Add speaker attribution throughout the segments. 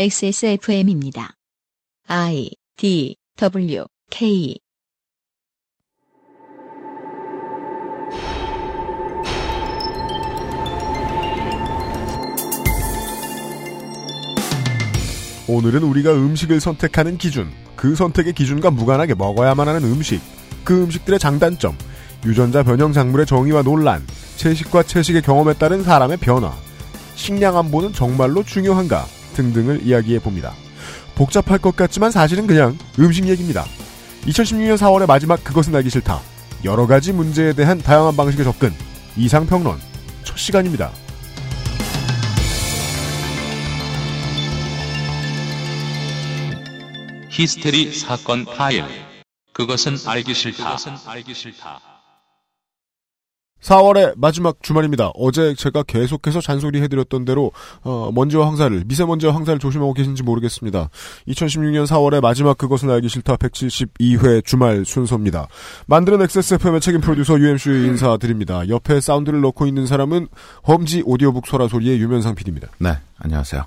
Speaker 1: XSFM입니다. I D W K
Speaker 2: 오늘은 우리가 음식을 선택하는 기준, 그 선택의 기준과 무관하게 먹어야만 하는 음식, 그 음식들의 장단점, 유전자 변형 작물의 정의와 논란, 채식과 채식의 경험에 따른 사람의 변화, 식량 안보는 정말로 중요한가 등등을 이야기해 봅니다. 복잡할 것 같지만 사실은 그냥 음식 얘기입니다. 2016년 4월의 마지막 그것은 알기 싫다. 여러 가지 문제에 대한 다양한 방식의 접근, 이상평론, 첫 시간입니다.
Speaker 3: 히스테리 사건 파일. 그것은 알기 싫다.
Speaker 2: 4월의 마지막 주말입니다. 어제 제가 계속해서 잔소리 해드렸던 대로 어, 먼지와 황사를 미세먼지와 황사를 조심하고 계신지 모르겠습니다. 2016년 4월의 마지막 그것은 알기 싫다 172회 주말 순서입니다. 만드는 XSFM의 책임 프로듀서 UMC 인사드립니다. 옆에 사운드를 넣고 있는 사람은 험지 오디오북 소라 소리의 유면상 PD입니다.
Speaker 4: 네, 안녕하세요.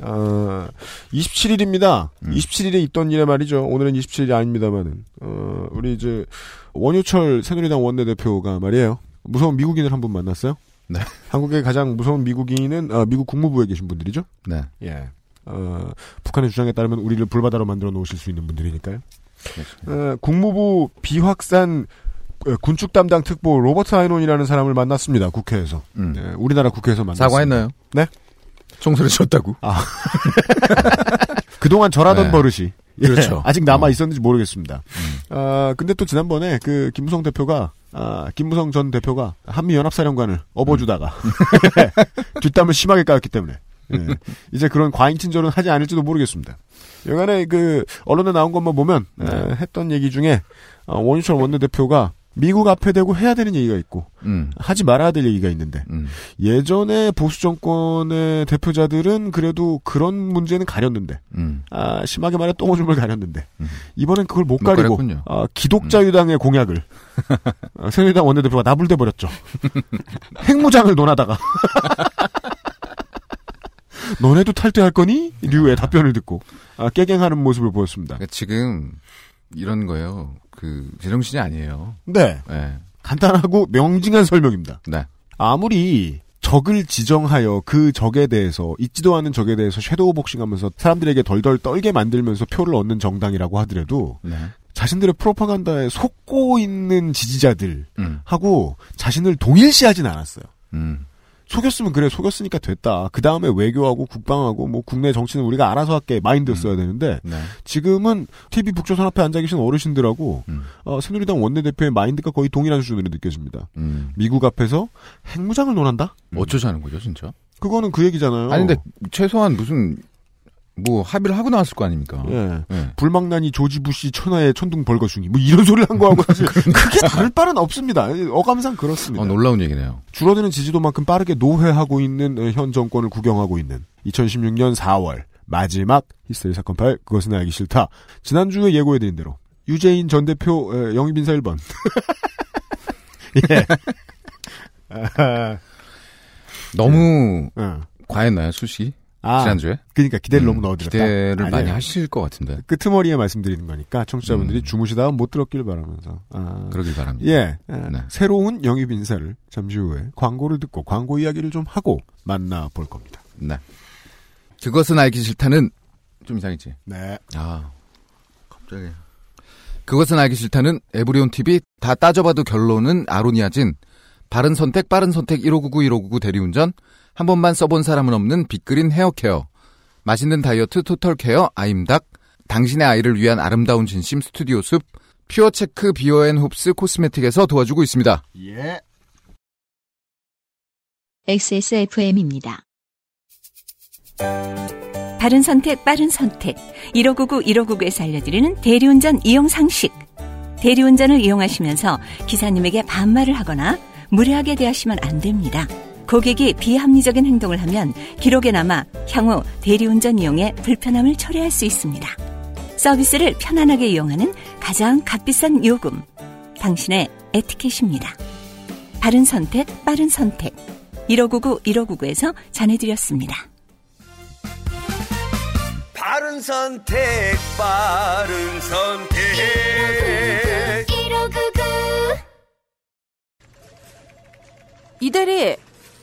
Speaker 2: 아, 27일입니다.
Speaker 4: 음.
Speaker 2: 27일에 있던 일에 말이죠. 오늘은 27일이 아닙니다만은. 어, 우리 이제 원유철 새누리당 원내대표가 말이에요. 무서운 미국인을 한 분 만났어요.
Speaker 4: 네.
Speaker 2: 한국의 가장 무서운 미국인은 아, 미국 국무부에 계신 분들이죠.
Speaker 4: 네,
Speaker 2: 예. 어, 북한의 주장에 따르면 우리를 불바다로 만들어 놓으실 수 있는 분들이니까요. 어, 국무부 비확산 어, 군축 담당 특보 로버트 아이론이라는 사람을 만났습니다. 국회에서.
Speaker 4: 음.
Speaker 2: 예, 우리나라 국회에서 만났습니다.
Speaker 4: 사과했나요?
Speaker 2: 네.
Speaker 4: 총소리 쳤다고?
Speaker 2: 그동안 절하던
Speaker 4: 네.
Speaker 2: 버릇이 예,
Speaker 4: 그렇죠. 음.
Speaker 2: 아직 남아
Speaker 4: 어.
Speaker 2: 있었는지 모르겠습니다. 아 근데 또 지난번에 그 김무성 대표가 아 김무성 전 대표가 한미 연합사령관을 업어주다가
Speaker 4: 음.
Speaker 2: 뒷담을 심하게 까였기 때문에 예, 이제 그런 과잉 친절은 하지 않을지도 모르겠습니다. 여간에 그 언론에 나온 것만 보면
Speaker 4: 네.
Speaker 2: 에, 했던 얘기 중에 어, 원유철 원내대표가 미국 앞에 대고 해야 되는 얘기가 있고
Speaker 4: 음,
Speaker 2: 하지 말아야 될 얘기가 있는데
Speaker 4: 음,
Speaker 2: 예전에 보수 정권의 대표자들은 그래도 그런 문제는 가렸는데
Speaker 4: 음.
Speaker 2: 아, 심하게 말해 똥오줌을 가렸는데
Speaker 4: 음.
Speaker 2: 이번엔 그걸 못
Speaker 4: 못
Speaker 2: 가리고
Speaker 4: 가렸군요. 음.
Speaker 2: 아, 기독자유당의 공약을 아, 새누리당 원내대표가 나불대 버렸죠. 핵무장을 논하다가 너네도 탈퇴할 거니? 류의 답변을 듣고 아, 깨갱하는 모습을 보였습니다.
Speaker 4: 그러니까 지금 이런 거예요. 그 제정신이 아니에요.
Speaker 2: 네,
Speaker 4: 네,
Speaker 2: 간단하고 명징한 설명입니다.
Speaker 4: 네,
Speaker 2: 아무리 적을 지정하여 그 적에 대해서 있지도 않은 적에 대해서 섀도우 복싱하면서 사람들에게 덜덜 떨게 만들면서 표를 얻는 정당이라고 하더라도
Speaker 4: 네.
Speaker 2: 자신들의 프로파간다에 속고 있는 지지자들하고
Speaker 4: 음,
Speaker 2: 자신을 동일시하진 않았어요.
Speaker 4: 음,
Speaker 2: 속였으면 그래 속였으니까 됐다. 그 다음에 외교하고 국방하고 뭐 국내 정치는 우리가 알아서 할게 마인드였어야 되는데
Speaker 4: 네.
Speaker 2: 지금은 TV 북조선 앞에 앉아 계신 어르신들하고
Speaker 4: 음.
Speaker 2: 어, 새누리당 원내대표의 마인드가 거의 동일한 수준으로 느껴집니다.
Speaker 4: 음.
Speaker 2: 미국 앞에서 핵무장을 논한다?
Speaker 4: 어쩌자는 거죠, 진짜?
Speaker 2: 그거는 그 얘기잖아요.
Speaker 4: 아니, 근데 최소한 무슨 뭐 합의를 하고 나왔을 거 아닙니까?
Speaker 2: 예.
Speaker 4: 네.
Speaker 2: 불망난이 조지 부시 천하의 천둥 벌거숭이 뭐 이런 소리를 한 거하고 사실 크게 다를 바는 없습니다. 어감상
Speaker 4: 그러니까.
Speaker 2: 그렇습니다.
Speaker 4: 어, 놀라운 얘기네요.
Speaker 2: 줄어드는 지지도만큼 빠르게 노회하고 있는 어, 현 정권을 구경하고 있는 2016년 4월 마지막 히스테리 사건 파일 그것은 알기 싫다. 지난주에 예고해드린 대로 유재인 전 대표 어, 영입 인사 1번. 예. 아,
Speaker 4: 네. 너무
Speaker 2: 어.
Speaker 4: 과했나요, 수식이?
Speaker 2: 아,
Speaker 4: 지난주에?
Speaker 2: 그러니까 기대를 너무
Speaker 4: 음,
Speaker 2: 넣어드렸다.
Speaker 4: 기대를 많이
Speaker 2: 아니에요.
Speaker 4: 하실 것 같은데.
Speaker 2: 끄트머리에 말씀드리는 거니까 청취자분들이
Speaker 4: 음.
Speaker 2: 주무시다가 못 들었길 바라면서. 아,
Speaker 4: 그러길 바랍니다.
Speaker 2: 예. 아,
Speaker 4: 네.
Speaker 2: 새로운 영입 인사를 잠시 후에 광고를 듣고 광고 이야기를 좀 하고 만나볼 겁니다.
Speaker 4: 네. 그것은 알기 싫다는 좀 이상했지.
Speaker 2: 네.
Speaker 4: 아, 갑자기. 그것은 알기 싫다는 에브리온 TV 다 따져봐도 결론은 아로니아진. 바른 선택, 빠른 선택 1599 1599 대리운전. 한 번만 써본 사람은 없는 빅그린 헤어케어. 맛있는 다이어트 토털케어 아임닭. 당신의 아이를 위한 아름다운 진심 스튜디오 숲. 퓨어 체크 비어앤홉스 코스메틱에서 도와주고 있습니다.
Speaker 2: 예.
Speaker 1: XSFM입니다.
Speaker 5: 바른 선택, 빠른 선택. 1599, 1599에서 알려드리는 대리운전 이용 상식. 대리운전을 이용하시면서 기사님에게 반말을 하거나 무례하게 대하시면 안 됩니다. 고객이 비합리적인 행동을 하면 기록에 남아 향후 대리운전 이용에 불편함을 초래할 수 있습니다. 서비스를 편안하게 이용하는 가장 값비싼 요금. 당신의 에티켓입니다. 바른 선택, 빠른 선택. 1599, 1599에서 전해드렸습니다.
Speaker 6: 빠른 선택, 빠른 선택.
Speaker 7: 이 대리,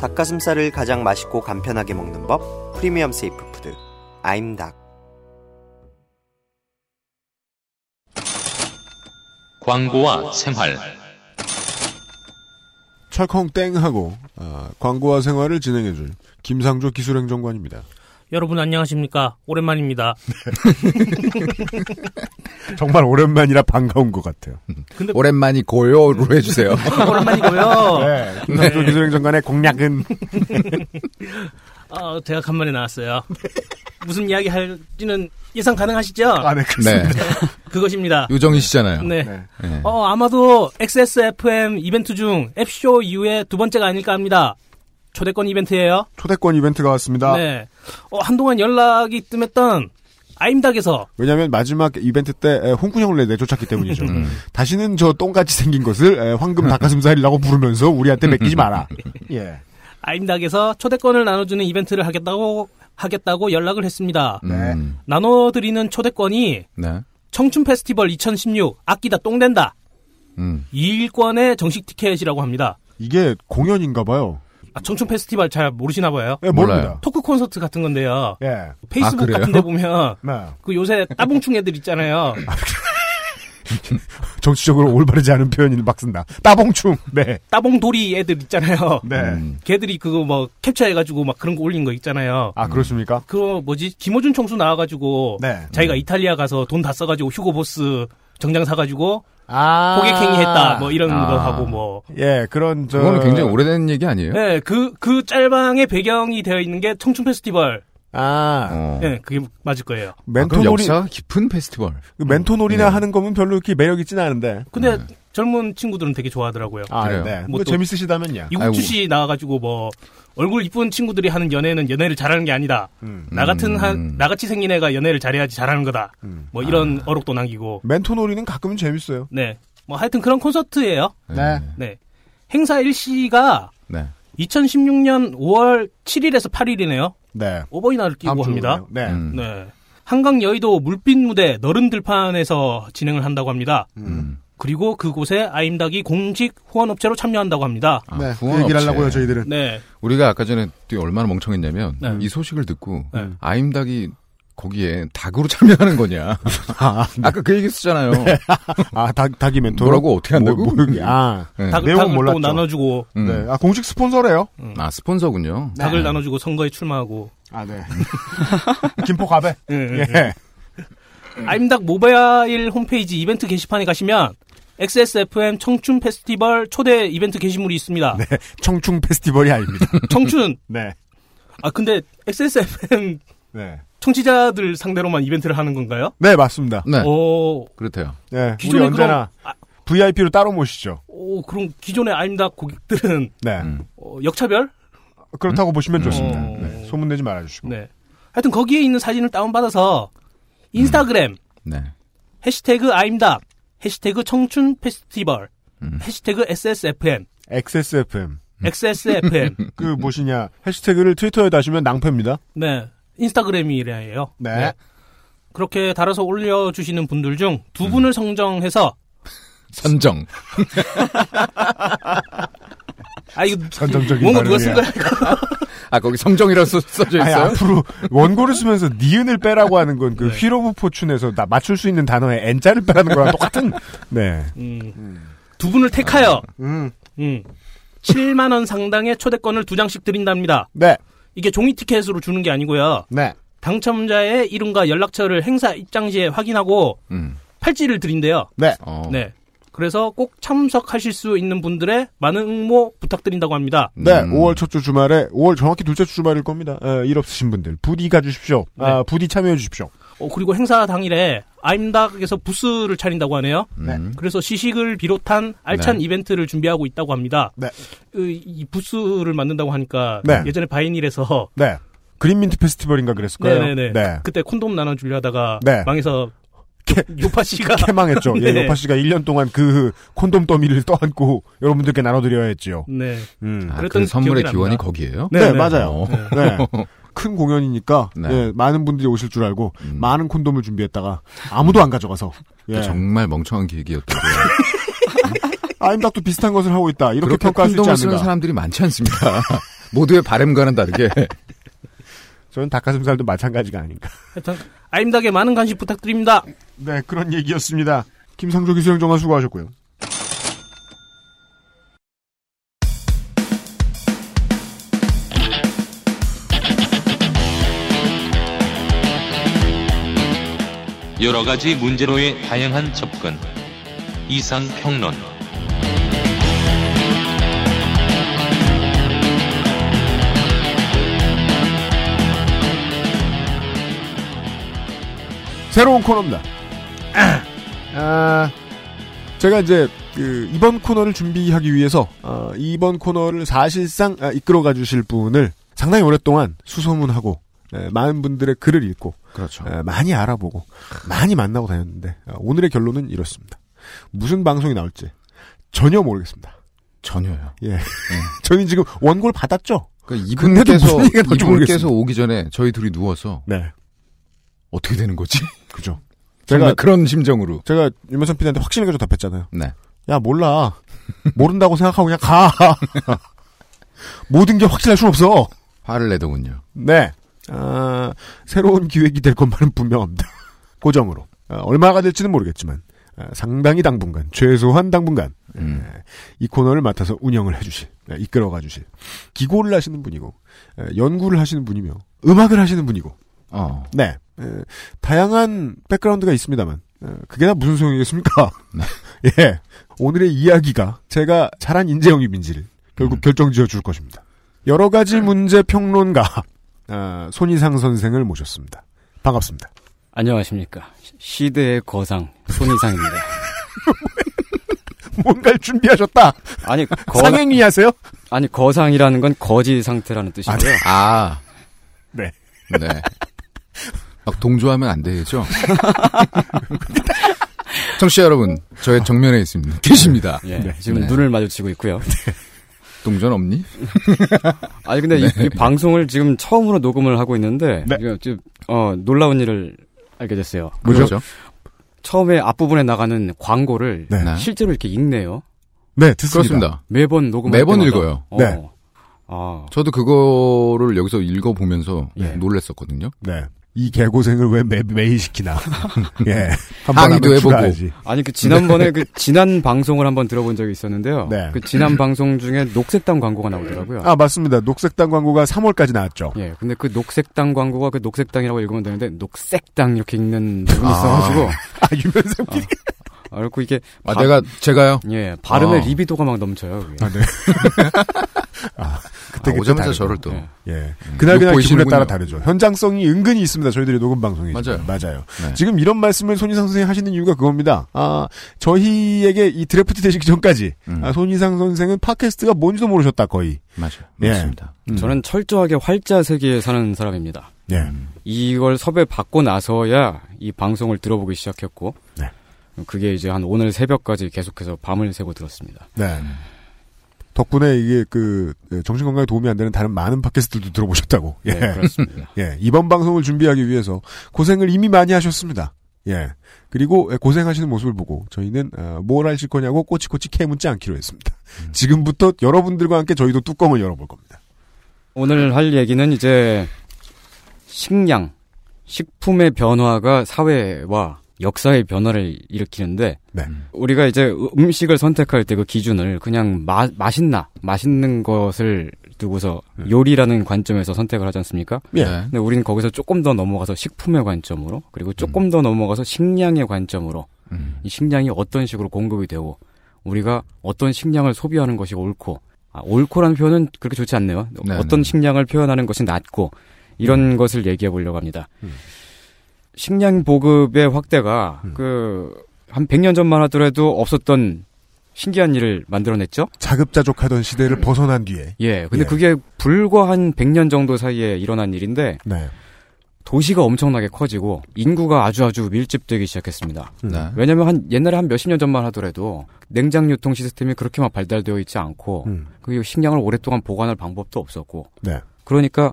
Speaker 6: 닭가슴살을 가장 맛있고 간편하게 먹는 법 프리미엄 세이프 푸드 아임닭
Speaker 3: 광고와 생활.
Speaker 2: 철컹땡 하고 아, 광고와 생활을 진행해줄 김상조 기술행정관입니다.
Speaker 8: 여러분 안녕하십니까 오랜만입니다.
Speaker 2: 정말 오랜만이라 반가운 것 같아요.
Speaker 8: 근데
Speaker 4: 오랜만이 고요로 해주세요. 네.
Speaker 8: 오랜만이고요.
Speaker 2: 네, 김상조 기술행정관의 공약은
Speaker 8: 아, 제가 간만에 나왔어요. 무슨 이야기 할지는 예상 가능하시죠?
Speaker 2: 안에
Speaker 4: 네.
Speaker 8: 그것입니다.
Speaker 4: 요정이 시잖아요.
Speaker 8: 네.
Speaker 4: 네.
Speaker 8: 어 아마도 XSFM 이벤트 중 앱쇼 이후에 두 번째가 아닐까 합니다. 초대권 이벤트예요.
Speaker 2: 초대권 이벤트가 왔습니다.
Speaker 8: 네. 어, 한동안 연락이 뜸했던 아임닭에서
Speaker 2: 왜냐하면 마지막 이벤트 때 에, 홍군형을 내쫓았기 때문이죠.
Speaker 4: 음.
Speaker 2: 다시는 저 똥같이 생긴 것을 에, 황금 닭가슴살이라고 부르면서 우리한테 맡기지 마라. 예.
Speaker 8: 아임닭에서 초대권을 나눠주는 이벤트를 하겠다고 하겠다고 연락을 했습니다.
Speaker 2: 네.
Speaker 9: 네.
Speaker 4: 음,
Speaker 8: 나눠드리는 초대권이
Speaker 4: 네.
Speaker 8: 청춘 페스티벌 2016 아끼다 똥된다
Speaker 4: 음.
Speaker 8: 일권의 정식 티켓이라고 합니다.
Speaker 2: 이게 공연인가 봐요.
Speaker 8: 아, 청춘 페스티벌 잘 모르시나 봐요.
Speaker 2: 예,
Speaker 4: 몰라요. 아,
Speaker 2: 모릅니다.
Speaker 8: 토크 콘서트 같은 건데요.
Speaker 2: 예.
Speaker 8: 페이스북
Speaker 4: 그래요?
Speaker 8: 같은 데 보면
Speaker 2: 네.
Speaker 8: 그 요새 따봉충 애들 있잖아요.
Speaker 2: 정치적으로 올바르지 않은 표현을 막 쓴다. 따봉충. 네.
Speaker 4: 아,
Speaker 8: 따봉돌이 애들 있잖아요.
Speaker 2: 네.
Speaker 4: 음.
Speaker 8: 걔들이 그거 뭐 캡처해가지고 막 그런 거 올린 거 있잖아요. 음.
Speaker 2: 아 그렇습니까?
Speaker 8: 그거 뭐지? 김호준 총수 나와가지고
Speaker 2: 네.
Speaker 8: 자기가 이탈리아 가서 돈 다 써가지고 휴고보스 정장 사가지고
Speaker 2: 아
Speaker 8: 고객행위했다 뭐 이런
Speaker 4: 아.
Speaker 8: 거 하고 뭐
Speaker 2: 예 그런 저.
Speaker 4: 그거는 굉장히 오래된 얘기 아니에요?
Speaker 8: 네, 그, 그 짤방의 배경이 되어 있는 게 청춘 페스티벌.
Speaker 2: 아
Speaker 4: 어.
Speaker 8: 예, 그게 맞을 거예요.
Speaker 4: 아, 그럼
Speaker 2: 멘토놀이 그
Speaker 4: 역사 깊은 페스티벌. 네.
Speaker 2: 멘토놀이나 하는 거면 별로 이렇게 매력 있진 않은데.
Speaker 8: 근데 젊은 친구들은 되게 좋아하더라고요.
Speaker 2: 아
Speaker 4: 그래요.
Speaker 2: 네.
Speaker 8: 뭐
Speaker 2: 뭐
Speaker 8: 또-
Speaker 2: 재밌으시다면요.
Speaker 4: 아이고.
Speaker 8: 이국주 씨 나와가지고 뭐, 얼굴 이쁜 친구들이 하는 연애는 연애를 잘하는 게 아니다.
Speaker 2: 음.
Speaker 8: 나 같은
Speaker 4: 음. 아.
Speaker 8: 한, 나같이 생긴 애가 연애를 잘해야지 잘하는 거다.
Speaker 2: 음.
Speaker 8: 뭐 이런 어록도 남기고.
Speaker 2: 멘토놀이는 가끔은 재밌어요.
Speaker 8: 네. 뭐 하여튼 그런 콘서트예요
Speaker 2: 네.
Speaker 8: 네. 행사 일시가
Speaker 4: 네.
Speaker 8: 2016년 5월 7일에서 8일이네요.
Speaker 2: 네.
Speaker 8: 오버이날을
Speaker 2: 다음
Speaker 8: 끼고 합니다.
Speaker 2: 주로요. 네.
Speaker 4: 음.
Speaker 8: 네. 한강 여의도 물빛 무대 너른 들판에서 진행을 한다고 합니다.
Speaker 2: 음.
Speaker 8: 그리고 그곳에 아임닭이 공식 후원업체로 참여한다고 합니다.
Speaker 4: 아,
Speaker 2: 네. 그
Speaker 4: 후원
Speaker 2: 얘기를
Speaker 4: 업체.
Speaker 2: 하려고요 저희들은.
Speaker 8: 네.
Speaker 4: 우리가 아까 전에 또 얼마나 멍청했냐면
Speaker 8: 네.
Speaker 4: 이 소식을 듣고
Speaker 8: 네.
Speaker 4: 아임닭이 거기에 닭으로 참여하는 거냐.
Speaker 2: 아,
Speaker 4: 아까 그 얘기 했었잖아요.
Speaker 2: 아, 닭, 닭이 멘토.
Speaker 4: 뭐라고 어떻게 한다고?
Speaker 2: 뭐, 뭐, 아,
Speaker 4: 네.
Speaker 8: 닭,
Speaker 2: 내용은
Speaker 8: 닭을
Speaker 2: 몰랐죠.
Speaker 8: 또 나눠주고 음.
Speaker 4: 음.
Speaker 2: 네. 아, 공식 스폰서래요.
Speaker 4: 아 스폰서군요.
Speaker 8: 닭을
Speaker 4: 네.
Speaker 8: 나눠주고 선거에 출마하고
Speaker 2: 아, 네. 김포 가베.
Speaker 8: 예, 예.
Speaker 2: 예.
Speaker 8: 아임닭 모바일 홈페이지 이벤트 게시판에 가시면 XSFM 청춘 페스티벌 초대 이벤트 게시물이 있습니다.
Speaker 2: 네. 청춘 페스티벌이 아닙니다.
Speaker 8: 청춘
Speaker 2: 네.
Speaker 8: 아 근데 XSFM
Speaker 2: 네.
Speaker 8: 청취자들 상대로만 이벤트를 하는 건가요?
Speaker 2: 네, 맞습니다.
Speaker 4: 네.
Speaker 8: 오,
Speaker 4: 그렇대요.
Speaker 2: 네. 우리
Speaker 8: 기존에
Speaker 2: 언제나
Speaker 8: 그럼 아,
Speaker 2: VIP로 따로 모시죠.
Speaker 8: 오, 그럼 기존의 아임닭 고객들은
Speaker 2: 네.
Speaker 4: 음.
Speaker 8: 어, 역차별?
Speaker 2: 그렇다고 보시면 좋습니다.
Speaker 8: 어.
Speaker 2: 네. 소문내지 말아주시고.
Speaker 8: 네. 하여튼 거기에 있는 사진을 다운받아서
Speaker 2: 음.
Speaker 8: 인스타그램
Speaker 4: 네.
Speaker 8: 해시태그 아임닭 해시태그 청춘 페스티벌
Speaker 2: 음.
Speaker 8: 해시태그 SSFM
Speaker 2: XSFM.
Speaker 8: XSFM
Speaker 2: 그, 뭐시냐. 해시태그를 트위터에 다시면 낭패입니다.
Speaker 8: 네 인스타그램이래요.
Speaker 2: 네.
Speaker 8: 그렇게 달아서 올려주시는 분들 중 두
Speaker 2: 음.
Speaker 8: 분을 성정해서
Speaker 4: 선정.
Speaker 8: 아 이거
Speaker 2: 선정적인
Speaker 8: 뭔가 누가 쓴
Speaker 2: 발언이야.
Speaker 8: 거야?
Speaker 4: 아 거기 성정이라고 써, 써져
Speaker 2: 아니,
Speaker 4: 있어요?
Speaker 2: 앞으로 원고를 쓰면서 니은을 빼라고 하는 건 그
Speaker 8: 네.
Speaker 2: 휘 휘로브 포춘에서 나 맞출 수 있는 단어에 N자를 빼라는 거랑 똑같은. 네.
Speaker 8: 음, 두 분을 택하여
Speaker 2: 음.
Speaker 8: 음, 7만 원 상당의 초대권을 두 장씩 드린답니다.
Speaker 2: 네.
Speaker 8: 이게 종이 티켓으로 주는 게 아니고요.
Speaker 2: 네.
Speaker 8: 당첨자의 이름과 연락처를 행사 입장시에 확인하고
Speaker 4: 음.
Speaker 8: 팔찌를 드린대요.
Speaker 2: 네.
Speaker 4: 어.
Speaker 8: 네. 그래서 꼭 참석하실 수 있는 분들의 많은 응모 부탁드린다고 합니다.
Speaker 2: 네,
Speaker 4: 음.
Speaker 2: 5월 첫 주
Speaker 4: 네.
Speaker 2: 주말에 5월 정확히 둘째 주 주말일 겁니다. 에, 일 없으신 분들 부디 가주십시오. 아, 부디 참여해 주십시오.
Speaker 8: 어, 그리고 행사 당일에 아임닭에서 부스를 차린다고 하네요.
Speaker 2: 네.
Speaker 4: 음. 네.
Speaker 8: 그래서 시식을 비롯한 알찬 이벤트를 준비하고 있다고 합니다.
Speaker 2: 네.
Speaker 8: 그, 이 부스를 만든다고 하니까
Speaker 2: 네.
Speaker 8: 예전에 바이닐에서
Speaker 2: 네. 그린민트 페스티벌인가 그랬을 거예요.
Speaker 8: 네네네.
Speaker 2: 네.
Speaker 8: 그때 콘돔 나눠주려 하다가
Speaker 2: 네.
Speaker 8: 망해서
Speaker 2: 캐-
Speaker 8: 요파 씨가
Speaker 2: 캐망했죠. 예,
Speaker 8: 네.
Speaker 2: 요파 씨가 1년 동안 그 콘돔 더미를 떠안고 여러분들께 나눠드려야 했지요.
Speaker 8: 네.
Speaker 2: 음.
Speaker 4: 아,
Speaker 8: 그랬던
Speaker 4: 그 선물의
Speaker 8: 기억이
Speaker 4: 기원이
Speaker 8: 납니다.
Speaker 4: 거기에요?
Speaker 2: 네, 맞아요.
Speaker 4: 어.
Speaker 2: 네. 큰 공연이니까
Speaker 4: 네.
Speaker 2: 예, 많은 분들이 오실 줄 알고
Speaker 4: 음. 그
Speaker 2: 많은 콘돔을 준비했다가 아무도 안 가져가서 예.
Speaker 4: 정말 멍청한 계획이었던 거예요.
Speaker 2: 아임닭도 비슷한 것을 하고 있다. 이렇게
Speaker 4: 그렇게
Speaker 2: 평가할 수 있지
Speaker 4: 콘돔을
Speaker 2: 않는가.
Speaker 4: 쓰는 사람들이 많지 않습니다. 모두의 바램과는 다르게.
Speaker 2: 저는 닭가슴살도 마찬가지가 아닌가.
Speaker 8: 하여튼 아임닭에 많은 관심 부탁드립니다.
Speaker 2: 네, 그런 얘기였습니다. 김상조 기수형 정화 수고하셨고요.
Speaker 3: 여러 가지 문제로의 다양한 접근. 이상 평론.
Speaker 2: 새로운 코너입니다. 아, 제가 이제 그 이번 코너를 준비하기 위해서 어, 이번 코너를 사실상 아, 이끌어가 주실 분을 상당히 오랫동안 수소문하고 에, 많은 분들의 글을 읽고
Speaker 4: 그렇죠.
Speaker 2: 에, 많이 알아보고 많이 만나고 다녔는데 아, 오늘의 결론은 이렇습니다. 무슨 방송이 나올지 전혀 모르겠습니다.
Speaker 4: 전혀요. 네.
Speaker 2: 예, 저희 지금 원고를 받았죠.
Speaker 4: 그러니까
Speaker 2: 근데도
Speaker 4: 이분께서
Speaker 2: 무슨 얘기가 나올지
Speaker 4: 이분께서
Speaker 2: 모르겠습니다.
Speaker 4: 오기 전에 저희 둘이 누워서
Speaker 2: 네,
Speaker 4: 어떻게 되는 거지?
Speaker 2: 그죠.
Speaker 4: 정말
Speaker 2: 제가
Speaker 4: 그런 심정으로.
Speaker 2: 제가 유명선 PD한테 확신을 가져 답했잖아요.
Speaker 4: 네.
Speaker 2: 야 몰라 모른다고 생각하고 그냥 가 모든 게 확실할 순 없어
Speaker 4: 화를 내더군요.
Speaker 2: 네 아, 새로운 기획이 될 것만은 분명합니다 고정으로 아, 얼마가 될지는 모르겠지만 아, 상당히 당분간 최소한 당분간 네,
Speaker 4: 음.
Speaker 2: 이 코너를 맡아서 운영을 해주실 아, 이끌어가 주실 기고를 하시는 분이고 아, 연구를 하시는 분이며 음악을 하시는 분이고
Speaker 4: 어.
Speaker 2: 네 에, 다양한 백그라운드가 있습니다만 에, 그게 다 무슨 소용이겠습니까?
Speaker 4: 네.
Speaker 2: 예. 오늘의 이야기가 제가 잘한 인재영입인지를 결국
Speaker 4: 음.
Speaker 2: 결정지어 줄 것입니다. 여러 가지 문제 평론가 아, 손희상 선생을 모셨습니다. 반갑습니다.
Speaker 9: 안녕하십니까. 시- 시대의 거상, 손희상입니다.
Speaker 2: 뭔가를 준비하셨다.
Speaker 9: 아니, 거,
Speaker 2: 상행위 하세요?
Speaker 9: 아니, 거상이라는 건 거지 상태라는 뜻이고요.
Speaker 4: 아.
Speaker 2: 네.
Speaker 4: 네. 막 동조하면 안 되죠? 청취자 여러분, 저의 정면에 있습니다. 계십니다.
Speaker 9: 예,
Speaker 2: 네,
Speaker 9: 지금
Speaker 4: 네.
Speaker 9: 눈을 마주치고 있고요.
Speaker 4: 동전 없니?
Speaker 9: 아니, 근데 이, 이 방송을 지금 처음으로 녹음을 하고 있는데,
Speaker 2: 네.
Speaker 9: 이거 지금, 어, 놀라운 일을 알게 됐어요.
Speaker 2: 뭐죠?
Speaker 4: 그렇죠?
Speaker 9: 처음에 앞부분에 나가는 광고를
Speaker 2: 네.
Speaker 4: 네.
Speaker 9: 실제로 이렇게 읽네요.
Speaker 2: 네, 듣습니다.
Speaker 4: 그렇습니다.
Speaker 9: 매번 녹음
Speaker 4: 매번 읽어요.
Speaker 9: 어,
Speaker 2: 네.
Speaker 9: 아,
Speaker 4: 저도 그거를 여기서 읽어보면서
Speaker 9: 예.
Speaker 4: 놀랬었거든요.
Speaker 2: 네. 이 개고생을 왜 매, 매일 시키나. 예. 한번
Speaker 4: 항의도 해보고.
Speaker 2: 하면 죽어야지.
Speaker 9: 아니 그 지난번에 그 지난 방송을 한번 들어본 적이 있었는데요.
Speaker 2: 네.
Speaker 9: 그 지난 방송 중에 녹색당 광고가 나오더라고요.
Speaker 2: 아, 맞습니다. 녹색당 광고가 3월까지 나왔죠.
Speaker 9: 예, 근데 그 녹색당 광고가 그 녹색당이라고 읽으면 되는데 녹색당 이렇게 읽는 부분이 있어가지고
Speaker 2: 아, 유면상 PD.
Speaker 9: 아, 그리고 이게
Speaker 4: 아,
Speaker 9: 바-
Speaker 4: 내가, 제가요?
Speaker 9: 예 발음의
Speaker 4: 아.
Speaker 9: 리비도가 막 넘쳐요.
Speaker 2: 아,
Speaker 9: 그게.
Speaker 2: 네. 그때
Speaker 4: 아,
Speaker 2: 그때
Speaker 4: 오자마자
Speaker 2: 다르죠.
Speaker 4: 저를 또. 음.
Speaker 9: 예.
Speaker 2: 예. 그날 그날 기분에
Speaker 4: 보이시는군요.
Speaker 2: 따라 다르죠. 현장성이 은근히 있습니다. 저희들이 녹음 방송이
Speaker 4: 맞아요.
Speaker 2: 맞아요.
Speaker 4: 네.
Speaker 2: 지금 이런 말씀을 손희상 선생이 하시는 이유가 그겁니다. 아 저희에게 이 드래프트 되시기 전까지
Speaker 4: 음.
Speaker 2: 아, 손희상 선생은 팟캐스트가 뭔지도 모르셨다 거의.
Speaker 4: 맞아요.
Speaker 2: 예.
Speaker 4: 맞습니다.
Speaker 2: 음.
Speaker 9: 저는 철저하게 활자 세계에 사는 사람입니다.
Speaker 2: 예.
Speaker 9: 이걸 섭외 받고 나서야 이 방송을 들어보기 시작했고,
Speaker 2: 네.
Speaker 9: 그게 이제 한 오늘 새벽까지 계속해서 밤을 새고 들었습니다.
Speaker 2: 네. 덕분에 이게 그 예, 정신 건강에 도움이 안 되는 다른 많은 팟캐스트들도 들어보셨다고. 예.
Speaker 9: 네, 그렇습니다.
Speaker 2: 예. 이번 방송을 준비하기 위해서 고생을 이미 많이 하셨습니다. 예. 그리고 예, 고생하시는 모습을 보고 저희는 어, 뭘 하실 거냐고 꼬치꼬치 캐묻지 않기로 했습니다. 지금부터 여러분들과 함께 저희도 뚜껑을 열어볼 겁니다.
Speaker 9: 오늘 할 얘기는 이제 식량, 식품의 변화가 사회와 역사의 변화를 일으키는데
Speaker 2: 네.
Speaker 9: 우리가 이제 음식을 선택할 때 그 기준을 그냥 마- 맛있나 맛있는 것을 두고서 요리라는 관점에서 선택을 하지 않습니까?
Speaker 2: 음. 예.
Speaker 4: 네.
Speaker 9: 근데 우리는 거기서 조금 더 넘어가서 식품의 관점으로 그리고
Speaker 2: 음.
Speaker 9: 조금 더 넘어가서 식량의 관점으로
Speaker 4: 음.
Speaker 9: 이 식량이 어떤 식으로 공급이 되고 우리가 어떤 식량을 소비하는 것이 옳고 아, 옳고라는 표현은 그렇게 좋지 않네요.
Speaker 4: 네,
Speaker 9: 어떤
Speaker 4: 네.
Speaker 2: 음.
Speaker 9: 식량을 표현하는 것이 낫고 이런 것을 얘기해 보려고 합니다. 식량 보급의 확대가
Speaker 2: 음.
Speaker 9: 그 한 100년 전만 하더라도 없었던 신기한 일을 만들어냈죠.
Speaker 2: 자급자족하던 시대를 벗어난 뒤에.
Speaker 9: 예. 근데
Speaker 2: 예.
Speaker 9: 그게 불과 한 100년 정도 사이에 일어난 일인데
Speaker 2: 네.
Speaker 9: 도시가 엄청나게 커지고 인구가 아주 아주 밀집되기 시작했습니다.
Speaker 4: 네.
Speaker 9: 왜냐면 한 옛날에 한 몇십 년 전만 하더라도 냉장 유통 시스템이 그렇게 막 발달되어 있지 않고
Speaker 2: 음.
Speaker 9: 그 식량을 오랫동안 보관할 방법도 없었고
Speaker 2: 네.
Speaker 9: 그러니까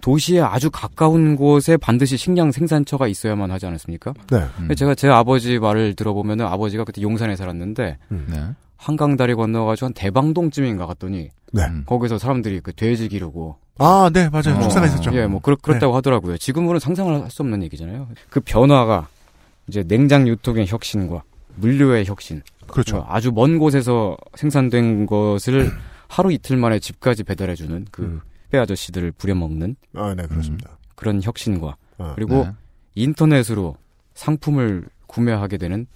Speaker 9: 도시에 아주 가까운 곳에 반드시 식량 생산처가 있어야만 하지 않았습니까?
Speaker 2: 네.
Speaker 9: 근데 제가 제 아버지 말을 들어보면 은 아버지가 그때 용산에 살았는데
Speaker 2: 음.
Speaker 4: 네.
Speaker 9: 한강 다리 건너가지고 한 대방동쯤인가 갔더니
Speaker 2: 네.
Speaker 9: 거기서 사람들이 그 돼지 기르고
Speaker 2: 아, 네, 맞아요. 축사가 있었죠.
Speaker 9: 예, 뭐 그렇, 그렇다고 하더라고요. 지금으로는 상상을 할 수 없는 얘기잖아요. 그 변화가 이제 냉장 유통의 혁신과 물류의 혁신,
Speaker 2: 그렇죠.
Speaker 9: 어, 아주 먼 곳에서 생산된 것을 하루 이틀 만에 집까지 배달해주는 그 빼 아저씨들을 부려먹는
Speaker 2: 음.
Speaker 9: 음,
Speaker 2: 아, 네, 그렇습니다.
Speaker 9: 그런 혁신과
Speaker 2: 아,
Speaker 9: 그리고
Speaker 4: 네.
Speaker 9: 인터넷으로 상품을 구매하게 되는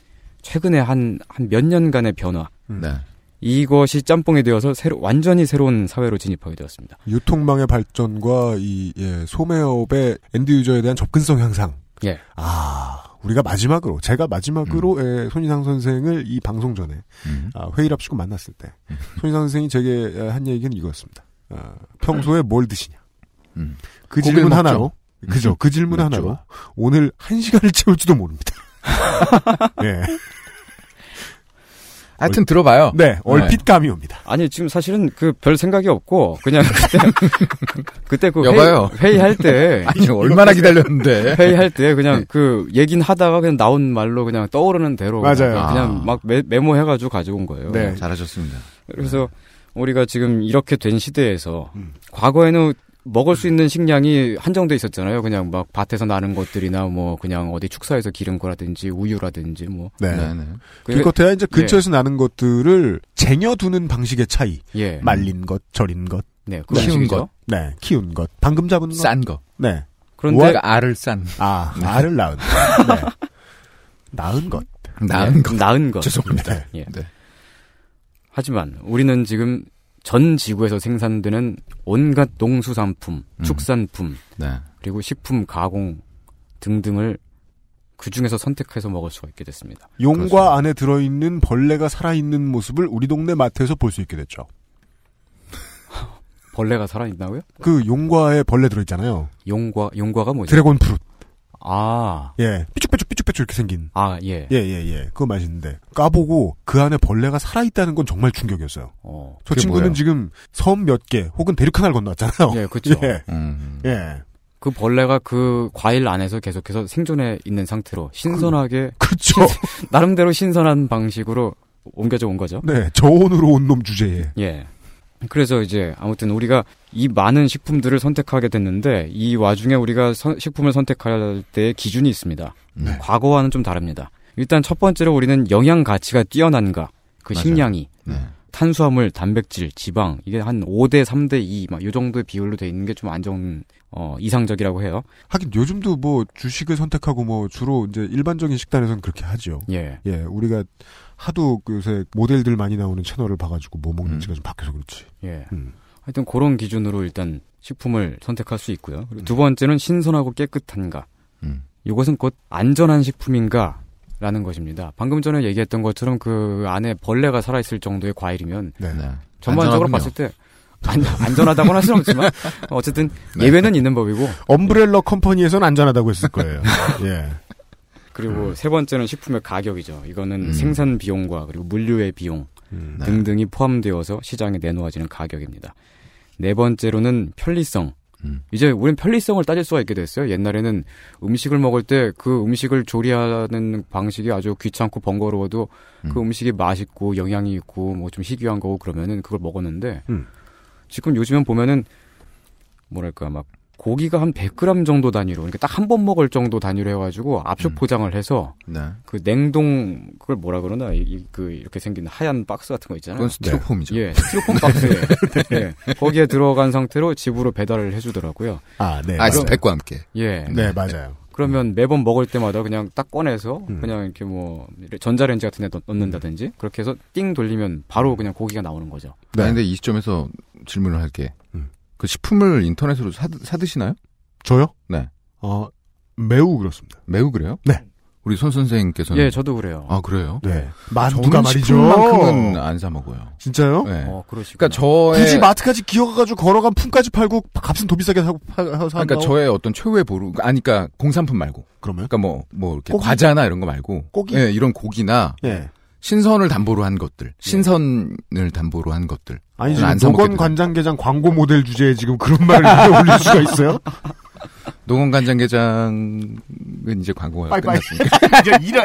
Speaker 9: 최근에 한 한 몇 년간의 변화
Speaker 2: 음.
Speaker 4: 네.
Speaker 9: 이것이 짬뽕이 되어서 새로 완전히 새로운 사회로 진입하게 되었습니다.
Speaker 2: 유통망의 발전과 이 예, 소매업의 엔드 유저에 대한 접근성 향상.
Speaker 9: 예.
Speaker 2: 아, 우리가 마지막으로 제가 마지막으로
Speaker 9: 음.
Speaker 2: 예, 손희상 선생을 이 방송 전에
Speaker 4: 음.
Speaker 2: 아, 회의를 앞시고 만났을 때
Speaker 9: 음.
Speaker 2: 손희상 선생이 제게 예, 한 얘기는 이거였습니다. 아, 평소에 뭘 드시냐?
Speaker 4: 음.
Speaker 2: 그
Speaker 4: 고기를
Speaker 2: 질문
Speaker 4: 먹죠.
Speaker 2: 하나로
Speaker 10: 음.
Speaker 2: 그죠? 그 질문
Speaker 4: 먹죠.
Speaker 2: 하나로 오늘 한 시간을 채울지도 모릅니다. 예.
Speaker 4: 하여튼 들어봐요.
Speaker 2: 네, 얼핏 감이 옵니다.
Speaker 9: 아니 지금 사실은 그 별 생각이 없고 그냥 그때 그때 그
Speaker 4: 여봐요.
Speaker 9: 회의, 회의할 때
Speaker 4: 아니 얼마나 기다렸는데. 네.
Speaker 9: 회의할 때 그냥 그 얘긴 하다가 그냥 나온 말로 그냥 떠오르는 대로
Speaker 2: 맞아요.
Speaker 9: 그냥
Speaker 4: 아.
Speaker 9: 막 메, 모해가지고 가져온 거예요.
Speaker 2: 네.
Speaker 4: 잘하셨습니다.
Speaker 9: 그래서 우리가 지금 이렇게 된 시대에서
Speaker 2: 음.
Speaker 9: 과거에는 먹을 수 있는 식량이 한정돼 있었잖아요. 그냥 막 밭에서 나는 것들이나 뭐 그냥 어디 축사에서 기른 거라든지 우유라든지 뭐
Speaker 2: 네.
Speaker 4: 네.
Speaker 2: 기껏해야
Speaker 9: 예.
Speaker 2: 이제 근처에서 나는 것들을 쟁여두는 방식의 차이.
Speaker 9: 예.
Speaker 2: 말린 것, 절인 것,
Speaker 9: 네.
Speaker 4: 키운
Speaker 9: 그런 거.
Speaker 4: 거.
Speaker 2: 네, 키운 것, 방금 잡은 것.
Speaker 4: 싼 거.
Speaker 2: 네.
Speaker 9: 그런데
Speaker 2: 월-
Speaker 4: 그러니까 알을 싼.
Speaker 2: 아, 알을 낳은 것. 네. 낳은 것.
Speaker 9: 네,
Speaker 4: 나은 거.
Speaker 9: 나은 거.
Speaker 4: 죄송합니다.
Speaker 2: 네.
Speaker 9: 예.
Speaker 4: 네.
Speaker 9: 하지만 우리는 지금 전 지구에서 생산되는 온갖 농수산품,
Speaker 4: 음.
Speaker 9: 축산품,
Speaker 4: 네.
Speaker 9: 그리고 식품 가공 등등을 그 중에서 선택해서 먹을 수가 있게 됐습니다.
Speaker 2: 용과
Speaker 4: 그렇죠.
Speaker 2: 안에 들어있는 벌레가 살아있는 모습을 우리 동네 마트에서 볼 수 있게 됐죠.
Speaker 9: 벌레가 살아있나고요?
Speaker 2: 그 용과에 벌레 들어있잖아요.
Speaker 9: 용과 용과가 뭐죠?
Speaker 2: 드래곤 프루트.
Speaker 9: 아,
Speaker 2: 예. 삐죽삐죽 삐죽삐죽 이렇게 생긴.
Speaker 9: 아 예.
Speaker 2: 예, 예, 예. 그거 맛있는데. 까보고 그 안에 벌레가 살아있다는 건 정말 충격이었어요.
Speaker 9: 어,
Speaker 2: 저
Speaker 4: 그게
Speaker 2: 친구는
Speaker 4: 뭐예요?
Speaker 2: 지금 섬 몇 개, 혹은 대륙 하나를 건너왔잖아요.
Speaker 9: 예, 그렇죠.
Speaker 2: 예.
Speaker 4: 음.
Speaker 2: 예.
Speaker 9: 그 벌레가 그 과일 안에서 계속해서 생존해 있는 상태로 신선하게
Speaker 2: 그쵸.
Speaker 9: 나름대로 신선한 방식으로 옮겨져 온 거죠.
Speaker 2: 네. 저온으로 온 놈 주제에.
Speaker 9: 예. 그래서 이제 아무튼 우리가 이 많은 식품들을 선택하게 됐는데 이 와중에 우리가 선- 식품을 선택할 때의 기준이 있습니다.
Speaker 4: 네.
Speaker 9: 과거와는 좀 다릅니다. 일단 첫 번째로 우리는 영양 가치가 뛰어난가 그
Speaker 4: 맞아요.
Speaker 9: 식량이
Speaker 4: 네.
Speaker 9: 탄수화물, 단백질, 지방 이게 한 5대 3대 2막요 정도의 비율로 돼 있는 게 좀 안정 어 이상적이라고 해요.
Speaker 2: 하긴 요즘도 뭐 주식을 선택하고 뭐 주로 이제 일반적인 식단에선 그렇게 하죠.
Speaker 9: 예.
Speaker 2: 예, 우리가 하도 그 요새 모델들 많이 나오는 채널을 봐가지고 뭐
Speaker 4: 음.
Speaker 2: 먹는지가 좀 바뀌어서 그렇지.
Speaker 9: 예.
Speaker 2: 음.
Speaker 9: 하여튼 그런 기준으로 일단 식품을 선택할 수 있고요. 그리고 두 번째는 신선하고 깨끗한가.
Speaker 4: 음.
Speaker 9: 이것은 곧 안전한 식품인가? 라는 것입니다. 방금 전에 얘기했던 것처럼 그 안에 벌레가 살아있을 정도의 과일이면
Speaker 2: 네.
Speaker 4: 네.
Speaker 9: 전반적으로
Speaker 4: 안전하군요.
Speaker 9: 봤을 때 안, 안전하다고는 할 수는 없지만 어쨌든
Speaker 4: 네.
Speaker 9: 예외는 있는 법이고
Speaker 2: 엄브렐러 컴퍼니에선 안전하다고 했을 거예요. 예.
Speaker 9: 그리고 세 번째는 식품의 가격이죠. 이거는
Speaker 4: 음.
Speaker 9: 생산 비용과 그리고 물류의 비용
Speaker 2: 음.
Speaker 4: 네.
Speaker 9: 등등이 포함되어서 시장에 내놓아지는 가격입니다. 네 번째로는 편리성.
Speaker 4: 음.
Speaker 9: 이제 우린 편리성을 따질 수가 있게 됐어요. 옛날에는 음식을 먹을 때 그 음식을 조리하는 방식이 아주 귀찮고 번거로워도 그
Speaker 4: 음.
Speaker 9: 음식이 맛있고 영양이 있고 뭐 좀 희귀한 거고 그러면은 그걸 먹었는데
Speaker 2: 음.
Speaker 9: 지금 요즘엔 보면은 뭐랄까 막 고기가 한 100g 정도 단위로 그러니까 딱 한 번 먹을 정도 단위로 해가지고 압축
Speaker 4: 음.
Speaker 9: 포장을 해서
Speaker 4: 네.
Speaker 9: 그 냉동 그걸 뭐라 그러나 이- 이- 그 이렇게 생긴 하얀 박스 같은 거 있잖아요.
Speaker 4: 그건 스티로폼이죠.
Speaker 9: 예, 스티로폼 박스에
Speaker 2: 네.
Speaker 9: 예, 거기에 들어간 상태로 집으로 배달을 해주더라고요.
Speaker 2: 아, 네. 맞아요.
Speaker 4: 아이스팩과 함께.
Speaker 9: 예,
Speaker 2: 네, 맞아요.
Speaker 9: 그러면 매번 먹을 때마다 그냥 딱 꺼내서
Speaker 2: 음.
Speaker 9: 그냥 이렇게 뭐 전자레인지 같은 데 넣- 넣는다든지 그렇게 해서 띵 돌리면 바로 그냥 고기가 나오는 거죠.
Speaker 2: 네.
Speaker 4: 아니, 근데 이 시점에서 질문을 할게.
Speaker 2: 음.
Speaker 4: 그 식품을 인터넷으로 사, 사드시나요?
Speaker 2: 저요?
Speaker 4: 네.
Speaker 2: 어, 매우 그렇습니다.
Speaker 4: 매우 그래요?
Speaker 2: 네.
Speaker 4: 우리 손 선생님께서는
Speaker 9: 예, 저도 그래요.
Speaker 4: 아 그래요?
Speaker 2: 네.
Speaker 4: 저는
Speaker 2: 만두가 말이죠.
Speaker 4: 식품만큼은 안 사 먹어요.
Speaker 2: 진짜요?
Speaker 4: 네.
Speaker 9: 어, 그러시구나.
Speaker 4: 그러니까 저의
Speaker 2: 굳이 마트까지 기어가가지고 걸어간 품까지 팔고 값은 더 비싸게 사고 파, 사고
Speaker 4: 그러니까 저의 어떤 최후의 보루 아니 그러니까 공산품 말고
Speaker 2: 그러면
Speaker 4: 그러니까 뭐 뭐 이렇게
Speaker 2: 고기?
Speaker 4: 과자나 이런 거 말고
Speaker 2: 고기?
Speaker 4: 예, 이런 고기나
Speaker 2: 예
Speaker 4: 신선을 담보로 한 것들 신선을 담보로 한 것들 저는
Speaker 2: 아니 지금
Speaker 4: 안 사먹게
Speaker 2: 노건
Speaker 4: 돼요.
Speaker 2: 관장계장 광고 모델 주제에 지금 그런 말을 입에 올릴 수가 있어요?
Speaker 4: 노건 간장게장은 이제 광고가
Speaker 2: 빠이빠이.
Speaker 4: 끝났으니까
Speaker 2: 이제 이런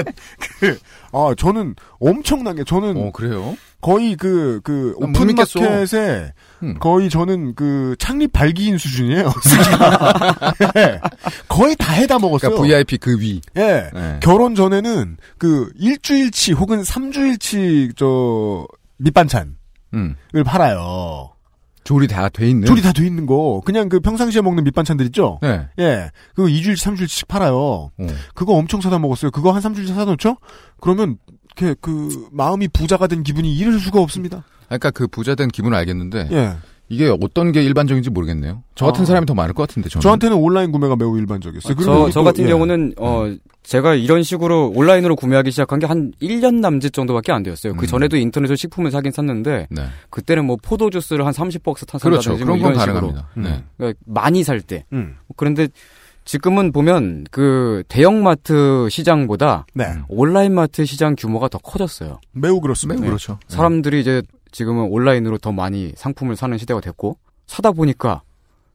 Speaker 2: 예. 그아 저는 엄청나게 저는
Speaker 4: 어 그래요
Speaker 2: 거의 그 그
Speaker 4: 난못 믿겠어.
Speaker 2: 오픈마켓에
Speaker 4: 음.
Speaker 2: 거의 저는 그 창립 발기인 수준이에요. 쓰기가. 예. 거의 다 해다 먹었어요.
Speaker 4: 그러니까 VIP 그위 네.
Speaker 2: 예. 결혼 전에는 그 일주일치 혹은 삼주일치 저 밑반찬을
Speaker 4: 음.
Speaker 2: 팔아요.
Speaker 4: 조리 다 돼 있는
Speaker 2: 조리 다 돼 있는 거. 그냥 그 평상시에 먹는 밑반찬들 있죠?
Speaker 4: 네.
Speaker 2: 예. 그거 2주일치, 3주일치씩 팔아요.
Speaker 4: 어.
Speaker 2: 그거 엄청 사다 먹었어요. 그거 한 3주일치 사다 놓죠? 그러면, 이렇게 그, 마음이 부자가 된 기분이 이를 수가 없습니다.
Speaker 4: 아까 그 부자 된 기분을 알겠는데
Speaker 2: 예.
Speaker 4: 이게 어떤 게 일반적인지 모르겠네요. 저 같은
Speaker 2: 아.
Speaker 4: 사람이 더 많을 것 같은데 저는.
Speaker 2: 저한테는 온라인 구매가 매우
Speaker 4: 아,
Speaker 2: 일반적이었어요. 그리고
Speaker 9: 저,
Speaker 2: 또-
Speaker 9: 저 같은
Speaker 2: 예.
Speaker 9: 경우는, 어,
Speaker 4: 네.
Speaker 9: 제가 이런 식으로 온라인으로 구매하기 시작한 게 한 1년 남짓 정도밖에 안 되었어요. 그
Speaker 4: 음.
Speaker 9: 전에도 인터넷으로 식품을 사긴 샀는데,
Speaker 4: 네.
Speaker 9: 그때는 뭐 포도주스를 한 30박스 탄
Speaker 4: 그렇죠. 그런
Speaker 9: 이런
Speaker 4: 건 가능합니다.
Speaker 2: 식으로.
Speaker 4: 네.
Speaker 2: 음.
Speaker 9: 그러니까 많이 살 때. 뭐
Speaker 2: 음.
Speaker 9: 그런데 지금은 보면 그 대형마트 시장보다
Speaker 2: 네.
Speaker 9: 온라인마트 시장 규모가 더 커졌어요.
Speaker 2: 매우 그렇습니다.
Speaker 4: 매우
Speaker 9: 네.
Speaker 4: 그렇죠.
Speaker 9: 사람들이 이제 지금은 온라인으로 더 많이 상품을 사는 시대가 됐고 사다 보니까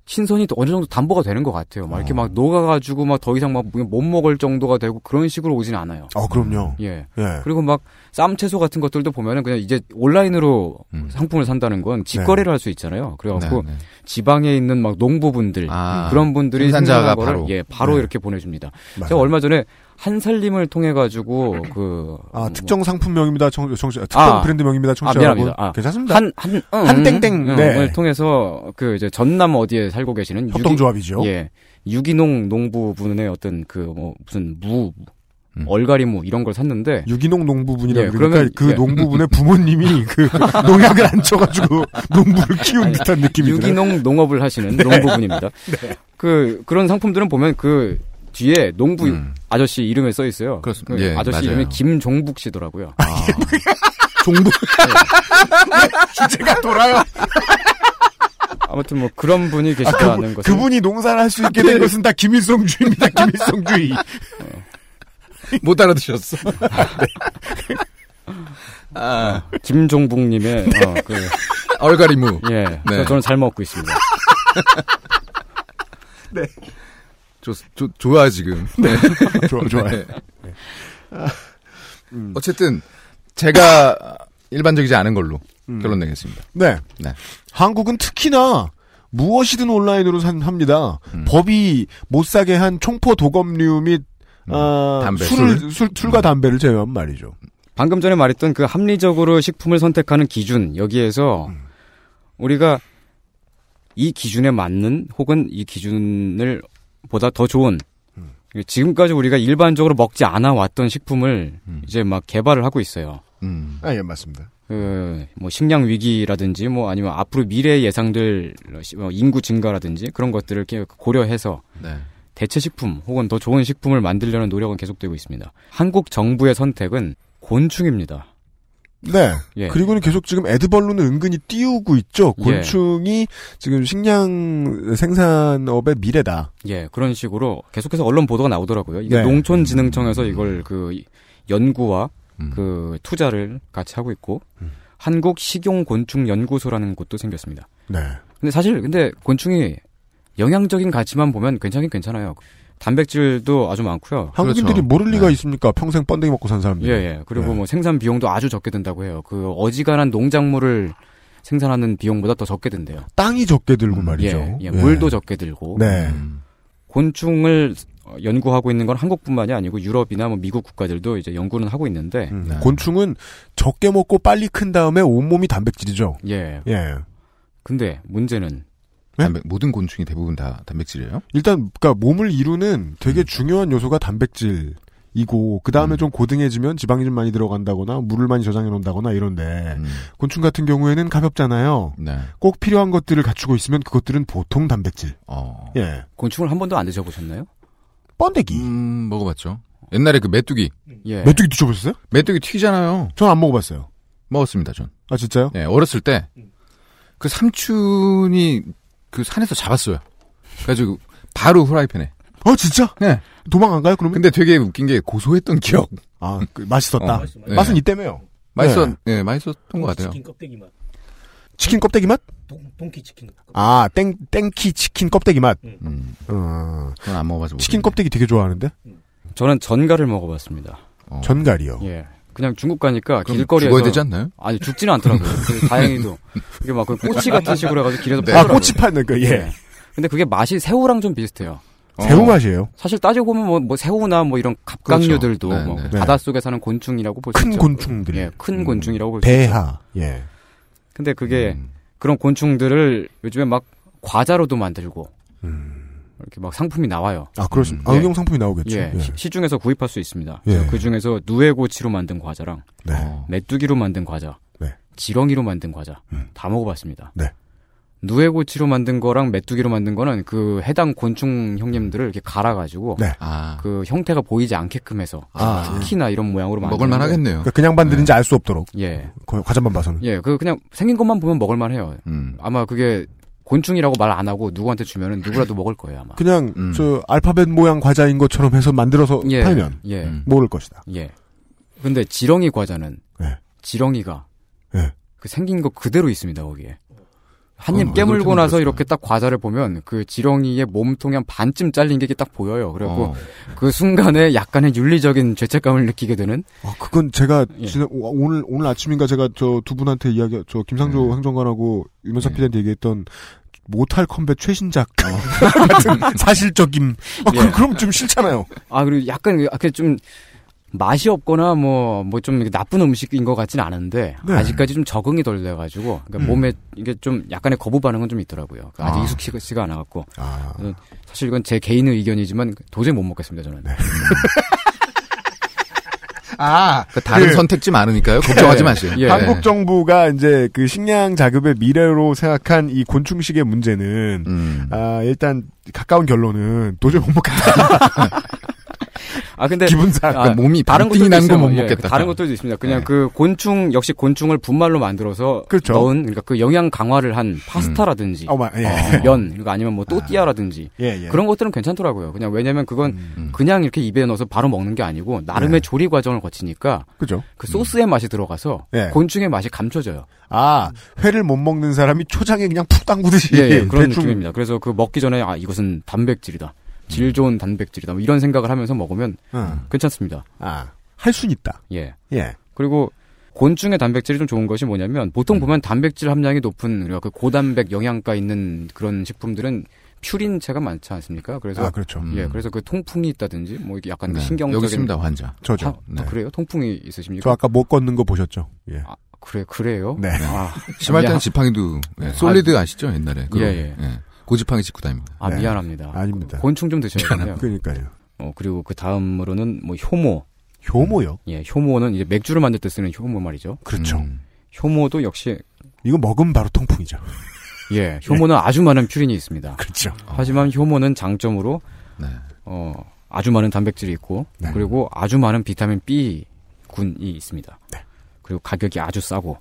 Speaker 9: 신선이 또 어느 정도 담보가 되는 것 같아요. 막
Speaker 4: 어.
Speaker 9: 이렇게 막 녹아가지고 막 더 이상 막 못 먹을 정도가 되고 그런 식으로 오진 않아요.
Speaker 4: 어.
Speaker 2: 아, 그럼요.
Speaker 9: 예.
Speaker 2: 예.
Speaker 9: 그리고 막 쌈 채소 같은 것들도 보면은 그냥 이제 온라인으로
Speaker 4: 음.
Speaker 9: 상품을 산다는 건 직거래를 할 수 있잖아요.
Speaker 4: 네,
Speaker 9: 그래갖고
Speaker 4: 네.
Speaker 9: 지방에 있는 막 농부분들
Speaker 4: 아,
Speaker 9: 그런 분들이
Speaker 4: 생산자가
Speaker 9: 생산한 거를
Speaker 4: 바로.
Speaker 9: 예 바로
Speaker 2: 네.
Speaker 9: 이렇게 보내줍니다.
Speaker 2: 맞아요.
Speaker 9: 제가 얼마 전에 한살림을 통해 가지고 그
Speaker 2: 아,
Speaker 9: 뭐-
Speaker 2: 특정 상품명입니다. 청, 청, 특정
Speaker 9: 아.
Speaker 2: 브랜드명입니다. 청취자
Speaker 9: 아,
Speaker 2: 여러분.
Speaker 9: 미안합니다. 아.
Speaker 2: 괜찮습니다.
Speaker 9: 한, 한,
Speaker 2: 한 땡땡,
Speaker 9: 을
Speaker 2: 네.
Speaker 9: 통해서 그 이제 전남 어디에 살고 계시는
Speaker 2: 협동조합이죠.
Speaker 9: 유기, 예, 유기농 농부분의 어떤 그 뭐 무슨 무
Speaker 4: 음.
Speaker 9: 얼갈이무 이런 걸 샀는데
Speaker 2: 유기농 농부분이라
Speaker 9: 예,
Speaker 2: 고 그러니까
Speaker 9: 그러면-
Speaker 2: 그
Speaker 9: 예.
Speaker 2: 농부분의 부모님이 그 농약을 안 쳐가지고 농부를 키운
Speaker 9: 아니,
Speaker 2: 듯한 느낌이 들어요. 네.
Speaker 9: 유기농 농업을 하시는 농부분입니다. 그 그런 상품들은 보면 그 뒤에 농부
Speaker 4: 음.
Speaker 9: 아저씨 이름에 써 있어요.
Speaker 4: 그렇습니다.
Speaker 9: 그
Speaker 4: 예,
Speaker 9: 아저씨
Speaker 4: 맞아요.
Speaker 9: 이름이 김종북 씨더라고요.
Speaker 2: 아. 종부 주제가 돌아요.
Speaker 9: 아무튼 뭐 그런 분이 계시다는 것은
Speaker 2: 그분이 농사를 할 수 있게
Speaker 4: 아, 네.
Speaker 2: 된 것은 다 김일성주의입니다. 김일성주의.
Speaker 4: 어. 못 알아드셨어. 아,
Speaker 9: 김종북님의 어, 그,
Speaker 4: 얼갈이무.
Speaker 9: 예, 그래서 저는 잘 먹고 있습니다.
Speaker 4: 좋, 좋, 좋아 지금. 네. 음.
Speaker 2: 좋아 좋아요. 네.
Speaker 4: 어쨌든 제가 일반적이지 않은 걸로 결론 내겠습니다.
Speaker 2: 네.
Speaker 4: 네.
Speaker 2: 한국은 특히나 무엇이든 온라인으로 산 합니다. 법이 못 사게 한 총포 도검류 및
Speaker 4: 음,
Speaker 2: 아,
Speaker 4: 담배, 음.
Speaker 2: 술을 술, 술과 담배를 제외한 말이죠.
Speaker 9: 방금 전에 말했던 그 합리적으로 식품을 선택하는 기준 여기에서
Speaker 2: 음.
Speaker 9: 우리가 이 기준에 맞는 혹은 이 기준을 보다 더 좋은
Speaker 2: 음.
Speaker 9: 지금까지 우리가 일반적으로 먹지 않아 왔던 식품을
Speaker 4: 음.
Speaker 9: 이제 막 개발을 하고 있어요.
Speaker 4: 음.
Speaker 2: 아 예 맞습니다.
Speaker 9: 그 뭐 식량 위기라든지 뭐 아니면 앞으로 미래 예상들 어, 인구 증가라든지 그런 것들을 이렇게 고려해서
Speaker 4: 네.
Speaker 9: 대체 식품 혹은 더 좋은 식품을 만들려는 노력은 계속되고 있습니다. 한국 정부의 선택은 곤충입니다.
Speaker 2: 네.
Speaker 9: 예.
Speaker 2: 그리고는 계속 지금 에드벌룬을 은근히 띄우고 있죠.
Speaker 9: 예.
Speaker 2: 곤충이 지금 식량 생산업의 미래다.
Speaker 9: 예, 그런 식으로 계속해서 언론 보도가 나오더라고요. 이게
Speaker 2: 네.
Speaker 9: 농촌진흥청에서 이걸 그 연구와
Speaker 4: 음.
Speaker 9: 그 투자를 같이 하고 있고 한국 식용곤충연구소라는 곳도 생겼습니다.
Speaker 2: 네.
Speaker 9: 근데 사실 근데 곤충이 영양적인 가치만 보면 괜찮긴 괜찮아요. 단백질도 아주 많고요.
Speaker 2: 한국인들이
Speaker 4: 그렇죠.
Speaker 2: 모를 리가
Speaker 4: 네.
Speaker 2: 있습니까? 평생 번데기 먹고 산 사람들.
Speaker 9: 예, 예. 그리고
Speaker 2: 네.
Speaker 9: 뭐 생산 비용도 아주 적게 든다고 해요. 그 어지간한 농작물을 생산하는 비용보다 더 적게 든대요.
Speaker 2: 땅이 적게 들고 말이죠.
Speaker 9: 예, 예. 물도 적게 들고.
Speaker 2: 네.
Speaker 4: 음.
Speaker 9: 곤충을 어, 연구하고 있는 건 한국뿐만이 아니고 유럽이나 뭐 미국 국가들도 이제 연구는 하고 있는데
Speaker 2: 음,
Speaker 4: 네.
Speaker 2: 곤충은 적게 먹고 빨리 큰 다음에 온몸이 단백질이죠.
Speaker 9: 예
Speaker 2: 예.
Speaker 9: 근데 문제는
Speaker 2: 네?
Speaker 4: 단백- 모든 곤충이 대부분 다 단백질이에요.
Speaker 2: 일단 그러니까 몸을 이루는 되게 중요한 요소가 단백질이고 그
Speaker 4: 음.
Speaker 2: 다음에 좀 고등해지면 지방이 좀 많이 들어간다거나 물을 많이 저장해 놓는다거나 이런데
Speaker 4: 음.
Speaker 2: 곤충 같은 경우에는 가볍잖아요.
Speaker 4: 네.
Speaker 2: 꼭 필요한 것들을 갖추고 있으면 그것들은 보통 단백질.
Speaker 4: 어.
Speaker 2: 예.
Speaker 9: 곤충을 한 번도 안 드셔보셨나요?
Speaker 2: 번데기.
Speaker 4: 음, 먹어봤죠. 옛날에 그 메뚜기.
Speaker 9: 예.
Speaker 2: 메뚜기 드셔보셨어요?
Speaker 4: 메뚜기 튀잖아요.
Speaker 2: 전 안 먹어봤어요.
Speaker 4: 먹었습니다, 전.
Speaker 2: 아, 진짜요?
Speaker 4: 네, 어렸을 때, 그 삼촌이 그 산에서 잡았어요. 그래가지고, 바로 후라이팬에.
Speaker 2: 어, 진짜?
Speaker 4: 네.
Speaker 2: 도망 안 가요, 그러면?
Speaker 4: 근데 되게 웃긴 게 고소했던 기억.
Speaker 2: 아, 그 맛있었다.
Speaker 4: 어, 네.
Speaker 2: 맛은 이때매요. 네.
Speaker 4: 맛있었, 예, 맛있었던 것 같아요.
Speaker 8: 치킨 껍데기 맛.
Speaker 2: 치킨 껍데기 맛?
Speaker 8: 동, 동키 치킨.
Speaker 2: 아, 땡, 땡키 치킨 껍데기 맛.
Speaker 4: 음,
Speaker 2: 어,
Speaker 4: 그건 안 먹어봐서.
Speaker 2: 치킨
Speaker 4: 모르겠네.
Speaker 2: 껍데기 되게 좋아하는데?
Speaker 9: 음. 저는 전갈을 먹어봤습니다.
Speaker 4: 어.
Speaker 2: 전갈이요.
Speaker 9: 예. 그냥 중국 가니까
Speaker 4: 그럼
Speaker 9: 길거리에서
Speaker 4: 죽어야 되지 않나요?
Speaker 9: 아니 죽지는 않더라고요. 그 다행히도 이게 막그 꼬치 같은 식으로 해가지고 길에서
Speaker 4: 네.
Speaker 2: 아,
Speaker 9: 팔더라고요.
Speaker 2: 꼬치 파는 거, 예. 어.
Speaker 9: 예. 근데 그게 맛이 새우랑 좀 비슷해요.
Speaker 2: 새우 맛이에요.
Speaker 9: 사실 따지고 보면 뭐, 뭐 새우나 뭐 이런 갑각류들도
Speaker 4: 그렇죠. 네,
Speaker 9: 뭐
Speaker 4: 네.
Speaker 9: 바닷속에 사는 곤충이라고 볼 수
Speaker 2: 큰
Speaker 9: 있죠.
Speaker 2: 곤충들.
Speaker 9: 예, 큰
Speaker 4: 음.
Speaker 9: 곤충이라고 볼 수 있죠.
Speaker 2: 대하. 예.
Speaker 9: 근데 그게
Speaker 4: 음.
Speaker 9: 그런 곤충들을 요즘에 막 과자로도 만들고 이렇게 막 상품이 나와요.
Speaker 2: 음. 아,
Speaker 9: 음,
Speaker 2: 그렇습니다. 아,
Speaker 9: 예.
Speaker 2: 응용 상품이 나오겠죠.
Speaker 9: 예,
Speaker 2: 예.
Speaker 9: 시- 시중에서 구입할 수 있습니다.
Speaker 2: 예.
Speaker 9: 그 중에서 누에고치로 만든 과자랑
Speaker 2: 네.
Speaker 4: 어.
Speaker 9: 메뚜기로 만든 과자,
Speaker 2: 네.
Speaker 9: 지렁이로 만든 과자
Speaker 2: 음.
Speaker 9: 다 먹어봤습니다.
Speaker 2: 네.
Speaker 9: 누에고치로 만든 거랑 메뚜기로 만든 거는 그 해당 곤충 형님들을 이렇게 갈아가지고
Speaker 2: 네.
Speaker 4: 아,
Speaker 9: 그 형태가 보이지 않게끔 해서
Speaker 4: 아,
Speaker 9: 특히나 이런 모양으로 만든
Speaker 4: 먹을만 하겠네요.
Speaker 2: 그러니까 음. 그냥 만드는지 알 수 없도록.
Speaker 9: 예,
Speaker 2: 거- 과자만 봐서는.
Speaker 9: 예, 그 그냥 생긴 것만 보면 먹을만 해요.
Speaker 4: 음.
Speaker 9: 아마 그게 곤충이라고 말 안 하고 누구한테 주면은 누구라도 먹을 거예요 아마.
Speaker 2: 그냥,
Speaker 4: 음.
Speaker 2: 저, 알파벳 모양 과자인 것처럼 해서 만들어서
Speaker 9: 예,
Speaker 2: 팔면
Speaker 9: 예,
Speaker 4: 음.
Speaker 2: 모를 것이다.
Speaker 9: 예. 근데 지렁이 과자는
Speaker 2: 예.
Speaker 9: 지렁이가
Speaker 2: 예.
Speaker 9: 그 생긴 거 그대로 있습니다 거기에. 한 입
Speaker 4: 그건
Speaker 9: 깨물고
Speaker 4: 어떻게
Speaker 9: 나서
Speaker 4: 만들었어요?
Speaker 9: 이렇게 딱 과자를 보면 그 지렁이의 몸통이 한 반쯤 잘린 게 이게 딱 보여요. 그래갖고
Speaker 4: 어.
Speaker 9: 그 순간에 약간의 윤리적인 죄책감을 느끼게 되는.
Speaker 2: 아, 그건 제가
Speaker 9: 예.
Speaker 2: 지난 오- 오늘 오늘 아침인가 제가 저 두 분한테 이야기 저 김상조
Speaker 4: 네.
Speaker 2: 행정관하고 유명사
Speaker 4: 네.
Speaker 2: PD한테 얘기했던 모탈 컴뱃 최신작 같은
Speaker 4: 어.
Speaker 2: 사실적임. 아,
Speaker 9: 예.
Speaker 2: 그, 그럼 좀 싫잖아요.
Speaker 9: 아 그리고 약간 이렇게 좀 맛이 없거나 뭐 뭐 좀 나쁜 음식인 것 같진 않은데
Speaker 2: 네.
Speaker 9: 아직까지 좀 적응이 덜 돼가지고 그러니까
Speaker 2: 음.
Speaker 9: 몸에 이게 좀 약간의 거부 반응은 좀 있더라고요. 그러니까 아직
Speaker 2: 아.
Speaker 9: 익숙치가 않아갖고 음,
Speaker 2: 아,
Speaker 9: 사실 이건 제 개인의 의견이지만 도저히 못 먹겠습니다 저는.
Speaker 2: 네.
Speaker 4: 그 다른
Speaker 2: 예.
Speaker 4: 선택지 많으니까요. 걱정하지 마세요.
Speaker 9: 예.
Speaker 2: 한국 정부가 이제 그 식량 자급의 미래로 생각한 이 곤충식의 문제는
Speaker 4: 음.
Speaker 2: 아, 일단 가까운 결론은 도저히 못 먹겠다.
Speaker 9: 아 근데
Speaker 2: 기분상. 그러니까
Speaker 9: 아,
Speaker 4: 몸이
Speaker 9: 다른
Speaker 4: 반띵이
Speaker 9: 것도
Speaker 4: 난
Speaker 9: 있어요.
Speaker 4: 거 못
Speaker 9: 예,
Speaker 4: 먹겠다.
Speaker 9: 다른 것들도 있습니다. 그냥
Speaker 4: 예.
Speaker 9: 그 곤충 역시 곤충을 분말로 만들어서
Speaker 2: 그렇죠.
Speaker 9: 넣은 그러니까 그 영양 강화를 한 파스타라든지
Speaker 2: 어마, 예.
Speaker 9: 면 그리고 아니면 뭐 또띠아라든지
Speaker 2: 예, 예.
Speaker 9: 그런 것들은 괜찮더라고요. 그냥 왜냐면 그건
Speaker 4: 음.
Speaker 9: 그냥 이렇게 입에 넣어서 바로 먹는 게 아니고 나름의
Speaker 2: 네.
Speaker 9: 조리 과정을 거치니까
Speaker 2: 그죠.
Speaker 9: 그 소스의 맛이 들어가서
Speaker 2: 음. 예.
Speaker 9: 곤충의 맛이 감춰져요.
Speaker 2: 아, 회를 못 먹는 사람이 초장에 그냥 푹 담그듯이
Speaker 9: 예, 예, 그런
Speaker 2: 대충
Speaker 9: 느낌입니다. 그래서 그 먹기 전에 아 이것은 단백질이다. 질 좋은 단백질이다. 뭐 이런 생각을 하면서 먹으면
Speaker 2: 음. 응.
Speaker 9: 괜찮습니다.
Speaker 2: 아, 할 순 있다.
Speaker 9: 예.
Speaker 2: 예.
Speaker 9: 그리고 곤충의 단백질이 좀 좋은 것이 뭐냐면
Speaker 4: 음.
Speaker 9: 보통 보면 단백질 함량이 높은 우리가 그 고단백 영양가 있는 그런 식품들은 퓨린체가 많지 않습니까? 그래서
Speaker 2: 아, 그렇죠.
Speaker 4: 음.
Speaker 9: 예, 그래서 그 통풍이 있다든지 뭐 이게 약간 그
Speaker 4: 네.
Speaker 9: 신경적인
Speaker 4: 여기 있습니다, 환자.
Speaker 2: 저죠.
Speaker 9: 아,
Speaker 4: 네. 뭐
Speaker 9: 그래요? 통풍이 있으십니까?
Speaker 2: 저 아까 못 걷는 거 보셨죠? 예.
Speaker 9: 아, 그래 그래요?
Speaker 2: 네.
Speaker 9: 아,
Speaker 4: 심할
Speaker 9: 미안-
Speaker 4: 때는 지팡이도 예,
Speaker 9: 네.
Speaker 4: 솔리드 아시죠 옛날에 그거.
Speaker 9: 예, 예.
Speaker 4: 고지팡이 짚고 다닙니다.
Speaker 9: 아
Speaker 2: 네.
Speaker 9: 미안합니다.
Speaker 2: 아닙니다.
Speaker 9: 곤충 좀 드셔야겠네요.
Speaker 2: 그러니까요.
Speaker 9: 어, 그리고 그 다음으로는 뭐 효모.
Speaker 2: 효모요.
Speaker 9: 예, 효모는 이제 맥주를 만들 때 쓰는 효모 말이죠.
Speaker 2: 그렇죠.
Speaker 4: 음.
Speaker 9: 효모도 역시
Speaker 2: 이거 먹으면 바로 통풍이죠. 네.
Speaker 9: 예, 효모는 아주 많은 퓨린이 있습니다.
Speaker 2: 그렇죠.
Speaker 9: 하지만 효모는 장점으로
Speaker 4: 네.
Speaker 9: 어, 아주 많은 단백질이 있고
Speaker 2: 네.
Speaker 9: 그리고 아주 많은 비타민 B 군이 있습니다.
Speaker 2: 네.
Speaker 9: 그리고 가격이 아주 싸고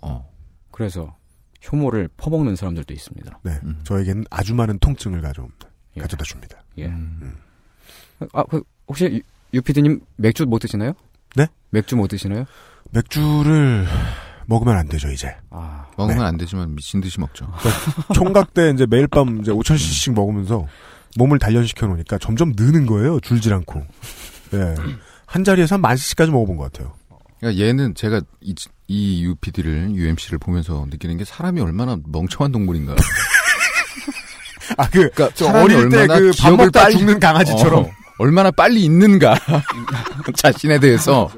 Speaker 4: 어.
Speaker 9: 그래서 효모를 퍼먹는 사람들도 있습니다.
Speaker 2: 네.
Speaker 4: 음.
Speaker 2: 저에게는 아주 많은 통증을 가져옵니다.
Speaker 9: 예.
Speaker 2: 가져다 줍니다.
Speaker 9: 예.
Speaker 4: 음.
Speaker 9: 아, 그 혹시 유피디님 맥주 못 드시나요?
Speaker 2: 네?
Speaker 9: 맥주 못 드시나요?
Speaker 2: 맥주를 먹으면 안 되죠, 이제. 네.
Speaker 9: 아,
Speaker 4: 먹으면 안 되지만 미친 듯이 먹죠.
Speaker 2: 총각 때 이제 매일 밤 이제 5,000cc씩 먹으면서 몸을 단련시켜 놓으니까 점점 느는 거예요. 줄질 않고. 예. 한 자리에서 한 만 cc까지 먹어본 것 같아요.
Speaker 4: 그러니까 얘는 제가 이, 이 UPD를 UMC를 보면서 느끼는 게 사람이 얼마나 멍청한 동물인가.
Speaker 2: 아, 그,
Speaker 4: 그러니까
Speaker 2: 저
Speaker 4: 사람이
Speaker 2: 어릴 때
Speaker 4: 얼마나
Speaker 2: 그 밥
Speaker 4: 기억을
Speaker 2: 먹다
Speaker 4: 빨리-
Speaker 2: 죽는 강아지처럼.
Speaker 4: 어, 얼마나 빨리 있는가 자신에 대해서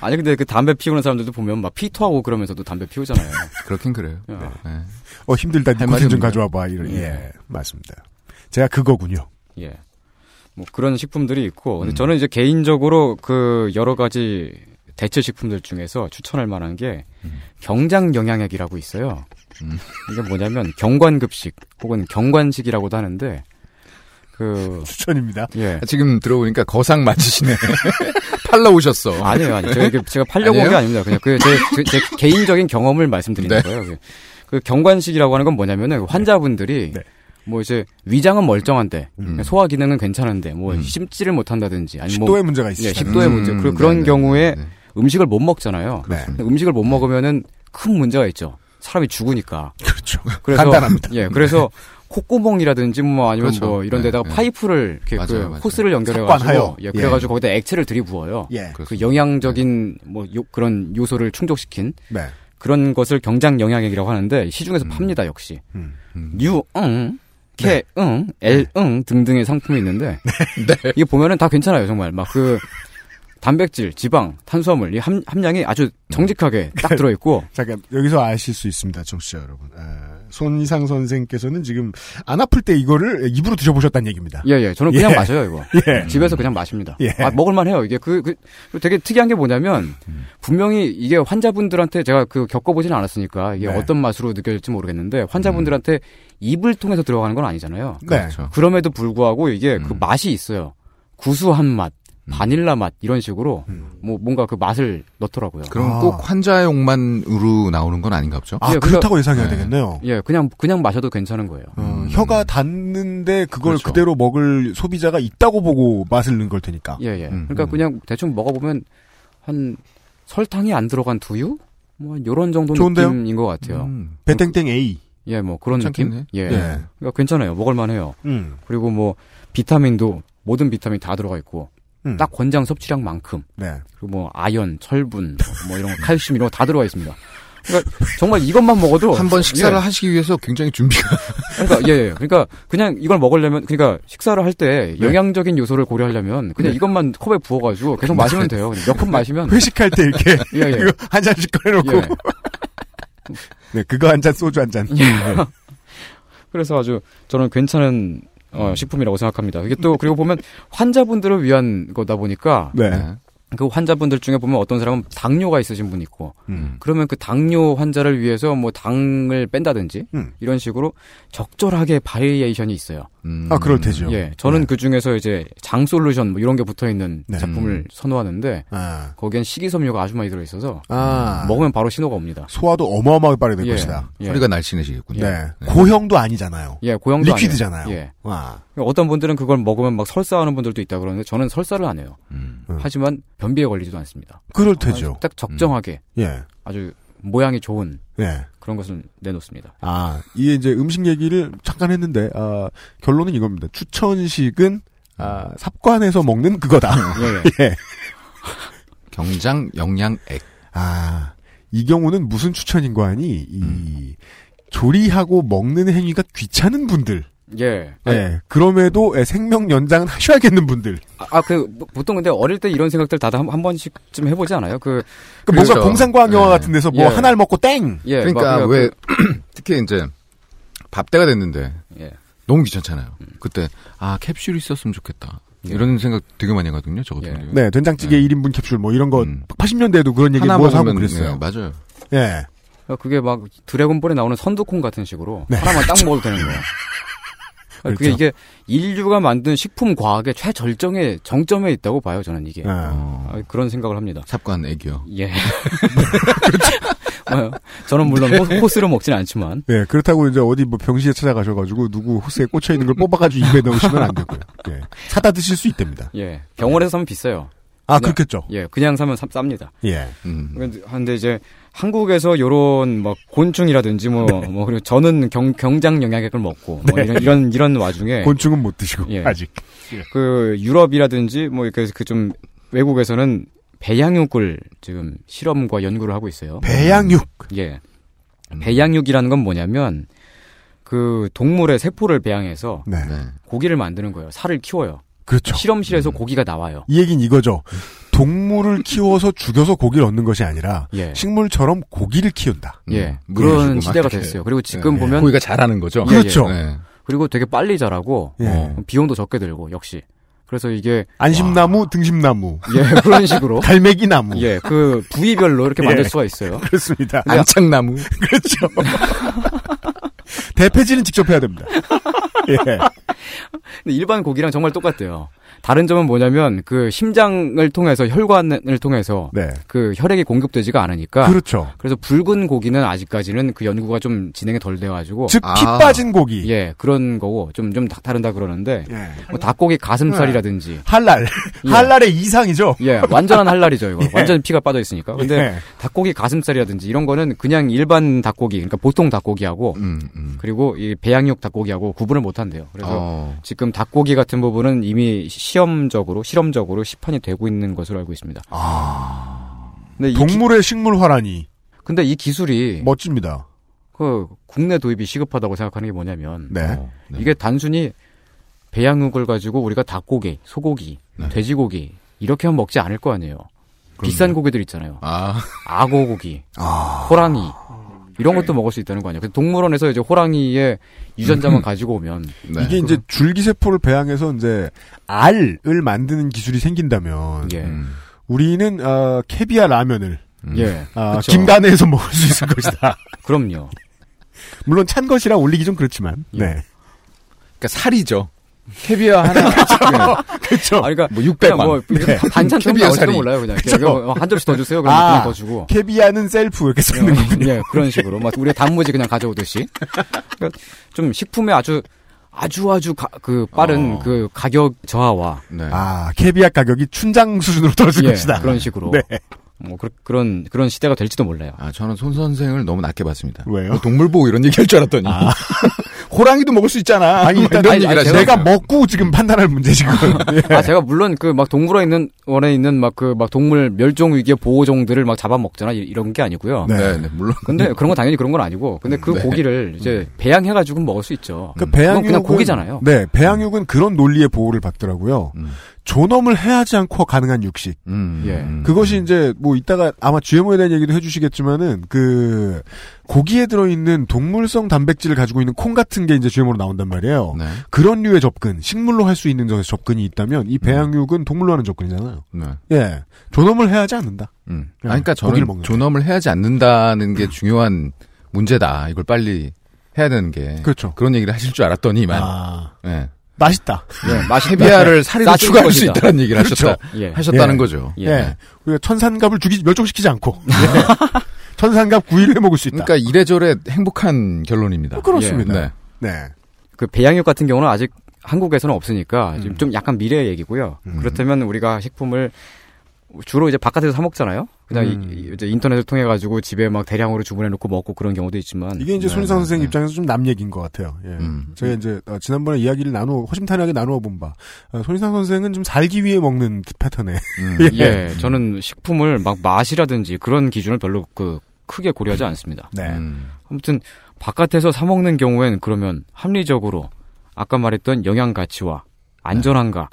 Speaker 9: 아니 근데 그 담배 피우는 사람들도 보면 막 피토하고 그러면서도 담배 피우잖아요.
Speaker 4: 그렇긴 그래요.
Speaker 9: 네.
Speaker 4: 네.
Speaker 2: 어, 힘들다.
Speaker 4: 할
Speaker 2: 니코틴 좀
Speaker 4: 말이 없네요.
Speaker 2: 가져와봐. 이런.
Speaker 9: 예.
Speaker 2: 예. 맞습니다. 제가 그거군요.
Speaker 9: 예. 뭐 그런 식품들이 있고 근데
Speaker 4: 음.
Speaker 9: 저는 이제 개인적으로 그 여러 가지 대체 식품들 중에서 추천할 만한 게
Speaker 4: 음.
Speaker 9: 경장 영양액이라고 있어요.
Speaker 4: 음.
Speaker 9: 이게 뭐냐면 경관급식 혹은 경관식이라고도 하는데 그
Speaker 2: 추천입니다.
Speaker 9: 예.
Speaker 4: 지금 들어보니까 거상 맞으시네. 팔러 오셨어.
Speaker 9: 아니에요, 아니에요. 제가, 이게 제가 팔려고 온 게
Speaker 4: 아니에요?
Speaker 9: 아닙니다. 그냥 그 제 개인적인 경험을 말씀드리는
Speaker 4: 네.
Speaker 9: 거예요. 그- 그 경관식이라고 하는 건 뭐냐면은 그
Speaker 4: 네.
Speaker 9: 환자분들이 뭐 이제 위장은 멀쩡한데
Speaker 4: 음.
Speaker 9: 그러니까 소화 기능은 괜찮은데 뭐 심지를 못한다든지 아니면
Speaker 2: 식도에
Speaker 9: 뭐,
Speaker 2: 문제가 있으시다.
Speaker 9: 예, 식도에
Speaker 2: 음,
Speaker 9: 문제. 그리고
Speaker 2: 네,
Speaker 9: 그런
Speaker 2: 네,
Speaker 9: 경우에 음식을 못 먹잖아요.
Speaker 4: 네.
Speaker 2: 그렇습니다.
Speaker 9: 근데 음식을 못 먹으면은 큰 문제가 있죠. 사람이 죽으니까.
Speaker 2: 그렇죠. 간단합니다.
Speaker 9: 예, 그래서 콧구멍이라든지 뭐 아니면
Speaker 4: 네. 그렇죠.
Speaker 9: 뭐 이런
Speaker 4: 네,
Speaker 9: 데다가
Speaker 4: 네.
Speaker 9: 파이프를 이렇게
Speaker 4: 맞아요,
Speaker 9: 그
Speaker 4: 맞아요.
Speaker 9: 호스를 연결해
Speaker 4: 삭관하여.
Speaker 9: 가지고 예, 그래
Speaker 4: 예.
Speaker 9: 가지고 거기다 액체를 들이부어요.
Speaker 4: 예.
Speaker 9: 그 영양적인 뭐 요- 그런 요소를 충족시킨
Speaker 2: 네.
Speaker 9: 그런 것을 경장 영양액이라고 하는데 시중에서 팝니다 역시.
Speaker 2: 음.
Speaker 9: 뉴 응, 케 응, 엘 응 등등의 상품이 있는데 이게 보면은 다 괜찮아요 정말 막 그 단백질, 지방, 탄수화물 이 함, 함량이 아주 정직하게
Speaker 2: 네.
Speaker 9: 딱 들어 있고
Speaker 2: 잠깐 여기서 아실 수 있습니다, 청취자 여러분. 아, 손이상 선생께서는 지금 안 아플 때 이거를 입으로 드셔보셨다는 얘기입니다.
Speaker 9: 예, 예. 저는 그냥
Speaker 2: 예.
Speaker 9: 마셔요, 이거.
Speaker 2: 예.
Speaker 9: 집에서 그냥 마십니다.
Speaker 2: 예.
Speaker 9: 아, 먹을만 해요. 이게 그, 그, 그리고 되게 특이한 게 뭐냐면, 분명히 이게 환자분들한테 제가 그 겪어보지는 않았으니까, 이게
Speaker 4: 네.
Speaker 9: 어떤 맛으로 느껴질지 모르겠는데, 환자분들한테
Speaker 2: 음.
Speaker 9: 입을 통해서 들어가는 건 아니잖아요. 그러니까
Speaker 4: 네. 그렇죠.
Speaker 9: 그럼에도 불구하고 이게 그
Speaker 2: 음.
Speaker 9: 맛이 있어요. 구수한 맛, 바닐라 맛, 이런 식으로,
Speaker 2: 음.
Speaker 9: 뭐 뭔가 그 맛을 넣더라고요.
Speaker 4: 그럼
Speaker 2: 아.
Speaker 4: 꼭 환자용만으로 나오는 건 아닌가 보죠?
Speaker 9: 아, 예, 그렇다고 그러니까-
Speaker 2: 예상해야 되겠네요. 어,
Speaker 9: 예, 그냥, 그냥 마셔도 괜찮은 거예요.
Speaker 2: 혀가 닿는데 그걸
Speaker 9: 그렇죠.
Speaker 2: 그대로 먹을 소비자가 있다고 보고 맛을 넣은 걸 테니까. 음,
Speaker 9: 예, 예. 그러니까 그냥 대충 먹어보면 한 설탕이 안 들어간 두유? 뭐 요런 정도
Speaker 2: 좋은데요? 음,
Speaker 9: 느낌인 것 같아요.
Speaker 2: 배땡땡 A.
Speaker 9: 예, 뭐 그런
Speaker 2: 괜찮겠네.
Speaker 9: 느낌? 예.
Speaker 2: 예.
Speaker 9: 그러니까 괜찮아요. 먹을만 해요.
Speaker 2: 음.
Speaker 9: 그리고 뭐 비타민도 모든 비타민 다 들어가 있고
Speaker 2: 음.
Speaker 9: 딱 권장 섭취량만큼.
Speaker 2: 네.
Speaker 9: 그리고 뭐 아연, 철분, 뭐 이런 거, 칼슘 이런 거 다 들어가 있습니다. 그러니까 정말 이것만 먹어도
Speaker 4: 한 번 식사를
Speaker 9: 예.
Speaker 4: 하시기 위해서 굉장히 준비가
Speaker 9: 그러니까 예, 예. 그러니까 그냥 이걸 먹으려면 그러니까 식사를 할 때
Speaker 4: 네.
Speaker 9: 영양적인 요소를 고려하려면 그냥
Speaker 4: 네.
Speaker 9: 이것만 컵에 부어가지고 계속 마시면 돼요. 몇 컵 마시면
Speaker 2: 네. 회식할 때 이렇게
Speaker 9: 예, 예.
Speaker 2: 이거 한 잔씩 꺼내놓고
Speaker 9: 예.
Speaker 2: 네 그거 한 잔 소주 한 잔.
Speaker 9: 예. 그래서 아주 저는 괜찮은
Speaker 2: 음.
Speaker 9: 어, 식품이라고 생각합니다. 이게 또 그리고 보면 환자분들을 위한 거다 보니까
Speaker 2: 네.
Speaker 9: 그 환자분들 중에 보면 어떤 사람은 당뇨가 있으신 분 있고
Speaker 2: 음.
Speaker 9: 그러면 그 당뇨 환자를 위해서 뭐 당을 뺀다든지
Speaker 2: 음.
Speaker 9: 이런 식으로 적절하게 바리에이션이 있어요.
Speaker 2: 아 그럴 테죠.
Speaker 9: 예, 저는 그 중에서 이제 장 솔루션 뭐 이런 게 붙어 있는
Speaker 2: 네.
Speaker 9: 제품을
Speaker 2: 음.
Speaker 9: 선호하는데 거기엔 식이섬유가 아주 많이 들어 있어서
Speaker 2: 아.
Speaker 9: 먹으면 바로 신호가 옵니다.
Speaker 2: 소화도 어마어마하게 빠르게 될
Speaker 9: 예,
Speaker 2: 것이다.
Speaker 9: 예. 소리가
Speaker 4: 날씬해지겠군요.
Speaker 2: 네.
Speaker 9: 네.
Speaker 2: 고형도 아니잖아요.
Speaker 9: 예, 고형도
Speaker 2: 리퀴드잖아요.
Speaker 9: 아니에요. 예.
Speaker 2: 와.
Speaker 9: 어떤 분들은 그걸 먹으면 막 설사하는 분들도 있다 그러는데 저는 설사를 안 해요. 하지만 변비에 걸리지도 않습니다.
Speaker 2: 음. 그럴 테죠.
Speaker 9: 딱 적정하게
Speaker 2: 음. 예.
Speaker 9: 아주 모양이 좋은
Speaker 2: 예.
Speaker 9: 그런 것을 내놓습니다.
Speaker 2: 아, 이게 이제 음식 얘기를 잠깐 했는데, 아, 결론은 이겁니다. 추천식은, 아, 삽관에서 먹는 그거다.
Speaker 4: 예,
Speaker 2: 예.
Speaker 4: 경장 영양액.
Speaker 2: 아, 이 경우는 무슨 추천인 거 아니? 이,
Speaker 4: 음.
Speaker 2: 조리하고 먹는 행위가 귀찮은 분들.
Speaker 9: 예.
Speaker 2: 예. 그럼에도 예, 생명 연장은 하셔야겠는 분들.
Speaker 9: 아, 그, 뭐, 보통 근데 어릴 때 이런 생각들 다들 한, 한 번씩쯤 해보지 않아요? 그,
Speaker 2: 그 뭔가 공상과학 영화 같은 데서 뭐
Speaker 9: 예.
Speaker 2: 하나를 먹고 땡!
Speaker 9: 예,
Speaker 4: 그렇죠. 그러니까
Speaker 9: 막
Speaker 4: 왜 특히 이제 네. 밥때가 됐는데
Speaker 9: 예. 음.
Speaker 4: 너무 귀찮잖아요. 그때 아 캡슐이 있었으면 좋겠다.
Speaker 9: 예.
Speaker 4: 이런 생각 되게 많이 하거든요. 저 같은 경우.
Speaker 2: 네, 된장찌개 1인분 캡슐 뭐 이런 거
Speaker 9: 음.
Speaker 2: 80년대에도 그런 얘기
Speaker 4: 하나
Speaker 2: 모아서 하고
Speaker 4: 먹으면, 네,
Speaker 2: 그랬어요.
Speaker 4: 맞아요.
Speaker 2: 예.
Speaker 9: 그러니까 그게 막 드래곤볼에 나오는 선두콩 같은 식으로
Speaker 2: 네.
Speaker 9: 하나만 딱 먹어도 되는 거예요. 그게
Speaker 2: 그렇죠.
Speaker 9: 이게 인류가 만든 식품 과학의 최절정의 정점에 있다고 봐요, 저는 이게. 아, 그런 생각을 합니다.
Speaker 4: 삽관 애기요.
Speaker 9: 예. 어, 저는 물론
Speaker 2: 네.
Speaker 9: 호- 호스로 먹지는 않지만.
Speaker 2: 예, 그렇다고 이제 어디 뭐 병실에 찾아가셔가지고 누구 호스에 꽂혀 있는 걸 뽑아가지고 입에 넣으시면 안 되고요. 예, 사다 드실 수 있답니다.
Speaker 9: 예. 병원에서 사면 비싸요.
Speaker 2: 아,
Speaker 9: 그냥-
Speaker 2: 그렇겠죠.
Speaker 9: 예, 그냥 사면 쌉- 쌉니다.
Speaker 2: 예.
Speaker 9: 근데- 근데 그러니까 이제 한국에서 요런 막 곤충이라든지 뭐, 뭐 그리고 저는 경, 경장 영양액을 먹고 뭐
Speaker 2: 네.
Speaker 9: 이런, 이런 이런 와중에
Speaker 2: 곤충은 못 드시고
Speaker 9: 예.
Speaker 2: 아직.
Speaker 9: 그 유럽이라든지 뭐 이렇게 그좀 외국에서는 배양육을 지금 실험과 연구를 하고 있어요.
Speaker 2: 배양육.
Speaker 9: 예. 배양육이라는 건 뭐냐면 그 동물의 세포를 배양해서
Speaker 2: 네.
Speaker 9: 고기를 만드는 거예요. 살을 키워요.
Speaker 2: 그렇죠.
Speaker 9: 실험실에서 고기가 나와요.
Speaker 2: 이 얘긴 이거죠. 동물을 키워서 죽여서 고기를 얻는 것이 아니라
Speaker 9: 예.
Speaker 2: 식물처럼 고기를 키운다.
Speaker 9: 예.
Speaker 4: 음, 물을 주고
Speaker 9: 그런
Speaker 4: 막
Speaker 9: 시대가
Speaker 4: 이렇게.
Speaker 9: 됐어요. 그리고 지금
Speaker 4: 예.
Speaker 9: 보면
Speaker 4: 고기가 자라는 거죠?
Speaker 9: 예, 예.
Speaker 4: 그렇죠. 예.
Speaker 9: 그리고 되게 빨리 자라고
Speaker 2: 예.
Speaker 9: 어, 비용도 적게 들고 역시. 그래서 이게
Speaker 2: 안심나무, 등심나무.
Speaker 9: 예, 그런 식으로.
Speaker 2: 갈매기나무.
Speaker 9: 예, 그 부위별로 이렇게 만들
Speaker 2: 예.
Speaker 9: 수가 있어요.
Speaker 2: 그렇습니다. 그렇죠.
Speaker 4: 안창나무.
Speaker 2: 대패지는 직접 해야 됩니다. 예.
Speaker 9: 근데 일반 고기랑 정말 똑같대요. 다른 점은 뭐냐면 그 심장을 통해서 혈관을 통해서 그 혈액이 공급되지가 않으니까
Speaker 2: 네.
Speaker 11: 아.
Speaker 2: 그렇죠.
Speaker 9: 그래서 붉은 고기는 아직까지는 그 연구가 좀 진행이 덜 돼가지고
Speaker 2: 즉, 피 빠진 고기. 예.
Speaker 9: 예 그런 거고 좀 좀 다른다 그러는데 뭐 닭고기 가슴살이라든지
Speaker 2: 할랄
Speaker 9: 예.
Speaker 2: 할랄의 이상이죠.
Speaker 9: 예, 완전한 할랄이죠, 이거.
Speaker 2: 예.
Speaker 9: 완전 피가 빠져 있으니까. 근데
Speaker 2: 예.
Speaker 9: 닭고기 가슴살이라든지 이런 거는 그냥 일반 닭고기, 그러니까 보통 닭고기하고
Speaker 2: 음,
Speaker 9: 그리고 이 배양육 닭고기하고 구분을 못 한대요. 그래서
Speaker 4: 어.
Speaker 9: 지금 닭고기 같은 부분은 이미 시험적으로 실험적으로 시판이 되고 있는 것으로 알고 있습니다. 근데 이
Speaker 2: 아. 동물의 식물 화란이.
Speaker 9: 근데 이 기술이
Speaker 2: 멋집니다.
Speaker 9: 그 국내 도입이 시급하다고 생각하는 게 뭐냐면
Speaker 2: 네.
Speaker 9: 어, 이게 단순히 배양육을 가지고 우리가 닭고기, 소고기,
Speaker 2: 네.
Speaker 9: 돼지고기 이렇게 하면 먹지 않을 거 아니에요. 비싼 고기들 있잖아요. 악어 고기,
Speaker 2: 아.
Speaker 9: 호랑이 이런 것도 먹을 수 있다는 거 아니에요. 그래서 동물원에서 이제 호랑이의
Speaker 4: 음.
Speaker 9: 유전자만 가지고 오면
Speaker 4: 네.
Speaker 2: 이게 이제 줄기세포를 배양해서 이제 알을 만드는 기술이 생긴다면
Speaker 9: 예.
Speaker 2: 우리는 아, 캐비아 라면을
Speaker 9: 예.
Speaker 2: 아,
Speaker 9: 그쵸.
Speaker 2: 김간에서 먹을 수 있을 것이다.
Speaker 9: 그럼요. 예.
Speaker 2: 물론 찬 것이랑 올리기 좀 그렇지만. 네.
Speaker 4: 그러니까 살이죠. 캐비아 하나.
Speaker 2: 그렇죠.
Speaker 9: 아, 그러니까
Speaker 4: 뭐 600만.
Speaker 9: 뭐
Speaker 4: 네.
Speaker 9: 반찬 좀
Speaker 4: 캐비아
Speaker 9: 나올지도
Speaker 4: 살이.
Speaker 9: 몰라요. 그냥
Speaker 4: 그쵸.
Speaker 9: 이거 한 접시 더 주세요. 그럼
Speaker 2: 아,
Speaker 9: 그냥 더 주고.
Speaker 2: 캐비아는 셀프 이렇게 써 있는 거군요.
Speaker 9: 예, 그런 식으로. 막 우리 단무지 그냥 가져오듯이. 그러니까 좀 식품의 아주 아주 아주 가- 그 빠른
Speaker 4: 어.
Speaker 9: 그 가격 저하와
Speaker 4: 네.
Speaker 2: 아, 캐비아 가격이 춘장 수준으로 떨어질
Speaker 9: 예,
Speaker 2: 것이다.
Speaker 9: 그런 식으로.
Speaker 2: 네.
Speaker 9: 뭐 그, 런 그런 시대가 될지도 몰라요.
Speaker 4: 아, 저는 손 선생을 너무 낮게 봤습니다.
Speaker 2: 왜요? 아.
Speaker 4: 뭐 동물보호 이런 얘기 할 줄 알았더니. 호랑이도 먹을 수 있잖아.
Speaker 2: 아니,
Speaker 4: 막
Speaker 2: 일단
Speaker 4: 이런
Speaker 9: 아니,
Speaker 4: 얘기를
Speaker 9: 아니,
Speaker 4: 하시는
Speaker 2: 내가
Speaker 4: 거예요.
Speaker 2: 먹고 지금 판단할 문제지, 그
Speaker 9: 아 제가 물론 그 막 동물원에 있는 원에 있는 막 그 막 동물 멸종 위기의 보호종들을 막 잡아먹잖아 이- 이런 게 아니고요.
Speaker 2: 네. 음,
Speaker 4: 네, 네, 물론.
Speaker 9: 근데 그런 건 당연히 그런 건 아니고 근데 그
Speaker 4: 네.
Speaker 9: 고기를 이제 배양해가지고 먹을 수 있죠.
Speaker 2: 그
Speaker 9: 그건
Speaker 2: 배양육은
Speaker 9: 그냥 고기잖아요.
Speaker 2: 네, 배양육은 그런 논리의 보호를 받더라고요.
Speaker 4: 음.
Speaker 2: 존엄을 해하지 않고 가능한 육식.
Speaker 4: 음,
Speaker 9: 예.
Speaker 4: 음.
Speaker 2: 그것이 이제 뭐 이따가 아마 GMO에 대한 얘기도 해주시겠지만은 그 고기에 들어있는 동물성 단백질을 가지고 있는 콩 같은 게 이제 GMO로 나온단 말이에요.
Speaker 4: 네.
Speaker 2: 그런 류의 접근, 식물로 할 수 있는 저- 접근이 있다면 이 배양육은 동물로 하는 접근이잖아요.
Speaker 4: 음. 네.
Speaker 2: 예, 존엄을 해하지 않는다.
Speaker 4: 음.
Speaker 2: 네.
Speaker 4: 아, 그러니까
Speaker 2: 고기를
Speaker 4: 저는
Speaker 2: 먹는데.
Speaker 4: 존엄을 해야지 않는다는 게 중요한 문제다. 이걸 빨리 해야 되는 게.
Speaker 2: 그렇죠.
Speaker 4: 런 얘기를 하실 줄 알았더니만.
Speaker 2: 아,
Speaker 4: 예.
Speaker 2: 맛있다. 네.
Speaker 9: 예, 맛이
Speaker 4: 헤비아를 살이로
Speaker 9: 싸질
Speaker 4: 추가할 수
Speaker 9: 것이다.
Speaker 4: 있다는 얘기를
Speaker 2: 그렇죠.
Speaker 4: 하셨다.
Speaker 9: 예.
Speaker 4: 하셨다는
Speaker 2: 예.
Speaker 4: 거죠.
Speaker 9: 예.
Speaker 2: 예. 우리가 천산갑을 죽이 멸종시키지 않고 예. 천산갑 구이를 해 먹을 수 있다. 어,
Speaker 4: 그러니까 이래저래 행복한 결론입니다.
Speaker 2: 그렇습니다.
Speaker 4: 예. 네.
Speaker 2: 네.
Speaker 9: 그 배양육 같은 경우는 아직 한국에서는 없으니까
Speaker 2: 음.
Speaker 9: 지금 좀 약간 미래의 얘기고요. 그렇다면 우리가 식품을 주로 이제 바깥에서 사 먹잖아요. 그냥
Speaker 2: 음.
Speaker 9: 이- 이제 인터넷을 통해 가지고 집에 막 대량으로 주문해 놓고 먹고 그런 경우도 있지만
Speaker 2: 이게 이제
Speaker 4: 네,
Speaker 2: 손희상
Speaker 4: 네,
Speaker 2: 선생
Speaker 4: 네.
Speaker 2: 입장에서 좀 남 얘기인 것 같아요. 예.
Speaker 4: 음.
Speaker 2: 저희가 이제 어, 지난번에 이야기를 나누어 허심탄회하게 나누어 본 바. 어, 손희상 선생은 좀 살기 위해 먹는 그 패턴에.
Speaker 4: 음.
Speaker 9: 예, 저는 식품을 막 맛이라든지 그런 기준을 별로 그 크게 고려하지 않습니다.
Speaker 2: 네.
Speaker 4: 음.
Speaker 9: 아무튼 바깥에서 사 먹는 경우엔 그러면 합리적으로 아까 말했던 영양 가치와 안전함과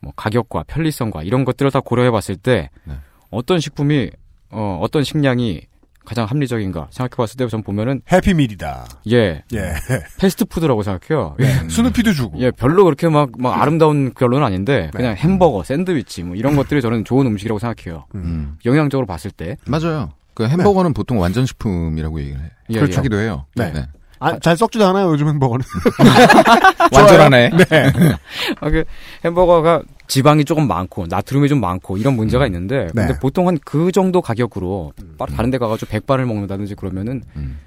Speaker 9: 뭐 가격과 편리성과 이런 것들을 다 고려해 봤을 때
Speaker 4: 네.
Speaker 9: 어떤 식품이 어, 어떤 식량이 가장 합리적인가 생각해 봤을 때 전 보면은
Speaker 2: 해피밀이다.
Speaker 9: 예
Speaker 2: 예.
Speaker 9: 패스트푸드라고 생각해요.
Speaker 2: 스누피도 주고. 네.
Speaker 9: 예 별로 그렇게 막 막 아름다운 결론은 아닌데 그냥 햄버거, 샌드위치 뭐 이런 것들이 저는 좋은 음식이라고 생각해요.
Speaker 4: 음.
Speaker 9: 영양적으로 봤을 때
Speaker 4: 맞아요. 그 햄버거는 보통 완전 식품이라고 얘기를 해.
Speaker 9: 예,
Speaker 4: 그렇죠.
Speaker 9: 예.
Speaker 4: 하기도 해요.
Speaker 2: 네. 아, 잘 썩지도 않아요, 요즘 행복은.
Speaker 4: 완전하네.
Speaker 9: 아, 그 햄버거가 지방이 조금 많고 나트륨이 좀 많고 이런 문제가 있는데
Speaker 2: 네. 음.
Speaker 9: 근데 보통 한 그 정도 가격으로 빠- 다른 데 가가지고 백발을 먹는다든지 그러면은
Speaker 4: 음.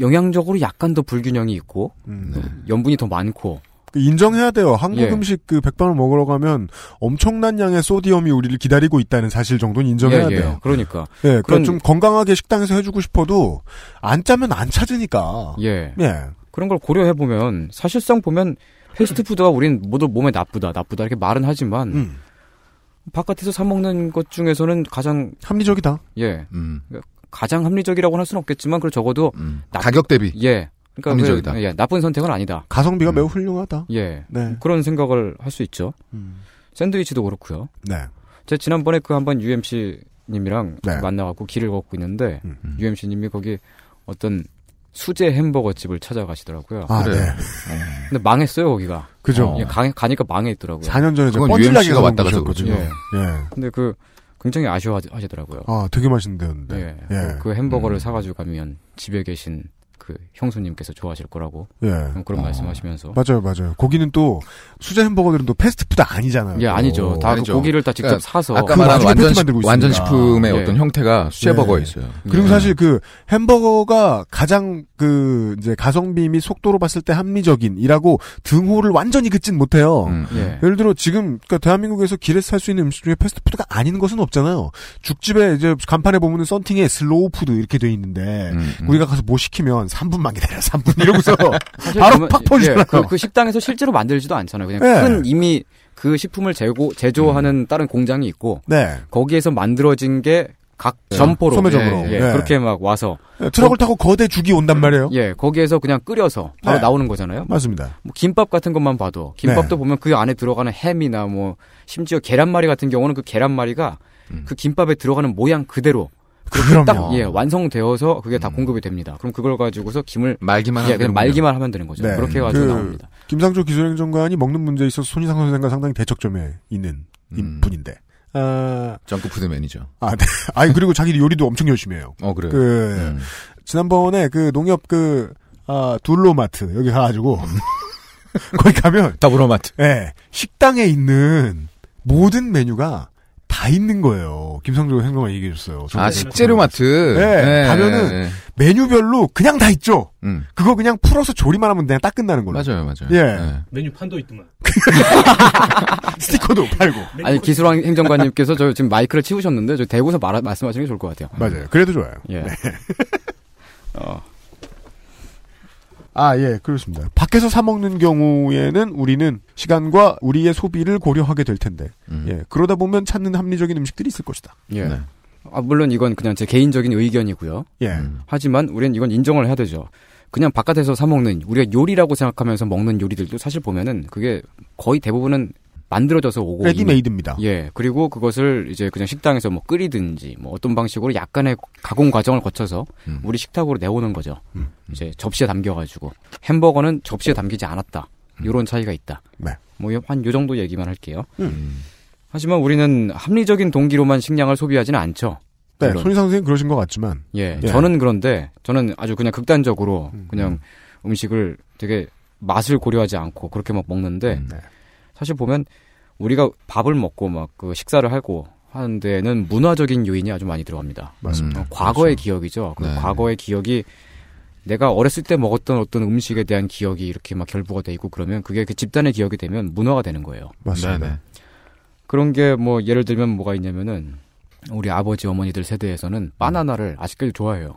Speaker 9: 영양적으로 약간 더 불균형이 있고
Speaker 2: 음.
Speaker 9: 염분이 더 많고
Speaker 2: 그 인정해야 돼요. 한국
Speaker 9: 예.
Speaker 2: 음식 그 백반을 먹으러 가면 엄청난 양의 소디움이 우리를 기다리고 있다는 사실 정도는 인정해야
Speaker 4: 예.
Speaker 2: 돼요.
Speaker 9: 그러니까
Speaker 2: 예. 그러니까
Speaker 9: 그런-
Speaker 2: 좀 건강하게 식당에서 해주고 싶어도 안 짜면 안 찾으니까.
Speaker 9: 예
Speaker 2: 예.
Speaker 9: 그런 걸 고려해 보면 사실상 보면
Speaker 4: 음.
Speaker 9: 패스트푸드가 우린 모두 몸에 나쁘다 나쁘다 이렇게 말은 하지만
Speaker 2: 음.
Speaker 9: 바깥에서 사 먹는 것 중에서는 가장
Speaker 2: 합리적이다.
Speaker 9: 예
Speaker 4: 음.
Speaker 9: 가장 합리적이라고는 할 수는 없겠지만 그걸 적어도
Speaker 4: 음.
Speaker 9: 나-
Speaker 4: 가격 대비.
Speaker 9: 예 그러니까
Speaker 4: 합리적이다.
Speaker 9: 그- 예 나쁜 선택은 아니다
Speaker 2: 가성비가
Speaker 4: 음.
Speaker 2: 매우 훌륭하다.
Speaker 9: 예
Speaker 2: 네.
Speaker 9: 그런 생각을 할 수 있죠.
Speaker 2: 음.
Speaker 9: 샌드위치도 그렇고요.
Speaker 2: 네.
Speaker 9: 제가 지난번에 그 한번 UMC 님이랑
Speaker 2: 네.
Speaker 9: 만나갖고 길을 걷고 있는데
Speaker 2: 음,
Speaker 9: UMC 님이 거기 어떤 수제 햄버거 집을 찾아가시더라고요.
Speaker 2: 아,
Speaker 4: 그래요.
Speaker 2: 네.
Speaker 9: 근데 망했어요 거기가.
Speaker 2: 그죠.
Speaker 9: 예, 가, 가니까 망했더라고요.
Speaker 2: 4년 전에
Speaker 4: 그건 UMC 가 왔다 그렇죠. 갔다
Speaker 2: 거든요
Speaker 9: 예.
Speaker 2: 예.
Speaker 9: 근데 그 굉장히 아쉬워하시더라고요. 그
Speaker 2: 아, 되게 맛있는데였는데.
Speaker 9: 예. 그 햄버거를 사가지고 가면 집에 계신 그 형수님께서 좋아하실 거라고
Speaker 2: 예.
Speaker 9: 어, 그런 말씀하시면서
Speaker 2: 맞아요, 맞아요. 고기는 또 수제 햄버거들은 또 패스트푸드 아니잖아요.
Speaker 9: 예, 아니죠. 다그
Speaker 2: 아니죠.
Speaker 9: 고기를 다 직접
Speaker 2: 그러니까
Speaker 9: 사서 예.
Speaker 2: 아까 그 말한 와중에 완전 패티 식- 만들고 있습니다. 완전 식품의 어떤
Speaker 12: 형태가 수제버거에
Speaker 9: 네.
Speaker 12: 있어요.
Speaker 2: 그리고
Speaker 12: 예.
Speaker 2: 사실 그 햄버거가 가장 그 이제 가성비 및 속도로 봤을 때 합리적인이라고 등호를 완전히 긋진 못해요.
Speaker 12: 예.
Speaker 2: 예를 들어 지금 그러니까 대한민국에서 길에서 살 수 있는 음식 중에 패스트푸드가 아닌 것은 없잖아요. 죽집에 이제 간판에 보면은 썬팅에 슬로우 푸드 이렇게 돼 있는데 우리가 가서 뭐 시키면 3분만 기다려 3분 이러고서
Speaker 9: 사실
Speaker 2: 바로
Speaker 9: 그러면-
Speaker 2: 팍 퍼주잖아요.
Speaker 9: 예, 그, 그 식당에서 실제로 만들지도 않잖아요. 그냥
Speaker 2: 예.
Speaker 9: 큰 이미 그 식품을 재고 제조하는 다른 공장이 있고
Speaker 2: 음. 네.
Speaker 9: 거기에서 만들어진 게 각
Speaker 2: 예,
Speaker 9: 점포로
Speaker 2: 소매점으로.
Speaker 9: 예, 예,
Speaker 2: 예.
Speaker 9: 그렇게 막 와서
Speaker 2: 예, 트럭을 타고 거대 죽이 온단 말이에요.
Speaker 9: 예, 거기에서 그냥 끓여서 바로
Speaker 2: 네.
Speaker 9: 나오는 거잖아요.
Speaker 2: 맞습니다. 네.
Speaker 9: 뭐 김밥 같은 것만 봐도 김밥도 보면 그 안에 들어가는 햄이나 뭐 심지어 계란말이 같은 경우는 그 계란말이가
Speaker 2: 음.
Speaker 9: 그 김밥에 들어가는 모양 그대로 그렇게 딱 예, 완성되어서 그게 다 공급이 됩니다. 그럼 그걸 가지고서 김을 말기만 예, 그냥
Speaker 2: 음. 되는군요.
Speaker 9: 말기만 하면 되는 거죠.
Speaker 2: 네.
Speaker 9: 그렇게 해 가지고
Speaker 2: 그
Speaker 9: 나옵니다.
Speaker 2: 김상조 기술행정관이 먹는 문제에 있어서 손희상 선생과 상당히 대척점에 있는 분인데. 아,
Speaker 12: 음. 정크푸드 매니저.
Speaker 2: 아, 네. 아니 그리고 자기 요리도 엄청 열심히 해요.
Speaker 12: 어, 그래요?
Speaker 2: 그 지난번에 그 농협 그 아, 둘로마트 여기 가가지고 거기 가면
Speaker 12: 더블로마트.
Speaker 2: 예, 식당에 있는 모든 메뉴가 다 있는 거예요. 김상조 행정관 얘기해 줬어요.
Speaker 12: 아, 식재료 마트.
Speaker 2: 네,
Speaker 12: 예,
Speaker 2: 가면은
Speaker 12: 예, 예.
Speaker 2: 메뉴별로 그냥 다 있죠.
Speaker 12: 음.
Speaker 2: 그거 그냥 풀어서 조리만 하면 그냥 딱 끝나는 걸로.
Speaker 12: 맞아요, 맞아요.
Speaker 2: 예.
Speaker 8: 메뉴판도 있더만.
Speaker 2: 스티커도 팔고.
Speaker 9: 아니 기술 행정관님께서 저 지금 마이크를 치우셨는데 저 대구서 말 말씀하시는 게 좋을 것 같아요.
Speaker 2: 맞아요. 그래도 좋아요. 네.
Speaker 9: 예. 어.
Speaker 2: 아, 예, 그렇습니다. 밖에서 사먹는 경우에는 우리는 시간과 우리의 소비를 고려하게 될 텐데, 예, 그러다 보면 찾는 합리적인 음식들이 있을 것이다.
Speaker 9: 예. 아, 물론 이건 그냥 제 개인적인 의견이고요. 음.
Speaker 2: 예.
Speaker 9: 하지만 우리는 이건 인정을 해야 되죠. 그냥 바깥에서 사 먹는 우리가 요리라고 생각하면서 먹는 요리들도 사실 보면은 그게 거의 대부분은 만들어져서 오고
Speaker 2: 레디메이드입니다.
Speaker 9: 이미- 예. 그리고 그것을 이제 그냥 식당에서 뭐 끓이든지 뭐 어떤 방식으로 약간의 가공 과정을 거쳐서
Speaker 2: 음.
Speaker 9: 우리 식탁으로 내오는 거죠. 이제 접시에 담겨 가지고 햄버거는
Speaker 2: 어.
Speaker 9: 접시에 담기지 않았다.
Speaker 2: 음.
Speaker 9: 요런 차이가 있다.
Speaker 2: 네.
Speaker 9: 뭐 한 요 정도 얘기만 할게요. 하지만 우리는 합리적인 동기로만 식량을 소비하지는 않죠.
Speaker 2: 네,
Speaker 9: 물론.
Speaker 2: 손희상 선생님 그러신 것 같지만,
Speaker 9: 예,
Speaker 2: 예.
Speaker 9: 저는 그런데 저는 아주 그냥 극단적으로 그냥 음식을 되게 맛을 고려하지 않고 그렇게 막 먹는데
Speaker 2: 음, 네.
Speaker 9: 사실 보면 우리가 밥을 먹고 막 그 식사를 하고 하는 데에는 문화적인 요인이 아주 많이 들어갑니다.
Speaker 2: 맞습니다. 그렇죠. 네.
Speaker 9: 어, 과거의 기억이죠. 그 과거의 기억이 내가 어렸을 때 먹었던 어떤 음식에 대한 기억이 이렇게 막 결부가 돼 있고 그러면 그게 그 집단의 기억이 되면 문화가 되는 거예요.
Speaker 2: 맞습니다.
Speaker 9: 그런 게 뭐 예를 들면 뭐가 있냐면은 우리 아버지 어머니들 세대에서는 바나나를 아직까지 좋아해요.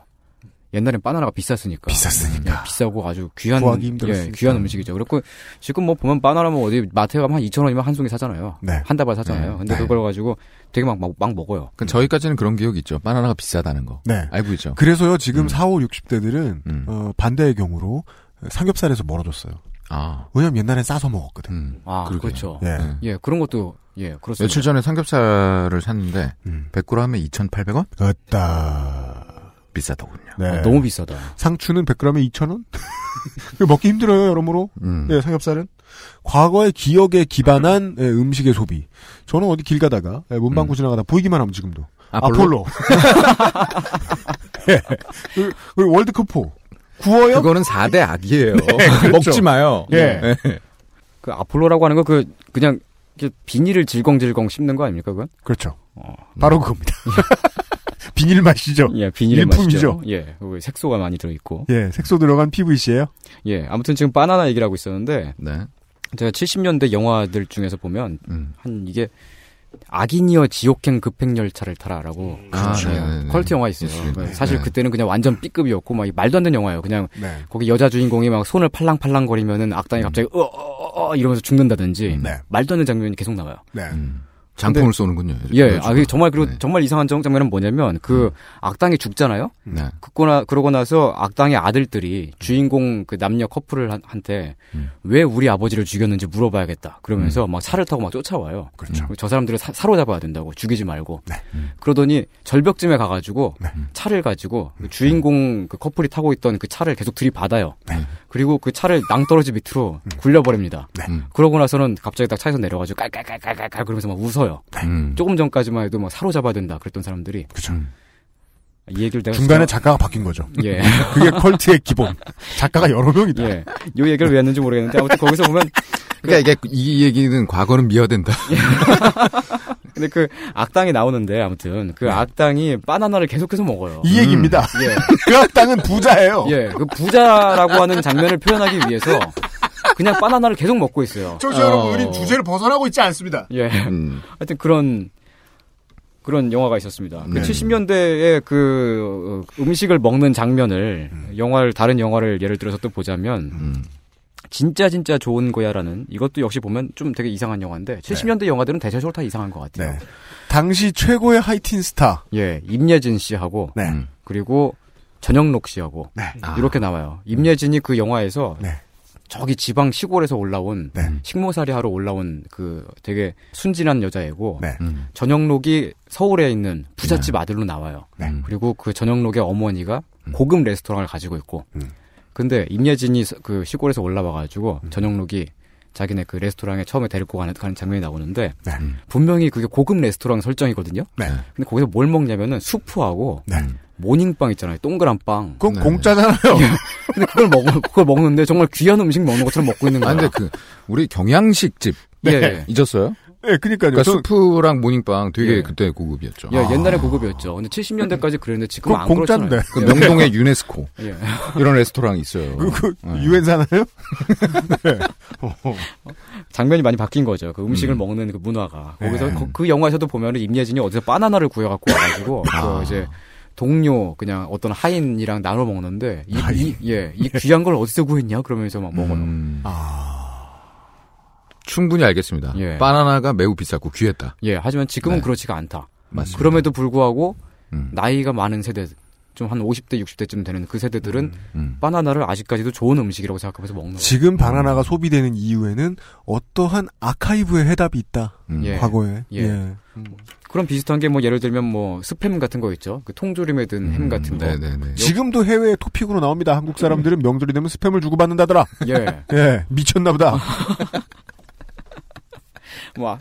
Speaker 9: 옛날엔 바나나가 비쌌으니까. 네, 비쌌으니까. 비싸고 아주 귀한
Speaker 2: 구하기
Speaker 9: 예,
Speaker 2: 힘들었으니까.
Speaker 9: 귀한 음식이죠. 그렇고 지금 뭐 보면 바나나 뭐 어디 마트에 가면 한 2,000원이면 한 송이 사잖아요.
Speaker 12: 네.
Speaker 9: 한 다발 사잖아요.
Speaker 12: 네.
Speaker 9: 근데
Speaker 12: 네.
Speaker 9: 그걸 가지고 되게 막 막 먹어요.
Speaker 12: 그 저희까지는 그런 기억이 있죠. 바나나가 비싸다는 거.
Speaker 2: 네.
Speaker 12: 알고 있죠.
Speaker 2: 그래서요, 지금 4, 5, 60대들은, 어, 반대의 경우로 삼겹살에서 멀어졌어요.
Speaker 12: 아.
Speaker 2: 왜냐면 옛날엔 싸서 먹었거든.
Speaker 9: 아,
Speaker 12: 그러게요.
Speaker 9: 그렇죠.
Speaker 2: 네.
Speaker 12: 예.
Speaker 9: 예, 그런 것도 예, 그렇습니다.
Speaker 12: 며칠 전에 삼겹살을 샀는데
Speaker 2: 음.
Speaker 12: 100g 하면 2,800원?
Speaker 2: 그다
Speaker 12: 비싸더군요.
Speaker 2: 네.
Speaker 9: 아, 너무 비싸다.
Speaker 2: 상추는 100g에 2,000원? 먹기 힘들어요, 여러모로.
Speaker 9: 음.
Speaker 2: 예, 삼겹살은. 과거의 기억에 기반한 예, 음식의 소비. 저는 어디 길 가다가, 예,
Speaker 9: 음.
Speaker 2: 문방구 지나가다 보이기만 하면 지금도.
Speaker 12: 아폴로?
Speaker 2: 아폴로. 예. 그, 그 월드컵포. 구워요?
Speaker 12: 그거는 4대 악이에요.
Speaker 9: 네, 그렇죠.
Speaker 12: 먹지 마요. 네.
Speaker 9: 예. 그 아폴로라고 하는 거 그 그냥 이렇게 비닐을 질겅질겅 씹는 거 아닙니까 그건?
Speaker 2: 그렇죠. 바로 그겁니다. 비닐 맛이죠.
Speaker 9: 어, 음. 예, 비닐의
Speaker 2: 일품이죠.
Speaker 9: 맛이죠. 예, 그 색소가 많이 들어있고.
Speaker 2: 예, 색소 들어간 PVC예요.
Speaker 9: 예, 아무튼 지금 바나나 얘기를 하고 있었는데,
Speaker 12: 네.
Speaker 9: 제가 70년대 영화들 중에서 보면
Speaker 12: 음.
Speaker 9: 한 이게 아기니어 지옥행 급행열차를 타라라고
Speaker 12: 아,
Speaker 9: 그
Speaker 12: 네, 네, 네.
Speaker 9: 컬트 영화 있어요.
Speaker 12: 있습니다.
Speaker 9: 사실
Speaker 12: 네.
Speaker 9: 그때는 그냥 완전 B급이었고 막 말도 안 되는 영화예요. 그냥
Speaker 2: 네.
Speaker 9: 거기 여자 주인공이 막 손을 팔랑팔랑 거리면은
Speaker 12: 음.
Speaker 9: 악당이 갑자기 어어어 이러면서 죽는다든지 말도 안 되는 장면이 계속 나와요.
Speaker 12: 네. 음. 장풍을
Speaker 9: 근데-
Speaker 12: 쏘는군요.
Speaker 9: 예, 아, 그 정말 그리고 정말 이상한 정- 장면은 뭐냐면 그 악당이 죽잖아요.
Speaker 12: 네.
Speaker 9: 그거나 그러고 나서 악당의 아들들이 주인공 그 남녀 커플을 한- 한테 왜 우리 아버지를 죽였는지 물어봐야겠다. 그러면서 막 차를 타고 막 쫓아와요. 음. 그렇죠. 네. 음. 저 사람들을 사, 로잡아야 된다고 죽이지 말고. 그러더니 절벽쯤에 가가지고 차를 가지고 그 주인공 그 커플이 타고 있던 그 차를 계속 들이받아요. 그리고 그 차를 낭떠러지 밑으로 굴려버립니다. 그러고 나서는 갑자기 딱 차에서 내려가지고
Speaker 2: 음.
Speaker 9: 깔깔깔깔깔 네, 그러면서 막 웃어요. 조금 전까지만 해도 막 사로잡아야 된다 그랬던 사람들이 이 얘기를 내가
Speaker 2: 중간에
Speaker 9: 진짜-
Speaker 2: 작가가 바뀐 거죠.
Speaker 9: 그렇죠. 예.
Speaker 2: 그게 컬트의 기본. 작가가 여러 명이다.
Speaker 9: 예. 요 얘기를 왜 했는지 모르겠는데 아무튼 거기서 보면
Speaker 4: 그러니까 이게 이 얘기는 과거는 미화된다.
Speaker 9: 예, 근데 그 악당이 나오는데 아무튼 그 악당이 바나나를 계속해서 먹어요.
Speaker 2: 네. 이 얘기입니다.
Speaker 9: 예.
Speaker 2: 그 악당은 부자예요.
Speaker 9: 예. 그 부자라고 하는 장면을 표현하기 위해서 그냥 바나나를 계속 먹고 있어요.
Speaker 13: 청취자 여러분, 우린 주제를 벗어나고 있지 않습니다.
Speaker 9: 예. 하여튼 그런 그런 영화가 있었습니다. 그
Speaker 13: 네.
Speaker 9: 70년대에 그 어, 음식을 먹는 장면을
Speaker 2: 음.
Speaker 9: 영화를 다른 영화를 예를 들어서 또 보자면 진짜 진짜 좋은 거야라는 이것도 역시 보면 좀 되게 이상한
Speaker 2: 네.
Speaker 9: 영화인데 70년대 영화들은 대체적으로 다 이상한 것 같아요.
Speaker 2: 당시 최고의 네. 하이틴 스타. 네.
Speaker 9: 예, 임예진 씨하고 음, 그리고 전영록 씨하고 이렇게 나와요. 임예진이 그 영화에서
Speaker 2: 네.
Speaker 9: 저기 지방 시골에서 올라온 식모살이 하러 올라온 그 되게 순진한 여자애고
Speaker 2: 네.
Speaker 4: 음.
Speaker 9: 전영록이 서울에 있는 부잣집 아들로 나와요.
Speaker 4: 네.
Speaker 9: 그리고 그 전영록의 어머니가
Speaker 2: 음.
Speaker 9: 고급 레스토랑을 가지고 있고 근데 임예진이 서- 그 시골에서 올라와가지고
Speaker 2: 음.
Speaker 9: 전영록이 자기네 그 레스토랑에 처음에 데리고 가는, 가는 장면이 나오는데
Speaker 2: 네.
Speaker 4: 음.
Speaker 9: 분명히 그게 고급 레스토랑 설정이거든요. 근데 거기서 뭘 먹냐면은 수프하고 모닝빵 있잖아요. 동그란 빵.
Speaker 2: 네.
Speaker 9: 예.
Speaker 2: 그건
Speaker 4: 네.
Speaker 2: 공짜잖아요.
Speaker 9: 근데 그걸 먹 그걸 먹는데 정말 귀한 음식 먹는 것처럼 먹고 있는 거야.
Speaker 4: 아, 근데 그 우리 경양식집
Speaker 9: 네. 예.
Speaker 4: 잊었어요?
Speaker 2: 예, 그니까요.
Speaker 4: 그러니까
Speaker 9: 저는-
Speaker 4: 수프랑 모닝빵 되게
Speaker 9: 예.
Speaker 4: 그때
Speaker 2: 아.
Speaker 4: 고급이었죠.
Speaker 9: 예, 옛날에 고급이었죠. 근데 70년대까지 그랬는데 지금
Speaker 4: 그건
Speaker 9: 안
Speaker 4: 공짜인데.
Speaker 9: 그렇잖아요.
Speaker 4: 그 명동의 유네스코.
Speaker 9: 예.
Speaker 4: 이런 레스토랑이 있어요. 예.
Speaker 9: 그-
Speaker 2: 유엔 사나요?
Speaker 9: 장면이 많이 바뀐 거죠. 그 음식을 먹는 그 문화가. 거기서 그, 그 영화에서도 보면은 임예진이 어디서 바나나를 구해갖고 와가지고 그거 이제 동료 그냥 어떤 하인이랑 나눠 먹는데 이, 이- 예, 이 귀한 걸 어디서 구했냐 그러면서 막 먹어요.
Speaker 4: 충분히 알겠습니다.
Speaker 9: 예.
Speaker 4: 아. 네. 바나나가 매우 비쌌고 귀했다.
Speaker 9: 예, 하지만 지금은
Speaker 4: 네.
Speaker 9: 그렇지가 않다.
Speaker 4: 맞습니다. 음.
Speaker 9: 그럼에도 불구하고 나이가 많은 세대 좀 한 50대, 60대쯤 되는 그 세대들은
Speaker 4: 음.
Speaker 9: 바나나를 아직까지도 좋은 음식이라고 생각하면서 먹는 거예요.
Speaker 2: 지금 바나나가 소비되는 이유에는 어떠한 아카이브의 해답이 있다.
Speaker 9: 예.
Speaker 2: 과거에.
Speaker 9: 예. 그런 비슷한 게 뭐 예를 들면 뭐 스팸 같은 거 있죠. 그 통조림에 든 햄 같은 거.
Speaker 2: 지금도 해외 토픽으로 나옵니다. 한국 사람들은 명절이 되면 스팸을 주고받는다더라.
Speaker 9: 예.
Speaker 2: 예, 미쳤나보다.
Speaker 9: 뭐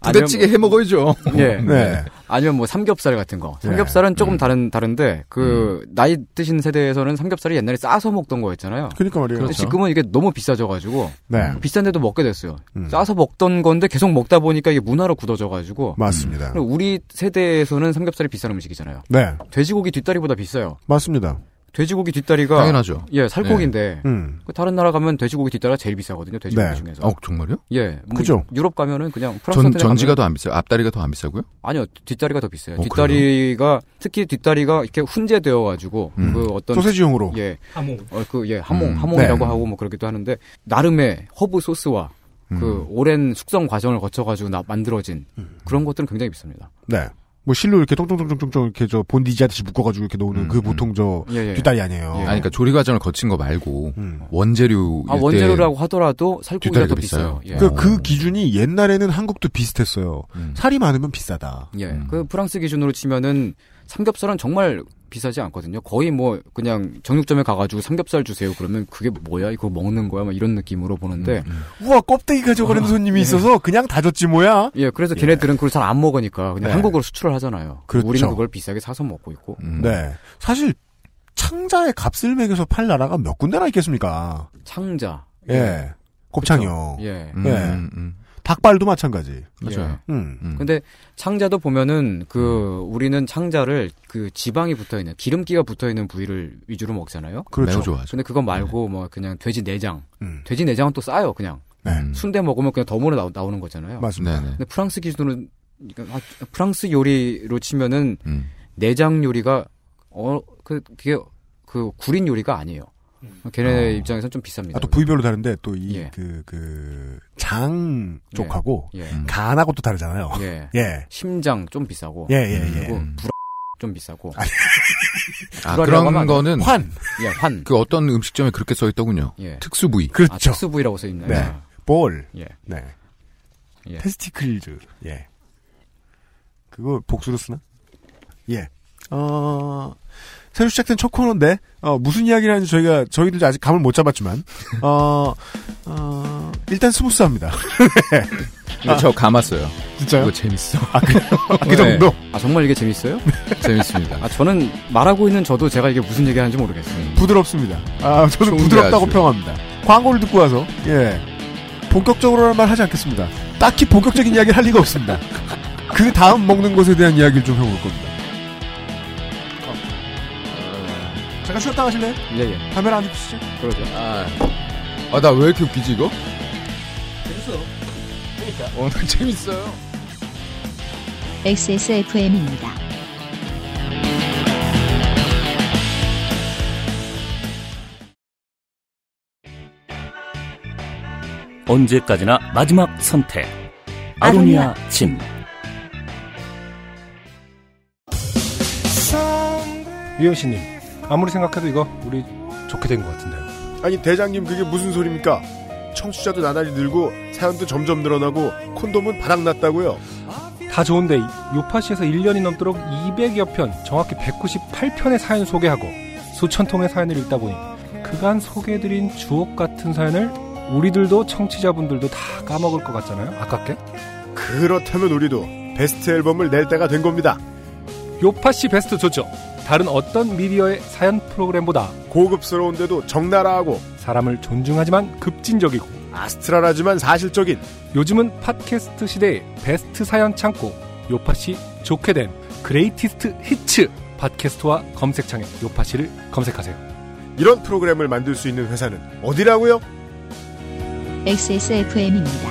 Speaker 4: 부대찌개
Speaker 9: 아니면 뭐-
Speaker 4: 해먹어야죠.
Speaker 9: 예.
Speaker 4: 네.
Speaker 9: 아니면 뭐 삼겹살 같은 거. 삼겹살은 조금 다른 다른데 그 나이 드신 세대에서는 삼겹살이 옛날에 싸서 먹던 거였잖아요.
Speaker 2: 그러니까 말이에요.
Speaker 9: 근데
Speaker 2: 그렇죠.
Speaker 9: 지금은 이게 너무 비싸져가지고
Speaker 2: 네.
Speaker 9: 비싼데도 먹게 됐어요. 싸서 먹던 건데 계속 먹다 보니까 이게 문화로 굳어져가지고
Speaker 2: 맞습니다.
Speaker 9: 그리고 우리 세대에서는 삼겹살이 비싼 음식이잖아요.
Speaker 2: 네.
Speaker 9: 돼지고기 뒷다리보다 비싸요.
Speaker 2: 맞습니다.
Speaker 9: 돼지고기 뒷다리가
Speaker 4: 당연하죠.
Speaker 9: 예, 살코기인데
Speaker 4: 네. 음.
Speaker 9: 그 다른 나라 가면 돼지고기 뒷다리가 제일 비싸거든요. 돼지고기
Speaker 4: 네.
Speaker 9: 중에서.
Speaker 4: 어, 정말요?
Speaker 9: 예. 뭐
Speaker 4: 그죠.
Speaker 9: 유럽 가면은 그냥 프랑스
Speaker 4: 전,
Speaker 9: 같은 데 가면
Speaker 4: 전지가 더 안 비싸요? 앞다리가 더 안 비싸고요?
Speaker 9: 아니요 뒷다리가 더 비싸요.
Speaker 4: 어,
Speaker 9: 뒷다리가 특히 뒷다리가 이렇게 훈제되어 가지고
Speaker 4: 음.
Speaker 9: 그 어떤
Speaker 4: 소세지용으로.
Speaker 9: 예
Speaker 8: 하몽
Speaker 9: 어그예 하몽
Speaker 4: 음.
Speaker 9: 하몽이라고
Speaker 4: 네.
Speaker 9: 하고 뭐 그러기도 하는데 나름의 허브 소스와
Speaker 4: 음.
Speaker 9: 그 오랜 숙성 과정을 거쳐 가지고 나 만들어진 그런 것들은 굉장히 비쌉니다.
Speaker 2: 네. 뭐 실로 이렇게 똥똥똥똥똥 이렇게 저 본디지 하듯이 묶어가지고 이렇게 놓는 그 보통 저
Speaker 9: 예, 예.
Speaker 2: 뒷다리 아니에요.
Speaker 4: 아니, 그러니까 조리 과정을 거친 거 말고 원재료
Speaker 9: 아 원재료라고 하더라도 살코기가 더
Speaker 4: 뒷다리가
Speaker 9: 비싸요.
Speaker 4: 비싸요.
Speaker 9: 예.
Speaker 2: 그, 그 기준이 옛날에는 한국도 비슷했어요. 살이 많으면 비싸다.
Speaker 9: 예. 그 프랑스 기준으로 치면은 삼겹살은 정말 비싸지 않거든요. 거의 뭐 그냥 정육점에 가가지고 삼겹살 주세요. 그러면 그게 뭐야? 이거 먹는 거야? 막 이런 느낌으로 보는데. 아,
Speaker 2: 우와 껍데기 가져가는 손님이 있어서 그냥 다 줬지 뭐야.
Speaker 9: 예, 그래서 걔네들은 그걸 잘 안 먹으니까 그냥
Speaker 2: 네.
Speaker 9: 한국으로 수출을 하잖아요.
Speaker 2: 그렇죠.
Speaker 9: 우리는 그걸 비싸게 사서 먹고 있고.
Speaker 2: 네. 사실 창자의 값을 매겨서 팔 나라가 몇 군데나 있겠습니까?
Speaker 9: 창자.
Speaker 2: 예. 곱창이요.
Speaker 9: 그쵸. 예.
Speaker 2: 예.
Speaker 9: 음,
Speaker 2: 닭발도 마찬가지.
Speaker 9: 맞아요.
Speaker 2: 음.
Speaker 9: 근데 창자도 보면은 그 우리는 창자를 그 지방이 붙어 있는 기름기가 붙어 있는 부위를 위주로 먹잖아요.
Speaker 4: 그렇죠. 매우 좋아하죠.
Speaker 9: 근데 그거 말고
Speaker 2: 네.
Speaker 9: 뭐 그냥 돼지 내장.
Speaker 2: 음.
Speaker 9: 돼지 내장은 또 싸요, 그냥.
Speaker 4: 음.
Speaker 9: 순대 먹으면 그냥 덤으로 나오, 나오는 거잖아요.
Speaker 2: 맞습니다.
Speaker 9: 근데 프랑스 기준으로 그러니까 아, 프랑스 요리로 치면은
Speaker 4: 음.
Speaker 9: 내장 요리가 어 그 그게 그 구린 요리가 아니에요. 걔네
Speaker 2: 어.
Speaker 9: 입장에서는 좀 비쌉니다.
Speaker 2: 아, 또 부위별로 다른데 또 이 그 그 장 쪽하고
Speaker 9: 예.
Speaker 2: 간하고 또 다르잖아요.
Speaker 9: 예.
Speaker 2: 예.
Speaker 9: 심장 좀 비싸고.
Speaker 2: 예, 예, 예.
Speaker 9: 그리고 불좀 비싸고.
Speaker 4: 아,
Speaker 9: 불알이라고 하면
Speaker 4: 그런
Speaker 9: 안 돼요.
Speaker 4: 거는
Speaker 9: 예, 환.
Speaker 4: 그 어떤 음식점에 그렇게 써 있더군요.
Speaker 9: 예.
Speaker 4: 특수 부위.
Speaker 9: 그렇죠. 아, 특수 부위라고 써 있나요?
Speaker 4: 네.
Speaker 2: 볼.
Speaker 9: 예.
Speaker 2: 네.
Speaker 9: 예.
Speaker 2: 테스티클즈. 예. 그거 복수로 쓰나? 예. 어, 새로 시작된 첫 코너인데, 어, 무슨 이야기를 하는지 저희가, 저희들도 아직 감을 못 잡았지만, 어, 어, 일단 스무스합니다.
Speaker 4: 근데 저 감았어요.
Speaker 2: 진짜요?
Speaker 9: 이거 재밌어.
Speaker 2: 아, 그,
Speaker 9: 네. 아, 정말 이게 재밌어요? 재밌습니다. 아, 저는 말하고 있는 저도 제가 이게 무슨 얘기 하는지 모르겠어요.
Speaker 2: 부드럽습니다. 아, 저는
Speaker 9: 좋은데
Speaker 2: 부드럽다고
Speaker 9: 아주.
Speaker 2: 평합니다. 광고를 듣고 와서, 예. 본격적으로란 말 하지 않겠습니다. 딱히 본격적인 이야기를 할 리가 없습니다. 그 다음 먹는 것에 대한 이야기를 좀 해볼 겁니다. 잠깐 쉬었다 가실래요?
Speaker 9: 예, 예.
Speaker 2: 카메라 안 비추시죠?
Speaker 9: 그러죠.
Speaker 12: 아, 아, 나 왜 이렇게 웃기지, 이거?
Speaker 8: 재밌어. 그러니까.
Speaker 12: 오늘 재밌어요.
Speaker 1: XSFM입니다.
Speaker 14: 언제까지나 마지막 선택. 아로니아 침.
Speaker 10: 유현 씨님, 아무리 생각해도 이거 우리 좋게 된 것 같은데요.
Speaker 2: 아니, 대장님, 그게 무슨 소리입니까? 청취자도 나날이 늘고, 사연도 점점 늘어나고, 콘돔은 바닥났다고요?
Speaker 10: 다 좋은데 이- 요파시에서 1년이 넘도록 200여 편, 정확히 198편의 사연 소개하고 수천 통의 사연을 읽다 보니 그간 소개해드린 주옥 같은 사연을 우리들도 청취자분들도 다 까먹을 것 같잖아요. 아깝게.
Speaker 2: 그렇다면 우리도 베스트 앨범을 낼 때가 된 겁니다.
Speaker 10: 요파시 베스트 좋죠. 다른 어떤 미디어의 사연 프로그램보다
Speaker 2: 고급스러운데도 적나라하고
Speaker 10: 사람을 존중하지만 급진적이고
Speaker 2: 아스트랄하지만 사실적인
Speaker 10: 요즘은 팟캐스트 시대의 베스트 사연 창고 요파시 좋게 된 그레이티스트 히츠 팟캐스트와 검색창에 요파시를 검색하세요.
Speaker 2: 이런 프로그램을 만들 수 있는 회사는 어디라고요?
Speaker 1: XSFM입니다.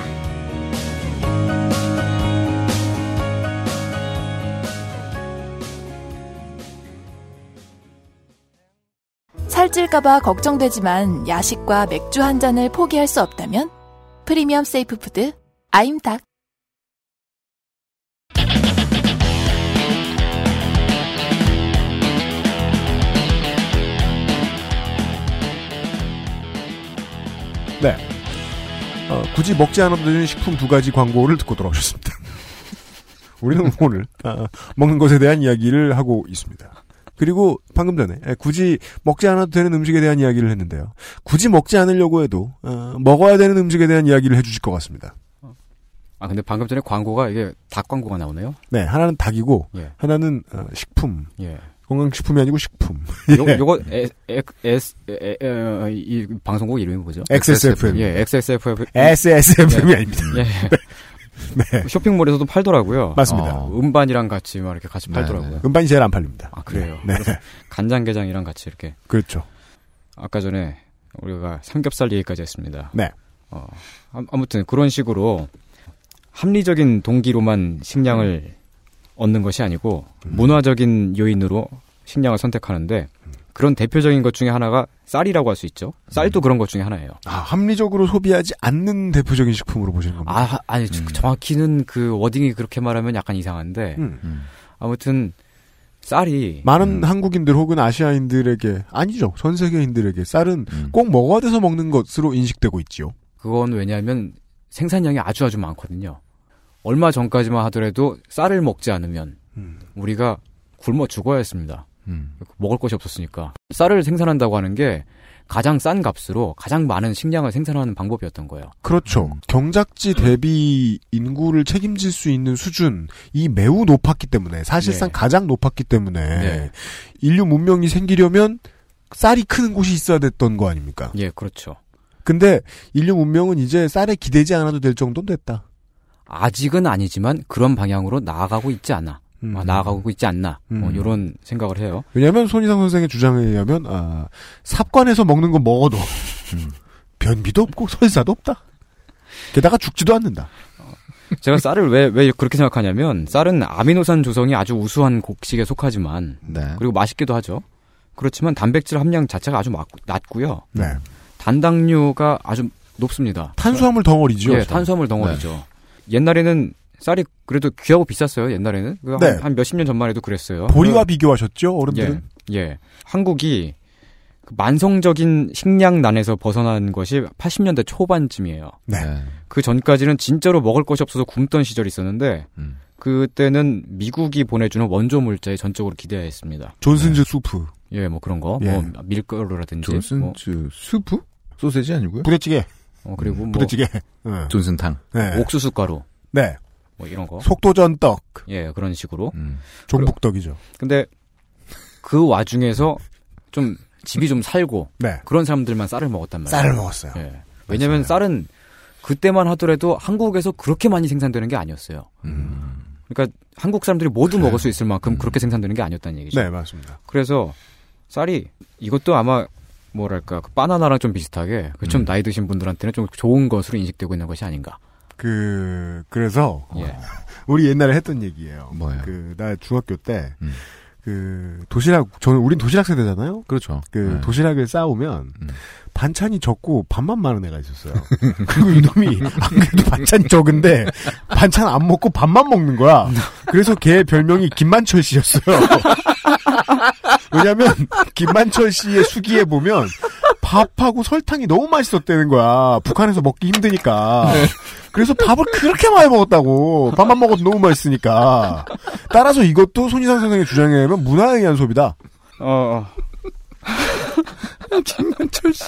Speaker 7: 살찔까봐 걱정되지만 야식과 맥주 한 잔을 포기할 수 없다면 프리미엄 세이프 푸드 아임닭
Speaker 2: 네. 어, 굳이 먹지 않아도 되는 식품 두 가지 광고를 듣고 돌아오셨습니다. 우리는 오늘 아, 먹는 것에 대한 이야기를 하고 있습니다. 그리고 방금 전에 에, 굳이 먹지 않아도 되는 음식에 대한 이야기를 했는데요. 굳이 먹지 않으려고 해도 어, 먹어야 되는 음식에 대한 이야기를 해주실 것 같습니다.
Speaker 9: 아, 근데 방금 전에 광고가 이게 닭 광고가 나오네요.
Speaker 2: 네, 하나는 닭이고
Speaker 9: 예.
Speaker 2: 하나는 어, 식품.
Speaker 9: 예.
Speaker 2: 건강식품이 아니고 식품.
Speaker 9: 요,
Speaker 2: 예.
Speaker 9: 요거 에, 에, S 에, 에, 어, 이 방송국 이름이 뭐죠?
Speaker 2: XSFM.
Speaker 9: 예, XSFM.
Speaker 2: SSFM 이
Speaker 9: 예.
Speaker 2: 아닙니다. 네.
Speaker 9: 예. 네. 쇼핑몰에서도 팔더라고요.
Speaker 2: 맞습니다.
Speaker 9: 어, 음반이랑 같이 막 이렇게 같이
Speaker 2: 네,
Speaker 9: 팔더라고요.
Speaker 2: 네. 음반이 제일 안 팔립니다.
Speaker 9: 아 그래요.
Speaker 2: 네.
Speaker 9: 그래서 간장게장이랑 같이 이렇게.
Speaker 2: 그렇죠.
Speaker 9: 아까 전에 우리가 삼겹살 얘기까지 했습니다.
Speaker 2: 네.
Speaker 9: 어, 아- 아무튼 그런 식으로 합리적인 동기로만 식량을 얻는 것이 아니고 문화적인 요인으로 식량을 선택하는데 그런 대표적인 것 중에 하나가 쌀이라고 할 수 있죠. 쌀도 그런 것 중에 하나예요.
Speaker 2: 아, 합리적으로 소비하지 않는 대표적인 식품으로 보시는 겁니다.
Speaker 9: 아, 아니 저- 정확히는 그 워딩이 그렇게 말하면 약간 이상한데
Speaker 2: 음.
Speaker 9: 아무튼 쌀이
Speaker 2: 많은 한국인들 혹은 아시아인들에게 아니죠. 전 세계인들에게 쌀은
Speaker 9: 음.
Speaker 2: 꼭 먹어야 돼서 먹는 것으로 인식되고 있지요.
Speaker 9: 그건 왜냐하면 생산량이 아주 아주 많거든요. 얼마 전까지만 하더라도 쌀을 먹지 않으면
Speaker 2: 음.
Speaker 9: 우리가 굶어 죽어야 했습니다. 먹을 것이 없었으니까 쌀을 생산한다고 하는 게 가장 싼 값으로 가장 많은 식량을 생산하는 방법이었던 거예요.
Speaker 2: 그렇죠.
Speaker 9: 음.
Speaker 2: 경작지 대비 인구를 책임질 수 있는 수준이 매우 높았기 때문에 사실상
Speaker 9: 네.
Speaker 2: 가장 높았기 때문에
Speaker 9: 네.
Speaker 2: 인류 문명이 생기려면 쌀이 크는 곳이 있어야 됐던 거 아닙니까?
Speaker 9: 예, 그렇죠.
Speaker 2: 근데 인류 문명은 이제 쌀에 기대지 않아도 될 정도는 됐다.
Speaker 9: 아직은 아니지만 그런 방향으로 나아가고 있지 않아. 아, 나아가고 있지 않나. 뭐
Speaker 2: 음.
Speaker 9: 이런 생각을 해요.
Speaker 2: 왜냐하면 손희상 선생의 주장에 의하면 아, 삽관에서 먹는 건 먹어도 변비도 없고 설사도 없다. 게다가 죽지도 않는다.
Speaker 9: 제가 쌀을 왜, 왜 그렇게 생각하냐면, 쌀은 아미노산 조성이 아주 우수한 곡식에 속하지만,
Speaker 2: 네.
Speaker 9: 그리고 맛있기도 하죠. 그렇지만 단백질 함량 자체가 아주 막- 낮고요.
Speaker 2: 네.
Speaker 9: 단당류가 아주 높습니다.
Speaker 2: 탄수화물 덩어리죠. 네.
Speaker 9: 예, 탄수화물 덩어리죠. 옛날에는 쌀이 그래도 귀하고 비쌌어요, 옛날에는. 그 한,
Speaker 2: 네.
Speaker 9: 한 몇십 년 전만 해도 아, 그랬어요.
Speaker 2: 보리와 비교하셨죠, 어른들은?
Speaker 9: 예, 예. 한국이 그 만성적인 식량난에서 벗어난 것이 80년대 초반쯤이에요.
Speaker 2: 네.
Speaker 9: 그 전까지는 진짜로 먹을 것이 없어서 굶던 시절이 있었는데
Speaker 2: 음.
Speaker 9: 그때는 미국이 보내주는 원조 물자에 전적으로 기대했습니다.
Speaker 2: 존슨즈 수프.
Speaker 9: 예, 뭐 그런 거,
Speaker 12: 예.
Speaker 9: 뭐 밀가루라든지. 뭐.
Speaker 12: 존슨즈 수프? 소세지 아니고요?
Speaker 2: 음, 부대찌개. 예.
Speaker 9: 어 그리고 뭐
Speaker 12: 부대찌개. 존슨탕.
Speaker 9: 옥수수 가루.
Speaker 2: 네.
Speaker 9: 뭐 이런 거.
Speaker 2: 속도전떡. 음.
Speaker 9: 예, 그런 식으로.
Speaker 2: 종북떡이죠.
Speaker 9: 근데 그 와중에서 좀 집이 좀 살고 그런 사람들만 쌀을 먹었단 말이에요.
Speaker 2: 네. 쌀을 먹었어요.
Speaker 9: 예. 왜냐면 쌀은 그때만 하더라도 한국에서 그렇게 많이 생산되는 게 아니었어요.
Speaker 2: 음.
Speaker 9: 그러니까 한국 사람들이 모두 먹을 수 있을 만큼 그렇게 생산되는 게 아니었다는 얘기죠.
Speaker 2: 네, 맞습니다.
Speaker 9: 그래서 쌀이 이것도 아마 뭐랄까 그 바나나랑 좀 비슷하게 그
Speaker 2: 음.
Speaker 9: 좀 나이 드신 분들한테는 좀 좋은 것으로 인식되고 있는 것이 아닌가.
Speaker 2: 그 그래서
Speaker 9: 예.
Speaker 2: 우리 옛날에 했던 얘기예요.
Speaker 12: 뭐예요? 음.
Speaker 2: 그 나 중학교 때. 그 도시락 저는 우린 도시락 세대잖아요.
Speaker 12: 그렇죠.
Speaker 2: 그
Speaker 12: 네. 음.
Speaker 2: 도시락을 싸오면 반찬이 적고 밥만 많은 애가 있었어요. 그리고 이놈이 안 그래도 반찬 적은데 반찬 안 먹고 밥만 먹는 거야. 그래서 걔 별명이 김만철 씨였어요. 왜냐면 김만철 씨의 수기에 보면 밥하고 설탕이 너무 맛있었다는 거야. 북한에서 먹기 힘드니까.
Speaker 9: 네.
Speaker 2: 그래서 밥을 그렇게 많이 먹었다고. 밥만 먹어도 너무 맛있으니까. 따라서 이것도 손희상 선생의 주장에 의하면 문화에 의한 소비다.
Speaker 9: 어.
Speaker 4: 김만철 씨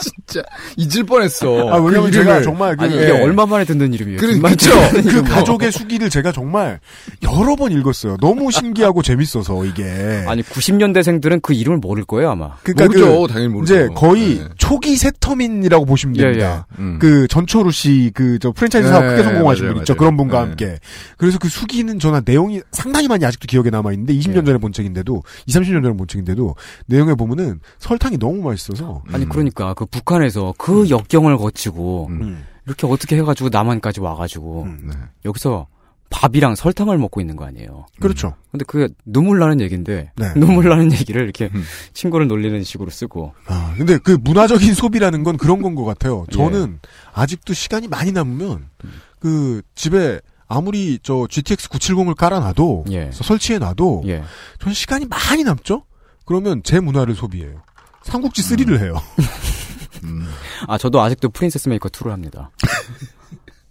Speaker 4: 진짜 잊을 뻔했어.
Speaker 2: 아, 왜냐면
Speaker 4: 그
Speaker 2: 제가
Speaker 4: 이름을.
Speaker 2: 정말 그-
Speaker 4: 아니,
Speaker 9: 이게
Speaker 2: 예.
Speaker 9: 얼마 만에 듣는 이름이에요.
Speaker 2: 그렇죠.
Speaker 9: 김만철.
Speaker 2: 그
Speaker 9: 이거 뭐.
Speaker 2: 가족의 수기를 제가 정말 여러 번 읽었어요. 너무 신기하고 재밌어서 이게.
Speaker 9: 아니 90년대생들은 그 이름을 모를 거예요 아마.
Speaker 2: 그러니까 그 이제 거의
Speaker 9: 네.
Speaker 2: 초기 세터민이라고 보시면
Speaker 9: 예,
Speaker 2: 됩니다.
Speaker 9: 예. 음.
Speaker 2: 그 전초루 씨그 저 프랜차이즈 사업
Speaker 9: 예,
Speaker 2: 크게 성공하신
Speaker 9: 맞아요,
Speaker 2: 분 있죠.
Speaker 9: 맞아요.
Speaker 2: 그런 분과
Speaker 9: 예.
Speaker 2: 함께. 그래서 그 수기는 저나 내용이 상당히 많이 아직도 기억에 남아 있는데 20년
Speaker 9: 예.
Speaker 2: 전에 본 책인데도 2, 30년 전에 본 책인데도 내용에 보면은 설탕이 너무 맛있어서
Speaker 9: 아니 그러니까 그 북한에서 그
Speaker 2: 음.
Speaker 9: 역경을 거치고 이렇게 어떻게 해가지고 남한까지 와가지고
Speaker 2: 음. 네.
Speaker 9: 여기서 밥이랑 설탕을 먹고 있는 거 아니에요. 음.
Speaker 2: 그렇죠.
Speaker 9: 근데 그게 눈물 나는 얘기인데
Speaker 2: 네. 음.
Speaker 9: 눈물 나는 얘기를 이렇게 친구를 놀리는 식으로 쓰고
Speaker 2: 아, 근데 그 문화적인 소비라는 건 그런 건 것 같아요.
Speaker 9: 예.
Speaker 2: 저는 아직도 시간이 많이 남으면
Speaker 9: 음.
Speaker 2: 그 집에 아무리 저 GTX 970을 깔아놔도
Speaker 9: 예.
Speaker 2: 설치해놔도 저는 시간이 많이 남죠. 그러면 제 문화를 소비해요. 삼국지 3를 해요.
Speaker 9: 음. 아 저도 아직도 프린세스 메이커 2를 합니다.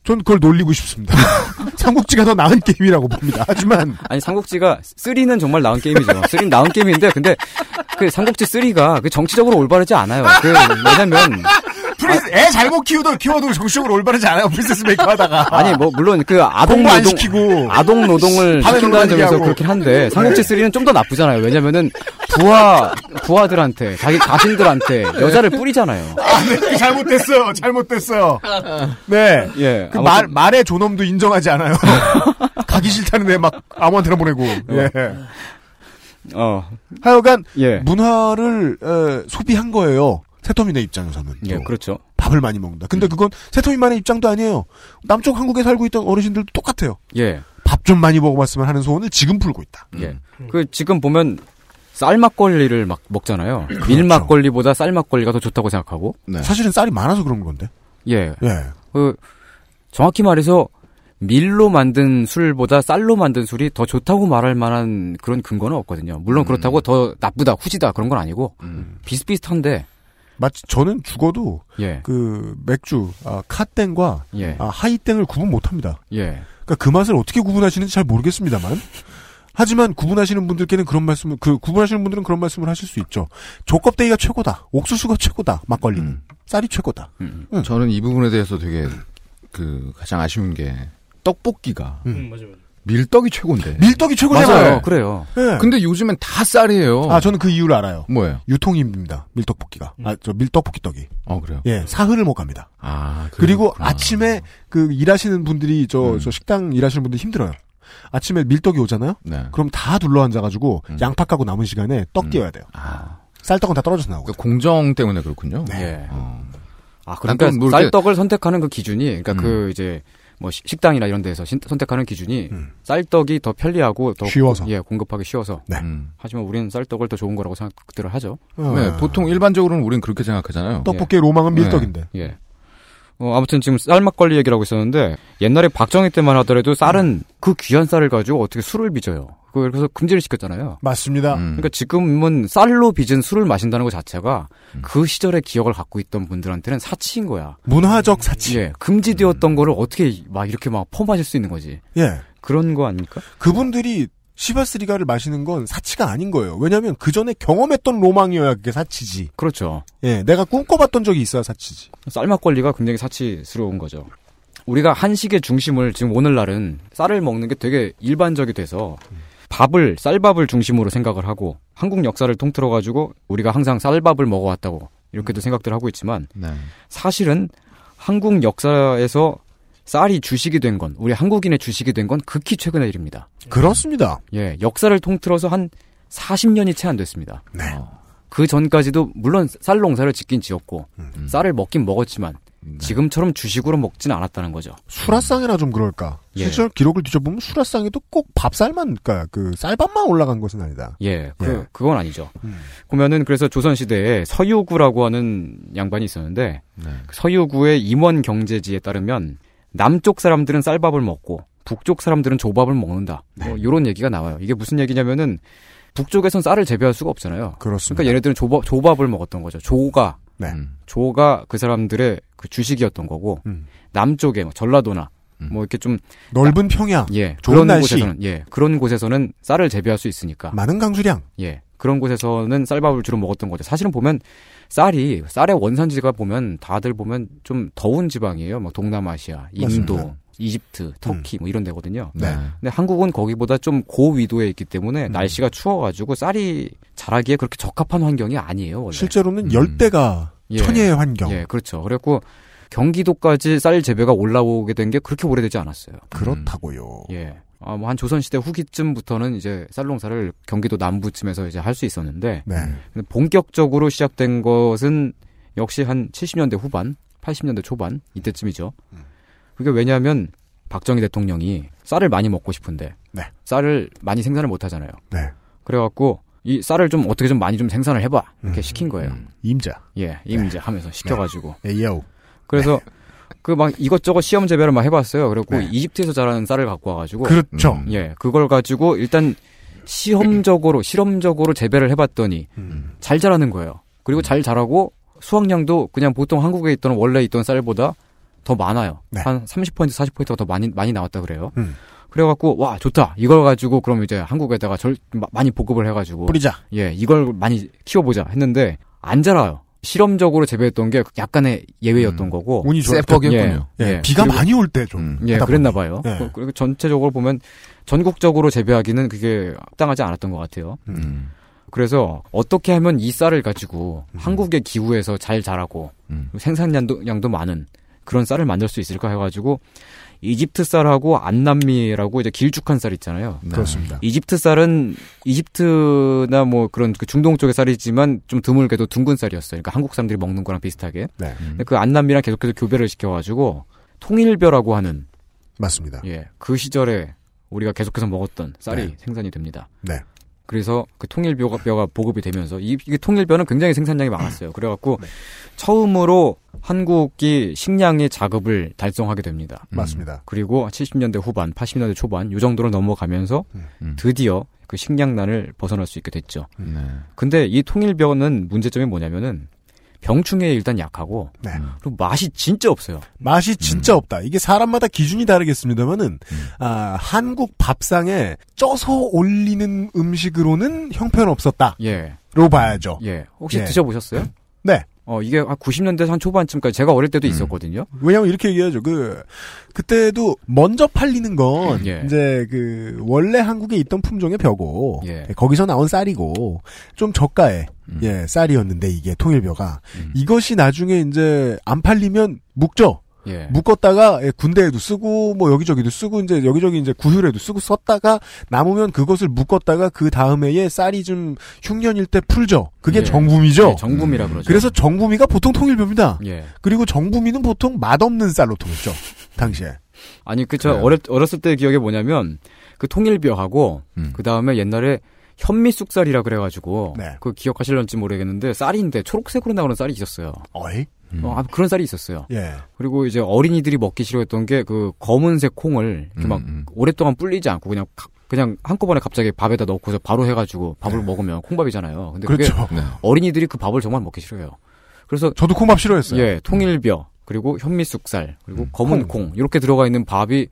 Speaker 2: 전 그걸 놀리고 싶습니다. 삼국지가 더 나은 게임이라고 봅니다. 하지만
Speaker 9: 아니 삼국지가 3는 정말 나은 게임이죠. 3는 나은 게임인데 근데 그 삼국지 3가 그 정치적으로 올바르지 않아요. 그 왜냐면
Speaker 2: 프린스 애 잘못 키우도 키워도 정식으로 올바르지 않아요. 프린세스 메이커 하다가
Speaker 9: 아니 뭐 물론 그 아동
Speaker 2: 공부 안
Speaker 9: 노동
Speaker 2: 시키고
Speaker 9: 아동 노동을
Speaker 2: 밤에
Speaker 9: 시킨다는
Speaker 2: 놀라게
Speaker 9: 점에서
Speaker 2: 하고. 네.
Speaker 9: 그렇긴 한데 삼국지 3는 좀 더 나쁘잖아요. 왜냐면은 부하 부하들한테 자기 자신들한테 여자를 뿌리잖아요.
Speaker 2: 아, 네, 잘못됐어요. 잘못됐어요. 네.
Speaker 9: 예.
Speaker 2: 그
Speaker 9: 아무튼-
Speaker 2: 말, 말의 존엄도 인정하지 않아요. 가기 싫다는데 막 아무한테나 보내고. 예.
Speaker 9: 어.
Speaker 2: 하여간
Speaker 9: 예.
Speaker 2: 문화를 에, 소비한 거예요. 세토민의 입장에서는.
Speaker 9: 예,
Speaker 2: 또.
Speaker 9: 그렇죠. 음.
Speaker 2: 밥을 많이 먹는다. 근데 그건 세토민만의 입장도 아니에요. 남쪽 한국에 살고 있던 어르신들도 똑같아요.
Speaker 9: 예.
Speaker 2: 밥 좀 많이 먹어봤으면 하는 소원을 지금 풀고 있다.
Speaker 9: 예.
Speaker 2: 음.
Speaker 9: 그 지금 보면 쌀 막걸리를 막 먹잖아요.
Speaker 2: 그렇죠.
Speaker 9: 밀 막걸리보다 쌀 막걸리가 더 좋다고 생각하고.
Speaker 2: 사실은 쌀이 많아서 그런 건데.
Speaker 9: 예.
Speaker 2: 예.
Speaker 9: 그 정확히 말해서 밀로 만든 술보다 쌀로 만든 술이 더 좋다고 말할 만한 그런 근거는 없거든요. 물론 그렇다고 더 나쁘다, 후지다 그런 건 아니고 비슷비슷한데
Speaker 2: 마치 저는 죽어도
Speaker 9: 예.
Speaker 2: 그 맥주 아, 카땡과
Speaker 9: 예.
Speaker 2: 아, 하이땡을 구분 못합니다.
Speaker 9: 예.
Speaker 2: 그러니까 그 맛을 어떻게 구분하시는지 잘 모르겠습니다만. 하지만 구분하시는 분들께는 그런 말씀을 그 구분하시는 분들은 그런 말씀을 하실 수 있죠. 조껍데기가 최고다. 옥수수가 최고다. 막걸리는
Speaker 12: 음.
Speaker 2: 쌀이 최고다.
Speaker 12: 저는 이 부분에 대해서 되게 그 가장 아쉬운 게 떡볶이가 밀떡이 최고인데
Speaker 2: 음. 밀떡이 최고잖아요.
Speaker 12: 맞아요.
Speaker 9: 그래요.
Speaker 2: 예.
Speaker 12: 근데 요즘엔 다 쌀이에요.
Speaker 2: 아 저는 그 이유를 알아요.
Speaker 12: 뭐예요?
Speaker 2: 유통입니다. 밀떡볶이가. 아 저 밀떡볶이 떡이.
Speaker 12: 어 그래요.
Speaker 2: 예 사흘을 못 갑니다.
Speaker 12: 아 그래요?
Speaker 2: 그리고 아침에 그 일하시는 분들이 저, 저 식당 일하시는 분들 힘들어요. 아침에 밀떡이 오잖아요. 그럼 다 둘러 앉아가지고 양파 까고 남은 시간에 떡 띄워야 돼요. 쌀떡은 다 떨어져서 나오고.
Speaker 12: 공정 때문에 그렇군요.
Speaker 9: 예. 아
Speaker 12: 난
Speaker 9: 그러니까
Speaker 4: 뭐
Speaker 12: 또 모르게-
Speaker 9: 쌀떡을 선택하는 그 기준이 그러니까 그 이제 뭐 시- 식당이나 이런 데서 신- 선택하는 기준이 쌀떡이 더 편리하고 더
Speaker 12: 쉬워서.
Speaker 9: 예 공급하기 쉬워서
Speaker 12: 음.
Speaker 9: 하지만 우리는 쌀떡을 더 좋은 거라고 생각들을 하죠.
Speaker 12: 네, 보통 일반적으로는 우린 그렇게 생각하잖아요.
Speaker 9: 떡볶이의 로망은 밀떡인데. 예. 어, 아무튼 지금 쌀 막걸리 얘기를 하고 있었는데 옛날에 박정희 때만 하더라도 쌀은
Speaker 2: 음.
Speaker 9: 그 귀한 쌀을 가지고 어떻게 술을 빚어요. 그걸 그래서 금지를 시켰잖아요.
Speaker 2: 맞습니다. 음.
Speaker 9: 그러니까 지금은 쌀로 빚은 술을 마신다는 것 자체가 그 시절의 기억을 갖고 있던 분들한테는 사치인 거야.
Speaker 2: 음. 문화적 사치. 음.
Speaker 9: 예, 금지되었던 거를 어떻게 막 이렇게 막 퍼마실 수 있는 거지.
Speaker 2: 예.
Speaker 9: 그런 거 아닙니까?
Speaker 2: 그분들이 시바스리가를 마시는 건 사치가 아닌 거예요. 왜냐하면 그 전에 경험했던 로망이어야 그게 사치지.
Speaker 9: 그렇죠.
Speaker 2: 예, 내가 꿈꿔봤던 적이 있어야 사치지.
Speaker 9: 쌀 막걸리가 굉장히 사치스러운 거죠. 우리가 한식의 중심을 지금 오늘날은 쌀을 먹는 게 되게 일반적이 돼서 밥을 쌀밥을 중심으로 생각을 하고 한국 역사를 통틀어 가지고 우리가 항상 쌀밥을 먹어왔다고 이렇게도 생각들 하고 있지만 사실은 한국 역사에서 쌀이 주식이 된 건 우리 한국인의 주식이 된 건 극히 최근의 일입니다.
Speaker 2: 그렇습니다.
Speaker 9: 예, 역사를 통틀어서 한 40년이 채 안 됐습니다.
Speaker 2: 네.
Speaker 9: 어, 그 전까지도 물론 쌀 농사를 짓긴 지었고
Speaker 2: 음.
Speaker 9: 쌀을 먹긴 먹었지만 지금처럼 주식으로 먹진 않았다는 거죠.
Speaker 2: 수라상이나 좀 그럴까.
Speaker 9: 예.
Speaker 2: 실제로 기록을 뒤져보면 수라상에도 꼭 밥쌀만, 그니까 그 쌀밥만 올라간 것은 아니다.
Speaker 9: 예, 그,
Speaker 2: 예.
Speaker 9: 그건 아니죠. 보면은 그래서 조선시대에 서유구라고 하는 양반이 있었는데 그 서유구의 임원 경제지에 따르면 남쪽 사람들은 쌀밥을 먹고 북쪽 사람들은 조밥을 먹는다. 뭐 이런 얘기가 나와요. 이게 무슨 얘기냐면은 북쪽에선 쌀을 재배할 수가 없잖아요. 그렇습니다. 러니까 얘네들은 조밥, 조밥을 먹었던 거죠. 조가
Speaker 2: 음.
Speaker 9: 조가 그 사람들의 그 주식이었던 거고 남쪽에 뭐 전라도나 뭐 이렇게 좀
Speaker 2: 넓은 평야,
Speaker 9: 예,
Speaker 2: 좋은
Speaker 9: 그런
Speaker 2: 날씨.
Speaker 9: 곳에서는 예, 그런 곳에서는 쌀을 재배할 수 있으니까
Speaker 2: 많은 강수량.
Speaker 9: 예. 그런 곳에서는 쌀밥을 주로 먹었던 거죠. 사실은 보면 쌀이 쌀의 원산지가 보면 다들 보면 좀 더운 지방이에요. 막 동남아시아, 인도,
Speaker 4: 맞습니다.
Speaker 9: 이집트,
Speaker 2: 음.
Speaker 9: 터키 뭐 이런 데거든요.
Speaker 2: 네.
Speaker 9: 근데 한국은 거기보다 좀 고위도에 있기 때문에
Speaker 2: 음.
Speaker 9: 날씨가 추워가지고 쌀이 자라기에 그렇게 적합한 환경이 아니에요. 원래. 음.
Speaker 2: 실제로는 열대가 천혜의 환경.
Speaker 9: 예, 그렇죠. 그래갖고 경기도까지 쌀 재배가 올라오게 된 게 그렇게 오래되지 않았어요.
Speaker 2: 그렇다고요.
Speaker 9: 예. 아, 뭐 한 조선시대 후기쯤부터는 이제 쌀농사를 경기도 남부쯤에서 이제 할 수 있었는데
Speaker 2: 네.
Speaker 9: 근데 본격적으로 시작된 것은 역시 한 70년대 후반, 80년대 초반 이때쯤이죠.
Speaker 2: 음.
Speaker 9: 그게 왜냐하면 박정희 대통령이 쌀을 많이 먹고 싶은데
Speaker 2: 네.
Speaker 9: 쌀을 많이 생산을 못 하잖아요.
Speaker 2: 네.
Speaker 9: 그래갖고 이 쌀을 좀 어떻게 좀 많이 좀 생산을 해봐 이렇게 시킨 거예요.
Speaker 2: 음. 임자.
Speaker 9: 예, 임자 하면서 시켜가지고.
Speaker 2: 네. 에이요.
Speaker 9: 그래서 그 막 이것저것 시험 재배를 막 해봤어요. 그리고 이집트에서 자라는 쌀을 갖고 와가지고.
Speaker 2: 네. 그렇죠.
Speaker 9: 음, 예, 그걸 가지고 일단 시험적으로 실험적으로 재배를 해봤더니
Speaker 2: 음.
Speaker 9: 잘 자라는 거예요. 그리고 잘 자라고 수확량도 그냥 보통 한국에 있던 원래 있던 쌀보다 더 많아요. 한 30% 40%가 더 많이 많이 나왔다 그래요.
Speaker 2: 네. 음.
Speaker 9: 그래갖고 와 좋다 이걸 가지고 그럼 이제 한국에다가 절 마- 많이 보급을 해가지고
Speaker 2: 뿌리자.
Speaker 9: 예 이걸 많이 키워보자 했는데 안 자라요. 실험적으로 재배했던 게 약간의 예외였던 거고
Speaker 2: 음. 운이 좋았군요. 예. 비가 많이 올 때 좀.
Speaker 9: 예,
Speaker 2: 하다
Speaker 9: 그랬나
Speaker 2: 보니.
Speaker 9: 봐요.
Speaker 2: 예.
Speaker 9: 그- 그리고 전체적으로 보면 전국적으로 재배하기는 그게 합당하지 않았던 것 같아요.
Speaker 2: 음.
Speaker 9: 그래서 어떻게 하면 이 쌀을 가지고
Speaker 2: 음.
Speaker 9: 한국의 기후에서 잘 자라고 생산량도 양도 많은 그런 쌀을 만들 수 있을까 해가지고 이집트 쌀하고 안남미라고 이제 길쭉한 쌀 있잖아요.
Speaker 2: 네. 그렇습니다.
Speaker 9: 이집트 쌀은 이집트나 뭐 그런 그 중동 쪽의 쌀이지만 좀 드물게도 둥근 쌀이었어요. 그러니까 한국 사람들이 먹는 거랑 비슷하게.
Speaker 2: 네.
Speaker 12: 음.
Speaker 9: 근데 그 안남미랑 계속해서 교배를 시켜가지고 통일벼라고 하는
Speaker 2: 맞습니다.
Speaker 9: 예, 그 시절에 우리가 계속해서 먹었던 쌀이
Speaker 2: 네.
Speaker 9: 생산이 됩니다.
Speaker 2: 네.
Speaker 9: 그래서 그 통일벼가 뼈가 보급이 되면서 이, 게 통일벼는 굉장히 생산량이 많았어요. 그래갖고 처음으로 한국이 식량의 자급을 달성하게 됩니다.
Speaker 2: 음. 맞습니다.
Speaker 9: 그리고 70년대 후반, 80년대 초반 이 정도로 넘어가면서
Speaker 2: 음.
Speaker 9: 드디어 그 식량난을 벗어날 수 있게 됐죠. 근데 이 통일벼는 문제점이 뭐냐면은 병충해에 일단 약하고
Speaker 2: 네.
Speaker 9: 그리고 맛이 진짜 없어요. 음.
Speaker 2: 맛이 진짜 없다. 이게 사람마다 기준이 다르겠습니다만은 아, 한국 밥상에 쪄서 올리는 음식으로는 형편없었다.
Speaker 9: 예.
Speaker 2: 로 봐야죠.
Speaker 9: 예. 혹시
Speaker 2: 예.
Speaker 9: 드셔보셨어요?
Speaker 2: 네. 음.
Speaker 9: 어, 이게 한 90년대 한 초반쯤까지 제가 어릴 때도 있었거든요.
Speaker 2: 왜냐면 이렇게 얘기하죠. 그 그때도 먼저 팔리는 건
Speaker 9: 예.
Speaker 2: 이제 그 원래 한국에 있던 품종의 벼고
Speaker 9: 예. 음.
Speaker 2: 거기서 나온 쌀이고 좀 저가의 예, 쌀이었는데 이게 통일벼가 이것이 나중에 이제 안 팔리면 묵죠.
Speaker 9: 예.
Speaker 2: 묶었다가 예, 군대에도 쓰고 뭐 여기저기도 쓰고 이제 여기저기 이제 구휼에도 쓰고 썼다가 남으면 그것을 묶었다가 그 다음에에 쌀이 좀 흉년일 때 풀죠. 그게
Speaker 9: 예.
Speaker 2: 정부미죠. 음.
Speaker 9: 예, 정부미라 그러죠.
Speaker 2: 그래서 정부미가 보통 통일벼입니다.
Speaker 9: 예.
Speaker 2: 그리고 정부미는 보통 맛없는 쌀로 통했죠. 당시에.
Speaker 9: 아니, 그,
Speaker 2: 네.
Speaker 9: 저, 어렸, 어렸을 때 기억이 뭐냐면, 그 통일벼하고, 그 다음에 옛날에 현미쑥쌀이라 그래가지고,
Speaker 2: 네.
Speaker 9: 그 기억하실런지 모르겠는데, 쌀인데, 초록색으로 나오는 쌀이 있었어요.
Speaker 2: 어이? 음.
Speaker 9: 어, 아, 그런 쌀이 있었어요.
Speaker 2: 예.
Speaker 9: 그리고 이제 어린이들이 먹기 싫어했던 게 그 검은색 콩을
Speaker 2: 음,
Speaker 9: 이렇게 막 오랫동안 불리지 않고 그냥 가- 그냥 한꺼번에 갑자기 밥에다 넣고서 바로 해가지고 밥을 먹으면 콩밥이잖아요. 근데 그게
Speaker 2: 네. 그렇죠. 네.
Speaker 9: 어린이들이 그 밥을 정말 먹기 싫어해요. 그래서
Speaker 2: 저도 콩밥 싫어했어요. 음.
Speaker 9: 예, 통일벼 그리고 현미쑥살 그리고 검은 콩. 이렇게 들어가 있는 밥이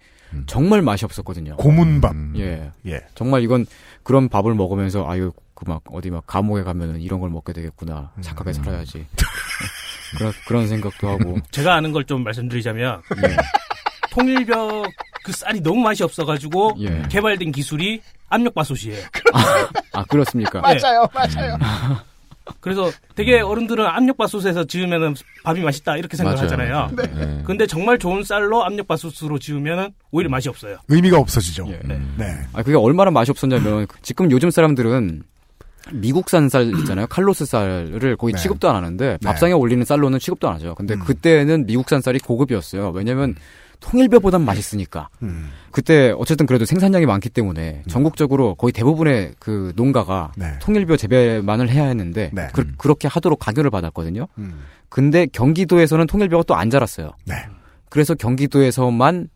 Speaker 9: 정말 맛이 없었거든요.
Speaker 2: 고문밥.
Speaker 9: 예.
Speaker 2: 음. 예.
Speaker 9: 정말 이건 그런 밥을 먹으면서 아유 그 막 어디 막 감옥에 가면은 이런 걸 먹게 되겠구나
Speaker 2: 음.
Speaker 9: 착하게 살아야지 그런 그런 생각도 하고 예.
Speaker 8: 제가 아는 걸 좀 말씀드리자면 통일벽 그 쌀이 너무 맛이 없어가지고
Speaker 9: 예.
Speaker 8: 개발된 기술이 압력밥솥이에요.
Speaker 9: 아 그렇습니까?
Speaker 2: 네. 음.
Speaker 13: 맞아요.
Speaker 8: 그래서 되게 어른들은 압력밥솥에서 지으면 밥이 맛있다 이렇게 생각을
Speaker 2: 맞아요. 네.
Speaker 8: 하잖아요.
Speaker 9: 네.
Speaker 8: 네. 근데 정말 좋은 쌀로 압력밥솥으로 지으면 오히려 맛이 없어요.
Speaker 2: 의미가 없어지죠. 네.
Speaker 9: 아 그게 얼마나 맛이 없었냐면 그 지금 요즘 사람들은 미국산 쌀 있잖아요. 칼로스 쌀을 거의
Speaker 4: 네.
Speaker 9: 취급도 안 하는데 밥상에 올리는 쌀로는 취급도 안 하죠. 근데
Speaker 2: 음.
Speaker 9: 그때는 미국산 쌀이 고급이었어요. 왜냐면 통일벼보단 맛있으니까.
Speaker 2: 음.
Speaker 9: 그때 어쨌든 그래도 생산량이 많기 때문에 전국적으로 거의 대부분의 그 농가가
Speaker 2: 네.
Speaker 9: 통일벼 재배만을 해야 했는데 그, 렇게 하도록 강요를 받았거든요.
Speaker 2: 음.
Speaker 9: 근데 경기도에서는 통일벼가 또 안 자랐어요.
Speaker 2: 네.
Speaker 9: 그래서 경기도에서만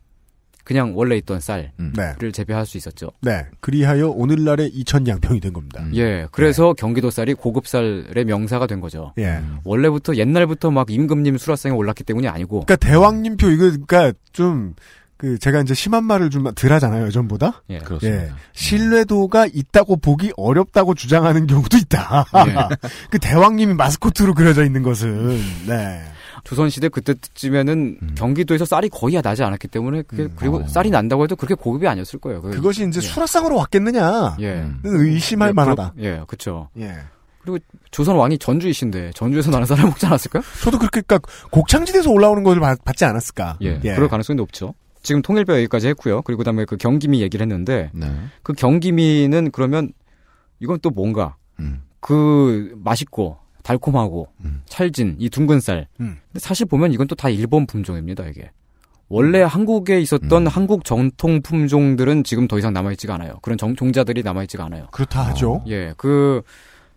Speaker 9: 그냥 원래 있던 쌀을
Speaker 2: 네.
Speaker 9: 재배할 수 있었죠.
Speaker 2: 네. 그리하여 오늘날의 이천 양평이 된 겁니다.
Speaker 9: 예, 그래서 경기도 쌀이 고급 쌀의 명사가 된 거죠.
Speaker 2: 예.
Speaker 9: 원래부터 옛날부터 막 임금님 수라상에 올랐기 때문이 아니고
Speaker 2: 그러니까 대왕님표 이거 그러니까 좀 그 제가 이제 심한 말을 좀 덜 하잖아요 예전보다.
Speaker 9: 예.
Speaker 2: 그렇습니다. 신뢰도가 있다고 보기 어렵다고 주장하는 경우도 있다.
Speaker 9: 예.
Speaker 2: 그 대왕님이 마스코트로 그려져 있는 것은 네. 음.
Speaker 9: 조선 시대 그때쯤에는 경기도에서 쌀이 거의 나지 않았기 때문에 그게 그리고 쌀이 난다고 해도 그렇게 고급이 아니었을 거예요. 그-
Speaker 2: 어. 그것이 이제
Speaker 9: 예.
Speaker 2: 수라상으로 왔겠느냐?
Speaker 9: 예.
Speaker 2: 의심할
Speaker 9: 예,
Speaker 2: 만하다.
Speaker 9: 그렇- 예, 그렇죠.
Speaker 2: 예.
Speaker 9: 그리고 조선 왕이 전주이신데 전주에서 나는 쌀을 먹지 않았을까요?
Speaker 2: 저도 그렇게 그러니까 곡창지대에서 올라오는 것을 받, 지 않았을까?
Speaker 9: 예, 그럴 가능성이 높죠. 지금 통일벼 얘기까지 했고요. 그리고 그다음에 그 경기미 얘기를 했는데
Speaker 2: 네.
Speaker 9: 그 경기미는 그러면 이건 또 뭔가
Speaker 2: 음.
Speaker 9: 그 맛있고 달콤하고 찰진 이 둥근 쌀.
Speaker 2: 음.
Speaker 9: 근데 사실 보면 이건 또 다 일본 품종입니다. 이게
Speaker 2: 음.
Speaker 9: 원래 한국에 있었던 한국 정통 품종들은 지금 더 이상 남아있지가 않아요. 그런 정, 종자들이 남아있지가 않아요.
Speaker 2: 그렇다 하죠.
Speaker 9: 예, 그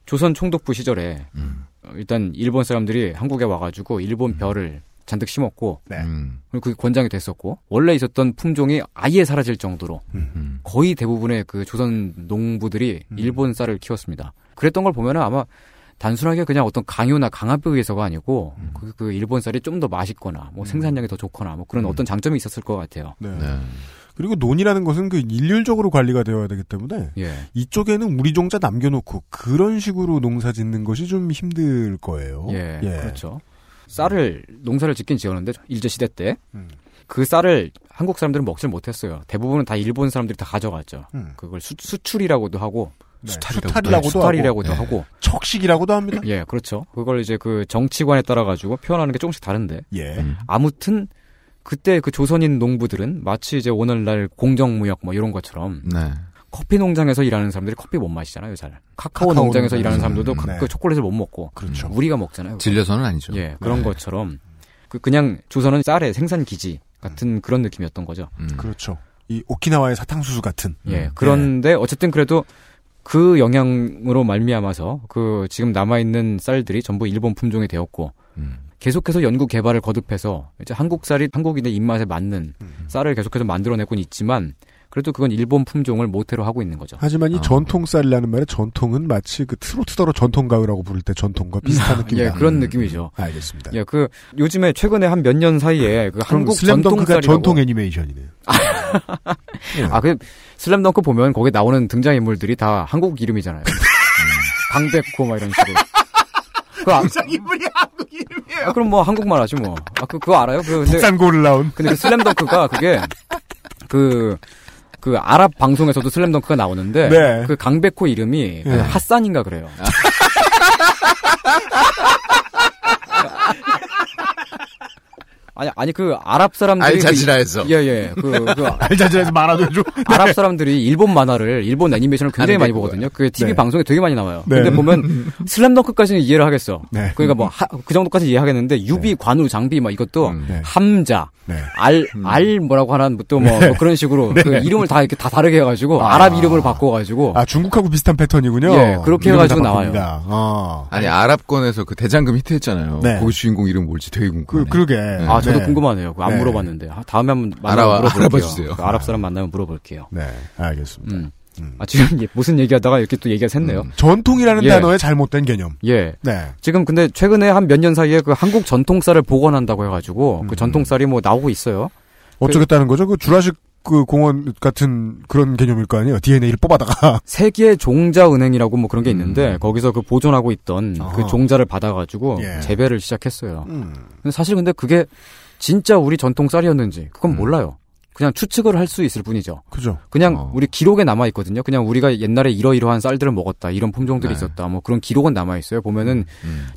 Speaker 9: 조선 총독부 시절에
Speaker 2: 음.
Speaker 9: 어, 일단 일본 사람들이 한국에 와가지고 일본 벼를 잔뜩 심었고
Speaker 2: 네.
Speaker 9: 그리고 그게 권장이 됐었고 원래 있었던 품종이 아예 사라질 정도로 거의 대부분의 그 조선 농부들이 일본 쌀을 키웠습니다. 그랬던 걸 보면은 아마 단순하게 그냥 어떤 강요나 강압에 의해서가 아니고 그, 그 일본 쌀이 좀 더 맛있거나 뭐 생산량이 더 좋거나 뭐 그런 어떤 장점이 있었을 것 같아요.
Speaker 2: 네. 그리고 논이라는 것은 그 일률적으로 관리가 되어야 되기 때문에
Speaker 9: 예.
Speaker 2: 이쪽에는 우리 종자 남겨놓고 그런 식으로 농사 짓는 것이 좀 힘들 거예요.
Speaker 9: 예, 그렇죠. 쌀을 농사를 짓긴 지었는데 일제 시대 때 그
Speaker 2: 음.
Speaker 9: 쌀을 한국 사람들은 먹질 못했어요. 대부분은 다 일본 사람들이 다 가져갔죠.
Speaker 2: 음. 네,
Speaker 9: 그걸 수, 수출이라고도 하고
Speaker 2: 수탈이라고도 하고.
Speaker 9: 수탈이라고도
Speaker 2: 네.
Speaker 9: 하고
Speaker 2: 척식이라고도 합니다.
Speaker 9: 예, 그렇죠. 그걸 이제 그 정치관에 따라 가지고 표현하는 게 조금씩 다른데.
Speaker 2: 예.
Speaker 9: 아무튼 그때 그 조선인 농부들은 마치 이제 오늘날 공정무역 뭐 이런 것처럼 커피 농장에서 일하는 사람들이 커피 못 마시잖아요, 잘. 카카오
Speaker 4: 카카오
Speaker 9: 농장에서
Speaker 4: 농장.
Speaker 9: 일하는 사람들도
Speaker 4: 음,
Speaker 9: 카-
Speaker 4: 네.
Speaker 9: 그 초콜릿을 못 먹고 우리가 먹잖아요.
Speaker 4: 질려서는 그렇죠. 아니죠.
Speaker 9: 예, 그런
Speaker 4: 네.
Speaker 9: 것처럼 그 그냥 조선은 쌀의 생산 기지
Speaker 4: 음.
Speaker 9: 같은 그런 느낌이었던 거죠.
Speaker 2: 그렇죠. 이 오키나와의 사탕수수 같은.
Speaker 4: 음.
Speaker 9: 예. 그런데 어쨌든 그래도 그 영향으로 말미암아서 그 지금 남아 있는 쌀들이 전부 일본 품종이 되었고
Speaker 4: 음.
Speaker 9: 계속해서 연구 개발을 거듭해서 이제 한국 쌀이 한국인의 입맛에 맞는
Speaker 2: 음.
Speaker 9: 쌀을 계속해서 만들어내곤 있지만 그래도 그건 일본 품종을 모태로 하고 있는 거죠.
Speaker 2: 하지만 이
Speaker 9: 아.
Speaker 2: 전통쌀이라는 말의 전통은 마치 그 트로트더러 전통가요라고 부를 때 전통과 비슷한 느낌이다.
Speaker 9: 예, 그런 느낌이죠.
Speaker 2: 알겠습니다.
Speaker 9: 예, 그 요즘에 최근에 한 몇 년 사이에 그
Speaker 2: 그럼
Speaker 9: 한국 전통
Speaker 2: 슬램덩크가
Speaker 9: 쌀이라고
Speaker 2: 전통 애니메이션이네요.
Speaker 12: 예.
Speaker 9: 아, 그 슬램덩크 보면 거기 나오는 등장 인물들이 다 한국 이름이잖아요. 음. 강백호 막 이런 식으로. 그 아,
Speaker 13: 이분이 한국 이름이에요.
Speaker 9: 아, 그럼 뭐 한국말 하지 뭐. 아, 그, 그거 알아요? 그,
Speaker 2: 북산고를 나온.
Speaker 9: 근데 그 슬램덩크가 그게, 그, 그 아랍 방송에서도 슬램덩크가 나오는데,
Speaker 2: 네.
Speaker 9: 그 강백호 이름이 그
Speaker 2: 예.
Speaker 9: 핫산인가 그래요.
Speaker 12: 아.
Speaker 9: 아니, 아니, 그, 아랍 사람들이.
Speaker 12: 알자지라에서.
Speaker 9: 그, 예, 예. 그, 그,
Speaker 2: 알자지라에서 만화도 네, 해줘.
Speaker 9: 아랍 사람들이 일본 만화를, 일본 애니메이션을 굉장히
Speaker 12: 아는 게
Speaker 9: 많이
Speaker 12: 그거예요.
Speaker 9: 보거든요. 그게 TV
Speaker 12: 네.
Speaker 9: 방송에 되게 많이 나와요.
Speaker 12: 네.
Speaker 9: 근데 보면, 슬램덩크까지는 이해를 하겠어.
Speaker 12: 네.
Speaker 9: 그러니까 뭐, 하- 그 정도까지 이해하겠는데, 유비,
Speaker 2: 네.
Speaker 9: 관우, 장비, 막 이것도,
Speaker 2: 음,
Speaker 9: 함자, 알, 알 뭐라고 하나, 또 뭐,
Speaker 2: 네.
Speaker 9: 뭐 그런 식으로,
Speaker 2: 네.
Speaker 9: 그 이름을 다 이렇게 다 다르게 해가지고, 아랍 이름을 바꿔가지고,
Speaker 2: 아 중국하고 비슷한 패턴이군요.
Speaker 9: 예, 그렇게
Speaker 2: 이름을
Speaker 9: 해가지고
Speaker 2: 다
Speaker 9: 나와요.
Speaker 2: 바꿉니다. 어.
Speaker 12: 아니 아랍권에서 그 대장금 히트했잖아요.
Speaker 2: 네.
Speaker 12: 거기 주인공 이름 뭘지 되게 궁금해.
Speaker 2: 그, 그러게.
Speaker 9: 아, 저도 궁금하네요. 그거 안 물어봤는데. 아, 다음에 한번
Speaker 12: 알아와-
Speaker 9: 만나면 물어볼게요.
Speaker 12: 알아봐 주세요.
Speaker 9: 그 아랍 사람 만나면 물어볼게요.
Speaker 2: 네, 알겠습니다. 음.
Speaker 9: 아, 지금 이게 무슨 얘기하다가 이렇게 또 얘기가 샜네요.
Speaker 2: 전통이라는
Speaker 9: 예.
Speaker 2: 단어의 잘못된 개념.
Speaker 9: 예.
Speaker 2: 네.
Speaker 9: 지금 근데 최근에 한 몇 년 사이에 그 한국 전통쌀을 복원한다고 해가지고 그 전통쌀이 뭐 나오고 있어요.
Speaker 2: 음. 어쩌겠다는 거죠? 그 주라식 그 공원 같은 그런 개념일 거 아니에요? DNA를 뽑아다가.
Speaker 9: 그 세계 종자은행이라고 뭐 그런 게 있는데
Speaker 2: 음.
Speaker 9: 거기서 그 보존하고
Speaker 2: 아. 예. 음.
Speaker 9: 있던 그 종자를 받아가지고 재배를 시작했어요. 근데 사실 근데 그게 진짜 우리 전통 쌀이었는지 그건
Speaker 2: 음.
Speaker 9: 몰라요. 그냥 추측을 할 수 있을 뿐이죠.
Speaker 2: 그죠.
Speaker 9: 그냥 우리 기록에 남아 있거든요. 그냥 우리가 옛날에 이러이러한 쌀들을 먹었다, 이런 품종들이
Speaker 12: 네.
Speaker 9: 있었다, 뭐 그런 기록은 남아 있어요. 보면은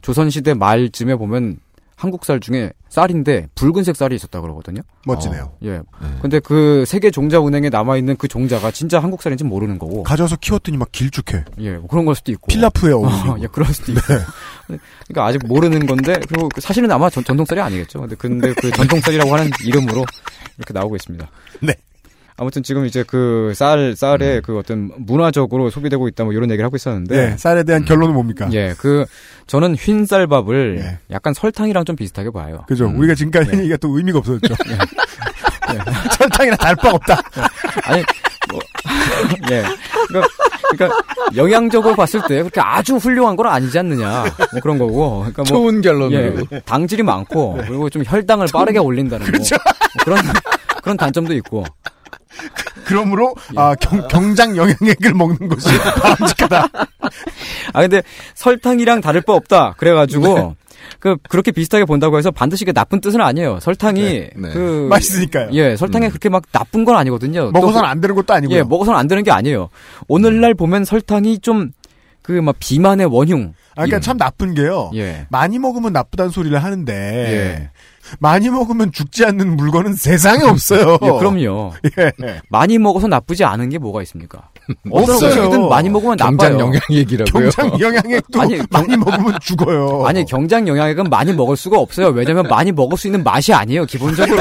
Speaker 9: 조선 시대 말쯤에 보면 한국 쌀 중에 쌀인데 붉은색 쌀이 있었다 그러거든요.
Speaker 2: 멋지네요.
Speaker 9: 어, 예. 근데 그 세계 종자 은행에 남아 있는 그 종자가 진짜 한국 쌀인지 모르는 거고.
Speaker 2: 가져서 키웠더니 막 길쭉해.
Speaker 9: 예, 뭐 그런 걸 수도 있고.
Speaker 2: 필라프에 어울리고. 네.
Speaker 9: 어, 예, 그럴 수도 있고. 그러니까 아직 모르는 건데 그리고 그 사실은 아마 전, 전통살이 아니겠죠. 근데 근데 그 전통살이라고 하는 이름으로 이렇게 나오고 있습니다.
Speaker 2: 네. 음.
Speaker 9: 아무튼 지금 이제 그 쌀 쌀의 그 어떤 문화적으로 소비되고 있다 뭐 이런 얘기를 하고 있었는데
Speaker 2: 예, 쌀에 대한 결론은 뭡니까?
Speaker 9: 예, 그 저는 흰쌀밥을 약간 설탕이랑 좀 비슷하게 봐요.
Speaker 2: 예. 그죠.
Speaker 9: 음.
Speaker 2: 우리가 지금까지
Speaker 9: 예.
Speaker 2: 얘기가 또 의미가 없어졌죠. 설탕이나 달바 없다.
Speaker 9: 아니, 뭐, 예. 그러니까, 그러니까 영양적으로 봤을 때 그렇게 아주 훌륭한 건 아니지 않느냐. 뭐 그런 거고. 그러니까 뭐,
Speaker 12: 좋은 결론으로.
Speaker 9: 예, 당질이 많고 그리고 좀 혈당을 빠르게 올린다는 거.
Speaker 2: 그렇죠.
Speaker 9: 뭐 그런 그런 단점도 있고. 예.
Speaker 2: 그러므로 아, 경, 경장 영양액을 먹는 것이 바람직하다.
Speaker 9: 아 근데 설탕이랑 다를 바 없다. 그래가지고
Speaker 2: 네.
Speaker 9: 그 그렇게 비슷하게 본다고 해서 반드시 그 나쁜 뜻은 아니에요. 설탕이
Speaker 2: 네.
Speaker 9: 그
Speaker 2: 맛있으니까요. 음.
Speaker 9: 예, 설탕이 그렇게 막 나쁜 건 아니거든요.
Speaker 2: 먹어서는
Speaker 9: 또 그-
Speaker 2: 안 되는 것도 아니고요. 음.
Speaker 9: 예, 먹어서는 안 되는 게 아니에요. 오늘날 보면 설탕이 좀 그 막 비만의 원흉.
Speaker 2: 아, 그러니까 참 나쁜 게요.
Speaker 9: 예.
Speaker 2: 많이 먹으면 나쁘다는 소리를 하는데
Speaker 9: 예.
Speaker 2: 많이 먹으면 죽지 않는 물건은 세상에 없어요.
Speaker 9: 예, 그럼요.
Speaker 2: 예.
Speaker 9: 많이 먹어서 나쁘지 않은 게 뭐가 있습니까? 어떤
Speaker 2: 없어요.
Speaker 9: 음식이든 많이 먹으면
Speaker 2: 경장
Speaker 9: 나빠요.
Speaker 2: 영양액이라고요? 경장 영양액도 많이 먹으면 죽어요. 네.
Speaker 9: 아니 경장 영양액은 많이 먹을 수가 없어요. 왜냐면 많이 먹을 수 있는 맛이 아니에요. 기본적으로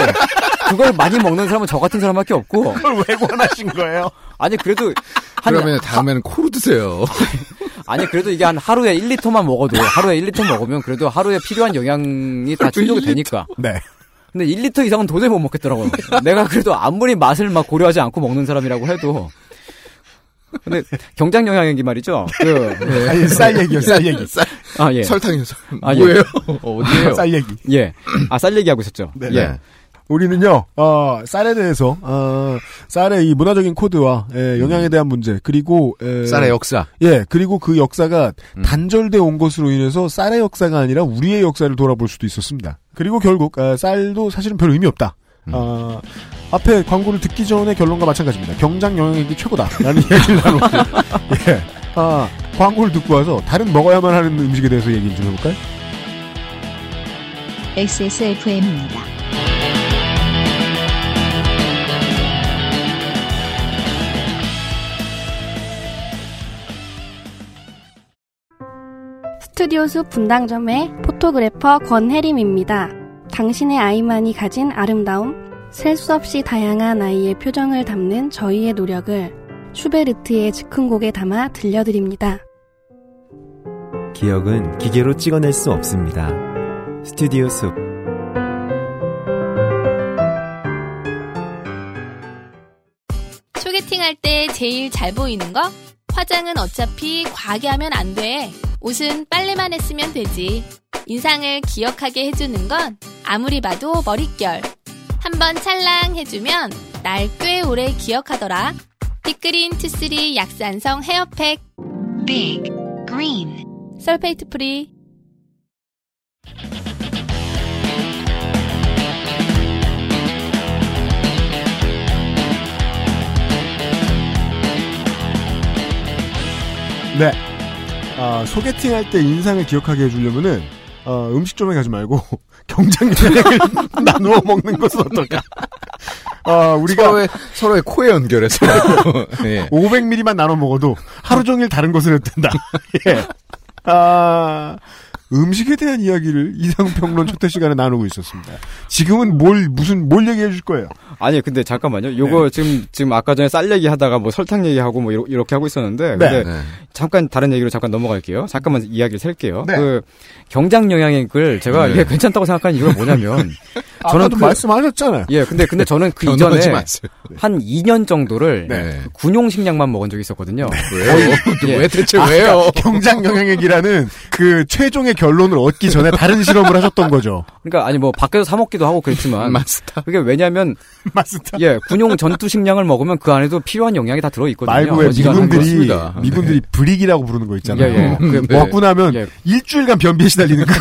Speaker 9: 그걸 많이 먹는 사람은 저 같은 사람밖에 없고.
Speaker 2: 그걸 왜 권하신 거예요?
Speaker 9: 아니 그래도 한-
Speaker 12: 그러면 다음에는 코로 드세요.
Speaker 9: 아니 그래도 이게 한 하루에 1리터만 먹어도 하루에 1리터 먹으면 그래도 하루에 필요한 영양이 다 충족이 되니까.
Speaker 2: 네.
Speaker 9: 근데 1리터 이상은 도저히 못 먹겠더라고요. 내가 그래도 아무리 맛을 막 고려하지 않고 먹는 사람이라고 해도. 근데 경장 영양액이 말이죠. 그 예.
Speaker 2: 네. 아니, 쌀 얘기요, 쌀 얘기.
Speaker 12: 쌀-
Speaker 9: 아 예.
Speaker 12: 설탕이요,
Speaker 2: 설탕.
Speaker 9: 아, 예.
Speaker 2: 뭐예요? 어,
Speaker 9: 어디예요?
Speaker 2: 쌀 얘기.
Speaker 9: 예. 아 쌀 얘기하고 있었죠.
Speaker 2: 네.
Speaker 9: 예.
Speaker 2: 네. 우리는요, 어, 쌀에 대해서, 어, 쌀의 이 문화적인 코드와, 예, 영향에 대한 문제, 그리고, 예,
Speaker 12: 음. 쌀의 역사. 음.
Speaker 2: 예, 그리고 그 역사가 단절돼 온 것으로 인해서 쌀의 역사가 아니라 우리의 역사를 돌아볼 수도 있었습니다. 그리고 결국, 아, 쌀도 사실은 별 의미 없다.
Speaker 12: 음.
Speaker 2: 아, 앞에 광고를 듣기 전에 결론과 마찬가지입니다. 경장 영향력이 최고다. 라는 이야기를 나누고, 예. 아, 광고를 듣고 와서 다른 먹어야만 하는 음식에 대해서 얘기를 좀 해볼까요?
Speaker 1: XSFM입니다.
Speaker 15: 스튜디오수 분당점의 포토그래퍼 권혜림입니다. 당신의 아이만이 가진 아름다움, 셀 수 없이 다양한 아이의 표정을 담는 저희의 노력을 슈베르트의 즉흥곡에 담아 들려드립니다.
Speaker 16: 기억은 기계로 찍어낼 수 없습니다. 스튜디오 숲.
Speaker 17: 소개팅할 때 제일 잘 보이는 거? 화장은 어차피 과하게 하면 안 돼. 옷은 빨래만 했으면 되지. 인상을 기억하게 해주는 건 아무리 봐도 머릿결. 한번 찰랑 해주면 날 꽤 오래 기억하더라. 빅그린 투쓰리 약산성 헤어팩. 빅 그린 설페이트 프리.
Speaker 2: 네. 아, 소개팅 할 때 인상을 기억하게 해주려면은, 어, 음식점에 가지 말고, 경장 영양을 나누어 먹는 것은 어떨까? 아, 우리가. 서로의,
Speaker 12: 서로의 코에 연결해서. 예.
Speaker 2: 500ml만 나눠 먹어도 하루 종일 다른 것을 했단다. 예. 아, 음식에 대한 이야기를 이상평론 초대 시간에 나누고 있었습니다. 지금은 뭘, 무슨, 뭘 얘기해 줄 거예요?
Speaker 9: 아니 근데 잠깐만요. 요거
Speaker 2: 네.
Speaker 9: 지금 지금 아까 전에 쌀 얘기하다가 뭐 설탕 얘기하고 뭐 이러- 이렇게 하고 있었는데
Speaker 2: 네.
Speaker 9: 근데
Speaker 2: 네.
Speaker 9: 잠깐 다른 얘기로 잠깐 넘어갈게요. 잠깐만 이야기를 셀게요.
Speaker 2: 네.
Speaker 9: 그 경장 영향액을 제가
Speaker 2: 네.
Speaker 9: 이게 괜찮다고 생각한 이유가 뭐냐면
Speaker 2: 아까도 그 말씀하셨잖아요.
Speaker 9: 예, 근데 근데 저는 그
Speaker 2: 변호하지
Speaker 9: 이전에
Speaker 2: 마세요. 네.
Speaker 9: 한 2년 정도를 그 군용 식량만 먹은 적이 있었거든요.
Speaker 2: 네.
Speaker 9: 예.
Speaker 12: 왜요? 왜 대체
Speaker 2: 아,
Speaker 12: 왜요?
Speaker 2: 그러니까 경장 영향액이라는 그 최종의 결론을 얻기 전에 다른 실험을 하셨던 거죠.
Speaker 9: 그러니까 아니 뭐 밖에서 사 먹기도 하고 그랬지만 마스터. 그게 왜냐면
Speaker 2: 마스터.
Speaker 9: 예, 군용 전투 식량을 먹으면 그 안에도 필요한 영양이 다 들어 있거든요. 뭐
Speaker 2: 말고 왜 미군들이 미군들이 음, 뭐 브릭이라고 부르는 거 있잖아요.
Speaker 9: 예, 예. 그
Speaker 2: 먹고
Speaker 9: 네.
Speaker 2: 나면 일주일간 변비에 시달리는 거.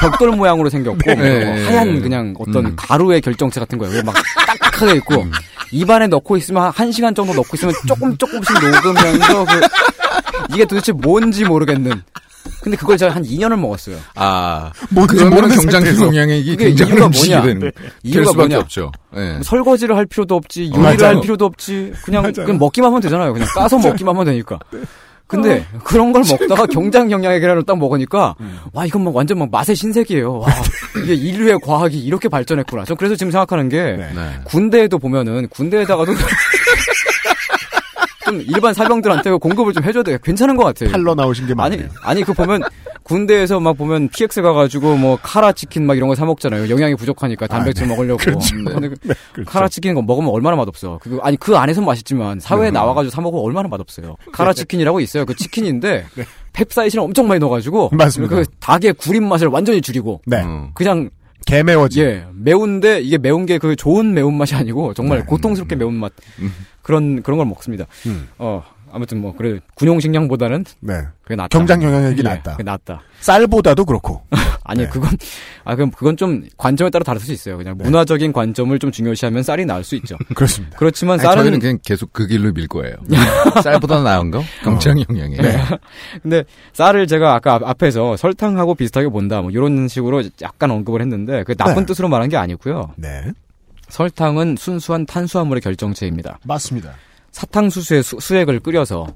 Speaker 9: 벽돌 모양으로 생겼고
Speaker 2: 네.
Speaker 9: 뭐
Speaker 2: 네.
Speaker 9: 하얀 그냥 어떤 어떤 가루의 결정체 같은 거예요. 그게 막 딱딱하게 있고
Speaker 2: 음.
Speaker 9: 입안에 넣고 있으면 한- 한 시간 정도 넣고 있으면 조금 조금씩 녹으면서 그 이게 도대체 뭔지 모르겠는. 근데 그걸 제가 한 2년을 먹었어요.
Speaker 12: 아,
Speaker 9: 뭔지
Speaker 12: 그러면
Speaker 9: 모르는
Speaker 12: 경장
Speaker 9: 상태에서.
Speaker 12: 종양액이
Speaker 9: 그게
Speaker 12: 굉장히
Speaker 9: 이유가
Speaker 12: 음식이
Speaker 4: 네.
Speaker 9: 뭐냐?
Speaker 12: 되는, 될
Speaker 9: 이유가
Speaker 12: 수밖에
Speaker 9: 뭐냐?
Speaker 12: 없죠. 예.
Speaker 9: 설거지를 할 필요도 없지,
Speaker 12: 어,
Speaker 9: 요리를
Speaker 12: 맞아요.
Speaker 9: 할 필요도 없이 그냥
Speaker 12: 맞아요. 네.
Speaker 9: 그냥 먹기만 하면 되잖아요. 그냥 까서
Speaker 12: 맞아요.
Speaker 9: 먹기만 하면 되니까. 근데
Speaker 12: 어.
Speaker 9: 그런 걸 먹다가 경장 경량액이라는 딱 먹으니까
Speaker 12: 음.
Speaker 9: 와 이건 막 완전 막 맛의 신세계예요. 와
Speaker 12: 네.
Speaker 9: 이게 인류의 과학이 이렇게 발전했구나. 전 그래서 지금 생각하는 게
Speaker 12: 네.
Speaker 9: 군대에도 보면은 군대에다가도 좀 일반 사병들한테 공급을 좀 해줘도 괜찮은 것 같아요.
Speaker 2: 팔러 나오신 게
Speaker 9: 많아요. 아니, 아니 그 보면 군대에서 막 보면 PX 가가지고 뭐 카라 치킨 막 이런 거 사 먹잖아요. 영양이 부족하니까 단백질
Speaker 12: 아, 네.
Speaker 9: 먹으려고.
Speaker 12: 그렇죠.
Speaker 9: 근데 그 카라 치킨 거 먹으면 얼마나 맛없어. 그 아니 그 안에서 맛있지만 사회에
Speaker 12: 음.
Speaker 9: 나와가지고 사 먹으면 얼마나 맛없어요. 카라 치킨이라고 있어요. 그 치킨인데 펩사이신을 엄청 많이 넣어가지고
Speaker 2: 맞습니다.
Speaker 9: 그 닭의 구린 맛을 완전히 줄이고
Speaker 2: 네.
Speaker 12: 음.
Speaker 9: 그냥
Speaker 2: 개매워지.
Speaker 9: 예, 매운데 이게 매운 게 그 좋은 매운 맛이 아니고 정말 고통스럽게 매운 맛 그런 그런 걸 먹습니다.
Speaker 2: 음.
Speaker 9: 어 아무튼 뭐 그래 군용 식량보다는
Speaker 2: 네.
Speaker 9: 그게 낫다.
Speaker 2: 경장 경영액이
Speaker 9: 예,
Speaker 2: 낫다.
Speaker 9: 그게 낫다.
Speaker 2: 쌀보다도 그렇고. 네.
Speaker 9: 아니 그건 아 그럼 그건 좀 관점에 따라 다를 수 있어요. 그냥 문화적인 관점을 좀 중요시하면 쌀이 나을 수 있죠.
Speaker 2: 그렇습니다.
Speaker 9: 그렇지만
Speaker 12: 아니,
Speaker 9: 쌀은 네.
Speaker 12: 저희는 그냥 계속 그 길로 밀 거예요. 쌀보다 나은 거? 경장
Speaker 2: 어.
Speaker 12: 영양에.
Speaker 2: 네.
Speaker 9: 근데 쌀을 제가 아까 앞- 앞에서 설탕하고 비슷하게 본다 뭐 이런 식으로 약간 언급을 했는데 그 나쁜
Speaker 2: 네.
Speaker 9: 뜻으로 말한 게 아니고요.
Speaker 2: 네.
Speaker 9: 설탕은 순수한 탄수화물의 결정체입니다.
Speaker 2: 맞습니다.
Speaker 9: 사탕수수의 수, 수액을 끓여서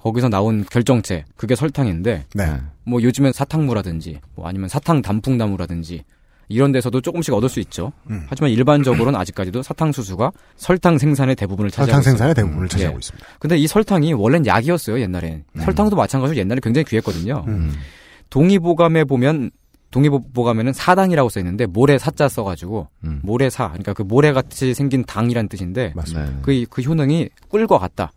Speaker 9: 거기서 나온 결정체 그게 설탕인데
Speaker 2: 네.
Speaker 9: 뭐 요즘엔 사탕무라든지 뭐 아니면 사탕 단풍나무라든지 이런 데서도 조금씩 얻을 수 있죠.
Speaker 2: 음.
Speaker 9: 하지만 일반적으로는 아직까지도 사탕수수가 설탕 생산의 대부분을 차지하고
Speaker 2: 설탕 생산의
Speaker 9: 있습니다.
Speaker 2: 대부분을 차지하고
Speaker 9: 예.
Speaker 2: 있습니다. 음.
Speaker 9: 근데 이 설탕이 원래는 약이었어요, 옛날엔. 설탕도 마찬가지로 옛날에 굉장히 귀했거든요. 동의보감에 보면 동의보감에는 사당이라고 써 있는데 모래 사자 써 가지고
Speaker 2: 음.
Speaker 9: 모래사 그러니까 그 모래같이 생긴 당이란 뜻인데 그, 그 효능이 꿀과 같다.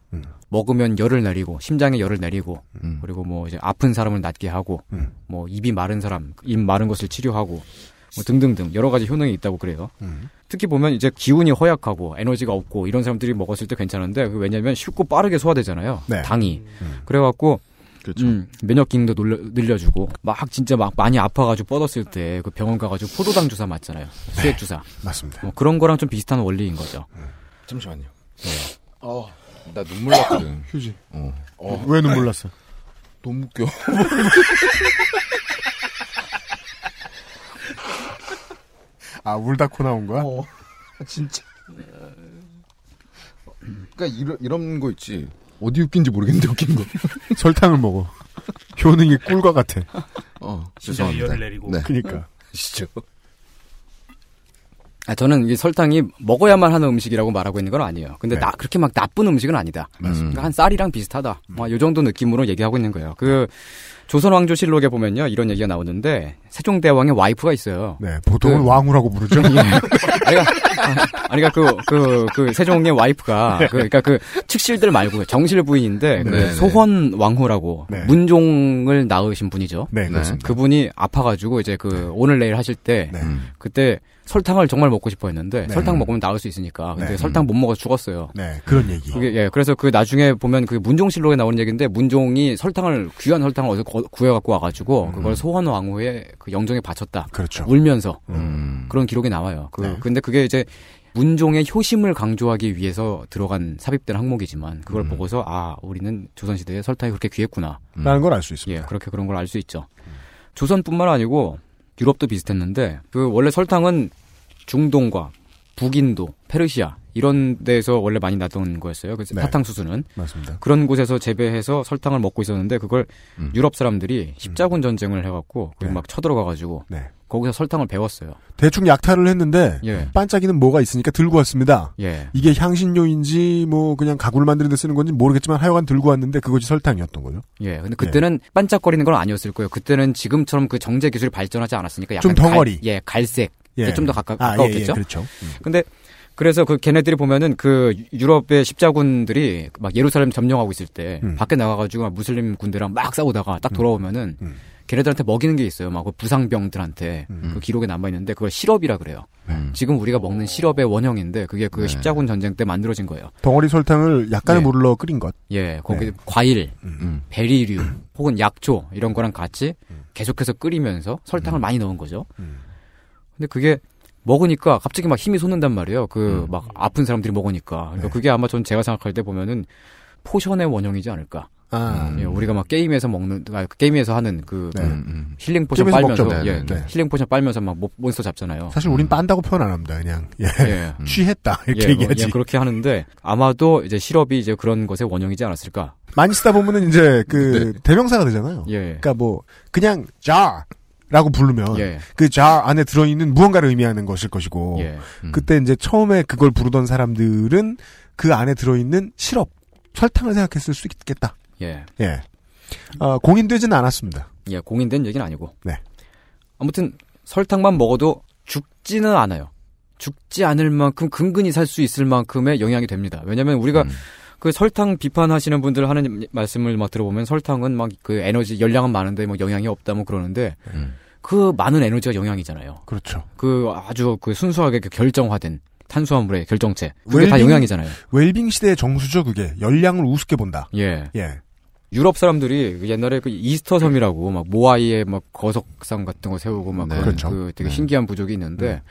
Speaker 9: 먹으면 열을 내리고 심장에 열을 내리고
Speaker 2: 음.
Speaker 9: 그리고 뭐 이제 아픈 사람을 낫게 하고 뭐 입이 마른 사람 입 마른 것을 치료하고 뭐 등등등 여러 가지 효능이 있다고 그래요.
Speaker 2: 음.
Speaker 9: 특히 보면 이제 기운이 허약하고 에너지가 없고 이런 사람들이 먹었을 때 괜찮은데 그 왜냐하면 쉽고 빠르게 소화되잖아요.
Speaker 12: 네.
Speaker 9: 당이 그래갖고
Speaker 2: 그렇죠.
Speaker 9: 음, 면역 기능도 놀려- 늘려주고 막 진짜 막 많이 아파가지고 뻗었을 때 그 병원 가가지고 포도당 주사 맞잖아요. 수액 주사.
Speaker 2: 네. 맞습니다.
Speaker 9: 뭐 그런 거랑 좀 비슷한 원리인 거죠.
Speaker 12: 네.
Speaker 9: 네.
Speaker 12: 잠시만요. 어, 나 눈물 났거든.
Speaker 2: 휴지.
Speaker 12: 어.
Speaker 2: 왜 눈물 났어?
Speaker 12: 너무 웃겨.
Speaker 2: 아, 울다 코 나온 거야?
Speaker 12: 진짜. 그러니까 이런 이런 거 있지. 어디 웃긴지 모르겠는데 웃긴 거.
Speaker 2: 설탕을 먹어. 효능이 꿀과 같아.
Speaker 12: 어,
Speaker 2: 심장에
Speaker 12: 죄송합니다.
Speaker 2: 열을 내리고. 그러니까.
Speaker 12: 진짜.
Speaker 9: 아, 저는 이 설탕이 먹어야만 하는 음식이라고 말하고 있는 건 아니에요.
Speaker 2: 네.
Speaker 9: 근데 나, 그렇게 막 나쁜 음식은 아니다. 그러니까 한 쌀이랑 비슷하다.
Speaker 2: 음.
Speaker 9: 막 요 정도 느낌으로 얘기하고 있는 거예요. 그 조선왕조실록에 보면요. 이런 얘기가 나오는데 세종대왕의 와이프가 있어요.
Speaker 2: 네, 보통은
Speaker 9: 그-
Speaker 2: 왕후라고 부르죠.
Speaker 9: 예. 아니가 아니가 그러니까 그그그 세종의 와이프가 그, 그러니까 그 측실들 말고 정실 부인인데 그
Speaker 12: 네, 네.
Speaker 9: 소헌 왕후라고 문종을 낳으신 분이죠.
Speaker 2: 네,
Speaker 12: 그렇습니다. 네.
Speaker 9: 그분이 아파가지고 이제 그 오늘 내일 하실 때 그때 설탕을 정말 먹고 싶어했는데
Speaker 2: 네.
Speaker 9: 설탕 먹으면 나을 수 있으니까 근데
Speaker 2: 네.
Speaker 9: 설탕 못 먹어 죽었어요.
Speaker 2: 네, 그런 얘기.
Speaker 9: 그게 예 그래서 그 나중에 보면 그 문종실록에 나오는 얘기인데 문종이 설탕을 귀한 설탕을 어디서 거- 구해갖고 와가지고 그걸 소헌 왕후의 그 영정에 바쳤다.
Speaker 2: 음. 그렇죠. 음.
Speaker 9: 울면서 그런 기록이 나와요. 그,
Speaker 2: 네.
Speaker 9: 근데 그게 이제 문종의 효심을 강조하기 위해서 들어간 삽입된 항목이지만 그걸 보고서 아 우리는 조선시대에 설탕이 그렇게 귀했구나
Speaker 2: 음. 라는 걸 알 수 있습니다.
Speaker 9: 예, 그렇게 그런 걸 알 수 있죠. 조선뿐만 아니고 유럽도 비슷했는데 그 원래 설탕은 중동과 북인도, 페르시아 이런 데서 원래 많이 나던 거였어요. 그래서
Speaker 2: 네.
Speaker 9: 사탕수수는
Speaker 11: 네.
Speaker 2: 맞습니다.
Speaker 9: 그런 곳에서 재배해서 설탕을 먹고 있었는데 그걸 유럽 사람들이 십자군 전쟁을 해갖고 거기 막 쳐들어가가지고 거기서 설탕을 배웠어요.
Speaker 2: 대충 약탈을 했는데
Speaker 9: 예.
Speaker 2: 반짝이는 뭐가 있으니까 들고 왔습니다.
Speaker 9: 예.
Speaker 2: 이게 향신료인지 뭐 그냥 가구를 만드는 데 쓰는 건지 모르겠지만 하여간 들고 왔는데 그것이 설탕이었던 거죠.
Speaker 9: 예, 근데 그때는 반짝거리는 건 아니었을 거예요. 그때는 지금처럼 그 정제 기술이 발전하지 않았으니까 약간
Speaker 2: 좀 덩어리.
Speaker 9: 갈, 예, 갈색.
Speaker 2: 예.
Speaker 9: 좀 더 가까,
Speaker 2: 아, 예,
Speaker 9: 가까웠겠죠.
Speaker 2: 예, 그렇죠. 음.
Speaker 9: 근데 그래서 그 걔네들이 보면은 그 유럽의 십자군들이 막 예루살렘 점령하고 있을 때
Speaker 12: 음.
Speaker 9: 밖에 나가가지고 막 무슬림 군대랑 막 싸우다가
Speaker 2: 음.
Speaker 9: 딱 돌아오면은 걔네들한테 먹이는 게 있어요. 막그 부상병들한테
Speaker 2: 음.
Speaker 9: 그 기록에 남아 있는데 그걸 시럽이라 그래요.
Speaker 2: 네.
Speaker 9: 지금 우리가 먹는 시럽의 원형인데 그게 그 십자군 전쟁 때 만들어진 거예요.
Speaker 2: 덩어리 설탕을 약간의 물을 넣어 끓인 것.
Speaker 9: 예, 거기
Speaker 2: 네.
Speaker 9: 과일, 음, 베리류 혹은 약초
Speaker 2: 음.
Speaker 9: 이런 거랑 같이 계속해서 끓이면서 설탕을 많이 넣은 거죠. 근데 그게 먹으니까 갑자기 막 힘이 솟는단 말이에요. 그
Speaker 2: 음.
Speaker 9: 막 아픈 사람들이 먹으니까.
Speaker 2: 네.
Speaker 9: 그러니까 그게 아마 전 제가 생각할 때 보면은 포션의 원형이지 않을까.
Speaker 2: 아.
Speaker 9: 예, 우리가 막 게임에서 먹는 아, 게임에서 하는 그, 그 힐링 포션
Speaker 2: 네. 음.
Speaker 9: 빨면서
Speaker 2: 게임에서 먹죠. 네,
Speaker 9: 예,
Speaker 2: 네.
Speaker 9: 힐링 포션 빨면서 막 모- 몬스터 잡잖아요.
Speaker 2: 사실 우린 빤다고 표현 안 합니다. 그냥 예.
Speaker 9: 음.
Speaker 2: 취했다 이렇게
Speaker 9: 예, 뭐,
Speaker 2: 얘기하지.
Speaker 9: 예, 그렇게 하는데 아마도 이제 시럽이 이제 그런 것의 원형이지 않았을까.
Speaker 2: 많이 쓰다 보면은 이제 그 대명사가 되잖아요.
Speaker 9: 네. 예.
Speaker 2: 그러니까 뭐 그냥 자라고 부르면
Speaker 9: 예.
Speaker 2: 그 자 안에 들어 있는 무언가를 의미하는 것일 것이고 그때 이제 처음에 그걸 부르던 사람들은 그 안에 들어 있는 시럽, 설탕을 생각했을 수도 있겠다.
Speaker 9: 예.
Speaker 2: 예. 아, 공인되지는 않았습니다.
Speaker 9: 예, 공인된 얘기는 아니고.
Speaker 2: 네.
Speaker 9: 아무튼 설탕만 먹어도 죽지는 않아요. 죽지 않을 만큼 근근히 살 수 있을 만큼의 영향이 됩니다. 왜냐하면
Speaker 2: 음.
Speaker 9: 우리가 그 설탕 비판하시는 분들 하는 말씀을 막 들어보면 설탕은 막 그 에너지 열량은 많은데 뭐 영향이 없다 뭐 그러는데 그 많은 에너지가 영향이잖아요.
Speaker 2: 음. 그렇죠.
Speaker 9: 그 아주 그 순수하게 그 결정화된 탄수화물의 결정체 그게 다 영향이잖아요.
Speaker 2: 웰빙 시대의 정수죠, 그게. 열량을 우습게 본다.
Speaker 9: 예.
Speaker 2: 예.
Speaker 9: 유럽 사람들이 그 옛날에 그 이스터 섬이라고 막 모아이에 막 거석상 같은 거 세우고 막 그런
Speaker 2: 그렇죠. 네.
Speaker 9: 그 되게 신기한 부족이 있는데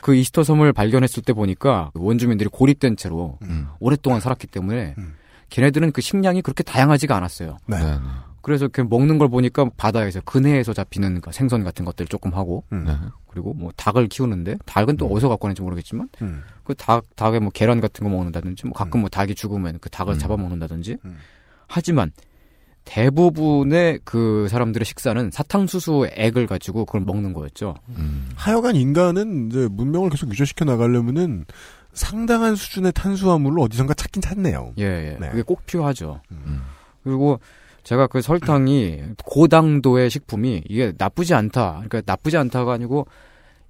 Speaker 9: 그 이스터 섬을 발견했을 때 보니까 그 원주민들이 고립된 채로
Speaker 2: 음.
Speaker 9: 오랫동안 살았기 때문에 걔네들은 그 식량이 그렇게 다양하지가 않았어요.
Speaker 2: 네.
Speaker 9: 그래서 그 먹는 걸 보니까 바다에서 근해에서 잡히는 그 생선 같은 것들 조금 하고 그리고 뭐 닭을 키우는데 닭은 또 어디서 갖고 왔는지 모르겠지만
Speaker 2: 음.
Speaker 9: 그 닭 닭에 뭐 계란 같은 거 먹는다든지 뭐 가끔 뭐 닭이 죽으면 그 닭을 잡아 먹는다든지 하지만 대부분의 그 사람들의 식사는 사탕수수 액을 가지고 그걸 먹는 거였죠. 음.
Speaker 2: 하여간 인간은 이제 문명을 계속 유저시켜 나가려면은 상당한 수준의 탄수화물을 어디선가 찾긴 뭐. 찾네요.
Speaker 9: 예, 예. 그게 꼭 필요하죠. 그리고 제가 그 설탕이 고당도의 식품이 이게 나쁘지 않다. 그러니까 나쁘지 않다가 아니고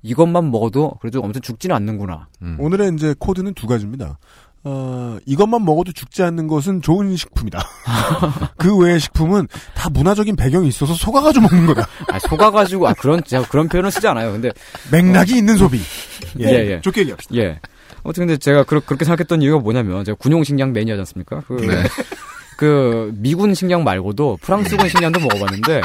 Speaker 9: 이것만 먹어도 그래도 엄청 죽지는 않는구나.
Speaker 2: 오늘의 이제 코드는 두 가지입니다. 어, 이것만 먹어도 죽지 않는 것은 좋은 식품이다. 그 외의 식품은 다 문화적인 배경이 있어서 속아가지고 먹는 거다.
Speaker 9: 아, 속아가지고 아 그런 제가 그런 표현을 쓰지 않아요. 근데
Speaker 2: 맥락이 있는 소비. 예, 좋게 얘기합시다.
Speaker 9: 예. 아무튼 근데 제가 그렇, 그렇게 생각했던 이유가 뭐냐면 제가 군용 식량 매니아지 않습니까? 그,
Speaker 12: 네.
Speaker 9: 그 미군 식량 말고도 프랑스군 식량도 먹어봤는데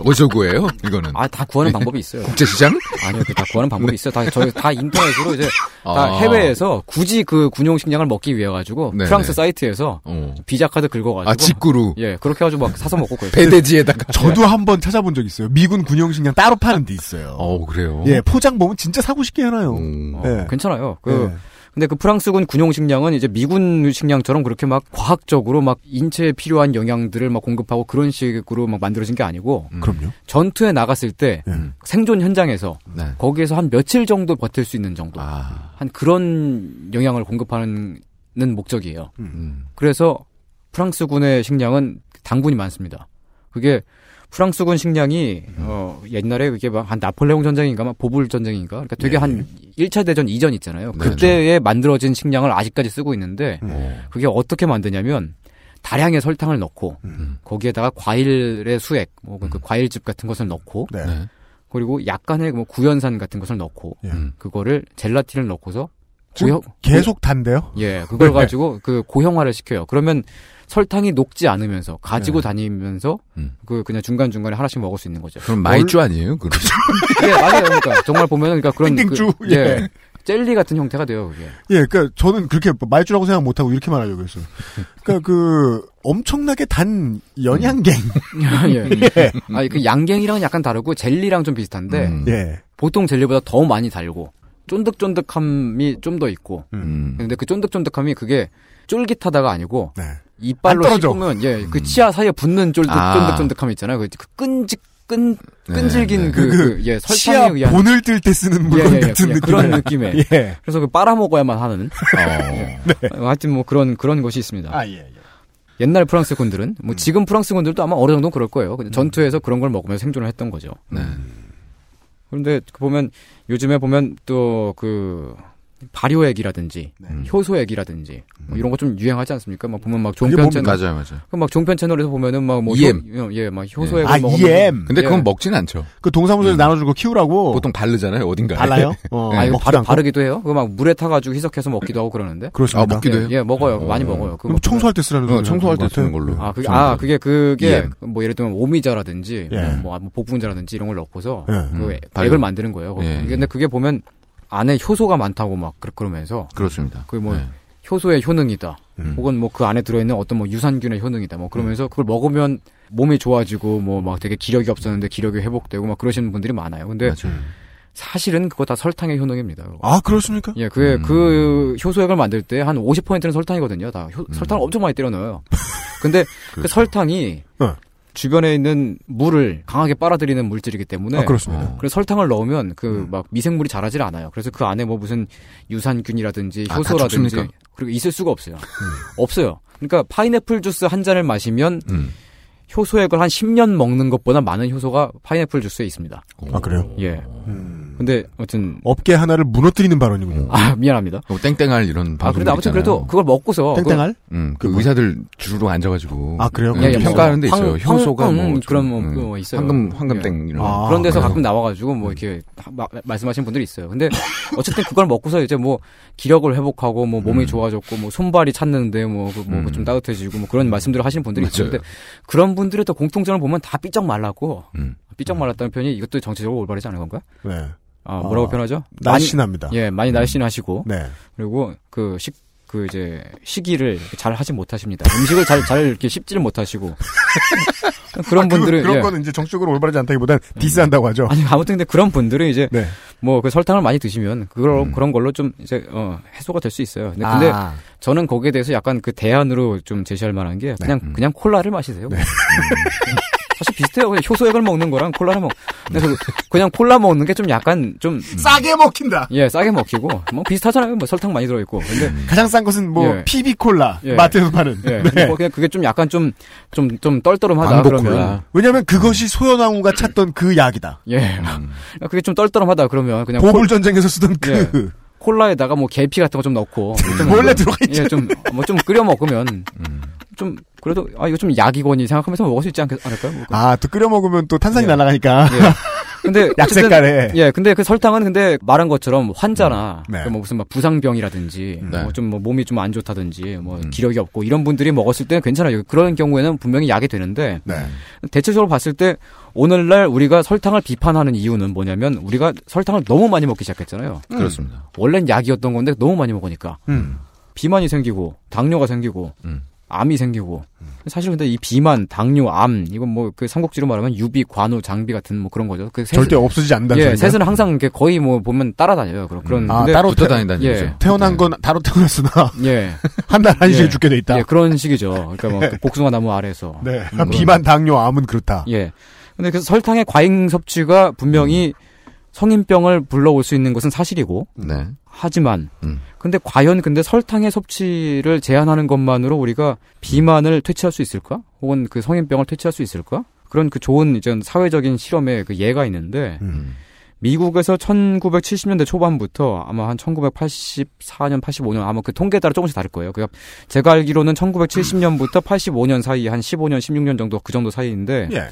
Speaker 12: 어디서 구해요? 이거는. 네.
Speaker 9: 아, 다 구하는 방법이 있어요.
Speaker 12: 국제시장?
Speaker 9: 아니요, 그다 구하는 방법이 있어요. 다 저희 다 인터넷으로 이제 다
Speaker 12: 네. 아.
Speaker 9: 해외에서 굳이 그 군용 식량을 먹기 위해 가지고
Speaker 12: 네네. 어.
Speaker 9: 프랑스 사이트에서 비자 카드 긁어가지고
Speaker 12: 아, 직구로? 네.
Speaker 9: 예 그렇게 해가지고 막 사서 먹고 그랬어요.
Speaker 2: 저도 한번 찾아본 적 있어요. 미군 군용식량 따로 파는 데 있어요.
Speaker 12: 어, 그래요.
Speaker 2: 예, 포장 보면 진짜 사고 싶게 해놔요.
Speaker 9: 음.
Speaker 2: 예.
Speaker 9: 괜찮아요. 그
Speaker 2: 예.
Speaker 9: 근데 그 프랑스군 군용 식량은 이제 미군 식량처럼 그렇게 막 과학적으로 막 인체에 필요한 영양들을 막 공급하고 그런 식으로 막 만들어진 게 아니고
Speaker 12: 음.
Speaker 2: 그럼요.
Speaker 9: 전투에 나갔을 때
Speaker 2: 네.
Speaker 9: 생존 현장에서
Speaker 12: 네.
Speaker 4: 네.
Speaker 9: 거기에서 한 며칠 정도 버틸 수 있는 정도
Speaker 12: 아.
Speaker 9: 한 그런 영양을 공급하는 목적이에요.
Speaker 2: 음.
Speaker 4: 음.
Speaker 9: 그래서 프랑스군의 식량은 당분이 많습니다. 그게 프랑스군 식량이
Speaker 2: 음.
Speaker 9: 어, 옛날에 그게 막 한 나폴레옹 전쟁인가 막 보불 전쟁인가 그러니까
Speaker 2: 네,
Speaker 9: 되게 한 1차 대전 이전 있잖아요. 그때에 만들어진 식량을 아직까지 쓰고 있는데
Speaker 2: 음.
Speaker 9: 그게 어떻게 만드냐면 다량의 설탕을 넣고
Speaker 2: 음.
Speaker 9: 거기에다가 과일의 수액 뭐그 과일즙 같은 것을 넣고
Speaker 2: 네.
Speaker 9: 그리고 약간의 뭐 구연산 같은 것을 넣고 그거를 젤라틴을 넣고서
Speaker 2: 예. 지금
Speaker 9: 고형-
Speaker 2: 계속 단대요?
Speaker 9: 예, 그걸
Speaker 2: 네.
Speaker 9: 가지고 그 고형화를 시켜요. 그러면 설탕이 녹지 않으면서 가지고
Speaker 12: 네.
Speaker 9: 다니면서 그 그냥 중간 중간에 하나씩 먹을 수 있는 거죠.
Speaker 12: 음. 그럼 마이쮸 아니에요? 그럼.
Speaker 9: 예, 맞아요. 그러니까 정말 보면은 그러니까 그런
Speaker 2: 땡땡주,
Speaker 9: 그,
Speaker 2: 예.
Speaker 9: 젤리 같은 형태가 돼요. 그게.
Speaker 2: 예, 그러니까 저는 그렇게 말주라고 생각 못하고 이렇게 말하려고 했어요. 그러니까 그 엄청나게 단 연양갱.
Speaker 9: 예. 아니 그 양갱이랑 약간 다르고 젤리랑 좀 비슷한데
Speaker 12: 음.
Speaker 2: 예.
Speaker 9: 보통 젤리보다 더 많이 달고 쫀득쫀득함이 좀 더 있고.
Speaker 12: 음.
Speaker 9: 근데 그 쫀득쫀득함이 그게 쫄깃하다가 아니고 이빨로
Speaker 12: 네. 안 떨어져. 음.
Speaker 9: 씹으면 예, 그 치아 사이에 붙는 쫄득
Speaker 12: 아.
Speaker 9: 쫀득쫀득함 있잖아요. 그, 그 끈직 끈 끈질긴
Speaker 12: 네, 네. 그,
Speaker 9: 그, 그,
Speaker 12: 그
Speaker 9: 예,
Speaker 12: 치아
Speaker 9: 설탕에 의한
Speaker 2: 본을 뜰 때
Speaker 9: 예,
Speaker 2: 쓰는 물건 같은 느낌.
Speaker 9: 그런 느낌의
Speaker 2: 예.
Speaker 9: 그래서 그 빨아먹어야만 하는 예. 하여튼 뭐 그런 그런 것이 있습니다.
Speaker 2: 아, 예,
Speaker 9: 옛날 프랑스 군들은
Speaker 12: 음.
Speaker 9: 뭐 지금 프랑스 군들도 아마 어느 정도 그럴 거예요. 근데 전투에서 그런 걸 먹으면서 생존을 했던 거죠.
Speaker 12: 네.
Speaker 9: 음. 그런데 그 보면 요즘에 보면 또 그 발효액이라든지
Speaker 2: 네.
Speaker 12: 음.
Speaker 9: 효소액이라든지 뭐 이런 거 좀 유행하지 않습니까? 막 보면 막 종편
Speaker 12: 뭡니까? 맞아요,
Speaker 9: 채널
Speaker 12: 맞아요.
Speaker 9: 그막 종편 채널에서 보면은 막뭐
Speaker 12: EM.
Speaker 9: 예막 효소액을
Speaker 2: 아,
Speaker 9: 먹으면
Speaker 2: EM.
Speaker 12: 근데
Speaker 9: 예.
Speaker 12: 그건 먹진 않죠. 음.
Speaker 2: 그 동사무소에서 나눠주고 키우라고.
Speaker 12: 보통 바르잖아요, 어딘가에.
Speaker 9: 발라요?
Speaker 12: 예.
Speaker 9: 아, 이거 바르, 바르기도 해요. 그거 막 물에 타가지고 희석해서 먹기도 하고 그러는데.
Speaker 12: 그렇습니다. 아, 먹기도 해요?
Speaker 9: 예, 예, 먹어요. 많이
Speaker 12: 어.
Speaker 9: 먹어요.
Speaker 12: 그럼 청소할 때 쓰라는 어, 소리를 청소할 하는 때 쓰는 것 같아요. 걸로.
Speaker 9: 아, 그게,
Speaker 12: 저는
Speaker 9: 아, 그게, 그게,
Speaker 12: EM.
Speaker 9: 뭐 예를 들면 오미자라든지,
Speaker 12: 예.
Speaker 9: 뭐, 뭐 복분자라든지 이런 걸 넣고서
Speaker 12: 예.
Speaker 9: 그
Speaker 12: 음,
Speaker 9: 액-
Speaker 12: 발효.
Speaker 9: 액을 만드는 거예요.
Speaker 12: 예.
Speaker 9: 근데 음. 그게 보면 안에 효소가 많다고 막 그러- 그러면서
Speaker 12: 그렇습니다. 네. 음.
Speaker 9: 그뭐 효소의 효능이다. 혹은 뭐 그 안에 들어있는 어떤 뭐 유산균의 효능이다. 뭐 그러면서 그걸 먹으면 몸이 좋아지고 뭐 막 되게 기력이 없었는데 기력이 회복되고 막 그러시는 분들이 많아요. 근데 사실은 그거 다 설탕의 효능입니다. 그거.
Speaker 2: 아 그렇습니까? 음.
Speaker 9: 예, 그게 그 효소액을 만들 때 한 50%는 설탕이거든요. 다 효- 설탕을 엄청 많이 때려 넣어요. 근데 그 설탕이
Speaker 2: 어.
Speaker 9: 주변에 있는 물을 강하게 빨아들이는 물질이기 때문에
Speaker 2: 아, 그렇습니다. 음.
Speaker 9: 그래서 설탕을 넣으면 그 막 미생물이 자라질 않아요. 그래서 그 안에 뭐 무슨 유산균이라든지
Speaker 12: 아, 다
Speaker 9: 효소라든지
Speaker 12: 죽습니까?
Speaker 9: 그리고 있을 수가 없어요. 없어요. 그러니까 파인애플 주스 한 잔을 마시면
Speaker 2: 음.
Speaker 9: 효소액을 한 10년 먹는 것보다 많은 효소가 파인애플 주스에 있습니다.
Speaker 2: 아 그래요?
Speaker 9: 예. 근데 아무튼
Speaker 2: 업계 하나를 무너뜨리는 발언이군요.
Speaker 9: 아 미안합니다.
Speaker 12: 뭐 땡땡알 이런
Speaker 9: 아, 그래도 아무튼 그래도 그걸 먹고서
Speaker 12: 땡땡알?
Speaker 9: 그걸-
Speaker 12: 음그 의사들 주르륵 앉아가지고
Speaker 2: 아, 그래요?
Speaker 12: 예, 예,
Speaker 9: 뭐
Speaker 12: 평가하는 데
Speaker 9: 황-
Speaker 12: 있어요.
Speaker 9: 황-
Speaker 12: 효소가
Speaker 9: 황-
Speaker 12: 뭐
Speaker 9: 음,
Speaker 12: 좀,
Speaker 9: 그런 뭐
Speaker 12: 음,
Speaker 9: 그거 있어요.
Speaker 12: 황금
Speaker 9: 예.
Speaker 12: 황금땡 이런 거.
Speaker 9: 그런 데서
Speaker 12: 그래서
Speaker 9: 가끔 나와가지고 뭐 이렇게 하- 마- 말씀하신 분들이 있어요. 근데 어쨌든 그걸 먹고서 이제 뭐 기력을 회복하고 뭐 몸이 좋아졌고 뭐 손발이 찼는데 뭐좀 뭐좀 따뜻해지고 뭐 그런 말씀들을 하시는 분들이 있어요. 근데 그런 분들의 또 공통점을 보면 다 삐쩍 말랐고 삐쩍 말랐다는 표현이 이것도 정치적으로 올바르지 않은 건가?
Speaker 2: 네.
Speaker 9: 아, 뭐라고
Speaker 2: 아,
Speaker 9: 표현하죠?
Speaker 2: 날씬합니다.
Speaker 9: 많이, 예, 많이 날씬하시고.
Speaker 2: 네.
Speaker 9: 그리고 그 식, 그 이제 식이를 잘 하지 못하십니다. 음식을 잘, 잘 이렇게 씹지를 못하시고. 그런
Speaker 2: 아, 그,
Speaker 9: 분들은.
Speaker 2: 그런
Speaker 9: 예.
Speaker 2: 거는 이제 정적으로 올바르지 않다기보단 음. 디스한다고 하죠. 네.
Speaker 9: 아니, 아무튼 근데 그런 분들은 이제 뭐 그 설탕을 많이 드시면 그걸 그런 걸로 좀 이제 어 해소가 될 수 있어요. 근데, 근데
Speaker 2: 음. 아.
Speaker 9: 저는 거기에 대해서 약간 그 대안으로 좀 제시할 만한
Speaker 2: 네.
Speaker 9: 게 그냥
Speaker 2: 음.
Speaker 9: 그냥 콜라를 마시세요. 음. 사실 비슷해요. 그냥 효소액을 먹는 거랑 콜라를 먹. 그래서 그냥 콜라 먹는 게 좀 약간 좀
Speaker 2: 음. 싸게 먹힌다.
Speaker 9: 예, 싸게 먹히고 뭐 비슷하잖아요. 뭐 설탕 많이 들어 있고. 근데
Speaker 2: 가장 싼 것은 뭐
Speaker 9: 예.
Speaker 2: PB 콜라
Speaker 9: 예.
Speaker 2: 마트에서 파는.
Speaker 9: 예.
Speaker 2: 네.
Speaker 9: 뭐 그냥 그게 좀 약간 좀 좀 좀 떨떠름하다
Speaker 2: 광복
Speaker 9: 그러면
Speaker 2: 콜라. 왜냐면 그것이 소연왕후가 찾던 그 약이다.
Speaker 9: 예. 그게 좀 떨떠름하다 그러면 그냥
Speaker 2: 음. 보물
Speaker 9: 콜-
Speaker 2: 전쟁에서 쓰던
Speaker 9: 예.
Speaker 2: 그
Speaker 9: 콜라에다가 뭐 계피 같은 거 좀 넣고 좀
Speaker 2: 원래
Speaker 9: 뭐-
Speaker 2: 들어가 음. 있잖아.
Speaker 9: 예, 좀뭐 좀 끓여 먹으면 좀 그래도 아 이거 좀 약이거니 생각하면서 먹을 수 있지 않, 않을까요? 뭐
Speaker 2: 아 또 끓여 먹으면 또
Speaker 9: 예.
Speaker 2: 탄산이 날아가니까.
Speaker 9: 근데
Speaker 2: 약
Speaker 9: 어쨌든-
Speaker 2: 색깔에.
Speaker 9: 예, 근데 그 설탕은 근데 말한 것처럼 뭐 환자나
Speaker 12: 음. 네.
Speaker 9: 그뭐 무슨 막 부상병이라든지 뭐좀뭐 몸이 좀 안 좋다든지 뭐
Speaker 12: 음.
Speaker 9: 기력이 없고 이런 분들이 먹었을 때는 괜찮아요. 그런 경우에는 분명히 약이 되는데
Speaker 12: 네.
Speaker 9: 대체적으로 봤을 때 오늘날 우리가 설탕을 비판하는 이유는 뭐냐면 우리가 설탕을 너무 많이 먹기 시작했잖아요.
Speaker 12: 음. 그렇습니다.
Speaker 9: 원래는 약이었던 건데 너무 많이 먹으니까
Speaker 2: 음.
Speaker 9: 비만이 생기고 당뇨가 생기고
Speaker 12: 음.
Speaker 9: 암이 생기고
Speaker 2: 음.
Speaker 9: 사실 근데 이 비만, 당뇨, 암 이건 뭐 그 삼국지로 말하면 유비, 관우, 장비 같은 뭐 그런 거죠. 그 셋은-
Speaker 2: 절대 없어지지 않는다는
Speaker 9: 예,
Speaker 2: 소리인가요?
Speaker 9: 셋은 항상 이렇게 거의 뭐 보면 따라다녀요. 그런 그런
Speaker 2: 아
Speaker 9: 근데-
Speaker 2: 따로 태-
Speaker 9: 예.
Speaker 2: 태어난 건 따로 태어났으나
Speaker 9: 예.
Speaker 2: 한달 한시에
Speaker 9: 예.
Speaker 2: 죽게 돼 있다.
Speaker 9: 예, 그런 식이죠. 그러니까 뭐그 복숭아 나무 아래서.
Speaker 2: 네.
Speaker 9: 음, 그런-
Speaker 2: 비만, 당뇨, 암은 그렇다.
Speaker 9: 예. 근데 그 설탕의 과잉 섭취가 분명히
Speaker 2: 음.
Speaker 9: 성인병을 불러올 수 있는 것은 사실이고.
Speaker 12: 네.
Speaker 9: 하지만 근데 과연 근데 설탕의 섭취를 제한하는 것만으로 우리가 비만을 퇴치할 수 있을까? 혹은 그 성인병을 퇴치할 수 있을까? 그런 그 좋은 이제 사회적인 실험의 그 예가 있는데 미국에서 1970년대 초반부터 아마 한 1984년, 85년 아마 그 통계에 따라 조금씩 다를 거예요. 그 제가 알기로는 1970년부터 85년 사이 한 15년, 16년 정도 그 정도 사이인데
Speaker 2: 예.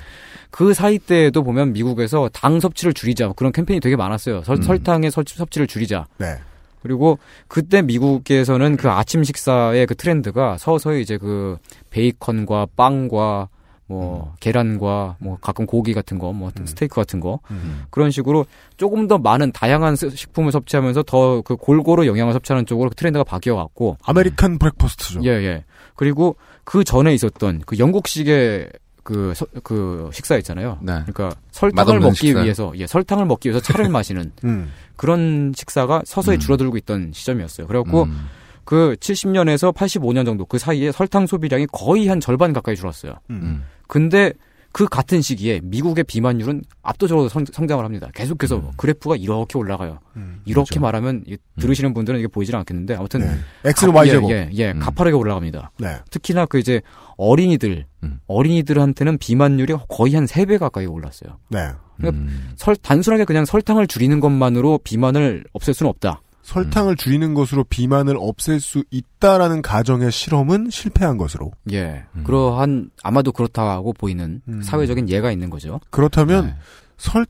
Speaker 9: 그 사이 때에도 보면 미국에서 당 섭취를 줄이자 뭐 그런 캠페인이 되게 많았어요. 설, 설탕의 섭- 섭취를 줄이자.
Speaker 2: 네.
Speaker 9: 그리고 그때 미국에서는 그 아침 식사의 그 트렌드가 서서히 이제 그 베이컨과 빵과 뭐 계란과 뭐 가끔 고기 같은 거, 뭐 스테이크 같은 거
Speaker 2: 음.
Speaker 9: 그런 식으로 조금 더 많은 다양한 스- 식품을 섭취하면서 더 그 골고루 영양을 섭취하는 쪽으로 그 트렌드가 바뀌어왔고
Speaker 2: 아메리칸 브렉퍼스트죠.
Speaker 9: 예, 예. 그리고 그 전에 있었던 그 영국식의 그, 서- 그 식사 있잖아요.
Speaker 2: 네.
Speaker 9: 그러니까 설탕을
Speaker 12: 맛없는
Speaker 9: 먹기
Speaker 12: 식사.
Speaker 9: 위해서, 예, 설탕을 먹기 위해서 차를 마시는
Speaker 2: 음.
Speaker 9: 그런 식사가 서서히 줄어들고 있던 시점이었어요. 그래갖고
Speaker 2: 음.
Speaker 9: 그 70년에서 85년 정도 그 사이에 설탕 소비량이 거의 한 절반 가까이 줄었어요.
Speaker 2: 음.
Speaker 9: 음. 근데 그 같은 시기에 미국의 비만율은 압도적으로 성, 장을 합니다. 계속해서
Speaker 2: 음.
Speaker 9: 그래프가 이렇게 올라가요.
Speaker 2: 그렇죠.
Speaker 9: 이렇게 말하면 이- 들으시는 분들은 이게 보이지는 않겠는데 아무튼
Speaker 2: 네. X는
Speaker 9: 가-
Speaker 2: Y 제곱. 음.
Speaker 9: 예, 예, 예, 가파르게 올라갑니다.
Speaker 2: 네. 음.
Speaker 9: 특히나 그 이제 어린이들 어린이들한테는 비만율이 거의 한 세 배 가까이 올랐어요.
Speaker 2: 네.
Speaker 9: 그러니까 설, 단순하게 그냥 설탕을 줄이는 것만으로 비만을 없앨 수는 없다.
Speaker 2: 설탕을
Speaker 9: 음.
Speaker 2: 줄이는 것으로 비만을 없앨 수 있다라는 가정의 실험은 실패한 것으로. 음.
Speaker 9: 예. 그러한 아마도 그렇다고 보이는 사회적인 예가 있는 거죠.
Speaker 2: 그렇다면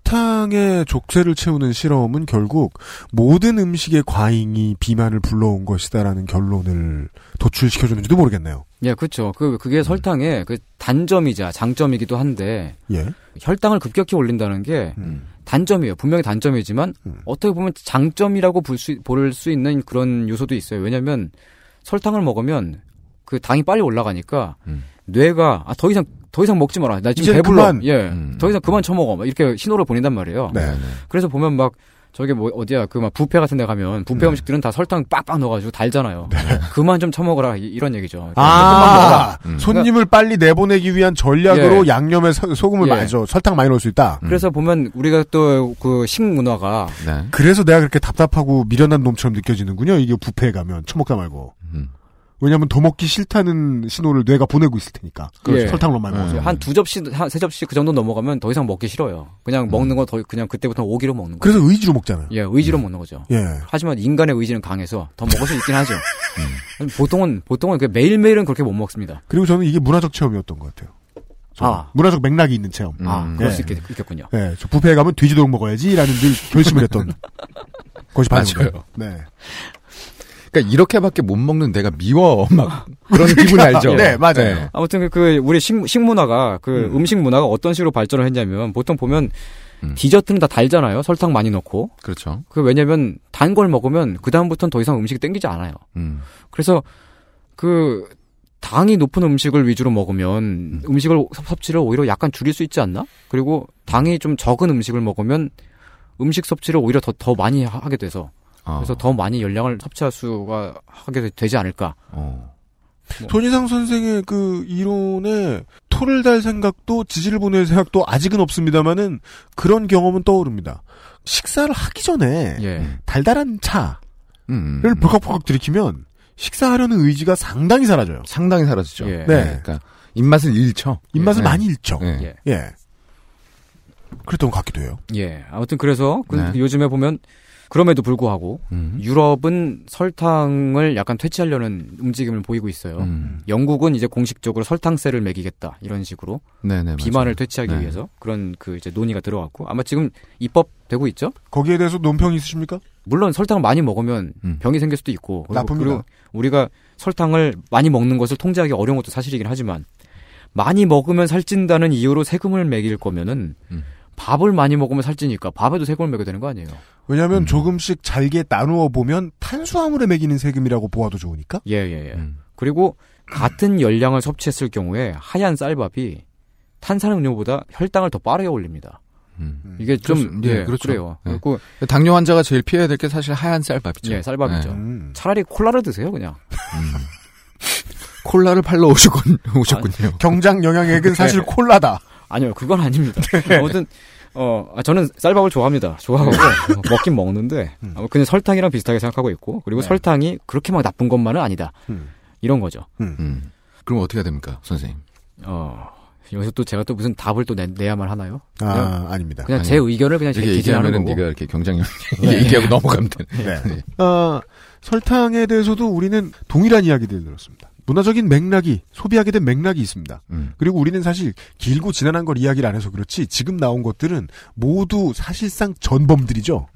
Speaker 2: 설탕에 족쇄를 채우는 실험은 결국 모든 음식의 과잉이 비만을 불러온 것이다라는 결론을 도출시켜주는지도 모르겠네요.
Speaker 9: 예, 그렇죠. 그 그게 설탕의 그 단점이자 장점이기도 한데
Speaker 2: 예.
Speaker 9: 혈당을 급격히 올린다는 게
Speaker 2: 음.
Speaker 9: 단점이에요. 분명히 단점이지만 어떻게 보면 장점이라고 볼 수 볼 수 있는 그런 요소도 있어요. 왜냐하면 설탕을 먹으면 그 당이 빨리 올라가니까 뇌가 아, 더 이상 더 이상 먹지 마라. 나
Speaker 2: 음. 이제
Speaker 9: 지금 배불러.
Speaker 2: 그만. 음. 네,
Speaker 9: 예, 더 이상 그만 처먹어. 막 이렇게 신호를 보낸단 말이에요. 그래서 보면 막 저게 뭐 어디야 그 막 뷔페 같은 데 가면
Speaker 2: 네.
Speaker 9: 뷔페 음식들은 다 설탕 빡빡 넣어가지고 달잖아요. 그만 좀 처먹어라 이- 이런 얘기죠.
Speaker 2: 아,
Speaker 9: 조금만 먹어라. 그러니까
Speaker 2: 손님을 빨리 내보내기 위한 전략으로
Speaker 9: 예.
Speaker 2: 양념에 서- 소금을
Speaker 9: 예. 음.
Speaker 2: 많이 줘 설탕 많이 넣을 수 있다.
Speaker 9: 그래서 보면 우리가 또 그 식문화가
Speaker 2: 그래서 내가 그렇게 답답하고 미련한 놈처럼 느껴지는군요. 이게 뷔페에 가면 처먹다 말고.
Speaker 12: 음.
Speaker 2: 왜냐하면 더 먹기 싫다는 신호를 뇌가 보내고 있을 테니까.
Speaker 12: 그렇죠.
Speaker 9: 예.
Speaker 2: 설탕 너무 많이
Speaker 9: 예.
Speaker 2: 먹어서.
Speaker 9: 한두 접시 한 세 접시 그 정도 넘어가면 더 이상 먹기 싫어요.
Speaker 12: 음.
Speaker 9: 그냥 먹는 거 더 그냥 그때부터 오기로 먹는 거.
Speaker 2: 그래서 의지로 먹잖아요.
Speaker 9: 예,
Speaker 12: 음.
Speaker 9: 의지로 먹는 거죠.
Speaker 2: 예.
Speaker 9: 하지만 인간의 의지는 강해서 더 먹을 수 있긴 하죠.
Speaker 12: 음.
Speaker 9: 음. 보통은 보통은 그 매일매일은 그렇게 못 먹습니다.
Speaker 2: 그리고 저는 이게 문화적 체험이었던 것 같아요. 저는
Speaker 9: 아.
Speaker 2: 문화적 맥락이 있는 체험.
Speaker 12: 음.
Speaker 9: 아,
Speaker 12: 네.
Speaker 9: 그럴
Speaker 2: 예.
Speaker 9: 수 있겠, 군요
Speaker 2: 예, 저 뷔페에 가면 뒤지도록 먹어야지라는 늘 결심을 했던 것이 바로
Speaker 12: 맞아요.
Speaker 2: 네.
Speaker 12: 그러니까 이렇게밖에 못 먹는 내가 미워 막 그런 기분
Speaker 9: 그렇죠.
Speaker 12: 알죠? 네.
Speaker 9: 아무튼 그- 그 우리 식, 식문화가 그
Speaker 12: 음.
Speaker 9: 음. 식 문화가 어떤 식으로 발전을 했냐면 보통 보면 디저트는 다 달잖아요. 설탕 많이 넣고.
Speaker 12: 그렇죠.
Speaker 9: 그 왜냐면 단 걸 먹으면 그 다음부터는 더 이상 음식이 땡기지 않아요.
Speaker 12: 음.
Speaker 9: 그래서 그 당이 높은 음식을 위주로 먹으면 음. 식을 섭취를 오히려 약간 줄일 수 있지 않나? 그리고 당이 좀 적은 음식을 먹으면 음식 섭취를 오히려 더 더 많이 하- 하게 돼서
Speaker 12: 아.
Speaker 9: 그래서 더 많이 열량을 섭취할 수가 하게 되- 되지 않을까?
Speaker 12: 어.
Speaker 9: 뭐.
Speaker 2: 손희상 선생의 그 이론에 토를 달 생각도 지지를 보낼 생각도 아직은 없습니다만은 그런 경험은 떠오릅니다. 식사를 하기 전에 달달한 차를 벌컥벌컥 들이키면 식사하려는 의지가 상당히 사라져요.
Speaker 12: 상당히 사라지죠.
Speaker 2: 네.
Speaker 4: 예.
Speaker 12: 그러니까 입맛을 잃죠.
Speaker 2: 입맛을
Speaker 12: 네.
Speaker 2: 많이 잃죠.
Speaker 12: 네.
Speaker 2: 예. 그랬던 것 같기도 해요.
Speaker 9: 예. 아무튼 그래서 그-
Speaker 12: 네. 음.
Speaker 9: 요즘에 보면 그럼에도 불구하고 유럽은 설탕을 약간 퇴치하려는 움직임을 보이고 있어요.
Speaker 12: 음.
Speaker 9: 영국은 이제 공식적으로 설탕세를 매기겠다 이런 식으로
Speaker 12: 네네,
Speaker 9: 비만을
Speaker 12: 맞아요.
Speaker 9: 퇴치하기
Speaker 12: 네.
Speaker 9: 위해서 그런 그 이제 논의가 들어왔고 아마 지금 입법되고 있죠.
Speaker 2: 거기에 대해서 논평이 있으십니까?
Speaker 9: 물론 설탕을 많이 먹으면
Speaker 12: 음.
Speaker 9: 병이 생길 수도 있고 그리고,
Speaker 2: 나쁩니다.
Speaker 9: 그리고 우리가 설탕을 많이 먹는 것을 통제하기 어려운 것도 사실이긴 하지만 많이 먹으면 살찐다는 이유로 세금을 매길 거면은
Speaker 12: 음.
Speaker 9: 밥을 많이 먹으면 살찌니까 밥에도 세금을 매겨야 되는 거 아니에요?
Speaker 2: 왜냐하면
Speaker 12: 음.
Speaker 2: 조금씩 잘게 나누어 보면 탄수화물에 매기는 세금이라고 보아도 좋으니까. 음.
Speaker 9: 예, 예, 예. 그리고 같은 열량을 섭취했을 경우에 하얀 쌀밥이 탄산음료보다 혈당을 더 빠르게 올립니다.
Speaker 2: 음.
Speaker 9: 이게 좀
Speaker 12: 그렇- 예,
Speaker 9: 예,
Speaker 12: 그렇죠.
Speaker 9: 그래요
Speaker 12: 네.
Speaker 9: 그리고
Speaker 12: 당뇨 환자가 제일 피해야 될 게 사실 하얀 쌀밥이죠.
Speaker 2: 그렇죠.
Speaker 9: 예, 쌀밥이죠.
Speaker 12: 네.
Speaker 2: 음.
Speaker 9: 차라리 콜라를 드세요, 그냥.
Speaker 12: 콜라를 팔러 오셨군, 오셨군요.
Speaker 9: 아,
Speaker 2: 경장 영향액은 사실
Speaker 9: 네.
Speaker 2: 콜라다. 네.
Speaker 9: 아니요, 그건 아닙니다. 아무튼 어, 아, 저는 쌀밥을 좋아합니다. 좋아하고 어,
Speaker 2: 네.
Speaker 9: 먹긴 먹는데
Speaker 2: 음.
Speaker 9: 아마 그냥 설탕이랑 비슷하게 생각하고 있고 그리고
Speaker 12: 네.
Speaker 9: 설탕이 그렇게 막 나쁜 것만은 아니다. 이런 거죠.
Speaker 12: 음. 그럼 어떻게 해야 됩니까, 선생님?
Speaker 9: 어, 여기서 또 제가 또 무슨 답을 또 내, 내야만 하나요?
Speaker 12: 아,
Speaker 9: 그냥-
Speaker 2: 아닙니다.
Speaker 9: 그냥
Speaker 12: 아니,
Speaker 9: 제 의견을 그냥 제가
Speaker 12: 이렇게
Speaker 9: 기재하는
Speaker 12: 얘기하면은
Speaker 9: 거고.
Speaker 12: 네가 이렇게 경장님 얘기하고 넘어가면 돼.
Speaker 2: 네. 아, 설탕에 대해서도 우리는 동일한 이야기들을 들었습니다. 문화적인 맥락이 소비하게 된 맥락이 있습니다.
Speaker 12: 음.
Speaker 2: 그리고 우리는 사실 길고 지난한 걸 이야기를 안 해서 그렇지 지금 나온 것들은 모두 사실상 전범들이죠.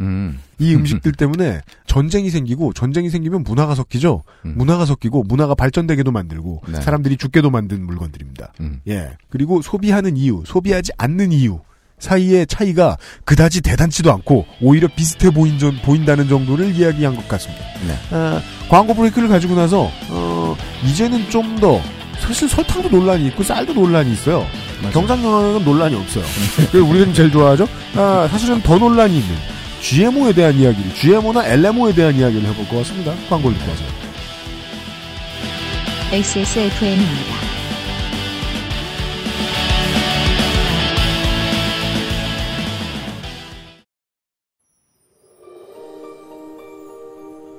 Speaker 2: 이 음식들 때문에 전쟁이 생기고 전쟁이 생기면 문화가 섞이죠. 문화가 섞이고 문화가 발전되게도 만들고
Speaker 12: 음. 네.
Speaker 2: 사람들이 죽게도 만든 물건들입니다.
Speaker 12: 음.
Speaker 2: 예. 그리고 소비하는 이유, 소비하지 않는 이유 사이의 차이가 그다지 대단치도 않고 오히려 비슷해 보인 전, 보인다는 정도를 이야기한 것 같습니다.
Speaker 9: 네.
Speaker 2: 아, 광고 브레이크를 가지고 나서 어, 이제는 좀 더 사실 설탕도 논란이 있고 쌀도 논란이 있어요. 네. 경장 영향은 논란이 없어요. 그래서 우리는 제일 좋아하죠. 아, 사실은 더 논란이 있는 GMO에 대한 이야기를 GMO나 LMO에 대한 이야기를 해볼 것 같습니다. 광고를 듣고 와서.
Speaker 1: XSFM입니다.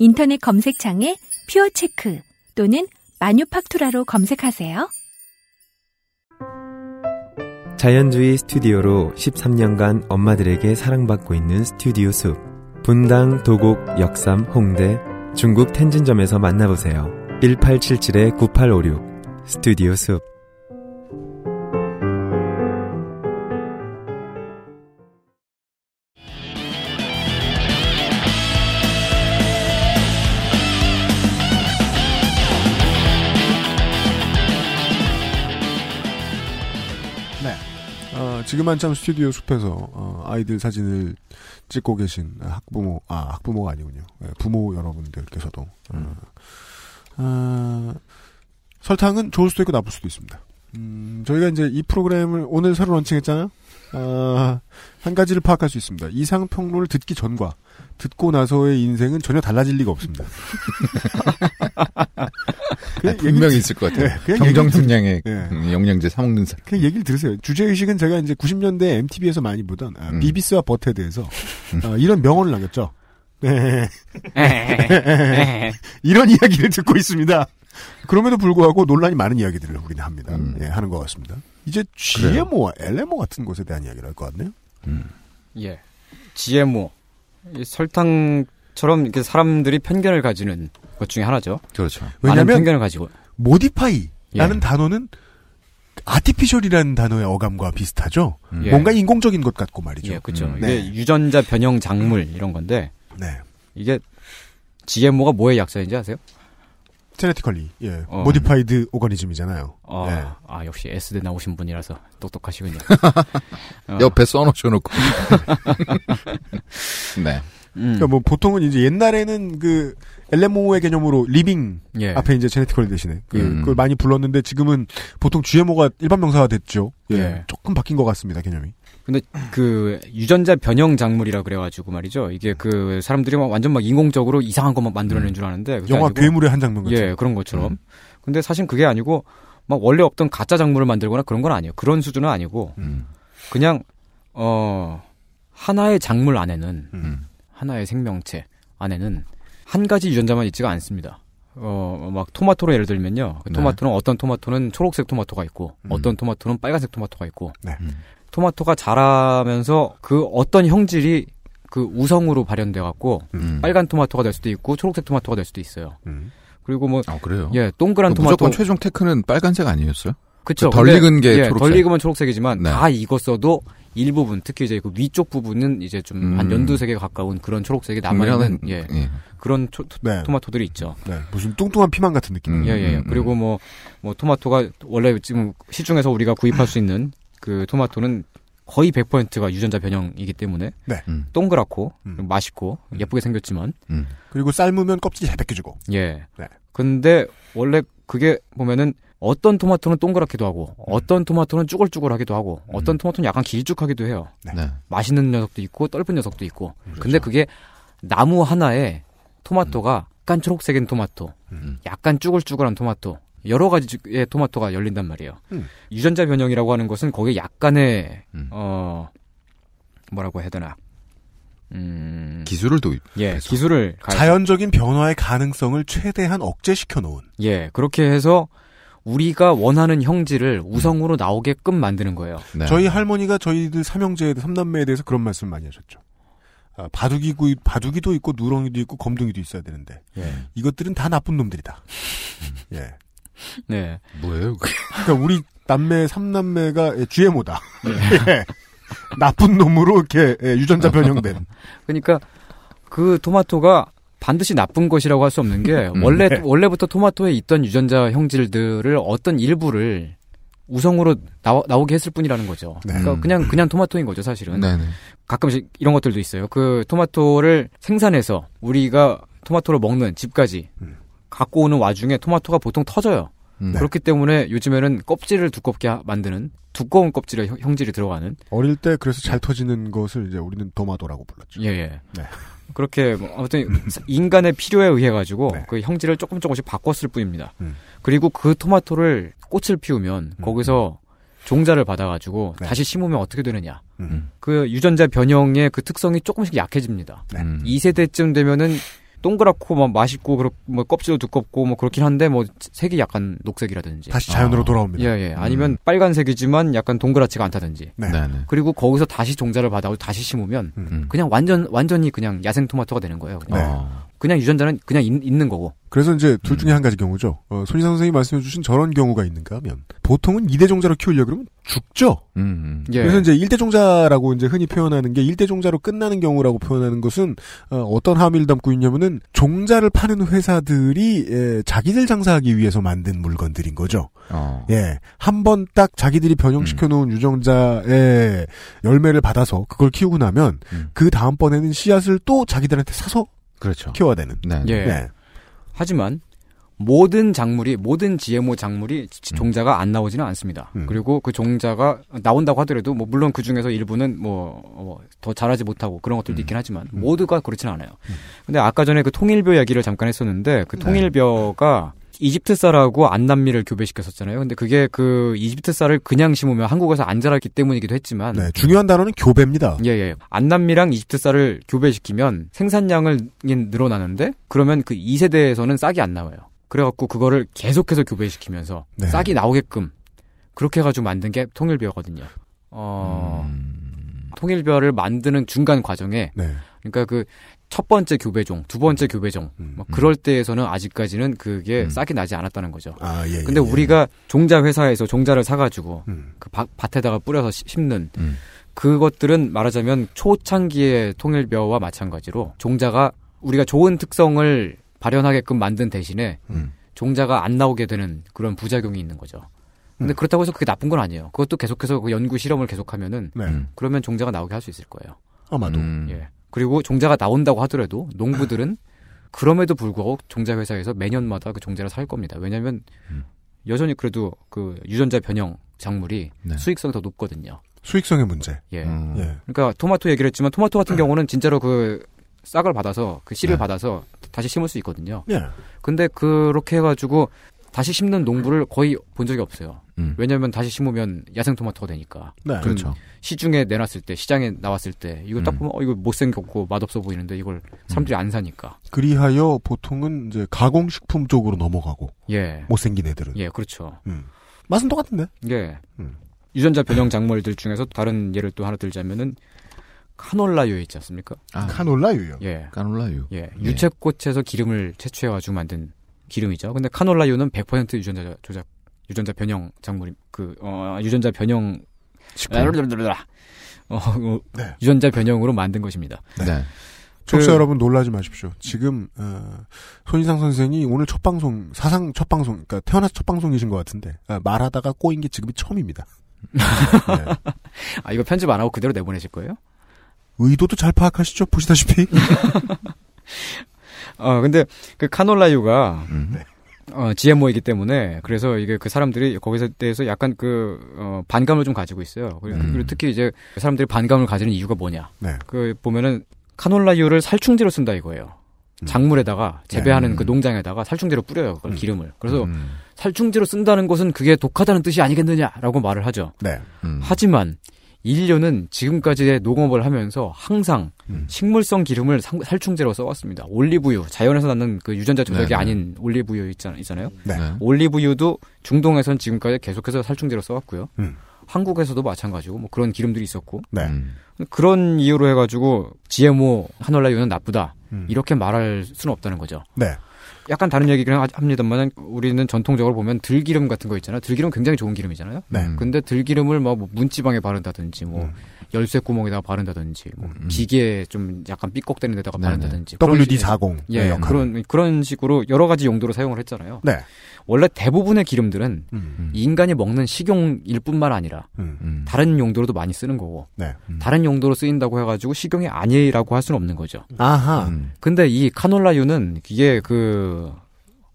Speaker 18: 인터넷 검색창에 퓨어체크 또는 마뉴팍투라로 검색하세요.
Speaker 16: 자연주의 스튜디오로 13년간 엄마들에게 사랑받고 있는 스튜디오 숲. 분당, 도곡, 역삼, 홍대, 중국 텐진점에서 만나보세요. 1877-9856 스튜디오 숲.
Speaker 2: 네. 어, 지금 한참 스튜디오 숲에서 어, 아이들 사진을 찍고 계신 학부모, 아, 학부모가 아니군요. 예, 부모 여러분들께서도.
Speaker 4: 음.
Speaker 2: 어, 아, 설탕은 좋을 수도 있고 나쁠 수도 있습니다. 음, 저희가 이제 이 프로그램을 오늘 새로 런칭했잖아요. 아, 한 가지를 파악할 수 있습니다. 이상평론을 듣기 전과 듣고 나서의 인생은 전혀 달라질 리가 없습니다. 그냥
Speaker 4: 아, 분명히
Speaker 2: 얘기-
Speaker 4: 있을 것 같아요.
Speaker 2: 네, 그냥
Speaker 4: 경정
Speaker 2: 얘기-
Speaker 4: 분량의
Speaker 2: 네.
Speaker 4: 음, 영양제 사먹는 사람.
Speaker 2: 그냥 얘기를 들으세요. 주제의식은 제가 이제 90년대 MTV에서 많이 보던 아,
Speaker 4: 음.
Speaker 2: 비비스와 버테드에서 어, 이런 명언을 남겼죠. 네. 이런 이야기를 듣고 있습니다. 그럼에도 불구하고 논란이 많은 이야기들을 우리는 합니다.
Speaker 4: 음.
Speaker 2: 예, 하는 것 같습니다. 이제 GMO와 LMO 같은 것에 대한 이야기를 할 것 같네요.
Speaker 9: 예. GMO. 이 설탕처럼 이렇게 사람들이 편견을 가지는 것 중에 하나죠.
Speaker 4: 그렇죠.
Speaker 9: 많은
Speaker 2: 왜냐면-
Speaker 9: 편견을 가지고.
Speaker 2: 모디파이라는
Speaker 9: 예.
Speaker 2: 단어는 아티피셜이라는 단어의 어감과 비슷하죠.
Speaker 4: 음.
Speaker 9: 예.
Speaker 2: 뭔가 인공적인 것 같고 말이죠.
Speaker 9: 예, 그렇죠.
Speaker 2: 음,
Speaker 9: 이게
Speaker 2: 네.
Speaker 9: 유전자 변형 작물 이런 건데.
Speaker 2: 네.
Speaker 9: 이게 GMO가 뭐의 약자인지 아세요?
Speaker 2: 제네티컬리 예.
Speaker 9: 어.
Speaker 2: 모디파이드 오거니즘이잖아요.
Speaker 9: 어,
Speaker 12: 네.
Speaker 9: 아 역시 S대 나오신 분이라서 똑똑하시군요. 어.
Speaker 4: 옆에 써놓으셔놓고. 네.
Speaker 9: 음.
Speaker 2: 그러니까 뭐 보통은 이제 옛날에는 그 LMO의 개념으로 리빙
Speaker 4: 예.
Speaker 2: 앞에 이제 제네티컬 대신에 그,
Speaker 4: 음.
Speaker 2: 걸 많이 불렀는데 지금은 보통 GMO가 일반 명사가 됐죠. 예.
Speaker 9: 예.
Speaker 2: 조금 바뀐 것 같습니다 개념이.
Speaker 9: 근데 그 유전자 변형 작물이라 그래가지고 말이죠. 이게 그 사람들이 막 완전 막 인공적으로 이상한 것만 만들어낸 줄 아는데 그게
Speaker 2: 음. 영화
Speaker 9: 아니고-
Speaker 2: 괴물의 한 장면 같은 음.
Speaker 9: 예, 그런 것처럼. 근데 사실 그게 아니고 막 원래 없던 가짜 작물을 만들거나 그런 건 아니에요. 그런 수준은 아니고
Speaker 2: 음.
Speaker 9: 그냥 어 하나의 작물 안에는
Speaker 2: 음.
Speaker 9: 하나의 생명체 안에는 한 가지 유전자만 있지가 않습니다. 어, 막 토마토로 예를 들면요. 그
Speaker 4: 네.
Speaker 9: 토마토는 어떤 토마토는 초록색 토마토가 있고
Speaker 2: 음.
Speaker 9: 어떤 토마토는 빨간색 토마토가 있고
Speaker 2: 네.
Speaker 9: 음. 토마토가 자라면서 그 어떤 형질이 그 우성으로 발현돼 갖고
Speaker 4: 음.
Speaker 9: 빨간 토마토가 될 수도 있고 초록색 토마토가 될 수도 있어요. 그리고 뭐
Speaker 4: 아, 그래요?
Speaker 9: 예, 동그란
Speaker 4: 그
Speaker 9: 토마토
Speaker 4: 무조건 최종 테크는 빨간색 아니었어요?
Speaker 9: 그쵸.
Speaker 4: 그덜
Speaker 9: 근데-
Speaker 4: 익은 게
Speaker 9: 예,
Speaker 4: 초록색.
Speaker 9: 덜 익으면 초록색이지만
Speaker 4: 네.
Speaker 9: 다 익었어도 일부분 특히 이제 그 위쪽 부분은 이제 좀 한
Speaker 4: 음.
Speaker 9: 연두색에 가까운 그런 초록색이 남아 있는
Speaker 4: 분명한-
Speaker 9: 예.
Speaker 4: 예.
Speaker 9: 그런 초-
Speaker 2: 네.
Speaker 9: 토마토들이 있죠.
Speaker 2: 네. 무슨 뚱뚱한 피망 같은 음. 느낌.
Speaker 9: 예, 예. 그리고 뭐, 뭐, 토마토가, 원래 지금 시중에서 우리가 구입할 수 있는 그 토마토는 거의 100%가 유전자 변형이기 때문에.
Speaker 2: 네. 음.
Speaker 9: 동그랗고, 맛있고, 예쁘게 생겼지만.
Speaker 2: 그리고 삶으면 껍질이 잘 벗겨지고.
Speaker 9: 예.
Speaker 2: 네.
Speaker 9: 근데 원래 그게 보면은 어떤 토마토는 동그랗기도 하고, 어떤 토마토는 쭈글쭈글하기도 하고, 어떤 토마토는 약간 길쭉하기도 해요.
Speaker 4: 네.
Speaker 9: 맛있는 녀석도 있고, 떫은 녀석도 있고. 근데 그게 나무 하나에 토마토가 약간 초록색인 토마토,
Speaker 2: 음.
Speaker 9: 약간 쭈글쭈글한 토마토 여러 가지의 예, 토마토가 열린단 말이에요.
Speaker 4: 음.
Speaker 9: 유전자 변형이라고 하는 것은 거기에 약간의
Speaker 2: 음.
Speaker 9: 어 뭐라고 해야 되나 음,
Speaker 4: 기술을 도입.
Speaker 9: 예 기술을 가해서.
Speaker 2: 자연적인 변화의 가능성을 최대한 억제시켜 놓은.
Speaker 9: 예 그렇게 해서 우리가 원하는 형질을
Speaker 2: 음.
Speaker 9: 우성으로 나오게끔 만드는 거예요.
Speaker 2: 저희 할머니가 저희들 삼형제에 삼남매에 대해서 그런 말씀 많이 하셨죠. 아, 바둑이고 바둑이도 있고 누렁이도 있고 검둥이도 있어야 되는데
Speaker 9: 예.
Speaker 2: 이것들은 다 나쁜 놈들이다. 예.
Speaker 9: 네.
Speaker 4: 뭐예요? 그게?
Speaker 2: 그러니까 우리 남매 삼남매가 GMO다.
Speaker 9: 네.
Speaker 2: 예. 나쁜 놈으로 이렇게 예, 유전자 변형된.
Speaker 9: 그러니까 그 토마토가 반드시 나쁜 것이라고 할 수 없는 게
Speaker 4: 음.
Speaker 9: 원래
Speaker 4: 네.
Speaker 9: 원래부터 토마토에 있던 유전자 형질들을 어떤 일부를 우성으로 나오게 했을 뿐이라는 거죠.
Speaker 4: 네.
Speaker 9: 그러니까
Speaker 4: 음.
Speaker 9: 그냥 그냥 토마토인 거죠, 사실은.
Speaker 4: 네네.
Speaker 9: 가끔씩 이런 것들도 있어요. 그 토마토를 생산해서 우리가 토마토를 먹는 집까지 갖고 오는 와중에 토마토가 보통 터져요.
Speaker 4: 음. 네.
Speaker 9: 그렇기 때문에 요즘에는 껍질을 두껍게 하- 만드는 두꺼운 껍질의 형- 형질이 들어가는
Speaker 2: 어릴 때 그래서 잘 터지는 것을 이제 우리는 도마도라고 불렀죠. 네.
Speaker 9: 예, 예. 그렇게 뭐 아무튼 인간의 필요에 의해 가지고
Speaker 2: 네.
Speaker 9: 그 형질을
Speaker 2: 음. 음.
Speaker 9: 조금 조금씩 바꿨을 뿐입니다. 그리고 그 토마토를 꽃을 피우면 거기서 종자를 받아가지고
Speaker 2: 네.
Speaker 9: 다시 심으면 어떻게 되느냐. 그 유전자 변형의 그 특성이 조금씩 약해집니다.
Speaker 2: 네.
Speaker 4: 음.
Speaker 9: 이 2세대쯤 되면은 동그랗고 막 맛있고 그렇 뭐 껍질도 두껍고 뭐 그렇긴 한데 뭐 색이 약간 녹색이라든지
Speaker 2: 다시 자연으로 돌아옵니다.
Speaker 9: 예예
Speaker 2: 음.
Speaker 9: 아니면 빨간색이지만 약간 동그랗지가 않다든지
Speaker 2: 네. 네, 음. 네.
Speaker 9: 그리고 거기서 다시 종자를 받아서 다시 심으면 그냥 완전 완전히 그냥 야생 토마토가 되는 거예요. 그냥,
Speaker 2: 네.
Speaker 9: 그냥 유전자는 그냥 있, 는 거고
Speaker 2: 그래서 이제 둘
Speaker 4: 음.
Speaker 2: 중에 한 가지 경우죠. 어, 손희상 선생님이 말씀해주신 저런 경우가 있는가 하면 보통은 이대 종자로 키우려 그러면 죽죠.
Speaker 4: 음,
Speaker 9: 예.
Speaker 2: 그래서 이제 일대 종자라고 이제 흔히 표현하는 게일대 종자로 끝나는 경우라고 표현하는 것은 어, 떤 함의를 담고 있냐면은 종자를 파는 회사들이 예, 자기들 장사하기 위해서 만든 물건들인 거죠.
Speaker 4: 어.
Speaker 2: 예, 한 번 딱 자기들이 변형시켜
Speaker 4: 음.
Speaker 2: 놓은 유정자의 열매를 받아서 그걸 키우고 나면 그 다음번에는 씨앗을 또 자기들한테 사서
Speaker 4: 그렇죠.
Speaker 2: 키워야 되는.
Speaker 9: 예.
Speaker 2: 네.
Speaker 9: 하지만 모든 작물이 모든 GMO 작물이
Speaker 2: 음.
Speaker 9: 지- 종자가 안 나오지는 않습니다. 그리고 그 종자가 나온다고 하더라도 뭐 물론 그 중에서 일부는 뭐 더 잘하지 못하고 그런
Speaker 2: 음.
Speaker 9: 것들도 있긴 하지만 모두가 그렇지는 않아요. 근데 아까 전에 그 통일벼 이야기를 잠깐 했었는데
Speaker 2: 네.
Speaker 9: 그 통일벼가 이집트 쌀하고 안남미를 교배시켰었잖아요. 근데 그게 그 이집트 쌀을 그냥 심으면 한국에서 안 자랐기 때문이기도 했지만
Speaker 2: 네, 중요한 단어는 교배입니다.
Speaker 9: 예, 예. 안남미랑 이집트 쌀을 교배시키면 생산량을 늘어나는데 그러면 그 2세대에서는 싹이 안 나와요. 그래갖고 그거를 계속해서 교배시키면서
Speaker 4: 네.
Speaker 9: 싹이 나오게끔 그렇게 해가지고 만든 게 통일벼거든요. 어, 통일벼를 만드는 중간 과정에 그러니까 그 첫 번째 교배종, 두 번째 교배종, 뭐 그럴 때에서는 아직까지는 그게 싹이 나지 않았다는 거죠.
Speaker 2: 예,
Speaker 9: 근데
Speaker 4: 예, 예.
Speaker 9: 우리가 종자 회사에서 종자를 사가지고 그 밭- 밭에다가 뿌려서 심- 심는 그것들은 말하자면 초창기의 통일벼와 마찬가지로 종자가 우리가 좋은 특성을 발현하게끔 만든 대신에 종자가 안 나오게 되는 그런 부작용이 있는 거죠. 근데 그렇다고 해서 그게 나쁜 건 아니에요. 그것도 계속해서 그 연구 실험을 계속하면은 그러면 종자가 나오게 할 수 있을 거예요.
Speaker 2: 아마도.
Speaker 4: 음.
Speaker 9: 예. 그리고 종자가 나온다고 하더라도 농부들은 그럼에도 불구하고 종자 회사에서 매년마다 그 종자를 살 겁니다. 왜냐하면 여전히 그래도 그 유전자 변형 작물이 수익성이 더 높거든요.
Speaker 2: 수익성의 문제.
Speaker 9: 예.
Speaker 2: 예.
Speaker 9: 그러니까 토마토 얘기를 했지만 토마토
Speaker 4: 네.
Speaker 9: 같은 경우는 진짜로 그 싹을 받아서 그 씨를 받아서 다시 심을 수 있거든요.
Speaker 4: 네.
Speaker 2: 예.
Speaker 9: 근데 그렇게 해가지고 다시 심는 농부를 거의 본 적이 없어요.
Speaker 4: 네. 음.
Speaker 9: 왜냐하면 다시 심으면 야생 토마토가 되니까.
Speaker 4: 네.
Speaker 9: 그럼
Speaker 4: 그렇죠.
Speaker 9: 시중에 내놨을 때 시장에 나왔을 때 이거 딱
Speaker 4: 음.
Speaker 9: 보면 어 이거 못생겼고 맛없어 보이는데 이걸 사람들이 안 사니까.
Speaker 2: 그리하여 보통은 이제 가공식품 쪽으로 넘어가고
Speaker 9: 예.
Speaker 2: 못생긴 애들은
Speaker 9: 예, 그렇죠.
Speaker 4: 음.
Speaker 2: 맛은 똑같은데.
Speaker 9: 예. 유전자 변형 작물들 중에서 다른 예를 또 하나 들자면은 카놀라유 있지 않습니까?
Speaker 4: 아,
Speaker 2: 카놀라유요.
Speaker 9: 예.
Speaker 4: 카놀라유. 네.
Speaker 9: 예. 유채꽃에서 기름을 채취해 가지고 만든 기름이죠. 근데 카놀라유는 100% 유전자 조작 유전자 변형 작물이 그어 유전자 변형 아,
Speaker 4: 식품.
Speaker 9: 라라라라라. 어, 어, 유전자 변형으로 만든 것입니다. 그
Speaker 4: 네.
Speaker 2: 네. 청취자 여러분 놀라지 마십시오. 지금 어, 손희상 선생이 오늘 첫 방송 사상 첫 방송 그러니까 태어나서 첫 방송이신 것 같은데 아, 말하다가 꼬인 게 지금이 처음입니다.
Speaker 9: 아 이거 편집 안 하고 그대로 내보내실 거예요?
Speaker 2: 의도도 잘 파악하시죠 보시다시피.
Speaker 9: 어, 근데 그 카놀라유가
Speaker 2: 음, 네.
Speaker 9: 어, GMO이기 때문에 그래서 이게 그 사람들이 거기서 대해서 약간 그 어, 반감을 좀 가지고 있어요. 그리고,
Speaker 2: 음.
Speaker 9: 그리고 특히 이제 사람들이 반감을 가지는 이유가 뭐냐?
Speaker 2: 네.
Speaker 9: 그 보면은 카놀라유를 살충제로 쓴다 이거예요.
Speaker 4: 음.
Speaker 9: 작물에다가 재배하는
Speaker 4: 네.
Speaker 9: 그 농장에다가 살충제로 뿌려요 그걸 기름을. 그래서
Speaker 4: 음.
Speaker 9: 살충제로 쓴다는 것은 그게 독하다는 뜻이 아니겠느냐라고 말을 하죠.
Speaker 2: 네.
Speaker 9: 하지만 인류는 지금까지의 농업을 하면서 항상
Speaker 4: 음.
Speaker 9: 식물성 기름을 상- 살충제로 써왔습니다. 올리브유, 자연에서 낳는 그 유전자 조작이
Speaker 4: 네, 네.
Speaker 9: 아닌 올리브유 있잖- 있잖아요.
Speaker 4: 네.
Speaker 9: 올리브유도 중동에선 지금까지 계속해서 살충제로 써왔고요.
Speaker 2: 음.
Speaker 9: 한국에서도 마찬가지고 뭐 그런 기름들이 있었고
Speaker 2: 네.
Speaker 9: 그런 이유로 해가지고 GMO 한올라유는 나쁘다
Speaker 4: 음.
Speaker 9: 이렇게 말할 수는 없다는 거죠.
Speaker 2: 네.
Speaker 9: 약간 다른 얘기긴 하- 합니다만 우리는 전통적으로 보면 들기름 같은 거 있잖아요. 들기름 굉장히 좋은 기름이잖아요.
Speaker 4: 네.
Speaker 9: 근데 들기름을 막뭐 문지방에 바른다든지 뭐 열쇠 구멍에다가 바른다든지 뭐 기계에 좀 약간 삐걱대는 데다가 바른다든지 그런
Speaker 2: WD
Speaker 9: 식의-
Speaker 2: 40.
Speaker 9: 예,
Speaker 2: 네, 역할.
Speaker 9: 그런 그런 식으로 여러 가지 용도로 사용을 했잖아요.
Speaker 2: 네. 음.
Speaker 9: 원래 대부분의 기름들은 인간이 먹는 식용일 뿐만 아니라 다른 용도로도 많이 쓰는 거고
Speaker 2: 네.
Speaker 9: 다른 용도로 쓰인다고 해가지고 식용이 아니라고 할 수는 없는 거죠.
Speaker 2: 아하.
Speaker 9: 근데 이 카놀라유는 이게 그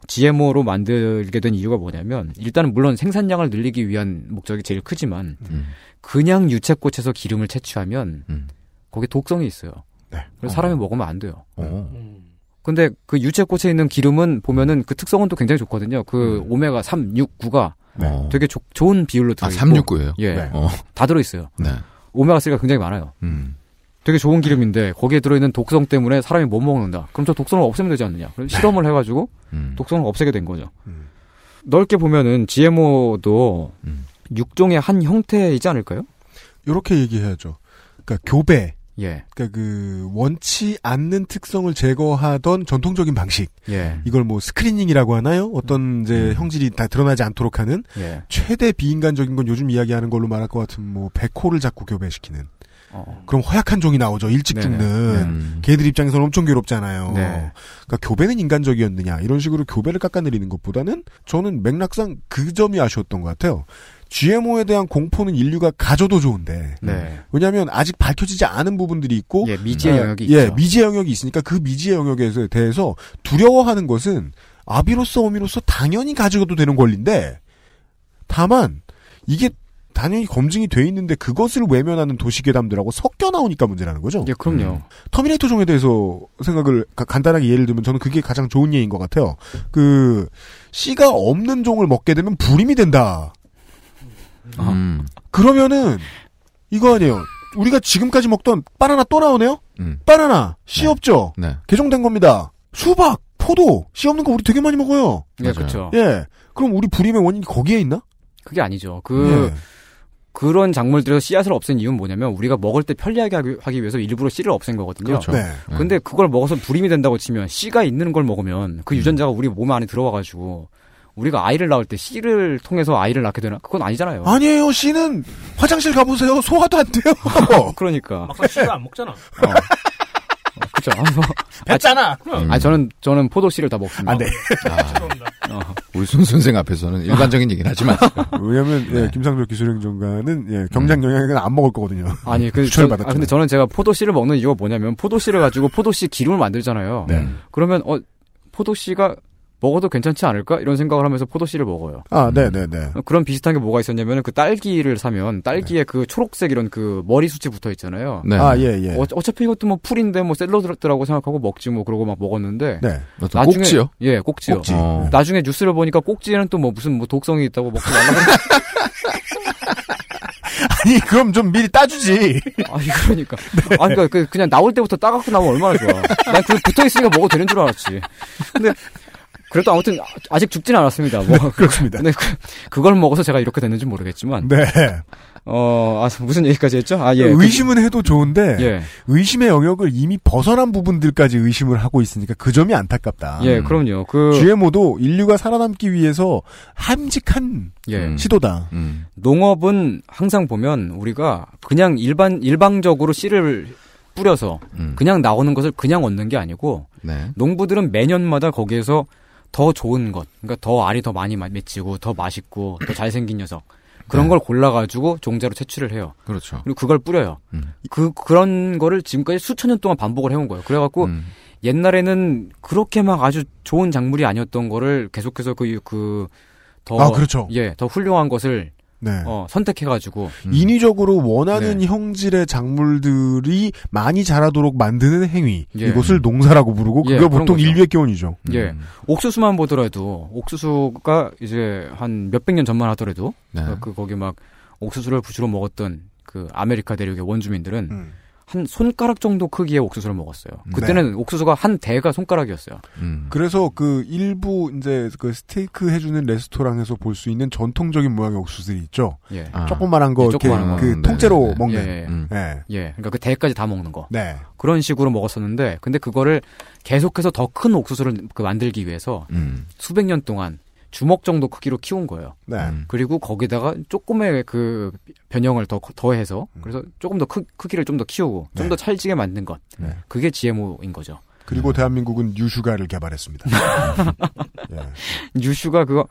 Speaker 9: GMO로 만들게 된 이유가 뭐냐면 일단은 물론 생산량을 늘리기 위한 목적이 제일 크지만 그냥 유채꽃에서 기름을 채취하면
Speaker 4: 음.
Speaker 9: 거기에 독성이 있어요.
Speaker 4: 네.
Speaker 9: 그래서 사람이 먹으면 안 돼요.
Speaker 4: 어. 음.
Speaker 9: 근데 그 유채꽃에 있는 기름은 보면은 그 특성은 또 굉장히 좋거든요. 그 오메가 3, 6, 9가 네. 되게 조- 좋은 비율로 들어
Speaker 4: 어. 아,
Speaker 9: 있고
Speaker 4: 369예요?
Speaker 9: 예,
Speaker 4: 네. 어.
Speaker 9: 다 들어 있어요.
Speaker 2: 예.
Speaker 4: 네.
Speaker 9: 오메가3가 굉장히 많아요.
Speaker 4: 음.
Speaker 9: 되게 좋은 기름인데 거기에 들어있는 독성 때문에 사람이 못 먹는다. 그럼 저 독성을 없애면 되지 않느냐? 그럼 실험을 해가지고 독성을 없애게 된 거죠. 넓게 보면은 GMO도 육종의 한 형태이지 않을까요?
Speaker 2: 이렇게 얘기해야죠. 그러니까 교배.
Speaker 9: 예.
Speaker 2: 그러니까 그 원치 않는 특성을 제거하던 전통적인 방식.
Speaker 9: 예.
Speaker 2: 이걸 뭐 스크리닝이라고 하나요? 어떤 이제
Speaker 4: 음.
Speaker 2: 형질이 다 드러나지 않도록 하는
Speaker 9: 예.
Speaker 2: 최대 비인간적인 건 요즘 이야기하는 걸로 말할 것 같은 뭐 백호를 자꾸 교배시키는. 그럼 허약한 종이 나오죠. 일찍
Speaker 4: 네네. 음.
Speaker 2: 죽는. 걔들 입장에서는 엄청 괴롭잖아요.
Speaker 4: 네.
Speaker 2: 그러니까 교배는 인간적이었느냐 이런 식으로 교배를 깎아내리는 것보다는 저는 맥락상 그 점이 아쉬웠던 것 같아요. GMO에 대한 공포는 인류가 가져도 좋은데
Speaker 9: 네.
Speaker 2: 왜냐하면 아직 밝혀지지 않은 부분들이 있고 예,
Speaker 9: 미지의 영역이
Speaker 2: 예,
Speaker 9: 있죠.
Speaker 2: 미지의 영역이 있으니까 그 미지의 영역에 대해서 두려워하는 것은 아비로서 어미로서 당연히 가져도 되는 권리인데 다만 이게 당연히 검증이 돼 있는데 그것을 외면하는 도시괴담들하고 섞여 나오니까 문제라는 거죠. 음.
Speaker 9: 예, 그럼요.
Speaker 2: 터미네이터 종에 대해서 생각을 가- 간단하게 예를 들면 저는 그게 가장 좋은 예인 것 같아요. 그 씨가 없는 종을 먹게 되면 불임이 된다.
Speaker 9: 음.
Speaker 2: 그러면은 이거 아니에요. 우리가 지금까지 먹던 바나나 또 나오네요. 바나나 씨 없죠.
Speaker 4: 음. 네.
Speaker 2: 개종된 겁니다. 수박, 포도 씨 없는 거 우리 되게 많이 먹어요.
Speaker 9: 예, 맞아요. 그쵸.
Speaker 2: 예. 그럼 우리 불임의 원인이 거기에 있나?
Speaker 9: 그게 아니죠. 그
Speaker 2: 예.
Speaker 9: 그런 작물들에서 씨앗을 없앤 이유는 뭐냐면 우리가 먹을 때 편리하게 하기, 하기 위해서 일부러 씨를 없앤 거거든요.
Speaker 4: 그렇죠. 네.
Speaker 9: 근데 그걸 먹어서 불임이 된다고 치면 씨가 있는 걸 먹으면 그 유전자가 우리 몸 안에 들어와 가지고 우리가 아이를 낳을 때 씨를 통해서 아이를 낳게 되나? 그건 아니잖아요.
Speaker 2: 아니에요. 씨는 화장실 가보세요. 소화도 안 돼요.
Speaker 9: 그러니까. 어.
Speaker 8: 막상 씨가 안 먹잖아.
Speaker 9: 그렇죠.
Speaker 8: 뱉잖아.
Speaker 9: 아 저는 저는 포도 씨를 다 먹습니다.
Speaker 2: 아, 네. 어.
Speaker 4: 울순 선생 앞에서는 일반적인 얘기는 네. 하지 마세요.
Speaker 2: 왜냐면 하 김상조 기술행정관은 예,
Speaker 4: 음.
Speaker 2: 경장 영양액은 안 먹을 거거든요.
Speaker 9: 아니, 그,
Speaker 2: 추천을
Speaker 9: 저-
Speaker 2: 받았죠.
Speaker 9: 아, 근데 저는 제가 포도씨를 먹는 이유가 뭐냐면, 포도씨를 가지고 포도씨 기름을 만들잖아요.
Speaker 4: 네.
Speaker 9: 그러면, 어, 포도씨가 먹어도 괜찮지 않을까? 이런 생각을 하면서 포도씨를 먹어요.
Speaker 2: 아, 네, 네, 네.
Speaker 9: 그런 비슷한 게 뭐가 있었냐면, 그 딸기를 사면, 딸기에 그 초록색 이런 그 머리숱이 붙어 있잖아요.
Speaker 4: 네. 아, 예, 예.
Speaker 9: 어, 차피 이것도 뭐 풀인데, 뭐 샐러드라고 생각하고 먹지 뭐 그러고 막 먹었는데.
Speaker 4: 네. 어떤 꼭지요?
Speaker 9: 예, 꼭지요.
Speaker 4: 꼭지. 어.
Speaker 9: 나중에 뉴스를 보니까 꼭지에는 또 뭐 무슨 뭐 독성이 있다고 먹지 말라고.
Speaker 2: 아니 그럼 좀 미리 따주지.
Speaker 9: 아니 그러니까. 아 그러니까 그- 그냥 나올 때부터 따갖고 나오면 얼마나 좋아. 난 그 붙어 있으니까 먹어도 되는 줄 알았지. 근데 그래도 아무튼 아- 아직 죽진 않았습니다. 뭐
Speaker 2: 네, 그렇습니다.
Speaker 9: 근데 그, 걸 먹어서 제가 이렇게 됐는지 모르겠지만.
Speaker 2: 네.
Speaker 9: 어, 아, 무슨 얘기까지 했죠? 아 예.
Speaker 2: 의심은 해도 좋은데
Speaker 9: 예.
Speaker 2: 의심의 영역을 이미 벗어난 부분들까지 의심을 하고 있으니까 그 점이 안타깝다.
Speaker 9: 예,
Speaker 4: 음.
Speaker 9: 그럼요. 그-
Speaker 2: GMO도 인류가 살아남기 위해서 함직한
Speaker 9: 예.
Speaker 2: 시도다.
Speaker 9: 농업은 항상 보면 우리가 그냥 일반 일방적으로 씨를 뿌려서 그냥 나오는 것을 그냥 얻는 게 아니고
Speaker 4: 네.
Speaker 9: 농부들은 매년마다 거기에서 더 좋은 것, 그러니까 더 알이 더 많이 마- 맺히고 더 맛있고 더 잘생긴 녀석 그런
Speaker 4: 네.
Speaker 9: 걸 골라가지고 종자로 채취를 해요.
Speaker 4: 그렇죠.
Speaker 9: 그리고 그걸 뿌려요. 그 그런 거를 지금까지 수천 년 동안 반복을 해온 거예요. 그래갖고 옛날에는 그렇게 막 아주 좋은 작물이 아니었던 거를 계속해서 그 그그더
Speaker 2: 아, 그렇죠.
Speaker 9: 예, 더 훌륭한 것을
Speaker 2: 네.
Speaker 9: 어, 선택해가지고
Speaker 4: 음.
Speaker 2: 인위적으로 원하는
Speaker 9: 네.
Speaker 2: 형질의 작물들이 많이 자라도록 만드는 행위.
Speaker 9: 예.
Speaker 2: 이것을 농사라고 부르고
Speaker 9: 예,
Speaker 2: 그게
Speaker 9: 그런
Speaker 2: 보통
Speaker 9: 거죠.
Speaker 2: 인류의 기원이죠.
Speaker 9: 예. 옥수수만 보더라도 옥수수가 이제 한 몇백 년 전만 하더라도 어, 그 거기 막 옥수수를 부추로 먹었던 그 아메리카 대륙의 원주민들은
Speaker 2: 음.
Speaker 9: 한 손가락 정도 크기의 옥수수를 먹었어요. 그때는
Speaker 2: 네.
Speaker 9: 옥수수가 한 대가 손가락이었어요.
Speaker 4: 음.
Speaker 2: 그래서 그 일부 이제 그 스테이크 해주는 레스토랑에서 볼 수 있는 전통적인 모양의 옥수수들이 있죠.
Speaker 9: 예.
Speaker 4: 아.
Speaker 2: 조그만한 거
Speaker 9: 예,
Speaker 2: 이렇게
Speaker 9: 조그만한 거.
Speaker 2: 그
Speaker 9: 네,
Speaker 2: 통째로
Speaker 9: 네, 네.
Speaker 2: 먹는.
Speaker 9: 예, 예.
Speaker 2: 예.
Speaker 9: 예, 그러니까 그 대까지 다 먹는 거.
Speaker 2: 네.
Speaker 9: 그런 식으로 먹었었는데, 근데 그거를 계속해서 더 큰 옥수수를 그 만들기 위해서
Speaker 4: 음.
Speaker 9: 수백 년 동안 주먹 정도 크기로 키운 거예요.
Speaker 2: 네.
Speaker 4: 음.
Speaker 9: 그리고 거기다가 조금의 그 변형을 더 더해서
Speaker 2: 음.
Speaker 9: 그래서 조금 더 크, 크기를 좀 더 키우고 좀 더 찰지게 만든 것.
Speaker 2: 네.
Speaker 9: 그게 GMO인 거죠.
Speaker 2: 그리고 대한민국은 유슈가를 개발했습니다. 네.
Speaker 9: 유슈가 그거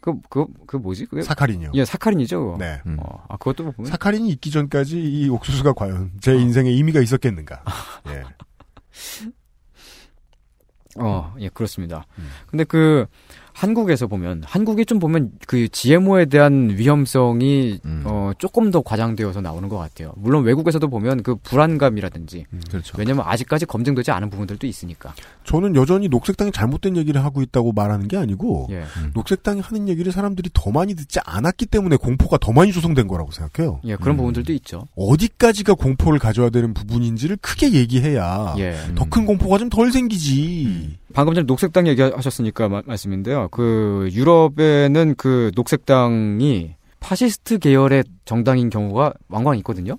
Speaker 9: 그 그 그 뭐지? 그게
Speaker 2: 사카린이요.
Speaker 9: 예, 사카린이죠. 그거.
Speaker 2: 네.
Speaker 9: 어, 아 그것도 보면
Speaker 2: 사카린이 있기 전까지 이 옥수수가 과연
Speaker 9: 아.
Speaker 2: 제 인생에 의미가 있었겠는가. 예.
Speaker 9: 어, 예, 그렇습니다.
Speaker 2: 음.
Speaker 9: 근데 그
Speaker 2: 음.
Speaker 9: 한국에서 보면 한국이 좀 보면 그 GMO에 대한 위험성이 어 어, 조금 더 과장되어서 나오는 것 같아요. 물론 외국에서도 보면 그 불안감이라든지
Speaker 2: 음, 그렇죠.
Speaker 9: 왜냐면 아직까지 검증되지 않은 부분들도 있으니까.
Speaker 2: 저는 여전히 녹색당이 잘못된 얘기를 하고 있다고 말하는 게 아니고 음.
Speaker 9: 예.
Speaker 2: 녹색당이 하는 얘기를 사람들이 더 많이 듣지 않았기 때문에 공포가 더 많이 조성된 거라고 생각해요.
Speaker 9: 예, 그런 부분들도 있죠.
Speaker 2: 음. 어디까지가 공포를 가져야 되는 부분인지를 크게 얘기해야
Speaker 9: 예. 음.
Speaker 2: 더 큰 공포가 좀 덜 생기지.
Speaker 9: 방금 전에 녹색당 얘기하셨으니까 마- 말씀인데요. 그 유럽에는 그 녹색당이 파시스트 계열의 정당인 경우가 왕왕 있거든요.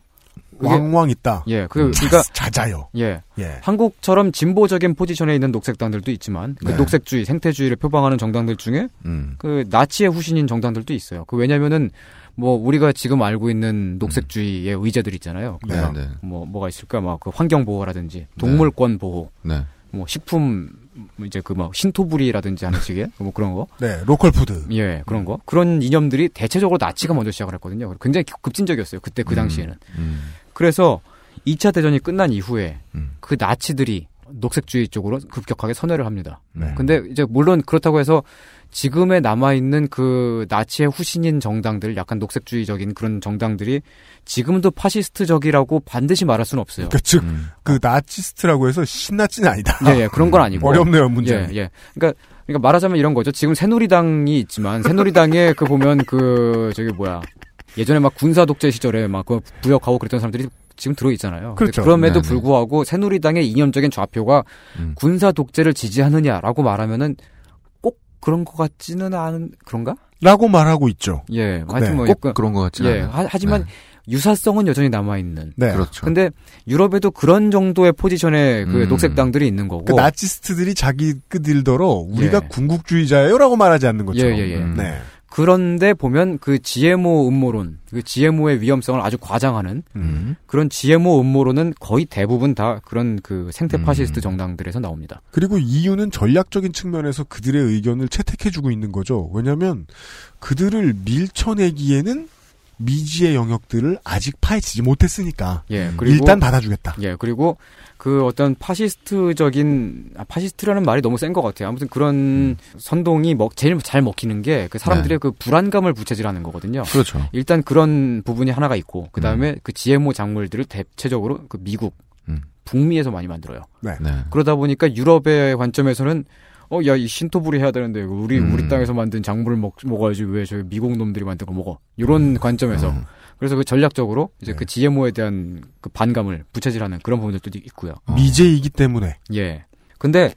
Speaker 9: 그게-
Speaker 2: 왕왕 있다.
Speaker 9: 예, 그 그러니까
Speaker 2: 자자요.
Speaker 9: 예.
Speaker 2: 예.
Speaker 9: 한국처럼 진보적인 포지션에 있는 녹색당들도 있지만 그
Speaker 4: 네.
Speaker 9: 녹색주의, 생태주의를 표방하는 정당들 중에
Speaker 4: 음.
Speaker 9: 그 나치의 후신인 정당들도 있어요. 그 왜냐면은 뭐 우리가 지금 알고 있는 녹색주의의 의제들 있잖아요.
Speaker 4: 네,
Speaker 9: 막
Speaker 4: 네.
Speaker 9: 뭐 뭐가 있을까? 막 그 환경 보호라든지 동물권 보호.
Speaker 4: 네.
Speaker 9: 뭐 식품 이제 그 막 신토불이라든지 하는 식의 뭐 그런 거.
Speaker 2: 네, 로컬 푸드.
Speaker 9: 예, 그런 거. 그런 이념들이 대체적으로 나치가 먼저 시작을 했거든요. 그리고 굉장히 급진적이었어요. 그때
Speaker 4: 음,
Speaker 9: 그 당시에는. 그래서 2차 대전이 끝난 이후에
Speaker 4: 음.
Speaker 9: 그 나치들이 녹색주의 쪽으로 급격하게 선회를 합니다. 그
Speaker 4: 네.
Speaker 9: 근데 이제 물론 그렇다고 해서 지금에 남아 있는 그 나치의 후신인 정당들, 약간 녹색주의적인 그런 정당들이 지금도 파시스트적이라고 반드시 말할 수는 없어요.
Speaker 2: 그러니까 즉,
Speaker 9: 음.
Speaker 2: 그 나치스트라고 해서 신나치는 아니다. 음,
Speaker 9: 예, 예, 그런 건 아니고.
Speaker 2: 어렵네요, 문제.
Speaker 9: 예, 예. 그러니까, 그러니까 말하자면 이런 거죠. 지금 새누리당이 있지만, 새누리당에 그 보면 그, 저기 뭐야. 예전에 막 군사 독재 시절에 막 그 부역하고 그랬던 사람들이 지금 들어있잖아요. 근데
Speaker 4: 그렇죠.
Speaker 9: 그럼에도
Speaker 4: 네네.
Speaker 9: 불구하고 새누리당의 이념적인 좌표가
Speaker 2: 음.
Speaker 9: 군사 독재를 지지하느냐라고 말하면은 꼭 그런 것 같지는 않은, 그런가?
Speaker 2: 라고 말하고 있죠.
Speaker 9: 예, 하여튼 뭐
Speaker 4: 꼭
Speaker 9: 약간-
Speaker 4: 그런 것 같지는
Speaker 9: 예,
Speaker 4: 않아요.
Speaker 9: 하- 하지만 유사성은 여전히 남아 있는.
Speaker 2: 네.
Speaker 4: 그렇죠. 음.
Speaker 9: 근데 유럽에도 그런 정도의 포지션의 그 녹색당들이 있는 거고.
Speaker 2: 그 나치스트들이 자기 그들더러 우리가
Speaker 9: 예.
Speaker 2: 군국주의자예요라고 말하지 않는 거죠.
Speaker 9: 예, 예, 예.
Speaker 2: 네.
Speaker 9: 그런데 보면 그 GMO 음모론, 그 GMO의 위험성을 아주 과장하는
Speaker 2: 음.
Speaker 9: 그런 GMO 음모론은 거의 대부분 다 그런 그 생태
Speaker 4: 음.
Speaker 9: 파시스트 정당들에서 나옵니다.
Speaker 2: 그리고 EU는 전략적인 측면에서 그들의 의견을 채택해주고 있는 거죠. 왜냐하면 그들을 밀쳐내기에는 미지의 영역들을 아직 파헤치지 못했으니까.
Speaker 9: 예, 그리고
Speaker 2: 음. 일단 받아주겠다.
Speaker 9: 예, 그리고 그 어떤 파시스트적인 아, 파시스트라는 말이 너무 센 것 같아요. 아무튼 그런
Speaker 2: 음.
Speaker 9: 선동이 먹 제일 잘 먹히는 게 그
Speaker 2: 네.
Speaker 9: 사람들의 그 불안감을 부채질하는 거거든요.
Speaker 4: 그렇죠.
Speaker 9: 일단 그런 부분이 하나가 있고 그 다음에 그 GMO 작물들을 대체적으로 그 미국,
Speaker 2: 음.
Speaker 9: 북미에서 많이 만들어요.
Speaker 2: 네.
Speaker 9: 그러다 보니까 유럽의 관점에서는 어, 야, 이 신토불이 해야 되는데, 우리, 우리 땅에서 만든 작물을 먹, 먹어야지, 왜 저기 미국 놈들이 만든 거 먹어. 요런 관점에서. 그래서 그 전략적으로 이제 그 GMO에 대한 그 반감을 부채질하는 그런 부분들도 있고요.
Speaker 2: 미제이기 때문에.
Speaker 9: 예. 근데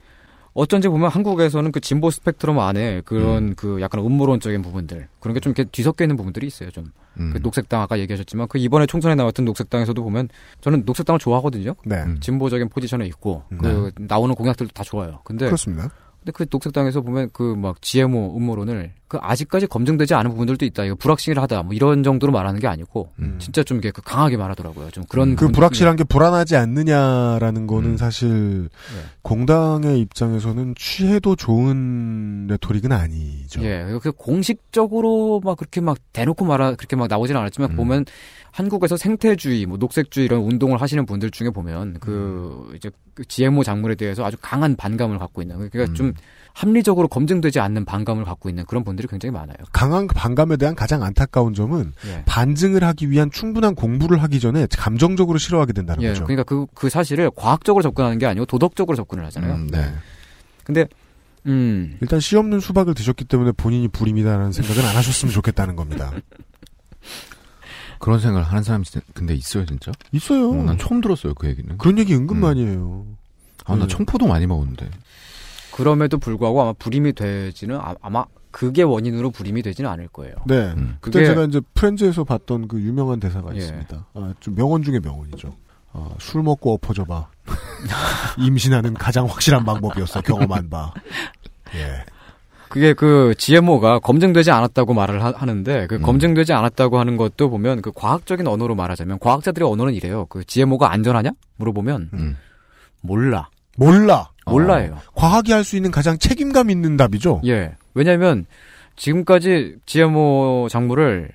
Speaker 9: 어쩐지 보면 한국에서는 그 진보 스펙트럼 안에
Speaker 2: 음.
Speaker 9: 그런 그 약간 음모론적인 부분들 그런 게 좀 이렇게 뒤섞여 있는 부분들이 있어요 좀.
Speaker 2: 음.
Speaker 9: 그 녹색당 아까 얘기하셨지만 그 이번에 총선에 나왔던 녹색당에서도 보면 저는 녹색당을 좋아하거든요. 그
Speaker 2: 네. 음.
Speaker 9: 진보적인 포지션에 있고 그 나오는 공약들도 다 좋아요. 근데
Speaker 2: 그렇습니다.
Speaker 9: 근데 그 녹색당에서 보면 그 막 GMO 음모론을 그 아직까지 검증되지 않은 부분들도 있다. 이거 불확실하다. 뭐 이런 정도로 말하는 게 아니고 진짜 좀 이게 그 강하게 말하더라고요. 좀 그런
Speaker 2: 음.
Speaker 9: 음.
Speaker 2: 그
Speaker 9: 부분들
Speaker 2: 불확실한 게 불안하지 않느냐라는 거는 사실
Speaker 9: 네.
Speaker 2: 공당의 입장에서는 취해도 좋은 레토릭은 아니죠.
Speaker 9: 예, 그 공식적으로 막 그렇게 막 대놓고 말하 그렇게 막 나오진 않았지만
Speaker 2: 음.
Speaker 9: 보면 한국에서 생태주의, 뭐 녹색주의 이런 운동을 하시는 분들 중에 보면 그
Speaker 2: 음.
Speaker 9: 이제 그 GMO 작물에 대해서 아주 강한 반감을 갖고 있는 그러니까
Speaker 2: 음.
Speaker 9: 좀 합리적으로 검증되지 않는 반감을 갖고 있는 그런 분들이 굉장히 많아요.
Speaker 2: 강한 반감에 대한 가장 안타까운 점은
Speaker 9: 예.
Speaker 2: 반증을 하기 위한 충분한 공부를 하기 전에 감정적으로 싫어하게 된다는
Speaker 9: 예,
Speaker 2: 거죠.
Speaker 9: 그러니까 그 그 사실을 과학적으로 접근하는 게 아니고 도덕적으로 접근을 하잖아요.
Speaker 2: 음, 네.
Speaker 9: 근데 음,
Speaker 2: 일단 씨 없는 수박을 드셨기 때문에 본인이 불임이다라는 생각은 안 하셨으면 좋겠다는 겁니다.
Speaker 4: 그런 생각을 하는 사람이 진- 근데 있어요, 진짜?
Speaker 2: 있어요.
Speaker 4: 어, 난 처음 들었어요, 그 얘기는.
Speaker 2: 그런 얘기 은근 많이 해요.
Speaker 4: 아, 나
Speaker 9: 네.
Speaker 4: 청포도 많이 먹었는데.
Speaker 9: 그럼에도 불구하고 아마 불임이 되지는 아- 아마 그게 원인으로 불임이 되지는 않을 거예요. 음.
Speaker 2: 네. 그때
Speaker 4: 음.
Speaker 9: 그게-
Speaker 2: 제가 이제 프렌즈에서 봤던 그 유명한 대사가
Speaker 9: 예.
Speaker 2: 있습니다. 아, 좀 명언 중에 명언이죠. 아, 술 먹고 엎어져 봐. 임신하는 가장 확실한 방법이었어. 경험한 바. 예.
Speaker 9: 그게 그 GMO가 검증되지 않았다고 말을 하, 는데그 검증되지 않았다고 하는 것도 보면 그 과학적인 언어로 말하자면 과학자들의 언어는 이래요. 그 GMO가 안전하냐? 물어보면 몰라. 어.
Speaker 2: 몰라.
Speaker 9: 몰라예요.
Speaker 2: 과학이 할 수 있는 가장 책임감 있는 답이죠.
Speaker 9: 예. 왜냐면 지금까지 GMO 작물을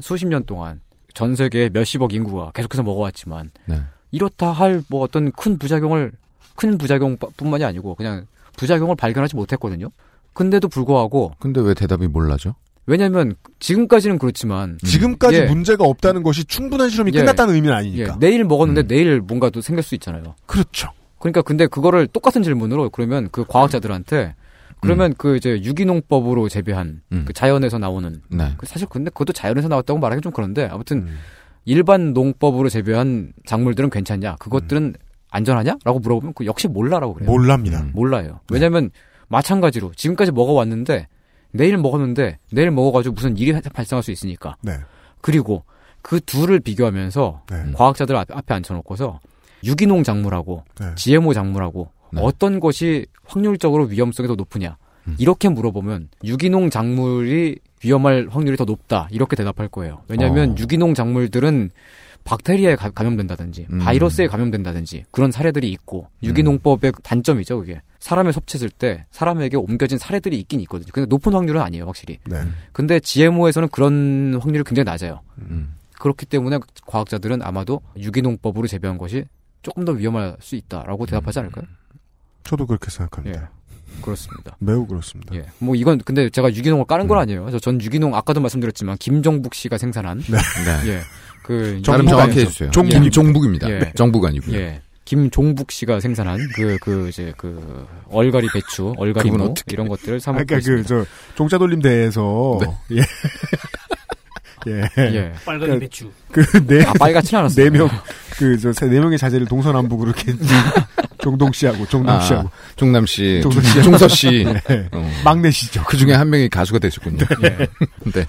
Speaker 9: 수십 년 동안 전 세계 몇십억 인구가 계속해서 먹어왔지만
Speaker 4: 네.
Speaker 9: 이렇다 할 뭐 어떤 큰 부작용을 큰 부작용뿐만이 아니고 그냥 부작용을 발견하지 못했거든요. 근데도 불구하고
Speaker 4: 근데 왜 대답이 몰라죠?
Speaker 9: 왜냐하면 지금까지는 그렇지만
Speaker 2: 지금까지
Speaker 9: 예.
Speaker 2: 문제가 없다는 것이 충분한 실험이
Speaker 9: 예.
Speaker 2: 끝났다는 의미는 아니니까. 음.
Speaker 9: 예, 내일 먹었는데 내일 뭔가 또 생길 수 있잖아요.
Speaker 2: 그렇죠.
Speaker 9: 그러니까 근데 그거를 똑같은 질문으로 그러면 그 과학자들한테
Speaker 2: 음.
Speaker 9: 그러면 그 이제 유기농법으로 재배한 그 자연에서 나오는
Speaker 4: 네.
Speaker 9: 그 사실 근데 그것도 자연에서 나왔다고 말하기 좀 그런데 아무튼
Speaker 2: 음.
Speaker 9: 일반 농법으로 재배한 작물들은 괜찮냐? 그것들은 안전하냐?라고 물어보면 그 역시 몰라라고 그래요.
Speaker 2: 음. 몰랍니다. 음.
Speaker 9: 몰라요. 왜냐면 마찬가지로 지금까지 먹어왔는데 내일 먹었는데 내일 먹어가지고 무슨 일이 발생할 수 있으니까.
Speaker 2: 네.
Speaker 9: 그리고 그 둘을 비교하면서 과학자들 앞, 앞에 앉혀놓고서 유기농 작물하고
Speaker 2: 네.
Speaker 9: GMO 작물하고 어떤 것이 확률적으로 위험성이 더 높으냐
Speaker 2: 음.
Speaker 9: 이렇게 물어보면 유기농 작물이 위험할 확률이 더 높다 이렇게 대답할 거예요. 왜냐하면
Speaker 4: 어.
Speaker 9: 유기농 작물들은 박테리아에 가- 감염된다든지
Speaker 4: 음.
Speaker 9: 바이러스에 감염된다든지 그런 사례들이 있고 유기농법의 단점이죠 그게 사람에 섭취했을 때 사람에게 옮겨진 사례들이 있긴 있거든요. 근데 높은 확률은 아니에요 확실히.
Speaker 2: 네.
Speaker 9: 근데 GMO에서는 그런 확률이 굉장히 낮아요.
Speaker 4: 음.
Speaker 9: 그렇기 때문에 과학자들은 아마도 유기농법으로 재배한 것이 조금 더 위험할 수 있다라고 대답하지 않을까요?
Speaker 2: 저도 그렇게 생각합니다.
Speaker 9: 예. 그렇습니다.
Speaker 2: 매우 그렇습니다.
Speaker 9: 뭐 이건 근데 제가 유기농을 까는 건 아니에요. 저 전 유기농 아까도 말씀드렸지만 김종북 씨가 생산한
Speaker 4: 네.
Speaker 9: 예. 그
Speaker 4: 발음 정확히 해주세요. 종북. 김종북입니다. 네.
Speaker 9: 예.
Speaker 4: 정북 아니고요.
Speaker 9: 예. 김종북 씨가 생산한 그 그 이제 그 얼갈이 배추, 얼갈이
Speaker 2: 그분
Speaker 9: 무
Speaker 2: 어떻게-
Speaker 9: 이런 것들을 사 먹고
Speaker 2: 그러니까
Speaker 9: 있습니다. 네.
Speaker 2: 그저 종자돌림 대회에서 예. 예.
Speaker 9: 예.
Speaker 19: 빨간
Speaker 2: 그러니까
Speaker 19: 배추.
Speaker 2: 그 네.
Speaker 9: 아, 빨갛진 않았어요.
Speaker 2: 네명그저네 명의 자제를 동서남북으로 이렇게 종동 씨하고 종남
Speaker 4: 아,
Speaker 2: 씨하고
Speaker 4: 종남 씨,
Speaker 2: 종남
Speaker 4: 종-
Speaker 2: 씨하고.
Speaker 4: 종서 씨,
Speaker 2: 예.
Speaker 9: 어.
Speaker 2: 막내시죠.
Speaker 4: 그 중에 한 명이 가수가 되셨군요. 네.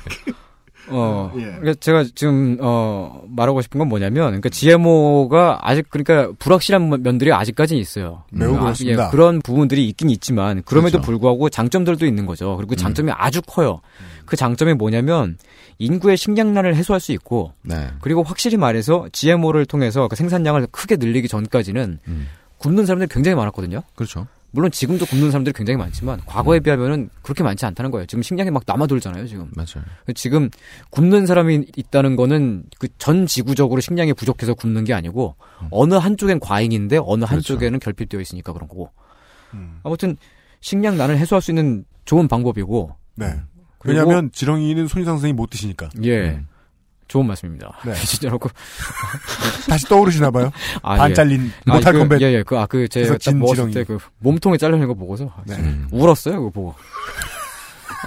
Speaker 9: 어,
Speaker 4: 예.
Speaker 9: 그러니까 제가 지금 어 말하고 싶은 건 뭐냐면, 그러니까 GMO가 아직 그러니까 불확실한 면- 면들이 아직까지는 있어요.
Speaker 4: 매우
Speaker 9: 음, 아,
Speaker 4: 그렇습니다.
Speaker 9: 예, 그런 부분들이 있긴 있지만 그럼에도
Speaker 4: 그렇죠. 음.
Speaker 9: 불구하고 장점들도 있는 거죠. 그리고 장점이 아주 커요. 그 장점이 뭐냐면 인구의 식량난을 해소할 수 있고,
Speaker 4: 네.
Speaker 9: 그리고 확실히 말해서 GMO를 통해서 그 생산량을 크게 늘리기 전까지는 굶는 사람들이 굉장히 많았거든요.
Speaker 4: 그렇죠.
Speaker 9: 물론 지금도 굶는 사람들이 굉장히 많지만 과거에
Speaker 2: 네.
Speaker 9: 비하면은 그렇게 많지 않다는 거예요. 지금 식량이 막 남아돌잖아요. 지금.
Speaker 4: 맞아요.
Speaker 9: 지금 굶는 사람이 있다는 거는 그 전 지구적으로 식량이 부족해서 굶는 게 아니고
Speaker 2: 음.
Speaker 9: 어느 한쪽엔 과잉인데 어느
Speaker 2: 그렇죠.
Speaker 9: 한쪽에는 결핍되어 있으니까 그런 거고.
Speaker 2: 음.
Speaker 9: 아무튼 식량 난을 해소할 수 있는 좋은 방법이고.
Speaker 2: 네.
Speaker 9: 그리고-
Speaker 2: 왜냐하면 지렁이는 손희상 선생이 못 드시니까. 음.
Speaker 9: 예. 좋은 말씀입니다.
Speaker 2: 네.
Speaker 9: 진짜로 그
Speaker 2: 다시 떠오르시나 봐요.
Speaker 9: 아,
Speaker 2: 반
Speaker 9: 예.
Speaker 2: 잘린
Speaker 9: 아,
Speaker 2: 못할
Speaker 9: 그,
Speaker 2: 건배.
Speaker 9: 예, 예. 그, 아, 그, 제가
Speaker 2: 그래서
Speaker 9: 딱
Speaker 2: 진
Speaker 9: 먹었을
Speaker 2: 지렁이.
Speaker 9: 때 그 몸통에 잘려있는 거 보고서
Speaker 2: 네.
Speaker 9: 음. 울었어요, 그거 보고.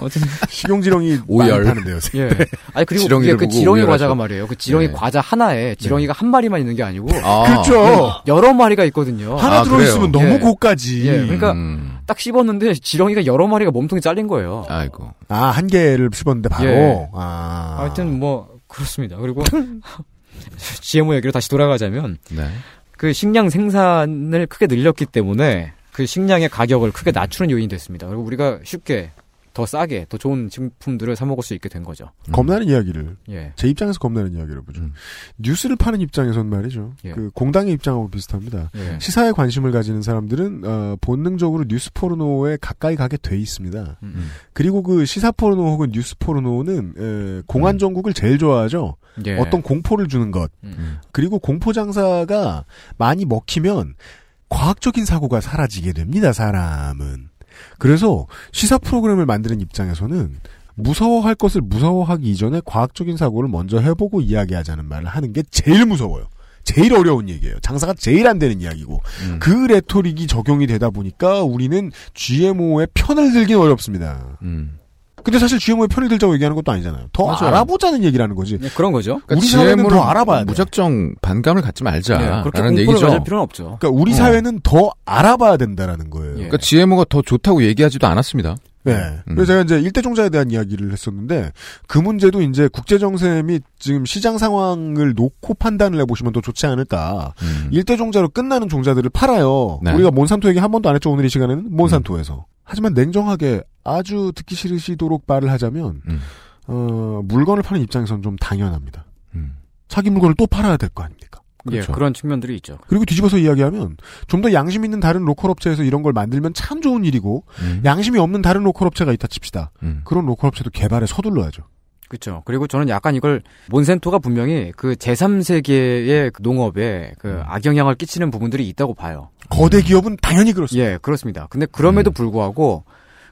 Speaker 9: 어쨌든.
Speaker 2: 식용지렁이
Speaker 4: 오열.
Speaker 2: 많다는데요. 요새.
Speaker 9: 예.
Speaker 2: 네.
Speaker 9: 아니, 그리고
Speaker 2: 지렁이를
Speaker 9: 그게 그
Speaker 2: 보고
Speaker 9: 지렁이
Speaker 2: 오열하죠.
Speaker 9: 과자가 말이에요. 그 지렁이
Speaker 2: 네.
Speaker 9: 과자 하나에 지렁이가 한 마리만 있는 게 아니고.
Speaker 4: 아.
Speaker 2: 그렇죠.
Speaker 9: 여러 마리가 있거든요.
Speaker 2: 하나 들어있으면 너무 고까지.
Speaker 9: 예. 그러니까 딱 씹었는데 지렁이가 여러 마리가 몸통이 잘린 거예요.
Speaker 4: 아이고.
Speaker 2: 음. 아, 한 개를 씹었는데 바로.
Speaker 9: 예.
Speaker 2: 아.
Speaker 9: 하여튼 뭐 그렇습니다. 그리고 GMO 얘기로 다시 돌아가자면
Speaker 4: 네.
Speaker 9: 그 식량 생산을 크게 늘렸기 때문에 그 식량의 가격을 크게 낮추는 요인이 됐습니다. 그리고 우리가 쉽게 더 싸게 더 좋은 식품들을 사 먹을 수 있게 된 거죠.
Speaker 2: 음. 겁나는 이야기를
Speaker 9: 예. 음.
Speaker 2: 제 입장에서 겁나는 이야기를 보죠. 뉴스를 파는 입장에선 말이죠.
Speaker 9: 예.
Speaker 2: 그 공당의 입장하고 비슷합니다.
Speaker 9: 예.
Speaker 2: 시사에 관심을 가지는 사람들은 어, 본능적으로 뉴스 포르노에 가까이 가게 돼 있습니다. 그리고 그 시사 포르노 혹은 뉴스 포르노는 에, 공안 정국을 제일 좋아하죠.
Speaker 9: 음. 예. 음.
Speaker 2: 어떤 공포를 주는 것.
Speaker 4: 음.
Speaker 2: 그리고 공포 장사가 많이 먹히면 과학적인 사고가 사라지게 됩니다. 사람은. 그래서 시사 프로그램을 만드는 입장에서는 무서워할 것을 무서워하기 이전에 과학적인 사고를 먼저 해보고 이야기하자는 말을 하는 게 제일 무서워요. 제일 어려운 얘기예요. 장사가 제일 안 되는 이야기고
Speaker 4: 음.
Speaker 2: 그 레토릭이 적용이 되다 보니까 우리는 GMO의 편을 들긴 어렵습니다. 근데 사실 GMO의 편을 들자고 얘기하는 것도 아니잖아요. 더
Speaker 4: 음. 맞아요. 그러니까
Speaker 2: 알아보자는 얘기라는 거지.
Speaker 9: 그런 거죠.
Speaker 2: 우리 사회는 더
Speaker 4: GMO를
Speaker 2: 알아봐야 돼.
Speaker 4: 무작정 반감을 갖지
Speaker 2: 네,
Speaker 4: 그러니까 말자라는
Speaker 2: 그렇게 공포를
Speaker 4: 얘기죠.
Speaker 2: 가질 필요는
Speaker 9: 없죠.
Speaker 2: 그러니까 우리
Speaker 4: 어.
Speaker 2: 사회는 더 알아봐야 된다라는 거예요.
Speaker 4: 그러니까 GMO가 더 좋다고 얘기하지도 않았습니다.
Speaker 2: 네.
Speaker 4: 음.
Speaker 2: 그래서 제가 이제 일대종자에 대한 이야기를 했었는데 그 문제도 이제 국제정세 및 지금 시장 상황을 놓고 판단을 해보시면 더 좋지 않을까. 일대종자로 끝나는 종자들을 팔아요.
Speaker 4: 음. 네. 음.
Speaker 2: 우리가 몬산토 얘기 한 번도 안 했죠. 오늘 이 시간에는 몬산토에서. 하지만 냉정하게 아주 듣기 싫으시도록 말을 하자면
Speaker 4: 음.
Speaker 2: 어, 물건을 파는 입장에서는 좀 당연합니다.
Speaker 4: 음.
Speaker 2: 자기 물건을 또 팔아야 될 거 아닙니까?
Speaker 9: 예, 그런 측면들이 있죠.
Speaker 2: 그리고 뒤집어서 이야기하면 좀 더 양심 있는 다른 로컬 업체에서 이런 걸 만들면 참 좋은 일이고
Speaker 9: 음.
Speaker 2: 양심이 없는 다른 로컬 업체가 있다 칩시다. 그런 로컬 업체도 개발에 서둘러야죠.
Speaker 9: 그렇죠. 그리고 저는 약간 이걸 몬센토가 분명히 그 제3세계의 농업에 그 악영향을 끼치는 부분들이 있다고 봐요.
Speaker 2: 음. 거대 기업은 당연히 그렇습니다. 음.
Speaker 9: 예, 그렇습니다. 근데 그럼에도 불구하고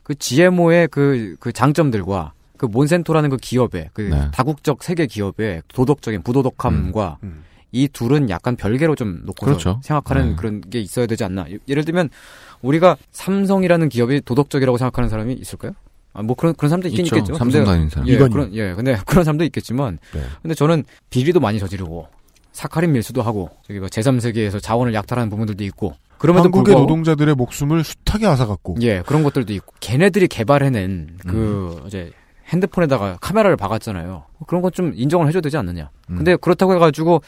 Speaker 9: 그 GMO의 그, 그 장점들과 그 몬센토라는 그 기업에 그
Speaker 4: 네.
Speaker 9: 다국적 세계 기업의 도덕적인 부도덕함과
Speaker 2: 음,
Speaker 9: 이 둘은 약간 별개로 좀 놓고
Speaker 4: 그렇죠.
Speaker 9: 생각하는
Speaker 4: 네.
Speaker 9: 그런 게 있어야 되지 않나. 예- 예를 들면 우리가 삼성이라는 기업이 도덕적이라고 생각하는 사람이 있을까요? 아, 뭐 그런 그런 사람도 있긴
Speaker 4: 있죠.
Speaker 9: 있겠죠.
Speaker 4: 삼성
Speaker 9: 근데-
Speaker 4: 다니는 사람. 네.
Speaker 9: 예,
Speaker 4: 이건희.
Speaker 9: 그런 예, 근데 그런 사람도 있겠지만, 근데 저는 비리도 많이 저지르고 사카린 밀수도 하고 저기 뭐 제3세계에서 자원을 약탈하는 부분들도 있고 그럼에도
Speaker 2: 한국의
Speaker 9: 불구하고
Speaker 2: 노동자들의 목숨을 숱하게 앗아갔고
Speaker 9: 예, 그런 것들도 있고 걔네들이 개발해낸 그
Speaker 4: 음.
Speaker 9: 이제 핸드폰에다가 카메라를 박았잖아요. 그런 건 좀 인정을 해줘야 되지 않느냐.
Speaker 4: 음.
Speaker 9: 근데 그렇다고 해가지고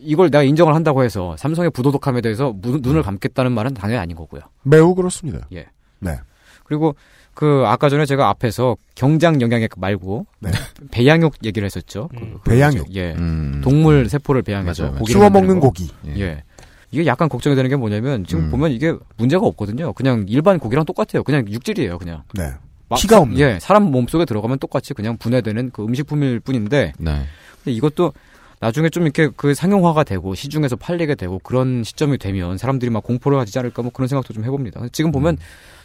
Speaker 9: 이걸 내가 인정을 한다고 해서 삼성의 부도덕함에 대해서 무-
Speaker 4: 음.
Speaker 9: 눈을 감겠다는 말은 당연히 아닌 거고요.
Speaker 2: 매우 그렇습니다.
Speaker 9: 예.
Speaker 2: 네.
Speaker 9: 그리고 그 아까 전에 제가 앞에서 경장 영양액 말고 배양육 얘기를 했었죠. 그- 그
Speaker 2: 네. 배양육. 음.
Speaker 9: 이제, 예. 동물 세포를 배양해서
Speaker 2: 맞아요, 맞아요.
Speaker 9: 고기를
Speaker 2: 씹어
Speaker 9: 만드는
Speaker 2: 먹는
Speaker 9: 거.
Speaker 2: 고기.
Speaker 9: 예. 이게 약간 걱정이 되는 게 뭐냐면
Speaker 2: 음.
Speaker 9: 지금 보면 이게 문제가 없거든요. 그냥 일반 고기랑 똑같아요. 그냥 육질이에요. 그냥.
Speaker 2: 네.
Speaker 9: 막-
Speaker 2: 피가 없는.
Speaker 9: 예, 사람 몸 속에 들어가면 똑같이 그냥 분해되는 그 음식품일 뿐인데.
Speaker 2: 네.
Speaker 9: 근데 이것도 나중에 좀 이렇게 그 상용화가 되고 시중에서 팔리게 되고 그런 시점이 되면 사람들이 막 공포를 가지지 않을까 뭐 그런 생각도 좀 해봅니다. 지금
Speaker 2: 음.
Speaker 9: 보면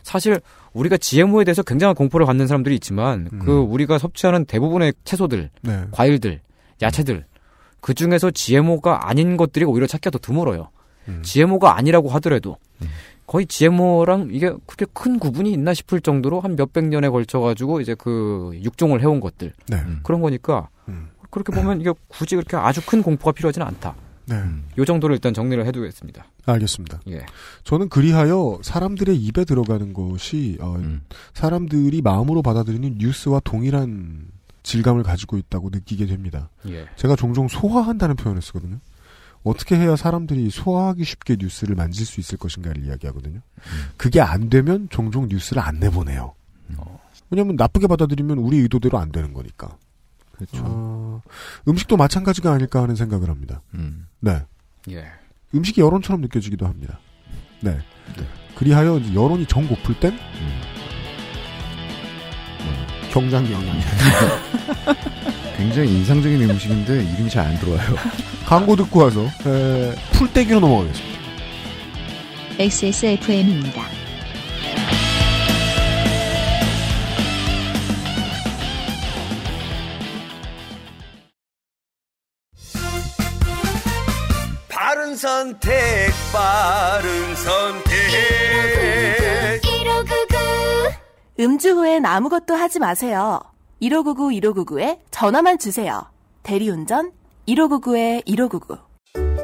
Speaker 9: 사실 우리가 GMO에 대해서 굉장한 공포를 갖는 사람들이 있지만 그
Speaker 2: 음.
Speaker 9: 우리가 섭취하는 대부분의 채소들,
Speaker 2: 네.
Speaker 9: 과일들, 야채들 그 중에서 GMO가 아닌 것들이 오히려 찾기가 더 드물어요. GMO가 아니라고 하더라도 거의 GMO랑 이게 그렇게 큰 구분이 있나 싶을 정도로 한 몇백 년에 걸쳐가지고 이제 그 육종을 해온 것들
Speaker 2: 네.
Speaker 11: 음.
Speaker 9: 그런 거니까 그렇게 보면 이게 굳이 그렇게 아주 큰 공포가 필요하지는 않다.
Speaker 2: 네.
Speaker 9: 요 정도를 일단 정리를 해두겠습니다.
Speaker 2: 알겠습니다.
Speaker 9: 음. 예.
Speaker 2: 저는 그리하여 사람들의 입에 들어가는 것이 어,
Speaker 9: 음.
Speaker 2: 사람들이 마음으로 받아들이는 뉴스와 동일한 질감을 가지고 있다고 느끼게 됩니다.
Speaker 9: 예.
Speaker 2: 제가 종종 소화한다는 표현을 쓰거든요. 어떻게 해야 사람들이 소화하기 쉽게 뉴스를 만질 수 있을 것인가를 이야기하거든요. 그게 안 되면 종종 뉴스를 안 내보내요. 어. 왜냐하면 나쁘게 받아들이면 우리 의도대로 안 되는 거니까. 그렇죠. 음식도 마찬가지가 아닐까 하는 생각을 합니다. 네.
Speaker 9: 예.
Speaker 2: 음식이 여론처럼 느껴지기도 합니다. 네. 그리하여 이제 여론이 정 고플 땐
Speaker 4: 음.
Speaker 2: 경장 영양.
Speaker 4: 굉장히 인상적인 음식인데 이름이 잘 안 들어와요.
Speaker 2: 광고 듣고 와서 에, 풀떼기로 넘어가겠습니다.
Speaker 5: XSFM입니다.
Speaker 13: 바른 선택, 바른 선택.
Speaker 7: 음주 후엔 아무것도 하지 마세요. 1599 1599에 전화만 주세요. 대리운전 1599에 1599.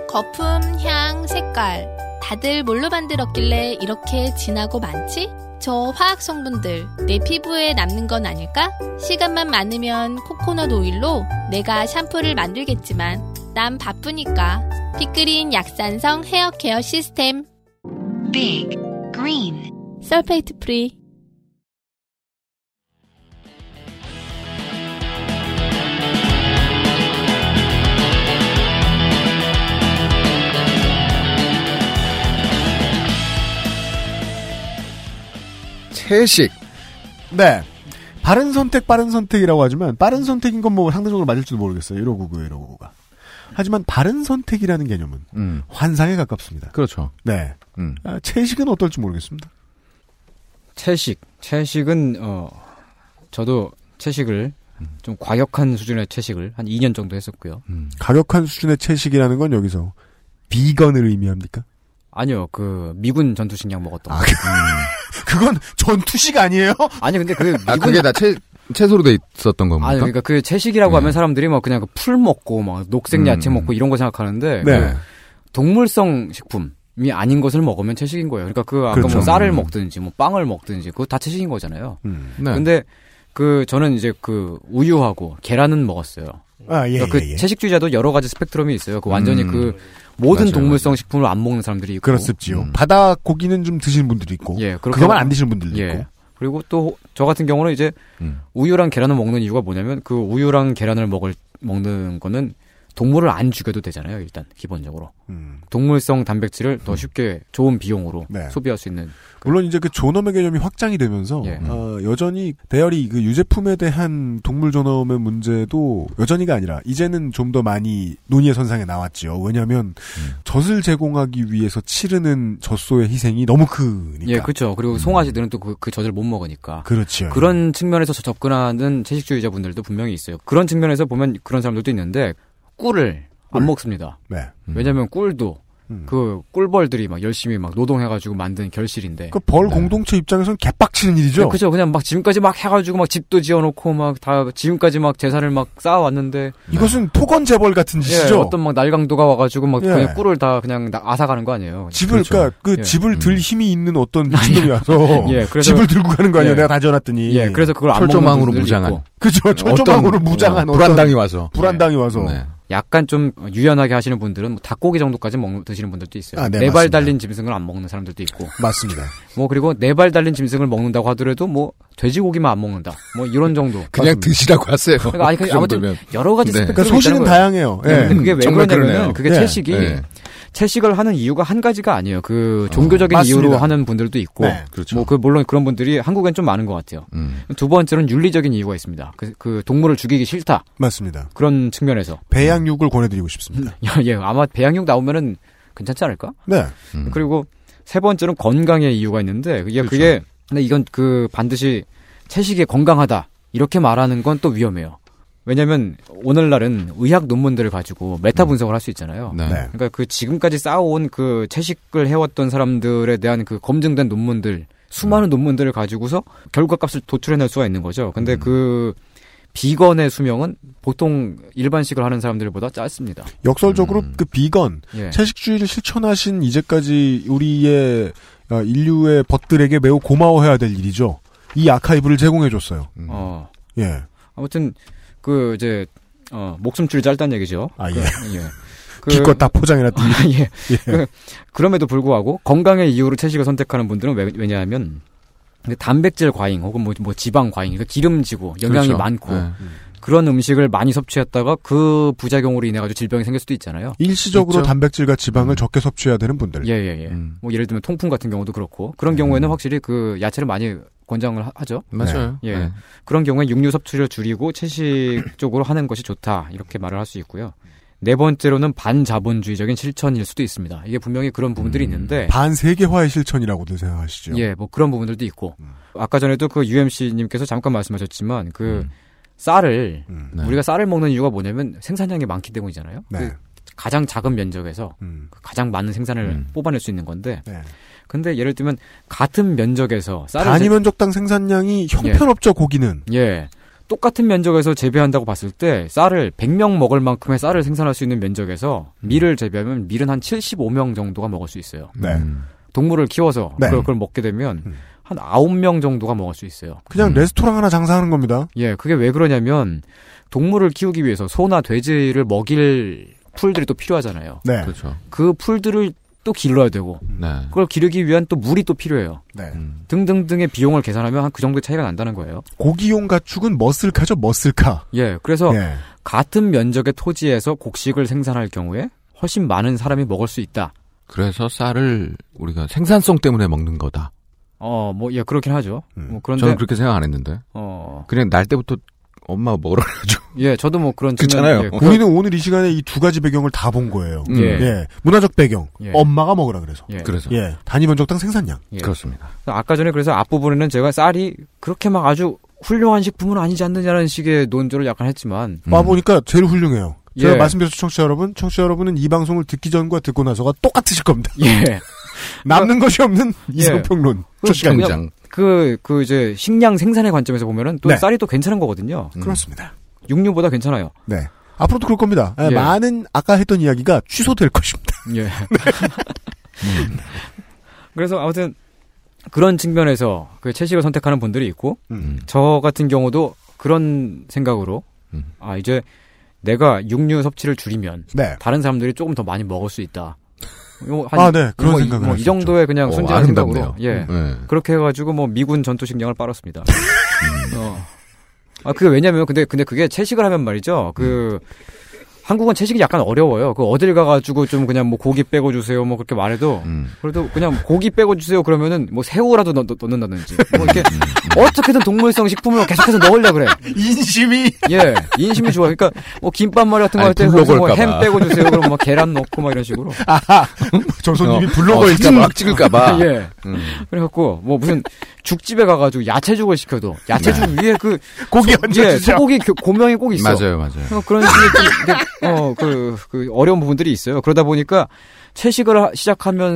Speaker 17: 거품, 향, 색깔. 다들 뭘로 만들었길래 이렇게 진하고 많지? 저 화학 성분들 내 피부에 남는 건 아닐까? 시간만 많으면 코코넛 오일로 내가 샴푸를 만들겠지만 난 바쁘니까 피크린 약산성 헤어 케어 시스템 빅 그린 설페이트 프리
Speaker 2: 채식. 네. 바른 선택, 빠른 선택이라고 하지만 빠른 선택인 건 뭐 상대적으로 맞을지도 모르겠어요. 1599, 1599가. 하지만 바른 선택이라는 개념은 환상에 가깝습니다.
Speaker 4: 그렇죠.
Speaker 2: 네. 아, 채식은 어떨지 모르겠습니다.
Speaker 9: 채식. 채식은 어 저도 채식을 좀 과격한 수준의 채식을 한 2년 정도 했었고요.
Speaker 2: 가격한 수준의 채식이라는 건 여기서 비건을 의미합니까?
Speaker 9: 아니요, 그 미군 전투식량 먹었던 거.
Speaker 2: 아, 그-
Speaker 9: 음.
Speaker 2: 그건 전투식 아니에요?
Speaker 9: 아니 근데 그 미군
Speaker 4: 아, 그게 다 채, 채소로 돼 있었던 겁니까?
Speaker 9: 아니 그러니까 그 채식이라고
Speaker 2: 네.
Speaker 9: 하면 사람들이 막 그냥 그 풀 먹고 막 녹색 야채
Speaker 2: 음.
Speaker 9: 먹고 이런 거 생각하는데
Speaker 4: 네.
Speaker 9: 그 동물성 식품이 아닌 것을 먹으면 채식인 거예요. 그러니까 그 아까
Speaker 4: 그렇죠.
Speaker 9: 뭐 쌀을
Speaker 4: 음.
Speaker 9: 먹든지 뭐 빵을 먹든지 그거 다 채식인 거잖아요.
Speaker 2: 음.
Speaker 4: 네.
Speaker 9: 근데 그 저는 이제 그 우유하고 계란은 먹었어요.
Speaker 2: 아, 예,
Speaker 9: 그러니까 그
Speaker 2: 예, 예.
Speaker 9: 채식주의자도 여러 가지 스펙트럼이 있어요. 그 완전히
Speaker 2: 음.
Speaker 9: 그 모든
Speaker 2: 맞아요,
Speaker 9: 동물성 식품을 안 먹는 사람들이 있고
Speaker 2: 그렇습지요. 음. 바다 고기는 좀 드시는 분들이 있고,
Speaker 9: 예, 그렇게
Speaker 2: 그거만
Speaker 9: 하고-
Speaker 2: 안 드시는 분들도
Speaker 9: 예.
Speaker 2: 있고. 음.
Speaker 9: 그리고 또 저 같은 경우는 이제 우유랑 계란을 먹는 이유가 뭐냐면 그 우유랑 계란을 먹을 먹는 거는 동물을 안 죽여도 되잖아요. 일단 기본적으로 동물성 단백질을 더 쉽게 좋은 비용으로 소비할 수 있는
Speaker 2: 음. 네. 물론 이제 그 존엄의 개념이 확장이 되면서 어, 여전히 대열이 그 유제품에 대한 동물 존엄의 문제도 여전히가 아니라 이제는 좀 더 많이 논의의 선상에 나왔지요. 왜냐하면 젖을 제공하기 위해서 치르는 젖소의 희생이 너무 크니까. 음.
Speaker 9: 예, 그렇죠. 그리고 송아지들은 또 그 젖을 못 먹으니까.
Speaker 2: 그렇죠.
Speaker 9: 그런 측면에서 저- 접근하는 채식주의자분들도 분명히 있어요. 그런 측면에서 보면 그런 사람들도 있는데 꿀을 안 먹습니다.
Speaker 2: 네.
Speaker 9: 왜냐면 꿀도
Speaker 2: 음.
Speaker 9: 그 꿀벌들이 막 열심히 막 노동해가지고 만든 결실인데.
Speaker 2: 그 벌 공동체 입장에서는 개빡치는 일이죠.
Speaker 9: 네, 그죠. 그냥 막 지금까지 막 해가지고 막 집도 지어놓고 막 다 지금까지 막 재산을 막 쌓아왔는데
Speaker 2: 네. 이것은 토건 재벌 같은 짓이죠.
Speaker 9: 예, 어떤 막 날강도가 와가지고 막
Speaker 2: 예.
Speaker 9: 그냥 꿀을 다 그냥 나- 앗아가는 거 아니에요.
Speaker 2: 집을 그러니까그
Speaker 9: 예. 아,
Speaker 2: 집을 들 힘이 있는 어떤 미친놈이 와서
Speaker 9: 예, 그래서-
Speaker 2: 집을 들고 가는 거 아니야
Speaker 9: 예.
Speaker 2: 내가 다져놨더니
Speaker 9: 예, 그래서 그걸 안
Speaker 4: 철조망으로
Speaker 9: 먹는 분들도
Speaker 4: 무장한.
Speaker 9: 있고. 예,
Speaker 2: 그죠 철조망으로 무장한
Speaker 9: 어,
Speaker 2: 어떤
Speaker 9: 불안당이 예. 네.
Speaker 4: 와서.
Speaker 2: 불안당이 와서
Speaker 9: 약간 좀 유연하게 하시는 분들은 뭐 닭고기 정도까지 먹, 드시는 분들도 있어요.
Speaker 2: 아, 네,
Speaker 9: 네 발
Speaker 2: 맞습니다.
Speaker 9: 달린 짐승을 안 먹는 사람들도 있고.
Speaker 2: 맞습니다.
Speaker 9: 뭐 그리고 네 발 달린 짐승을 먹는다고 하더라도 뭐 돼지고기만 안 먹는다. 뭐 이런 정도.
Speaker 4: 그냥 드시라고 하세요.
Speaker 9: 그러니까 아니, 그
Speaker 4: 그
Speaker 9: 아무튼
Speaker 4: 정도면.
Speaker 9: 여러 가지
Speaker 4: 네.
Speaker 9: 스펙트럼이
Speaker 4: 그러니까 소신은
Speaker 9: 있다는 거예요.
Speaker 4: 다양해요. 예.
Speaker 9: 근데 그게 왜
Speaker 4: 정말
Speaker 9: 그러냐면
Speaker 4: 그러네요.
Speaker 9: 그게
Speaker 4: 예.
Speaker 9: 채식이
Speaker 4: 예.
Speaker 9: 채식을 하는 이유가 한 가지가 아니에요. 그 종교적인
Speaker 4: 어, 맞습니다.
Speaker 9: 이유로 하는 분들도 있고,
Speaker 4: 네,
Speaker 9: 뭐 그 물론 그런 분들이 한국엔 좀 많은 것 같아요.
Speaker 4: 음.
Speaker 9: 두 번째로는 윤리적인 이유가 있습니다. 그, 그 동물을 죽이기 싫다.
Speaker 2: 맞습니다.
Speaker 9: 그런 측면에서
Speaker 2: 배양육을 권해드리고 싶습니다.
Speaker 9: 야, 예, 아마 배양육 나오면은 괜찮지 않을까?
Speaker 2: 네.
Speaker 9: 그리고 세 번째는 건강의 이유가 있는데 그게 그게 근데 이건 그 반드시 채식이 건강하다 이렇게 말하는 건 또 위험해요. 왜냐면 오늘날은 의학 논문들을 가지고 메타 분석을 할 수 있잖아요.
Speaker 4: 네. 네.
Speaker 9: 그러니까 그 지금까지 쌓아온 그 채식을 해왔던 사람들에 대한 그 검증된 논문들 수많은 논문들을 가지고서 결과값을 도출해낼 수가 있는 거죠. 근데 그 비건의 수명은 보통 일반식을 하는 사람들보다 짧습니다.
Speaker 2: 역설적으로 그 비건
Speaker 9: 음. 예.
Speaker 2: 채식주의를 실천하신 이제까지 우리의 어, 인류의 벗들에게 매우 고마워해야 될 일이죠. 이 아카이브를 제공해줬어요.
Speaker 9: 어.
Speaker 2: 예.
Speaker 9: 아무튼 그 이제 어, 목숨줄이 짧다는 얘기죠. 아
Speaker 2: 예. 기껏 다 포장해놨더니.
Speaker 9: 예.
Speaker 2: 예.
Speaker 9: 그, 그럼에도 불구하고 건강의 이유로 채식을 선택하는 분들은 왜, 왜냐하면 그 단백질 과잉 혹은 뭐, 뭐 지방 과잉, 그러니까 기름지고 영양이
Speaker 4: 그렇죠.
Speaker 9: 많고
Speaker 2: 예.
Speaker 4: 네.
Speaker 9: 그런 음식을 많이 섭취했다가 그 부작용으로 인해 가지고 질병이 생길 수도 있잖아요.
Speaker 2: 일시적으로
Speaker 9: 있죠. 음.
Speaker 2: 단백질과 지방을 적게 섭취해야 되는 분들.
Speaker 9: 예, 예, 예. 뭐 예를 들면 통풍 같은 경우도 그렇고 그런 경우에는 확실히 그 야채를 많이 권장을 하- 하죠.
Speaker 4: 맞아요.
Speaker 9: 예.
Speaker 4: 네.
Speaker 9: 그런 경우에 육류 섭취를 줄이고 채식 쪽으로 하는 것이 좋다. 이렇게 말을 할 수 있고요. 네 번째로는 반자본주의적인 실천일 수도 있습니다. 이게 분명히 그런 부분들이 있는데
Speaker 2: 반세계화의 실천이라고들 생각하시죠. 음.
Speaker 9: 예, 뭐 그런 부분들도 있고. 아까 전에도 그 UMC님께서 잠깐 말씀하셨지만 그
Speaker 2: 음.
Speaker 9: 쌀을 우리가 쌀을 먹는 이유가 뭐냐면 생산량이 많기 때문이잖아요.
Speaker 2: 네. 음.
Speaker 9: 그 가장 작은 면적에서 그 가장 많은 생산을 뽑아낼 수 있는 건데. 근데 예를 들면 같은 면적에서 쌀을
Speaker 2: 네. 단위
Speaker 9: 제-
Speaker 2: 면적당 생산량이 형편없죠 고기는.
Speaker 9: 예. 똑같은 면적에서 재배한다고 봤을 때 쌀을 100명 먹을 만큼의 쌀을 생산할 수 있는 면적에서
Speaker 2: 음.
Speaker 9: 밀을 재배하면 밀은 한 75명 정도가 먹을 수 있어요.
Speaker 2: 네.
Speaker 4: 음.
Speaker 9: 동물을 키워서
Speaker 2: 네. 음.
Speaker 9: 그걸, 그걸 먹게 되면 한 9명 정도가 먹을 수 있어요. 음.
Speaker 2: 그냥 네? 레스토랑 하나 장사하는 겁니다.
Speaker 9: 예, 그게 왜 그러냐면 동물을 키우기 위해서 소나 돼지를 먹일 풀들이 또 필요하잖아요.
Speaker 2: 네.
Speaker 4: 그렇죠.
Speaker 9: 그 풀들을 또 길러야 되고
Speaker 4: 네. 음.
Speaker 9: 그걸 기르기 위한 또 물이 또 필요해요.
Speaker 2: 네.
Speaker 9: 등등등의 비용을 계산하면 한 그 정도의 차이가 난다는 거예요.
Speaker 2: 고기용 가축은 머슬카죠 머슬카.
Speaker 9: 예, 그래서
Speaker 2: 예.
Speaker 9: 같은 면적의 토지에서 곡식을 생산할 경우에 훨씬 많은 사람이 먹을 수 있다.
Speaker 4: 그래서 쌀을 우리가 생산성 때문에 먹는 거다.
Speaker 9: 어, 뭐, 예, 그렇긴 하죠.
Speaker 2: 음.
Speaker 9: 뭐, 그런데.
Speaker 4: 저는 그렇게 생각 안 했는데.
Speaker 9: 어.
Speaker 4: 그냥 날 때부터 엄마 먹으라 그러죠.
Speaker 9: 예, 저도 뭐 그런
Speaker 4: 그렇잖아요.
Speaker 9: 측면- 예,
Speaker 2: 우리는 오늘 이 시간에 이 두 가지 배경을 다 본 거예요.
Speaker 4: 음.
Speaker 2: 예. 문화적 배경.
Speaker 9: 예.
Speaker 2: 엄마가 먹으라 그래서.
Speaker 9: 예.
Speaker 4: 그래서.
Speaker 2: 예. 단위 면적당 생산량.
Speaker 9: 예.
Speaker 4: 그렇습니다.
Speaker 9: 아까 전에 그래서 앞부분에는 제가 쌀이 그렇게 막 아주 훌륭한 식품은 아니지 않느냐는 식의 논조를 약간 했지만. 음.
Speaker 2: 와
Speaker 4: 음.
Speaker 2: 보니까 제일 훌륭해요. 제가
Speaker 9: 예.
Speaker 2: 말씀드렸죠, 청취자 여러분. 청취자 여러분은 이 방송을 듣기 전과 듣고 나서가 똑같으실 겁니다.
Speaker 9: 예.
Speaker 2: 남는 것이 없는 이상평론.
Speaker 9: 그
Speaker 2: 저 시간.
Speaker 9: 그냥 그, 그 이제 식량 생산의 관점에서 보면은 또
Speaker 2: 네.
Speaker 9: 쌀이 또 괜찮은 거거든요.
Speaker 2: 그렇습니다.
Speaker 9: 육류보다 괜찮아요.
Speaker 2: 네. 앞으로도 그럴 겁니다. 예,
Speaker 9: 예.
Speaker 2: 많은 아까 했던 이야기가 취소될 것입니다. 네.
Speaker 9: 예. 그래서 아무튼 그런 측면에서 그 채식을 선택하는 분들이 있고
Speaker 2: 음.
Speaker 9: 저 같은 경우도 그런 생각으로
Speaker 2: 음.
Speaker 9: 아 이제 내가 육류 섭취를 줄이면
Speaker 2: 네.
Speaker 9: 다른 사람들이 조금 더 많이 먹을 수 있다. 요
Speaker 2: 아, 네. 그런
Speaker 9: 뭐 이-
Speaker 2: 생각을
Speaker 9: 뭐이
Speaker 2: 할수
Speaker 9: 정도의
Speaker 2: 있죠.
Speaker 9: 그냥
Speaker 2: 어,
Speaker 9: 순진한
Speaker 2: 아름답네요.
Speaker 9: 생각으로 예
Speaker 2: 네.
Speaker 9: 그렇게 해가지고 뭐 미군 전투 식량을 빨았습니다.
Speaker 2: 음. 음.
Speaker 9: 어. 아 그게 왜냐면 근데 근데 그게 채식을 하면 말이죠 그 한국은 채식이 약간 어려워요. 그 어딜 가가지고 좀 그냥 뭐 고기 빼고 주세요 뭐 그렇게 말해도
Speaker 2: 음.
Speaker 9: 그래도 그냥 고기 빼고 주세요 그러면은 뭐 새우라도 넣, 는다든지뭐 이렇게
Speaker 2: 음,
Speaker 9: 어떻게든 동물성 식품을 계속해서 넣으려 그래.
Speaker 20: 인심이
Speaker 9: 예 인심이 좋아. 그러니까 뭐 김밥말이 같은
Speaker 2: 아니,
Speaker 9: 거 할 때
Speaker 2: 블로거일까
Speaker 9: 뭐햄
Speaker 2: 봐.
Speaker 9: 빼고 주세요. 그럼 막 계란 넣고 막 이런 식으로.
Speaker 2: 정선님이
Speaker 9: 어,
Speaker 2: 블로거일까
Speaker 9: 어, 사진
Speaker 2: 봐.
Speaker 9: 막 찍을까봐. 예.
Speaker 2: 음.
Speaker 9: 그래갖고 뭐 무슨 죽집에 가가지고 야채죽을 시켜도 야채죽 위에 그
Speaker 2: 네. 고기
Speaker 9: 소-
Speaker 2: 얹어주죠.
Speaker 9: 예, 소고기 교- 고명이 꼭 있어.
Speaker 4: 맞아요, 맞아요.
Speaker 9: 어, 그런 식의 좀 이게, 어, 그, 그 어려운 부분들이 있어요. 그러다 보니까 채식을 하-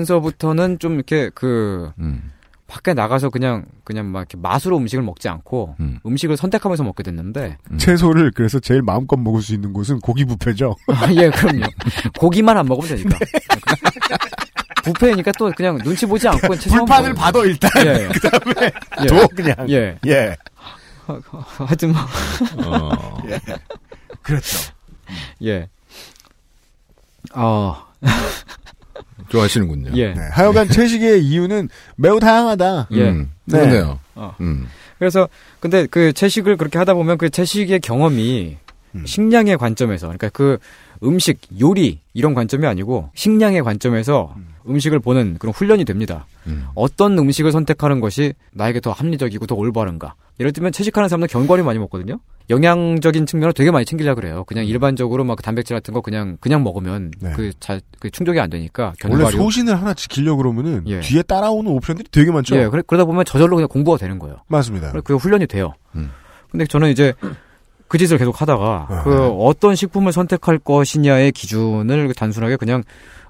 Speaker 9: 시작하면서부터는 좀 이렇게 그
Speaker 2: 음.
Speaker 9: 밖에 나가서 그냥 그냥 막 이렇게 맛으로 음식을 먹지 않고 음. 식을 선택하면서 먹게 됐는데
Speaker 2: 채소를 그래서 제일 마음껏 먹을 수 있는 곳은 고기 뷔페죠.
Speaker 9: 아, 예, 그럼요. 고기만 안 먹으면 되니까. 부페니까 또 그냥 눈치 보지 않고 채소만
Speaker 2: 불판을
Speaker 9: 먹어요.
Speaker 2: 봐도 일단
Speaker 9: 예.
Speaker 2: 그다음에
Speaker 9: 예.
Speaker 2: 줘 그냥
Speaker 9: 예.
Speaker 2: 예.
Speaker 9: 하여튼 뭐.
Speaker 2: 어. 예. 그렇죠.
Speaker 9: 예. 어.
Speaker 4: 좋아하시는군요.
Speaker 9: 예.
Speaker 2: 네, 하여간 채식의 이유는 매우 다양하다.
Speaker 9: 예.
Speaker 2: 음,
Speaker 9: 어.
Speaker 4: 음.
Speaker 9: 그래서 근데 그 채식을 그렇게 하다 보면 그 채식의 경험이
Speaker 2: 음.
Speaker 9: 식량의 관점에서 그러니까 그 음식 요리 이런 관점이 아니고 식량의 관점에서 음식을 보는 그런 훈련이 됩니다. 어떤 음식을 선택하는 것이 나에게 더 합리적이고 더 올바른가. 예를 들면 채식하는 사람들 견과류 많이 먹거든요. 영양적인 측면을 되게 많이 챙기려 그래요. 그냥
Speaker 2: 음.
Speaker 9: 일반적으로 막 단백질 같은 거 그냥 그냥 먹으면 그, 자, 그 충족이 안 되니까 견과류.
Speaker 2: 네. 원래 소신을 하나 지키려 그러면은
Speaker 9: 예.
Speaker 2: 뒤에 따라오는 옵션들이 되게 많죠.
Speaker 9: 예, 그래, 그러다 보면 저절로 그냥 공부가 되는 거예요.
Speaker 2: 맞습니다. 음.
Speaker 9: 그래, 그게 훈련이 돼요. 근데 저는 이제 그 짓을 계속 하다가
Speaker 2: 아,
Speaker 9: 그
Speaker 2: 네.
Speaker 9: 어떤 식품을 선택할 것이냐의 기준을 단순하게 그냥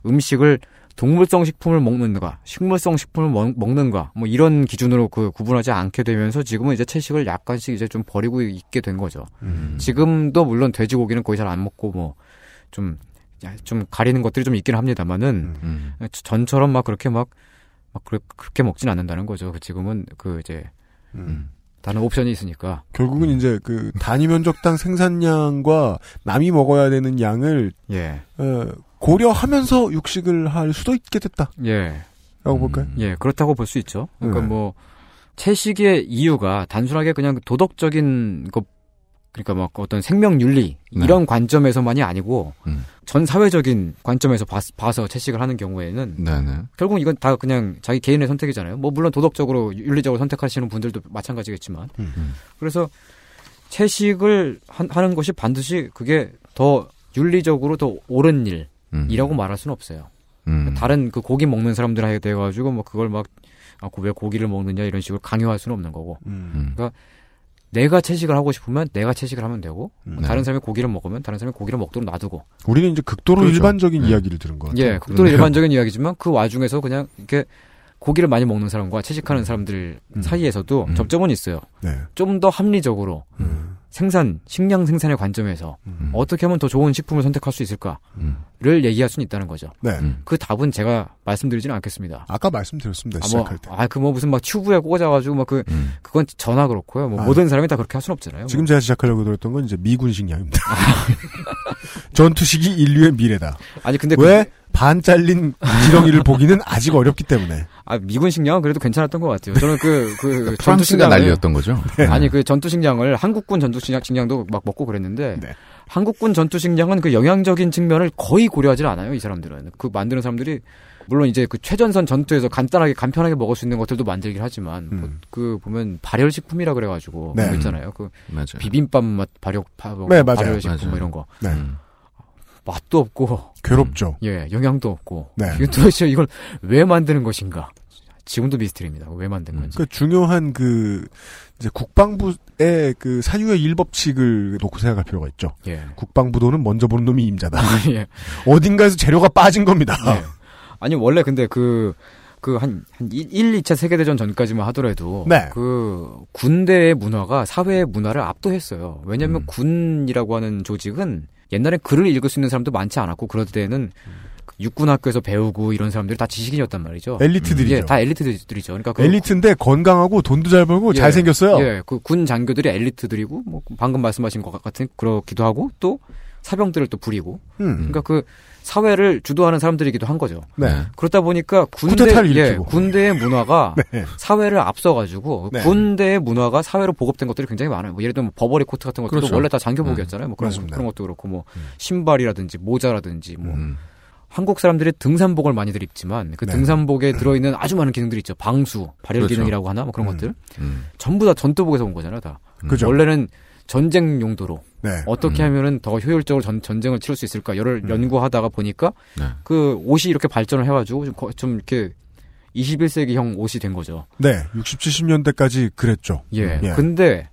Speaker 9: 음식을 동물성 식품을 먹는가, 식물성 식품을 먹, 먹는가, 뭐 이런 기준으로 그 구분하지 않게 되면서 지금은 이제 채식을 약간씩 이제 좀 버리고 있게 된 거죠.
Speaker 4: 음.
Speaker 2: 음.
Speaker 9: 지금도 물론 돼지고기는 거의 잘 안 먹고 뭐 좀 좀 가리는 것들이 좀 있긴 합니다만은 전처럼 막 그렇게 막, 막 그렇- 그렇게 먹진 않는다는 거죠. 그 지금은 그 이제 다른 옵션이 있으니까.
Speaker 2: 결국은 이제 그 단위 면적당 생산량과 남이 먹어야 되는 양을
Speaker 9: 예.
Speaker 2: 어, 고려하면서 육식을 할 수도 있게 됐다.
Speaker 9: 예.
Speaker 2: 라고 볼까요?
Speaker 9: 예, 그렇다고 볼 수 있죠. 그러니까
Speaker 2: 네.
Speaker 9: 뭐 채식의 이유가 단순하게 그냥 도덕적인 것 그러니까 막 어떤 생명 윤리
Speaker 2: 네.
Speaker 9: 이런 관점에서만이 아니고
Speaker 2: 음.
Speaker 9: 전 사회적인 관점에서 봐, 서 채식을 하는 경우에는
Speaker 4: 네네.
Speaker 9: 결국 이건 다 그냥 자기 개인의 선택이잖아요. 뭐 물론 도덕적으로 윤리적으로 선택하시는 분들도 마찬가지겠지만 그래서 채식을 한- 하는 것이 반드시 그게 더 윤리적으로 더 옳은 일이라고 말할 수는 없어요. 다른 그 고기 먹는 사람들한테 돼가지고 뭐 그걸 막 아, 고- 왜 고기를 먹느냐 이런 식으로 강요할 수는 없는 거고. 그러니까 내가 채식을 하고 싶으면 내가 채식을 하면 되고 뭐
Speaker 2: 네.
Speaker 9: 다른 사람이 고기를 먹으면 다른 사람이 고기를 먹도록 놔두고.
Speaker 2: 우리는 이제 극도로
Speaker 9: 그렇죠.
Speaker 2: 일반적인
Speaker 9: 음.
Speaker 2: 이야기를 들은 것 같아요. 음.
Speaker 9: 예, 극도로 일반적인 이야기지만 그 와중에서 그냥 이렇게 고기를 많이 먹는 사람과 채식하는 사람들 사이에서도 접점은 있어요.
Speaker 2: 음. 네. 음.
Speaker 9: 좀 더 합리적으로 생산, 식량 생산의 관점에서 어떻게 하면 더 좋은 식품을 선택할 수 있을까를 얘기할 수는 있다는 거죠.
Speaker 2: 네.
Speaker 9: 그 답은 제가 말씀드리지는 않겠습니다.
Speaker 2: 아까 말씀드렸습니다.
Speaker 9: 아, 뭐,
Speaker 2: 시작할 때. 음.
Speaker 9: 아, 그 뭐 무슨 막 튜브에 꽂아가지고 막 그, 그건 전화 그렇고요. 뭐
Speaker 2: 아.
Speaker 9: 모든 사람이 다 그렇게 할 수는 없잖아요.
Speaker 2: 지금 제가 시작하려고 들었던 건 이제 미군 식량입니다. 전투식이 인류의 미래다.
Speaker 9: 아니, 근데
Speaker 2: 왜 반 잘린 지렁이를 보기는 아직 어렵기 때문에.
Speaker 9: 아, 미군 식량은 그래도 괜찮았던 것 같아요. 저는 그, 그,
Speaker 4: 프랑스가
Speaker 9: 전투 식량을-
Speaker 4: 난리였던 거죠? 네.
Speaker 9: 아니, 그 전투 식량을 한국군 전투 식량, 식량도 막 먹고 그랬는데,
Speaker 4: 네.
Speaker 9: 한국군 전투 식량은 그 영양적인 측면을 거의 고려하지 않아요, 이 사람들은. 그 만드는 사람들이, 물론 이제 그 최전선 전투에서 간단하게, 간편하게 먹을 수 있는 것들도 만들긴 하지만, 뭐 그, 보면 발열식품이라 그래가지고,
Speaker 4: 음. 네.
Speaker 9: 그거 있잖아요. 그,
Speaker 4: 맞아요.
Speaker 9: 비빔밥 맛, 발효, 파,
Speaker 4: 네, 맞아요.
Speaker 9: 발열식품
Speaker 4: 맞아요.
Speaker 9: 뭐 이런 거.
Speaker 2: 네.
Speaker 9: 맛도 없고
Speaker 2: 괴롭죠.
Speaker 9: 예, 영향도 없고.
Speaker 2: 네.
Speaker 9: 이거 도대체 이걸 왜 만드는 것인가? 지금도 미스터리입니다. 왜 만든 건지.
Speaker 2: 그 중요한 그 이제 국방부의 그 사유의 일법칙을 놓고 생각할 필요가 있죠.
Speaker 9: 예.
Speaker 2: 국방부도는 먼저 보는 놈이 임자다.
Speaker 9: 예.
Speaker 2: 어딘가에서 재료가 빠진 겁니다.
Speaker 9: 아니 원래 근데 그 그 한 한 1, 2차 세계 대전 전까지만 하더라도
Speaker 2: 네.
Speaker 9: 그 군대의 문화가 사회의 문화를 압도했어요.
Speaker 2: 음.
Speaker 9: 왜냐면 하 군이라고 하는 조직은 옛날에 글을 읽을 수 있는 사람도 많지 않았고 그럴 때는 그 육군 학교에서 배우고 이런 사람들이 다 지식인이었단 말이죠.
Speaker 2: 엘리트들이죠.
Speaker 9: 예, 다 엘리트들이죠. 그러니까 그
Speaker 2: 엘리트인데 건강하고 돈도 잘 벌고
Speaker 9: 예,
Speaker 2: 잘 생겼어요.
Speaker 9: 예, 그 군 장교들이 엘리트들이고 뭐 방금 말씀하신 것 같은 그렇기도 하고 또 사병들을 또 부리고
Speaker 2: 음.
Speaker 9: 그러니까 그 사회를 주도하는 사람들이기도 한 거죠.
Speaker 2: 네.
Speaker 9: 그렇다 보니까 군대
Speaker 2: 쿠데타를
Speaker 9: 예,
Speaker 2: 일으키고.
Speaker 9: 군대의 문화가 사회를 앞서가지고
Speaker 2: 네.
Speaker 9: 군대의 문화가 사회로 보급된 것들이 굉장히 많아요. 뭐 예를 들면 버버리 코트 같은 것도
Speaker 4: 그렇죠.
Speaker 9: 원래 다 장교복이었잖아요.
Speaker 2: 음.
Speaker 9: 뭐 그런,
Speaker 4: 맞습니다.
Speaker 9: 그런 것도 그렇고 뭐 신발이라든지 모자라든지 뭐
Speaker 2: 음.
Speaker 9: 한국 사람들이 등산복을 많이들 입지만 그
Speaker 4: 네.
Speaker 9: 등산복에
Speaker 2: 음.
Speaker 9: 들어있는 아주 많은 기능들이 있죠. 방수, 발열
Speaker 4: 그렇죠.
Speaker 9: 기능이라고 하나 뭐 그런
Speaker 4: 음.
Speaker 9: 것들 전부 다 전투복에서 온 거잖아요. 다
Speaker 4: 그죠.
Speaker 9: 원래는 전쟁 용도로
Speaker 4: 네.
Speaker 9: 어떻게 하면은 더 효율적으로 전, 전쟁을 치를 수 있을까 여를
Speaker 4: 음.
Speaker 9: 연구하다가 보니까
Speaker 4: 네.
Speaker 9: 그 옷이 이렇게 발전을 해가지고 좀, 거- 좀 이렇게 21세기형 옷이 된 거죠.
Speaker 2: 네, 60, 70년대까지 그랬죠.
Speaker 9: 예.
Speaker 2: 예.
Speaker 9: 근데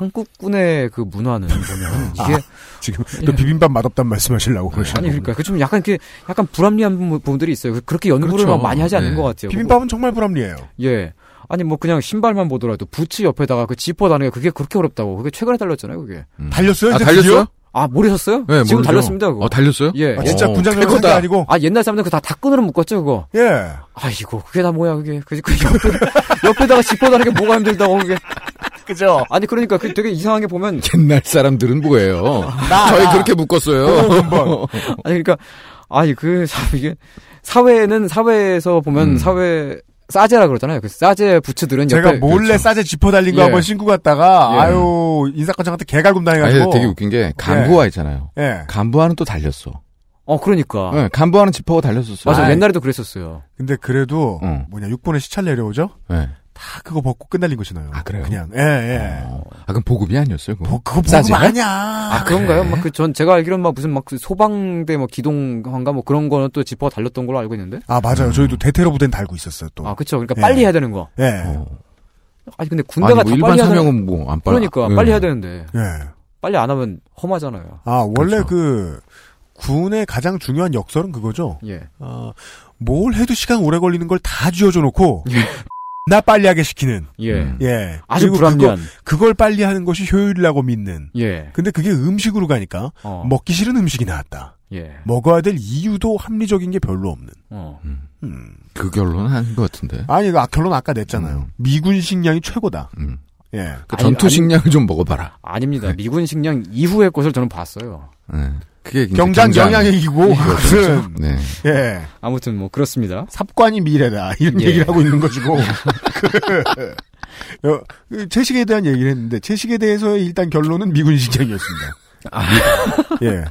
Speaker 9: 한국군의 그 문화는 보면 이게 예.
Speaker 2: 아, 지금
Speaker 4: 그
Speaker 2: 또 비빔밥 맛없단 말씀하시려고 그러시는
Speaker 9: 아니 그러니까 그 좀 약간 이렇게 약간 불합리한 부- 부분들이 있어요. 그- 그렇게 연구를
Speaker 2: 그렇죠.
Speaker 9: 막 많이 하지 않는
Speaker 2: 네.
Speaker 9: 것 같아요.
Speaker 2: 비빔밥은 정말 불합리해요.
Speaker 9: 예. 아니 뭐 그냥 신발만 보더라도 부츠 옆에다가 그 지퍼 다는 게 그게 그렇게 어렵다고 그게 최근에 달렸잖아요 그게
Speaker 2: 달렸어요?
Speaker 9: 아,
Speaker 2: 이제
Speaker 9: 달렸어요?
Speaker 2: 드디어?
Speaker 9: 아 모르셨어요?
Speaker 2: 네,
Speaker 9: 지금
Speaker 2: 모르죠.
Speaker 9: 달렸습니다 그거
Speaker 2: 아, 달렸어요?
Speaker 9: 예
Speaker 2: 아, 진짜 군장
Speaker 9: 그거
Speaker 2: 장사인 게
Speaker 9: 다-
Speaker 2: 아니고?
Speaker 9: 아 옛날 사람들 그거 다 닭끈으로 묶었죠 그거
Speaker 2: 예.
Speaker 9: 아이고 그게 다 뭐야 그게 그, 그 옆에, 옆에다가 지퍼 다는 게 뭐가 힘들다고 그게 그죠 아니 그러니까 그 되게 이상하게 보면
Speaker 4: 옛날 사람들은 뭐예요?
Speaker 9: 나,
Speaker 4: 저희
Speaker 9: 나.
Speaker 4: 그렇게 묶었어요.
Speaker 9: 아니 그러니까 아니 그 참 이게 사회는 사회에서 보면 사회 싸제라 그러잖아요. 그 싸제 부츠들은
Speaker 2: 음. 제가
Speaker 9: 옆에-
Speaker 2: 몰래
Speaker 9: 그렇죠.
Speaker 2: 싸제 지퍼 달린
Speaker 9: 예.
Speaker 2: 거 한번 신고 갔다가
Speaker 9: 예.
Speaker 2: 아유 인사과장한테 개갈굼
Speaker 4: 아니,
Speaker 2: 당해가지고
Speaker 4: 근데 되게 웃긴 게 간부화 있잖아요.
Speaker 2: 예.
Speaker 4: 간부화는 또 달렸어.
Speaker 9: 어 그러니까
Speaker 4: 네, 간부화는 지퍼가 달렸었어요.
Speaker 9: 맞아 옛날에도 그랬었어요.
Speaker 2: 예. 근데 그래도 뭐냐 6번에 시찰 내려오죠?
Speaker 4: 네.
Speaker 2: 다 그거 벗고 끝날린 거 신어요. 아 그래요? 그냥 예 예.
Speaker 4: 아 그럼 보급이 아니었어요? 뭐, 그거,
Speaker 2: 뭐, 그거 네.
Speaker 4: 싸지가?
Speaker 9: 아 그런가요? 막 그 전 제가 알기로는 막 무슨 막그 소방대 뭐 기동관가 뭐 그런 거는 또 지퍼가 달렸던 걸로 알고 있는데.
Speaker 2: 아 맞아요.
Speaker 4: 음.
Speaker 2: 저희도 대테러 부대는 달고 있었어요 또.
Speaker 9: 아 그렇죠. 그러니까
Speaker 2: 예.
Speaker 9: 빨리 해야 되는 거.
Speaker 2: 예.
Speaker 9: 아니 근데 군대가 다
Speaker 4: 아니, 뭐
Speaker 9: 빨리
Speaker 4: 일반
Speaker 9: 해야 되는-
Speaker 4: 사명은 뭐안 빨라.
Speaker 9: 그러니까
Speaker 4: 예.
Speaker 9: 빨리 해야 되는데.
Speaker 2: 예.
Speaker 9: 빨리 안 하면 험하잖아요.
Speaker 2: 아
Speaker 4: 그렇죠.
Speaker 2: 원래 그 군의 가장 중요한 역설은 그거죠.
Speaker 9: 예.
Speaker 2: 어, 뭘 해도 시간 오래 걸리는 걸 다 쥐어줘 놓고 나 빨리 하게 시키는.
Speaker 9: 예.
Speaker 4: 음.
Speaker 2: 예.
Speaker 9: 아주
Speaker 2: 그리고
Speaker 9: 불합리한.
Speaker 2: 그거, 걸 빨리 하는 것이 효율이라고 믿는.
Speaker 9: 예.
Speaker 2: 근데 그게 음식으로 가니까
Speaker 9: 어.
Speaker 2: 먹기 싫은 음식이 나왔다.
Speaker 9: 예.
Speaker 2: 먹어야 될 이유도 합리적인 게 별로 없는. 음.
Speaker 9: 어.
Speaker 4: 그 결론은 아닌 것 같은데. 음.
Speaker 2: 아니 나 결론 아까 냈잖아요. 미군 식량이 최고다. 예.
Speaker 4: 그 전투 식량을 좀 먹어봐라.
Speaker 9: 아닙니다. 미군 식량 이후의 것을 저는 봤어요.
Speaker 4: 네. 그게 이제
Speaker 2: 경장 영양액이고 그것은
Speaker 4: 네.
Speaker 2: 예.
Speaker 9: 아무튼 뭐 그렇습니다.
Speaker 2: 삽관이 미래다 이런
Speaker 9: 예.
Speaker 2: 얘기를 하고 있는 것이고 그, 어, 그 채식에 대한 얘기를 했는데 채식에 대해서의 일단 결론은 미군 식량이었습니다.
Speaker 9: 아.
Speaker 2: 예.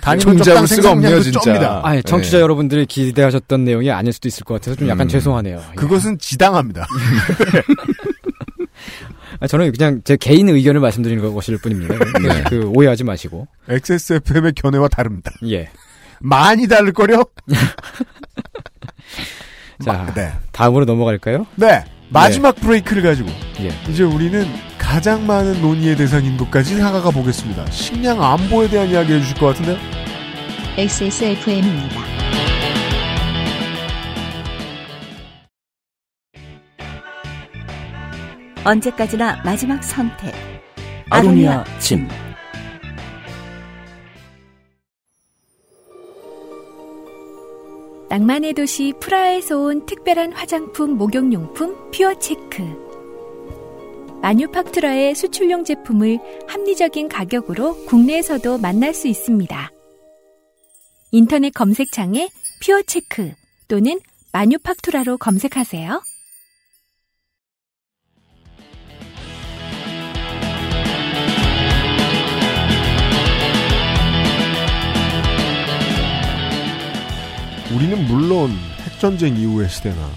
Speaker 2: 단위로 적당 생산량도 쩝니다.
Speaker 9: 아니, 청취자
Speaker 4: 네.
Speaker 2: 예.
Speaker 9: 여러분들이 기대하셨던 내용이 아닐 수도 있을 것 같아서 좀 약간
Speaker 2: 음.
Speaker 9: 죄송하네요. 예.
Speaker 2: 그것은 지당합니다.
Speaker 9: 아, 저는 그냥 제 개인 의견을 말씀드리는 것일 뿐입니다.
Speaker 4: 네.
Speaker 9: 그 오해하지 마시고.
Speaker 2: XSFM의 견해와 다릅니다.
Speaker 9: 예.
Speaker 2: 많이 다를 거려?
Speaker 9: 자,
Speaker 2: 네.
Speaker 9: 다음으로 넘어갈까요?
Speaker 2: 네. 마지막 브레이크를 가지고
Speaker 9: 예.
Speaker 2: 이제 우리는 가장 많은 논의의 대상인 것까지 다가가 보겠습니다. 식량 안보에 대한 이야기 해주실 것 같은데요?
Speaker 21: XSFM입니다.
Speaker 5: 언제까지나 마지막 선택.
Speaker 8: 아로니아 침
Speaker 18: 낭만의 도시 프라하에서 온 특별한 화장품 목욕용품 퓨어체크. 마뉴팍투라의 수출용 제품을 합리적인 가격으로 국내에서도 만날 수 있습니다. 인터넷 검색창에 퓨어체크 또는 마뉴팍투라로 검색하세요.
Speaker 2: 우리는 물론 핵전쟁 이후의 시대나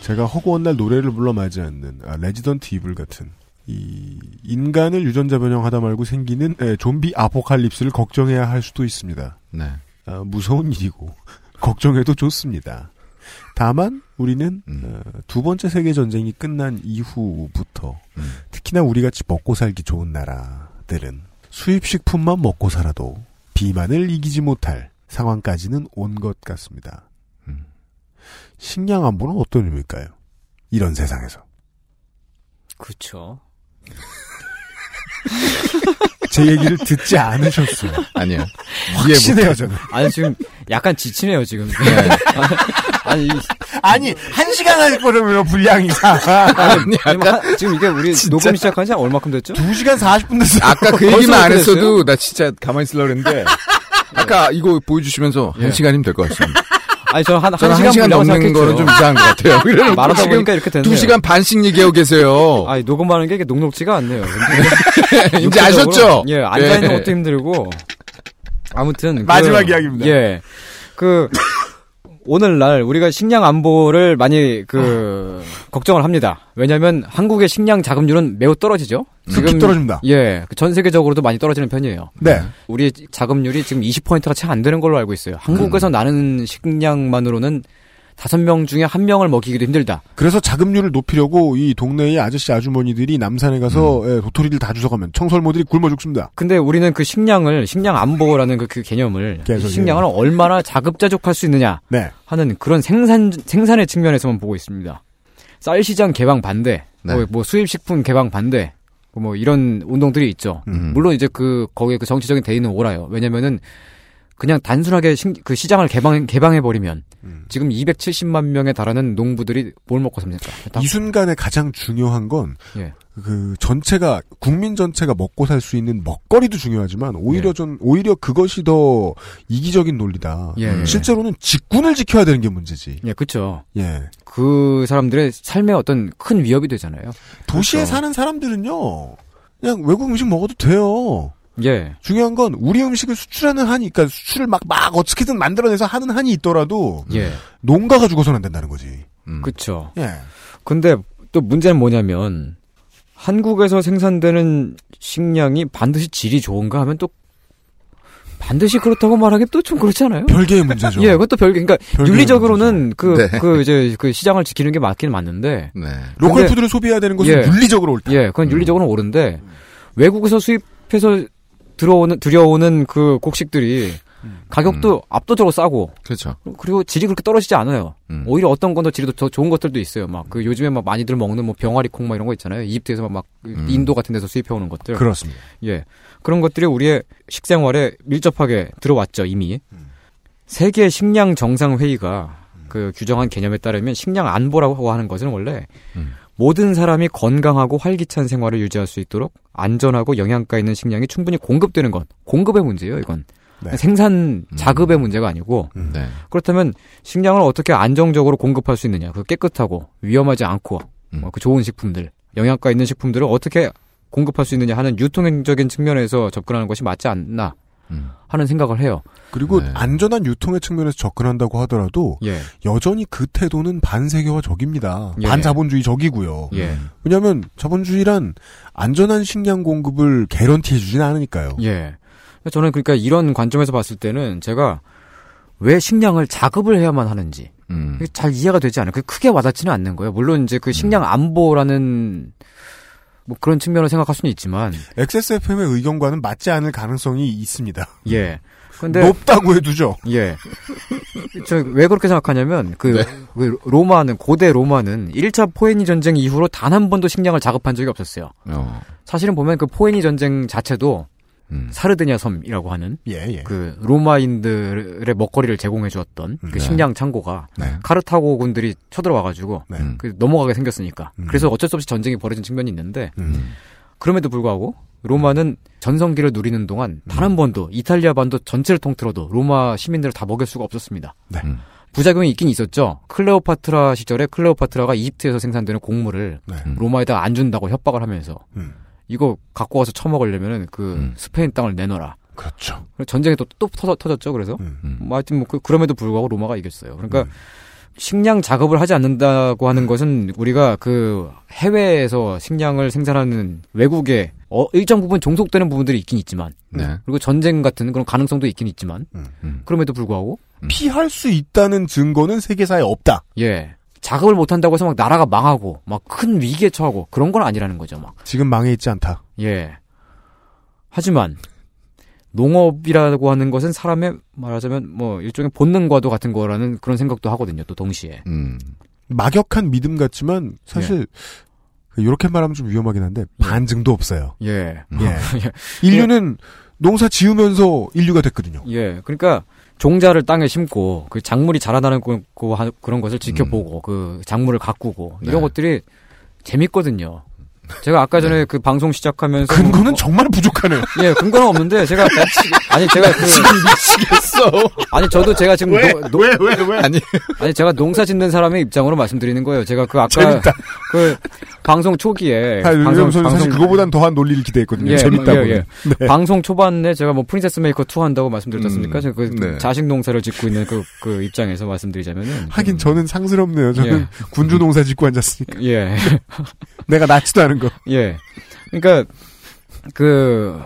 Speaker 2: 제가 허구한 날 노래를 불러 맞이 않는 아, 레지던트 이블 같은 이 인간을 유전자 변형하다 말고 생기는 에, 좀비 아포칼립스를 걱정해야 할 수도 있습니다.
Speaker 4: 네.
Speaker 2: 아, 무서운 일이고 걱정해도 좋습니다. 다만 우리는
Speaker 4: 음.
Speaker 2: 어, 두 번째 세계 전쟁이 끝난 이후부터
Speaker 4: 음.
Speaker 2: 특히나 우리 같이 먹고 살기 좋은 나라들은 수입 식품만 먹고 살아도 비만을 이기지 못할 상황까지는 온 것 같습니다.
Speaker 4: 음.
Speaker 2: 식량 안보는 어떤 의미일까요? 이런 세상에서
Speaker 9: 네. 그쵸.
Speaker 2: 제 얘기를 듣지 않으셨어요.
Speaker 4: 아니요.
Speaker 2: 확신해요 저는.
Speaker 4: 네.
Speaker 9: 아니, 지금 약간 지치네요, 지금. 아니, 이-
Speaker 2: 아니 한 시간 할 거라면 분량이
Speaker 9: 아니, 아까 지금 이게 우리 녹음 시작한 지 얼마큼 됐죠?
Speaker 2: 2시간 40분 됐어요.
Speaker 4: 아까 그 얘기만 안
Speaker 9: 벌써
Speaker 4: 했어도 나 진짜 가만히 있으려고 했는데 예. 아까 이거 보여주시면서 한 시간이면 될 것 같습니다.
Speaker 9: 네. 아니 저는 한,
Speaker 4: 저는 한 시간 넘는 거는 좀 이상한 것 같아요. 그래놓고
Speaker 9: 말하다
Speaker 4: 지금
Speaker 9: 보니까 이렇게 됐네요.
Speaker 4: 두 시간 반씩 얘기하고 계세요.
Speaker 9: 아니 녹음하는 게 이게 녹록지가 않네요.
Speaker 4: 이제 아셨죠?
Speaker 9: 예, 앉아 있는
Speaker 4: 예.
Speaker 9: 것도 힘들고 아무튼 그-
Speaker 2: 마지막 이야기입니다.
Speaker 9: 예, 그 오늘날 우리가 식량 안보를 많이 그 걱정을 합니다. 왜냐하면 한국의 식량 자급률은 매우 떨어지죠.
Speaker 2: 급히 떨어집니다.
Speaker 9: 예, 그전 세계적으로도 많이 떨어지는 편이에요.
Speaker 2: 네.
Speaker 9: 우리의 자급률이 지금 20%가 채 안 되는 걸로 알고 있어요.
Speaker 2: 음.
Speaker 9: 한국에서 나는 식량만으로는 다섯 명 중에 한 명을 먹이기도 힘들다.
Speaker 2: 그래서 자금률을 높이려고 이 동네의 아저씨 아주머니들이 남산에 가서
Speaker 9: 음.
Speaker 2: 예, 도토리를 다 주워가면 청설모들이 굶어 죽습니다.
Speaker 9: 근데 우리는 그 식량을 식량 안보라는 그, 그 개념을
Speaker 2: 계속,
Speaker 9: 이 식량을 얼마나 자급자족할 수 있느냐
Speaker 2: 네.
Speaker 9: 하는 그런 생산 생산의 측면에서만 보고 있습니다. 쌀 시장 개방 반대,
Speaker 4: 네.
Speaker 9: 뭐, 뭐 수입 식품 개방 반대, 뭐 이런 운동들이 있죠.
Speaker 2: 음.
Speaker 9: 물론 이제 그 거기에 그 정치적인 대의는 옳아요. 왜냐면은 그냥 단순하게 식- 그 시장을 개방 개방해 버리면
Speaker 2: 음.
Speaker 9: 지금 270만 명에 달하는 농부들이 뭘 먹고 삽니까?
Speaker 2: 이 순간에 가장 중요한
Speaker 9: 예.
Speaker 2: 건 그 전체가 국민 전체가 먹고 살 수 있는 먹거리도 중요하지만 오히려
Speaker 9: 예.
Speaker 2: 전 오히려 그것이 더 이기적인 논리다.
Speaker 9: 예, 예.
Speaker 2: 실제로는 직군을 지켜야 되는 게 문제지.
Speaker 9: 예, 그렇죠.
Speaker 2: 예.
Speaker 9: 그 사람들의 삶에 어떤 큰 위협이 되잖아요.
Speaker 2: 도시에
Speaker 9: 그렇죠.
Speaker 2: 사는 사람들은요. 그냥 외국 음식 먹어도 돼요.
Speaker 9: 예.
Speaker 2: 중요한 건 우리 음식을 수출하는 한이 그러니까 수출을 막 막 어떻게든 만들어내서 하는 한이 있더라도
Speaker 9: 예.
Speaker 2: 농가가 죽어서는 안 된다는 거지.
Speaker 9: 그렇죠.
Speaker 2: 음. 예.
Speaker 9: 근데 또 문제는 뭐냐면 한국에서 생산되는 식량이 반드시 질이 좋은가 하면 또 반드시 그렇다고 말하기 또 좀 그렇잖아요.
Speaker 2: 별개의 문제죠.
Speaker 9: 예, 그것도 별개. 그러니까
Speaker 2: 별개의
Speaker 9: 윤리적으로는 그 그
Speaker 2: 네.
Speaker 9: 이제 그 시장을 지키는 게 맞긴 맞는데.
Speaker 2: 로컬 푸드를 소비해야 되는 것은 윤리적으로 옳다.
Speaker 9: 예, 그건 윤리적으로는 옳은데 외국에서 수입해서 들어오는 들여오는 그 곡식들이
Speaker 2: 음.
Speaker 9: 가격도 압도적으로 싸고
Speaker 4: 그렇죠.
Speaker 9: 그리고 질이 그렇게 떨어지지 않아요.
Speaker 2: 음.
Speaker 9: 오히려 어떤 건 더 질이 더 좋은 것들도 있어요. 막 그 요즘에 막 많이들 먹는 뭐 병아리 콩 막 이런 거 있잖아요. 이집트에서 막
Speaker 2: 음.
Speaker 9: 인도 같은 데서 수입해 오는 것들.
Speaker 2: 그렇습니다.
Speaker 9: 예. 그런 것들이 우리의 식생활에 밀접하게 들어왔죠, 이미.
Speaker 2: 음.
Speaker 9: 세계 식량 정상 회의가 그 규정한 개념에 따르면 식량 안보라고 하는 것은 원래
Speaker 2: 음.
Speaker 9: 모든 사람이 건강하고 활기찬 생활을 유지할 수 있도록 안전하고 영양가 있는 식량이 충분히 공급되는 것. 공급의 문제예요, 이건.
Speaker 2: 네.
Speaker 9: 생산
Speaker 2: 음.
Speaker 9: 자급의 문제가 아니고
Speaker 4: 네.
Speaker 9: 그렇다면 식량을 어떻게 안정적으로 공급할 수 있느냐. 그 깨끗하고 위험하지 않고 뭐그 좋은 식품들, 영양가 있는 식품들을 어떻게 공급할 수 있느냐 하는 유통적인 측면에서 접근하는 것이 맞지 않나 하는 생각을 해요.
Speaker 2: 그리고
Speaker 9: 네.
Speaker 2: 안전한 유통의 측면에서 접근한다고 하더라도
Speaker 9: 예.
Speaker 2: 여전히 그 태도는 반세계화 적입니다.
Speaker 9: 예.
Speaker 2: 반자본주의 적이고요.
Speaker 9: 예.
Speaker 2: 왜냐하면 자본주의란 안전한 식량 공급을 개런티해 주진 않으니까요.
Speaker 9: 예. 저는 그러니까 이런 관점에서 봤을 때는 제가 왜 식량을 자급을 해야만 하는지 그게 잘 이해가 되지 않아요. 그게 크게 와닿지는 않는 거예요. 물론 이제 그 식량 안보라는 뭐 그런 측면을 생각할 수는 있지만
Speaker 2: XSFM의 의견과는 맞지 않을 가능성이 있습니다.
Speaker 9: 예. 근데
Speaker 2: 높다고 해두죠.
Speaker 9: 예. 저 왜 그렇게 생각하냐면 그, 그 로마는 고대 로마는 1차 포에니 전쟁 이후로 단 한 번도 식량을 자급한 적이 없었어요.
Speaker 4: 어.
Speaker 9: 사실은 보면 그 포에니 전쟁 자체도
Speaker 4: 음.
Speaker 9: 사르데냐 섬이라고 하는
Speaker 4: 예,
Speaker 9: 그 로마인들의 먹거리를 제공해 주었던 그
Speaker 4: 네.
Speaker 9: 식량 창고가
Speaker 4: 네.
Speaker 9: 카르타고 군들이 쳐들어와 가지고
Speaker 4: 네. 음.
Speaker 9: 그 넘어가게 생겼으니까 그래서 어쩔 수 없이 전쟁이 벌어진 측면이 있는데 그럼에도 불구하고 로마는 전성기를 누리는 동안 단
Speaker 4: 음.
Speaker 9: 한 번도 이탈리아 반도 전체를 통틀어도 로마 시민들을 다 먹일 수가 없었습니다.
Speaker 4: 네. 음.
Speaker 9: 부작용이 있긴 있었죠. 클레오파트라 시절에 클레오파트라가 이집트에서 생산되는 곡물을
Speaker 2: 네.
Speaker 9: 로마에다 안 준다고 협박을 하면서
Speaker 2: 음.
Speaker 9: 이거 갖고 와서 처먹으려면은 그 스페인 땅을 내놔라.
Speaker 2: 그렇죠. 음.
Speaker 9: 전쟁이 또, 또 터져, 터졌죠. 그래서 뭐 하여튼 뭐 그, 그럼에도 불구하고 로마가 이겼어요. 그러니까 식량 작업을 하지 않는다고 하는 것은 우리가 그 해외에서 식량을 생산하는 외국에 어, 일정 부분 종속되는 부분들이 있긴 있지만
Speaker 4: 네.
Speaker 9: 그리고 전쟁 같은 그런 가능성도 있긴 있지만 그럼에도 불구하고
Speaker 2: 음, 피할 수 있다는 증거는 세계사에 없다.
Speaker 9: 예 작업을 못 한다고 해서 막 나라가 망하고 막 큰 위기에 처하고 그런 건 아니라는 거죠 막
Speaker 2: 지금 망해 있지 않다.
Speaker 9: 예. 하지만 농업이라고 하는 것은 사람의 말하자면 뭐 일종의 본능과도 같은 거라는 그런 생각도 하거든요. 또 동시에.
Speaker 2: 음. 막역한 믿음 같지만 사실 이렇게 말하면 좀 위험하긴 한데 반증도 없어요.
Speaker 9: 예.
Speaker 2: 음. 예. 인류는 농사 지으면서 인류가 됐거든요.
Speaker 9: 예. 그러니까 종자를 땅에 심고 그 작물이 자라나는 거- 거 하- 그런 것을
Speaker 2: 음.
Speaker 9: 지켜보고 그 작물을 가꾸고 이런
Speaker 4: 네.
Speaker 9: 것들이 재밌거든요. 제가 아까 전에 그 방송 시작하면서
Speaker 2: 네.
Speaker 9: 뭐
Speaker 2: 근거는 정말 부족하네요.
Speaker 9: 예, 근거는 없는데 제가 아니 제가 그
Speaker 4: 지금 미치겠어.
Speaker 9: 아니 저도 제가 지금
Speaker 4: 왜?
Speaker 9: 노- 노-
Speaker 4: 왜? 왜? 왜? 아니
Speaker 9: 아니 제가 농사 짓는 사람의 입장으로 말씀드리는 거예요. 제가 그 아까
Speaker 2: 재밌다.
Speaker 9: 그 예. 방송 초기에
Speaker 2: 아, 유영 선수 사실 그거보단 더한 논리를 기대했거든요. 재밌다고. 네.
Speaker 9: 예, 예. 방송 초반에 제가 뭐 프린세스 메이커 2 한다고 말씀드렸지 않습니까? 제가 그
Speaker 2: 네.
Speaker 9: 자식 농사를 짓고 있는 그, 그 입장에서 말씀드리자면은
Speaker 2: 하긴 저는 상스럽네요. 저는
Speaker 9: 음. 예.
Speaker 2: 군주 농사 짓고 앉았으니까.
Speaker 9: 예.
Speaker 2: 내가 낫지도 않은 거.
Speaker 9: 예. 그러니까 그,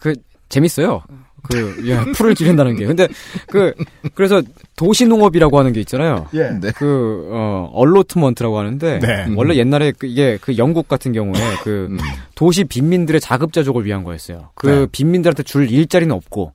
Speaker 9: 그 재밌어요. 그 예, 풀을 기른다는 게. 근데 그 그래서 도시 농업이라고 하는 게 있잖아요.
Speaker 4: 예. 네.
Speaker 9: 그 어, 얼로트먼트라고 하는데
Speaker 4: 네.
Speaker 9: 원래 옛날에 그 이게 그 영국 같은 경우에 그 도시 빈민들의 자급자족을 위한 거였어요. 그
Speaker 4: 네.
Speaker 9: 빈민들한테 줄 일자리는 없고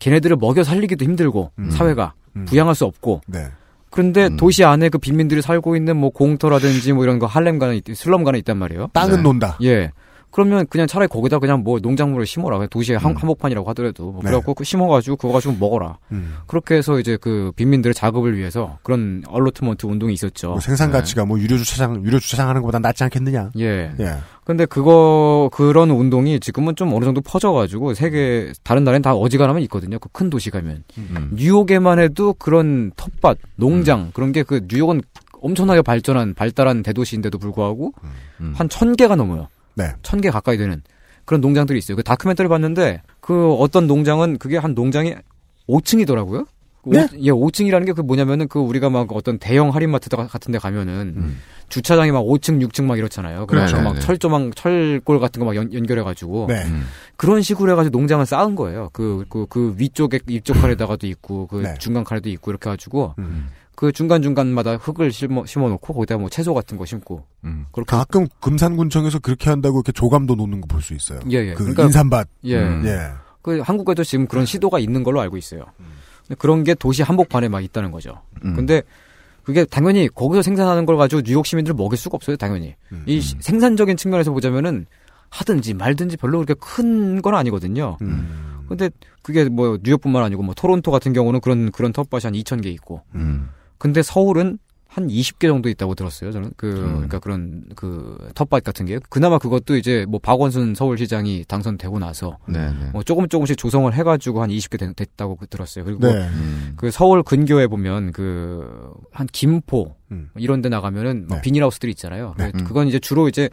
Speaker 9: 걔네들을 먹여 살리기도 힘들고
Speaker 2: 음.
Speaker 9: 사회가 부양할 수 없고
Speaker 2: 네.
Speaker 9: 그런데 도시 안에 그 빈민들이 살고 있는 뭐 공터라든지 뭐 이런 거 할렘가는 있- 슬럼가는 있단 말이에요.
Speaker 2: 땅은 논다.
Speaker 9: 예. 그러면 그냥 차라리 거기다 그냥 뭐 농작물을 심어라. 그냥 도시의 한, 한복판이라고 하더라도 뭐
Speaker 2: 음. 네.
Speaker 9: 그래갖고 그 심어가지고 그거 가지고 먹어라.
Speaker 2: 음.
Speaker 9: 그렇게 해서 이제 그 빈민들의 작업을 위해서 그런 얼로트먼트 운동이 있었죠.
Speaker 2: 뭐 생산 가치가 뭐 유료 주차장 유료 주차장하는 것보다 낫지 않겠느냐.
Speaker 9: 예.
Speaker 2: 예.
Speaker 9: 근데 그거 그런 운동이 지금은 좀 어느 정도 퍼져가지고 세계 다른 나라엔 다 어지간하면 있거든요. 그 큰 도시 가면
Speaker 2: 음.
Speaker 4: 음.
Speaker 9: 뉴욕에만 해도 그런 텃밭, 농장 그런 게 그 뉴욕은 엄청나게 발전한 발달한 대도시인데도 불구하고
Speaker 4: 음.
Speaker 9: 한 천 개가 넘어요.
Speaker 2: 네.
Speaker 9: 천 개 가까이 되는 그런 농장들이 있어요. 그 다큐멘터리 봤는데 그 어떤 농장은 그게 한 농장이 5층이더라고요.
Speaker 2: 네?
Speaker 9: 예, 5층이라는 게 그 뭐냐면은 그 우리가 막 어떤 대형 할인마트 다- 같은 데 가면은 주차장이 막 5층, 6층 막 이렇잖아요. 그래서
Speaker 4: 그렇죠.
Speaker 9: 막
Speaker 4: 음. 네.
Speaker 9: 철조망, 철골 같은 거 막 연결해 가지고
Speaker 4: 네. 음.
Speaker 9: 그런 식으로 해 가지고 농장을 쌓은 거예요. 그 그 그 위쪽에 이쪽 칸에다가도 있고 그
Speaker 4: 네.
Speaker 9: 중간 칸에도 있고 이렇게 해 가지고 그 중간 중간마다 흙을 심어, 심어 놓고 거기다 뭐 채소 같은 거 심고
Speaker 2: 가끔 금산군청에서 그렇게 한다고 이렇게 조감도 놓는 거 볼 수 있어요.
Speaker 9: 예, 예.
Speaker 2: 그 인삼밭.
Speaker 9: 예.
Speaker 2: 음. 예.
Speaker 9: 그 한국에도 지금 그런 시도가 있는 걸로 알고 있어요. 근데 그런 게 도시 한복판에 막 있다는 거죠.
Speaker 4: 음.
Speaker 9: 근데 그게 당연히 거기서 생산하는 걸 가지고 뉴욕 시민들을 먹일 수가 없어요, 당연히.
Speaker 2: 음.
Speaker 9: 이 시- 생산적인 측면에서 보자면은 하든지 말든지 별로 그렇게 큰 건 아니거든요.
Speaker 2: 음.
Speaker 9: 근데 그게 뭐 뉴욕뿐만 아니고 뭐 토론토 같은 경우는 그런 그런 텃밭이 한 2,000개 있고.
Speaker 4: 음.
Speaker 9: 근데 서울은 한 20개 정도 있다고 들었어요. 저는 그
Speaker 4: 음.
Speaker 9: 그러니까 그런 그 텃밭 같은 게 그나마 그것도 이제 뭐 박원순 서울시장이 당선되고 나서
Speaker 4: 네, 네.
Speaker 9: 뭐 조금 조금씩 조성을 해가지고 한 20개 된- 됐다고 그- 들었어요. 그리고
Speaker 4: 네.
Speaker 2: 음.
Speaker 9: 그 서울 근교에 보면 그 한 김포
Speaker 2: 음.
Speaker 9: 뭐 이런데 나가면은
Speaker 2: 네.
Speaker 9: 막 비닐하우스들이 있잖아요.
Speaker 4: 네.
Speaker 9: 그- 그건 이제 주로 이제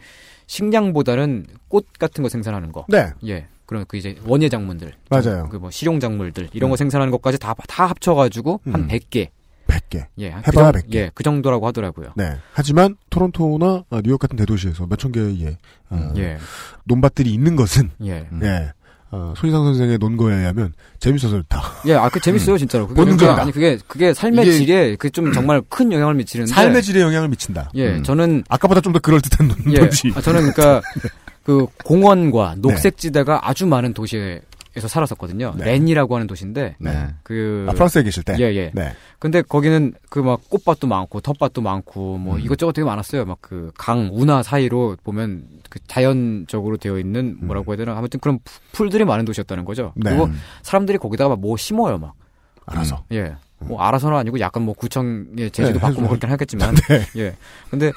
Speaker 9: 식량보다는 꽃 같은 거 생산하는 거.
Speaker 2: 네.
Speaker 9: 예. 그런 그 이제 원예 작물들.
Speaker 2: 맞아요.
Speaker 9: 그 뭐 실용 작물들 이런 거
Speaker 2: 음.
Speaker 9: 생산하는 것까지 다 다 합쳐가지고 한 100개.
Speaker 2: 100개.
Speaker 9: 예. 한
Speaker 2: 해봐야
Speaker 9: 그
Speaker 2: 100개.
Speaker 9: 예. 그 정도라고 하더라고요.
Speaker 2: 네. 하지만 토론토나 아, 뉴욕 같은 대도시에서 몇 천 개의 어,
Speaker 9: 예.
Speaker 2: 논밭들이 있는 것은
Speaker 9: 예.
Speaker 2: 예. 어, 손희상 선생의 논거에 의하면 재밌어서 좋다. 음.
Speaker 9: 예, 아, 그 재밌어요, 진짜로. 그게
Speaker 2: 본능적이다.
Speaker 9: 아니, 그게, 그게 삶의
Speaker 2: 이게-
Speaker 9: 질에, 그 좀 정말 큰 영향을 미치는데.
Speaker 2: 삶의 질에 영향을 미친다. 음.
Speaker 9: 예, 저는
Speaker 2: 아까보다 좀 더 그럴 듯한 논-
Speaker 9: 예,
Speaker 2: 논지. 네.
Speaker 9: 아, 저는 그러니까 그 공원과 녹색지대가 아주 많은 도시에서 살았었거든요. 렌이라고 하는 도시인데 그
Speaker 2: 네. 아, 프랑스에 계실 때?
Speaker 9: 예, 예.
Speaker 2: 네.
Speaker 9: 근데 거기는 그 막 꽃밭도 많고 텃밭도 많고
Speaker 2: 음.
Speaker 9: 뭐 이것저것 되게 많았어요. 막 그 강 운하 사이로 보면 그 자연적으로 되어 있는
Speaker 2: 음.
Speaker 9: 뭐라고 해야 되나 아무튼 그런 푸- 풀들이 많은 도시였다는 거죠.
Speaker 4: 네.
Speaker 9: 그리고 사람들이 거기다가 뭐 심어요, 막.
Speaker 2: 알아서.
Speaker 9: 예. 뭐 알아서는 아니고 약간 뭐 구청의 제지도
Speaker 4: 네,
Speaker 9: 받고 뭐
Speaker 4: 해주면-
Speaker 9: 그렇긴 하겠지만
Speaker 4: 네.
Speaker 9: 예. 근데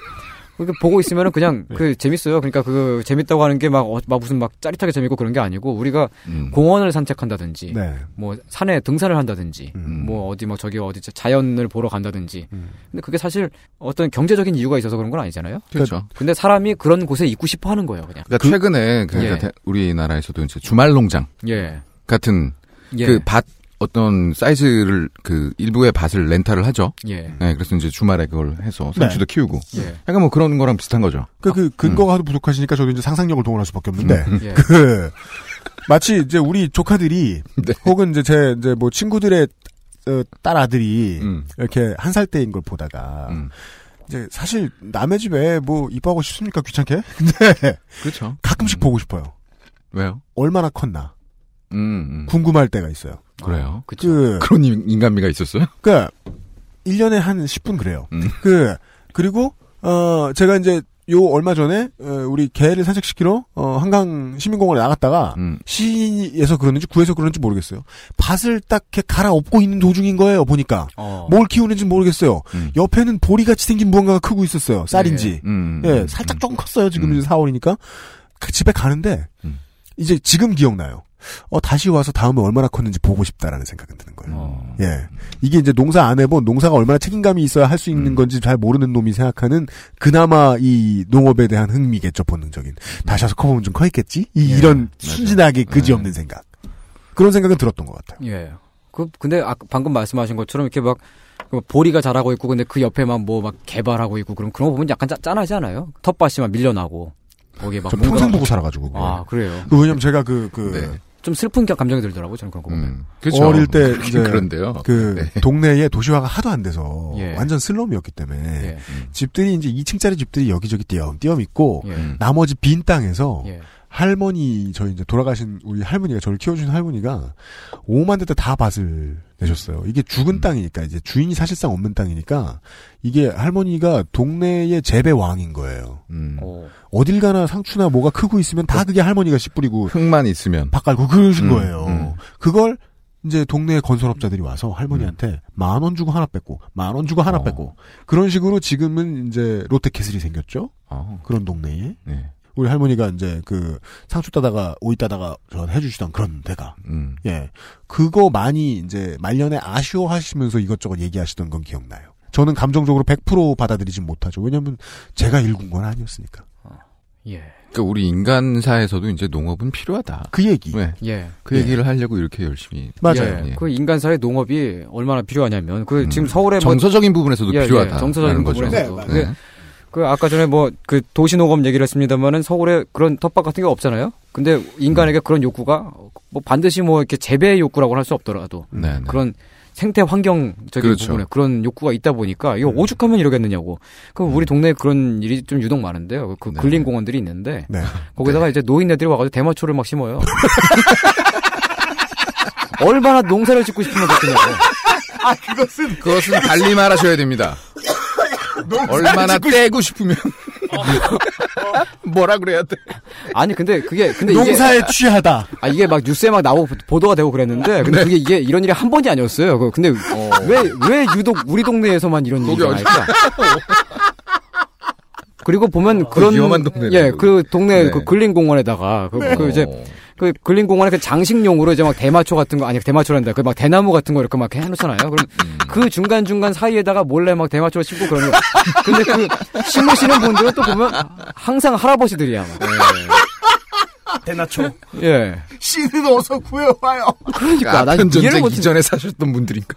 Speaker 9: 그렇게 보고 있으면은 그냥 그 재밌어요. 그러니까 그 재밌다고 하는 게 막 무슨 막 짜릿하게 재밌고 그런 게 아니고 우리가 공원을 산책한다든지
Speaker 4: 음. 네. 음.
Speaker 9: 뭐 산에 등산을 한다든지 뭐 어디 뭐 저기 어디 자연을 보러 간다든지 근데 그게 사실 어떤 경제적인 이유가 있어서 그런 건 아니잖아요.
Speaker 4: 그렇죠.
Speaker 9: 근데 사람이 그런 곳에 있고 싶어 하는 거예요, 그냥.
Speaker 4: 그러니까 최근에 그러니까
Speaker 9: 예.
Speaker 4: 대- 우리나라에서도 이제 주말 농장
Speaker 9: 예.
Speaker 4: 같은
Speaker 9: 예.
Speaker 4: 그 밭 어떤 사이즈를 그 일부의 밭을 렌탈을 하죠.
Speaker 9: 예.
Speaker 4: 네, 그래서 이제 주말에 그걸 해서 상추도
Speaker 2: 네.
Speaker 4: 키우고
Speaker 2: 예.
Speaker 4: 약간 뭐 그런 거랑 비슷한 거죠.
Speaker 2: 그, 그 근거가 하도 부족하시니까 저도 이제 상상력을 동원할 수밖에 없는데
Speaker 4: 아, 음. 예.
Speaker 2: 그 마치 이제 우리 조카들이
Speaker 4: 네.
Speaker 2: 혹은 이제 제 이제 뭐 친구들의 어, 딸 아들이
Speaker 4: 음.
Speaker 2: 이렇게 한 살 때인 걸 보다가 이제 사실 남의 집에 뭐 입하고 싶습니까 귀찮게? 근데
Speaker 4: 그렇죠.
Speaker 2: 가끔씩 보고 싶어요.
Speaker 4: 왜요?
Speaker 2: 얼마나 컸나
Speaker 4: 음,
Speaker 2: 궁금할 때가 있어요.
Speaker 9: 아,
Speaker 4: 그래요.
Speaker 2: 그
Speaker 4: 그런 인- 인간미가 있었어요? 음,
Speaker 2: 그러니까 1년에 한 10분 그래요. 그 그리고 어 제가 이제 요 얼마 전에 어, 우리 개를 산책시키러 어, 한강 시민공원에 나갔다가
Speaker 4: 음.
Speaker 2: 시에서 그러는지 구에서 그러는지 모르겠어요. 밭을 딱 이렇게 갈아엎고 있는 도중인 거예요. 보니까
Speaker 4: 어.
Speaker 2: 뭘 키우는지 모르겠어요. 옆에는 보리같이 생긴 무언가가 크고 있었어요. 쌀인지
Speaker 4: 음,
Speaker 2: 예 살짝 조금 컸어요. 지금 이제 4월이니까 그 집에 가는데
Speaker 4: 음.
Speaker 2: 이제 지금 기억나요. 어, 다시 와서 다음에 얼마나 컸는지 보고 싶다라는 생각은 드는
Speaker 9: 음.
Speaker 2: 거예요. 예. 이게 이제 농사 안 해본 농사가 얼마나 책임감이 있어야 할 수 있는
Speaker 4: 음.
Speaker 2: 건지 잘 모르는 놈이 생각하는 그나마 이 농업에 대한 흥미겠죠, 본능적인. 다시 와서 커보면 좀 커있겠지? 이,
Speaker 4: 예.
Speaker 2: 이런 순진하게 그지없는 생각. 그런 생각은 들었던 것 같아요.
Speaker 9: 예. 그 근데 아까 방금 말씀하신 것처럼 이렇게 막그 보리가 자라고 있고 근데 그 옆에만 뭐 막 개발하고 있고 그럼 그런 거 보면 약간 짜, 짠하지 않아요? 텃밭이만 밀려나고 거기에 막
Speaker 2: 저
Speaker 9: 뭔가-
Speaker 2: 평생 보고 살아가지고. 그걸.
Speaker 9: 아 그래요.
Speaker 4: 그렇죠.
Speaker 2: 그 왜냐면 제가 그, 그,
Speaker 9: 좀 슬픈 겨- 감정이 들더라고 저는 그런 거 보면.
Speaker 2: 어릴 때 이제
Speaker 4: 네. 그런데요.
Speaker 2: 음. 그렇죠. 그
Speaker 4: 네.
Speaker 2: 동네에 도시화가 하도 안 돼서
Speaker 4: 예.
Speaker 2: 완전 슬럼이었기 때문에
Speaker 9: 예.
Speaker 4: 음.
Speaker 2: 집들이 이제 2층짜리 집들이 여기저기 띄엄띄엄 있고
Speaker 4: 예.
Speaker 2: 나머지 빈 땅에서 할머니 저희 이제 돌아가신 우리 할머니가 저를 키워준 할머니가 5만 대때 다 밭을 내셨어요. 이게
Speaker 4: 음.
Speaker 2: 죽은 땅이니까 이제 주인이 사실상 없는 땅이니까 이게 할머니가 동네의 재배 왕인 거예요.
Speaker 4: 음.
Speaker 2: 어딜 가나 상추나 뭐가 크고 있으면 다 그게 할머니가 씨 뿌리고
Speaker 4: 흙만 있으면
Speaker 2: 밭 갈고 그러신
Speaker 4: 음,
Speaker 2: 거예요. 그걸 이제 동네 건설업자들이 와서 할머니한테
Speaker 4: 음.
Speaker 2: 만 원 주고 하나 뺏고 만 원 주고
Speaker 4: 어.
Speaker 2: 하나 뺏고 그런 식으로 지금은 이제 롯데캐슬이 생겼죠.
Speaker 4: 어.
Speaker 2: 그런 동네에 우리 할머니가 이제 그 상추 따다가 오이 따다가 저 해주시던 그런 데가
Speaker 4: 음.
Speaker 2: 예 그거 많이 이제 말년에 아쉬워하시면서 이것저것 얘기하시던 건 기억나요. 저는 감정적으로 100% 받아들이진 못하죠. 왜냐하면 제가 일군 건 아니었으니까.
Speaker 9: 예.
Speaker 4: 그러니까 우리 인간사에서도 이제 농업은 필요하다.
Speaker 2: 그 얘기.
Speaker 4: 네.
Speaker 9: 예.
Speaker 4: 그 얘기를 하려고 이렇게 열심히.
Speaker 9: 예, 그 인간 사회 농업이 얼마나 필요하냐면 그 지금
Speaker 4: 음.
Speaker 9: 서울에
Speaker 4: 정서적인 부분에서도 필요하다.
Speaker 9: 예, 정서적인
Speaker 4: 라는 거죠.
Speaker 9: 부분에서도.
Speaker 4: 네,
Speaker 9: 근데
Speaker 4: 네.
Speaker 9: 그 아까 전에 뭐 그 도시 농업 얘기를 했습니다만은 서울에 그런 텃밭 같은 게 없잖아요. 근데 인간에게 그런 욕구가 뭐 반드시 뭐 이렇게 재배의 욕구라고는 할 수 없더라도
Speaker 4: 네, 네.
Speaker 9: 그런 생태 환경적인
Speaker 4: 그렇죠. 네.
Speaker 9: 부분에 그런 욕구가 있다 보니까 이거 오죽하면 이러겠느냐고. 그럼
Speaker 4: 음.
Speaker 9: 우리 동네에 그런 일이 좀 유독 많은데요.
Speaker 4: 네.
Speaker 9: 그 근린 공원들이 있는데 거기다가 이제 노인네들이 와가지고 대마초를 막 심어요. 얼마나 농사를 짓고 싶으면 좋겠냐고.
Speaker 4: 아, 그것은. 그것은 달리 말하셔야 됩니다. 얼마나 떼고 싶으면.
Speaker 9: 어.
Speaker 4: 뭐라 그래야 돼?
Speaker 9: 아니 근데 그게 근데
Speaker 2: 농사에
Speaker 9: 이게,
Speaker 2: 취하다. 네.
Speaker 9: 아 이게 막 뉴스에 막 나오고 보도가 되고 그랬는데 근데 그게 이게 이런 일이 한 번이 아니었어요. 그- 근데 왜 왜 유독 우리 동네에서만 이런 일이
Speaker 4: 거기 어디-
Speaker 9: 나니까? 그리고 보면 그런
Speaker 4: 아, 위험한 동네네,
Speaker 9: 예, 그 동네
Speaker 4: 네.
Speaker 9: 그 근린 공원에다가 그, 그 이제 그 근린 공원에 그 장식용으로 이제 막 대마초 같은 거 아니 대마초란다 그 막 대나무 같은 거 이렇게 막 해놓잖아요. 그럼
Speaker 4: 음.
Speaker 9: 그 중간 중간 사이에다가 몰래 막 대마초를 심고 그러는 거. 근데 그 심으시는 분들은 또 보면 항상 할아버지들이야. 막.
Speaker 8: 대나초.
Speaker 4: 네.
Speaker 9: 예.
Speaker 2: 신은 어서 구해와요.
Speaker 9: 그러니까 난
Speaker 4: 아픈
Speaker 9: 이해를
Speaker 4: 전쟁
Speaker 9: 못
Speaker 4: 이전에 사셨던 분들인가?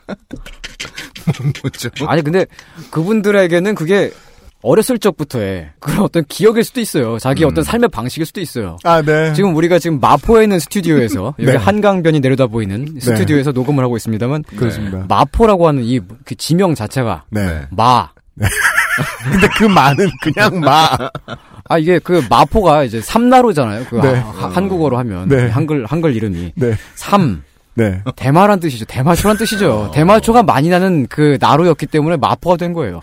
Speaker 4: 뭐죠?
Speaker 9: 아니 근데 그분들에게는 그게 어렸을 적부터의 그런 어떤 기억일 수도 있어요. 자기 어떤 삶의 방식일 수도 있어요.
Speaker 2: 음. 아, 네.
Speaker 9: 지금 우리가 지금 마포에 있는 스튜디오에서 여기
Speaker 2: 네.
Speaker 9: 한강변이 내려다 보이는 스튜디오에서 녹음을 하고 있습니다만
Speaker 2: 그렇습니다.
Speaker 9: 마포라고 하는 이 그 지명 자체가
Speaker 2: 네.
Speaker 9: 마.
Speaker 2: 근데 그 마는 그냥 마.
Speaker 9: 아 이게 그 마포가 이제 삼나로잖아요. 그
Speaker 2: 네.
Speaker 9: 하- 한국어로 하면
Speaker 2: 네.
Speaker 9: 한글 한글 이름이
Speaker 2: 네.
Speaker 9: 삼.
Speaker 2: 네.
Speaker 9: 대마란 뜻이죠. 대마초란
Speaker 2: 어.
Speaker 9: 뜻이죠. 대마초가 많이 나는 그 나루였기 때문에 마포가 된 거예요.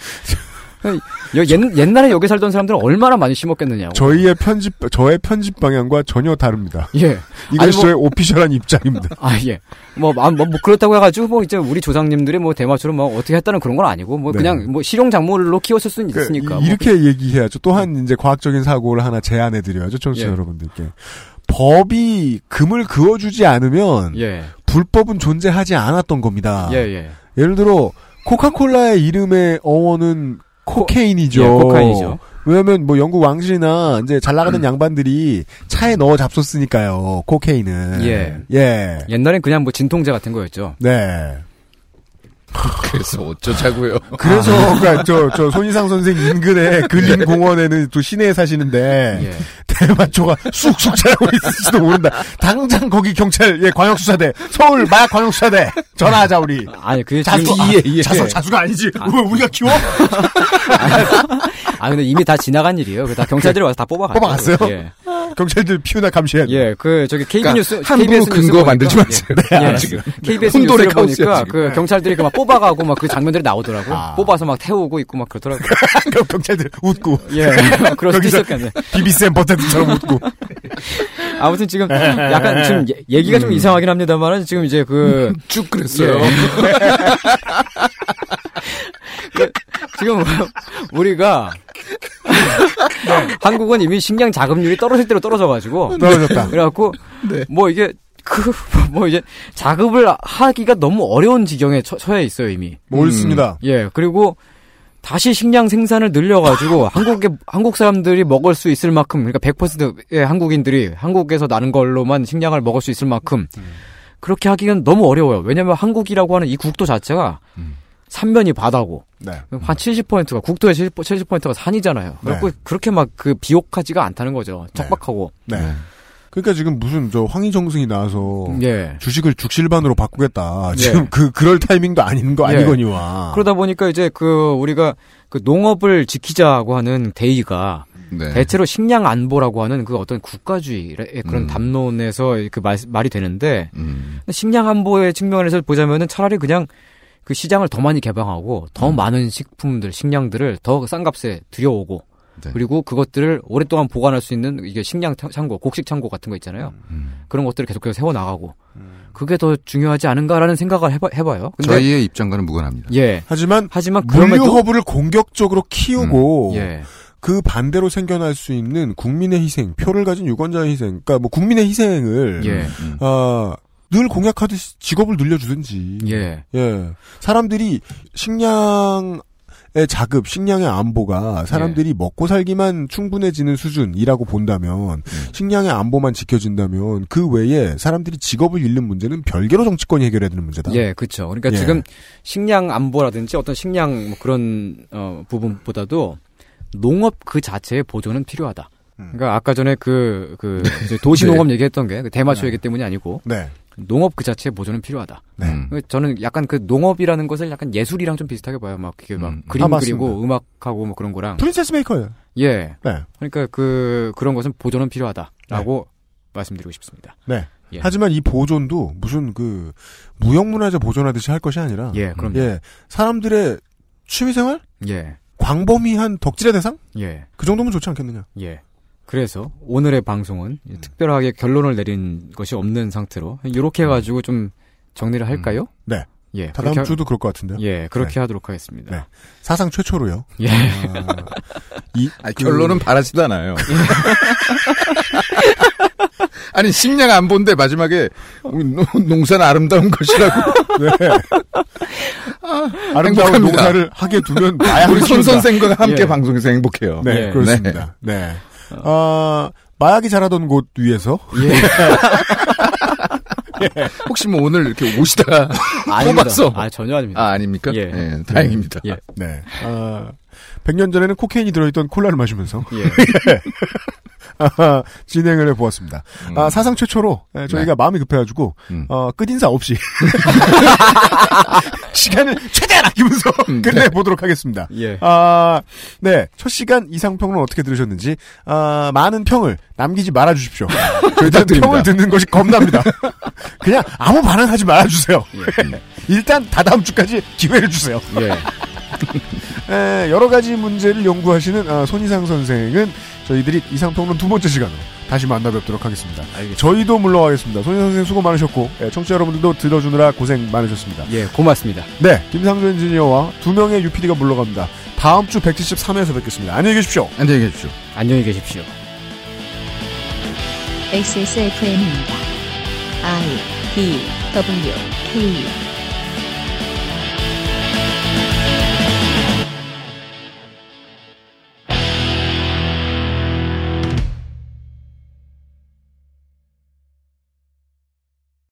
Speaker 9: 여- 옛, 옛날에 여기 살던 사람들은 얼마나 많이 심었겠느냐고.
Speaker 2: 저희의 편집 저의 편집 방향과 전혀 다릅니다.
Speaker 9: 예. 아니,
Speaker 2: 이것이
Speaker 9: 뭐-
Speaker 2: 저의 오피셜한 입장입니다.
Speaker 9: 아 예. 뭐, 아, 뭐, 뭐 그렇다고 해가지고 뭐 이제 우리 조상님들이 뭐 대마초를 뭐 어떻게 했다는 그런 건 아니고 뭐
Speaker 2: 네.
Speaker 9: 그냥 뭐 실용 작물로 키웠을 수는
Speaker 2: 그,
Speaker 9: 있으니까. 뭐
Speaker 2: 이- 이렇게 얘기해야죠. 또한 이제 과학적인 사고를 하나 제안해 드려야죠, 청취자
Speaker 9: 예.
Speaker 2: 여러분들께. 법이 금을 그어주지 않으면
Speaker 9: 뭐.
Speaker 4: 네.
Speaker 9: 예.
Speaker 2: 불법은 존재하지 않았던
Speaker 4: 아.
Speaker 2: 겁니다.
Speaker 9: 예 예.
Speaker 2: 예를 들어 코카콜라의 이름의 어원은 코케인이죠.
Speaker 9: 예, 코카인이죠. 음.
Speaker 2: 왜냐면 뭐 영국 왕실이나 이제 잘 나가는 양반들이 차에 넣어 잡섰으니까요. 코케인은.
Speaker 9: 예.
Speaker 2: 예.
Speaker 9: 옛날엔 그냥 뭐 진통제 같은 거였죠.
Speaker 2: 네.
Speaker 4: 그래서 어쩌자고요.
Speaker 2: 그래서
Speaker 9: 아. 네.
Speaker 2: 그러니까 저, 저 손희상 선생 인근에 근린 공원에는 또 시내에 사시는데
Speaker 9: 예.
Speaker 2: 대마초가 쑥쑥 자라고 있을지도 모른다. 당장 거기 경찰 예 광역수사대 서울 마약 광역수사대 전화하자 우리.
Speaker 9: 아니 그게
Speaker 2: 자수
Speaker 9: 지금-
Speaker 2: 아,
Speaker 9: 예, 예.
Speaker 2: 자수 자수가 아니지. 왜 우리가 키워?
Speaker 9: 아 근데 이미 다 지나간 일이에요. 그다 경찰들이 와서 다 뽑아갔어요.
Speaker 2: 뽑아갔어요?
Speaker 9: 예.
Speaker 2: 경찰들 피우나 감시해야
Speaker 9: 예, 그 저기 KB
Speaker 4: 그러니까
Speaker 9: 뉴스
Speaker 4: 함부로
Speaker 9: KBS 뉴스
Speaker 4: 근거
Speaker 9: 보니까-
Speaker 4: 만들지 마세요.
Speaker 9: 예.
Speaker 4: 네,
Speaker 9: 예.
Speaker 4: 지금.
Speaker 9: KBS
Speaker 4: 혼돈의
Speaker 9: 뉴스를
Speaker 4: 카오스야,
Speaker 9: 보니까 그
Speaker 4: 지금.
Speaker 9: 경찰들이 그막 뽑아가고 막 그 장면들이 나오더라고요. 뽑아서 막 태우고 있고 막 그러더라고요.
Speaker 2: 그럼 경찰들 웃고.
Speaker 9: 예. 그럴 수도
Speaker 2: 거기서
Speaker 9: 있었겠네.
Speaker 2: 비비센 버터처럼 웃고.
Speaker 9: 아무튼 지금 약간 지금 예, 얘- 얘기가 좀
Speaker 2: 음.
Speaker 9: 이상하긴 합니다만은 지금 이제 그
Speaker 4: 쭉 그랬어요.
Speaker 9: 예. 지금 우리가 한국은 이미 식량 자급률이 떨어질 대로 떨어져가지고
Speaker 2: 네. 떨어졌다. 네.
Speaker 9: 그래갖고 뭐 이게 그 뭐 이제 자급을 하기가 너무 어려운 지경에 처, 처해 있어요 이미.
Speaker 2: 뭐 옳습니다.
Speaker 9: 예 그리고 다시 식량 생산을 늘려가지고 한국에 한국 사람들이 먹을 수 있을 만큼 그러니까 100%의 한국인들이 한국에서 나는 걸로만 식량을 먹을 수 있을 만큼
Speaker 2: 음.
Speaker 9: 그렇게 하기는 너무 어려워요. 왜냐면 한국이라고 하는 이 국도 자체가
Speaker 2: 음.
Speaker 9: 삼면이 바다고
Speaker 2: 네.
Speaker 9: 한 70%가 국토의 70%, 70%가 산이잖아요.
Speaker 2: 네.
Speaker 9: 그래서 그렇게 막 그 비옥하지가 않다는 거죠. 척박하고.
Speaker 2: 네. 그러니까 지금 무슨 저 황희정승이 나와서
Speaker 9: 예.
Speaker 2: 주식을 죽실반으로 바꾸겠다.
Speaker 9: 예.
Speaker 2: 지금 그 그럴 타이밍도 아닌 거
Speaker 9: 예.
Speaker 2: 아니거니와.
Speaker 9: 그러다 보니까 이제 그 우리가 그 농업을 지키자고 하는 대의가
Speaker 2: 네.
Speaker 9: 대체로 식량 안보라고 하는 그 어떤 국가주의의 그런
Speaker 2: 음.
Speaker 9: 담론에서 그 말, 말이 되는데 근데 식량 안보의 측면에서 보자면은 차라리 그냥 그 시장을 더 많이 개방하고 더
Speaker 2: 음.
Speaker 9: 많은 식품들 식량들을 더 싼 값에 들여오고
Speaker 2: 네.
Speaker 9: 그리고 그것들을 오랫동안 보관할 수 있는 이게 식량 타- 창고, 곡식 창고 같은 거 있잖아요.
Speaker 2: 음.
Speaker 9: 그런 것들을 계속해서 세워 나가고 그게 더 중요하지 않은가라는 생각을 해봐, 해봐요. 근데
Speaker 4: 저희의 입장과는 무관합니다.
Speaker 9: 예.
Speaker 2: 하지만
Speaker 9: 하지만
Speaker 2: 물류
Speaker 9: 그럼에도-
Speaker 2: 허브를 공격적으로 키우고
Speaker 9: 음, 예.
Speaker 2: 그 반대로 생겨날 수 있는 국민의 희생, 표를 가진 유권자의 희생, 그러니까 뭐 국민의 희생을
Speaker 9: 예.
Speaker 2: 아, 늘 공약하듯이 직업을 늘려주든지.
Speaker 9: 예.
Speaker 2: 예. 사람들이 식량의 자급, 식량의 안보가
Speaker 9: 예.
Speaker 2: 사람들이 먹고 살기만 충분해지는 수준이라고 본다면,
Speaker 9: 음.
Speaker 2: 식량의 안보만 지켜진다면, 그 외에 사람들이 직업을 잃는 문제는 별개로 정치권이 해결해야 되는 문제다.
Speaker 9: 예, 그렇죠. 그러니까
Speaker 2: 예.
Speaker 9: 지금 식량 안보라든지 어떤 식량 뭐 그런 어, 부분보다도 농업 그 자체의 보존은 필요하다.
Speaker 2: 음.
Speaker 9: 그러니까 아까 전에 그, 그, 이제 도시농업
Speaker 4: 네.
Speaker 9: 얘기했던 게그 대마초 얘기 때문이 아니고.
Speaker 2: 네.
Speaker 9: 농업 그 자체의 보존은 필요하다.
Speaker 4: 네.
Speaker 9: 그 저는 약간 그 농업이라는 것을 약간 예술이랑 좀 비슷하게 봐요. 막 그게 막 그림
Speaker 2: 아, 맞습니다.
Speaker 9: 그리고 음악하고 뭐 그런 거랑.
Speaker 2: 프린세스 메이커예요.
Speaker 9: 예.
Speaker 2: 네.
Speaker 9: 그러니까 그, 그런 것은 보존은 필요하다라고 말씀드리고 싶습니다.
Speaker 2: 네.
Speaker 9: 예.
Speaker 2: 하지만 이 보존도 무슨 그 무형문화재 보존하듯이 할 것이 아니라
Speaker 9: 예, 그럼요.
Speaker 2: 예, 사람들의 취미생활
Speaker 9: 예.
Speaker 2: 광범위한 덕질의 대상
Speaker 9: 예.
Speaker 2: 그 정도면 좋지 않겠느냐
Speaker 9: 예. 그래서 오늘의 방송은
Speaker 2: 음.
Speaker 9: 특별하게 결론을 내린 것이 없는 상태로 이렇게 해가지고 좀 정리를 할까요?
Speaker 2: 음. 네.
Speaker 9: 예.
Speaker 2: 다 다음
Speaker 9: 그렇게 하-
Speaker 2: 주도 그럴 것 같은데요.
Speaker 9: 예, 그렇게
Speaker 2: 네.
Speaker 9: 하도록 하겠습니다.
Speaker 2: 네. 사상 최초로요.
Speaker 9: 예. 그
Speaker 2: 이
Speaker 4: 아, 결론은 바라지도 않아요. 아니 식량 안 본데 마지막에 우리 농- 농사는 아름다운 것이라고. 네.
Speaker 2: 아름다운
Speaker 4: 행복합니다.
Speaker 2: 농사를 하게 두면 나야
Speaker 4: 우리 손
Speaker 2: 키운다.
Speaker 4: 선생과 함께
Speaker 9: 예.
Speaker 4: 방송에서 행복해요.
Speaker 2: 네,
Speaker 4: 예.
Speaker 2: 그렇습니다. 네. 아, 마약이 자라던 곳 위에서
Speaker 9: 예.
Speaker 2: 예.
Speaker 4: 네. 혹시 뭐 오늘 이렇게 오시다가
Speaker 9: 아닙니다.
Speaker 4: 뽑았어?
Speaker 9: 아, 전혀 아닙니다.
Speaker 4: 아, 아닙니까? 예, 다행입니다.
Speaker 9: 예.
Speaker 2: 네. 아, 100년 전에는 코케인이 들어있던 콜라를 마시면서
Speaker 9: 예.
Speaker 2: 아, 진행을 해보았습니다.
Speaker 4: 음.
Speaker 2: 아, 사상 최초로 예, 저희가
Speaker 4: 네.
Speaker 2: 마음이 급해가지고 어, 끝인사 없이 시간을 최대한 아끼면서
Speaker 4: 음, 네.
Speaker 2: 끝내보도록 하겠습니다.
Speaker 9: 예.
Speaker 2: 아, 네. 첫 시간 이상평론 어떻게 들으셨는지 아, 많은 평을 남기지 말아주십시오. 저희들은
Speaker 4: 부탁드립니다.
Speaker 2: 평을 듣는 것이 겁납니다. 그냥 아무 반응하지 말아주세요.
Speaker 4: 예, 음.
Speaker 2: 일단 다다음 주까지 기회를 주세요. 에, 네, 여러 가지 문제를 연구하시는 아, 손희상 선생은 저희들이 이상평론 두 번째 시간으로 다시 만나뵙도록 하겠습니다. 저희도 물러가겠습니다. 손희상 선생 수고 많으셨고 예, 청취자 여러분들도 들어주느라 고생 많으셨습니다.
Speaker 9: 예, 고맙습니다.
Speaker 2: 네, 김상조 엔지니어와 두 명의 UPD가 물러갑니다. 다음 주 173회에서 뵙겠습니다. 안녕히 계십시오.
Speaker 4: 안녕히 계십시오.
Speaker 9: 안녕히 계십시오.
Speaker 5: XSFM입니다. I D W K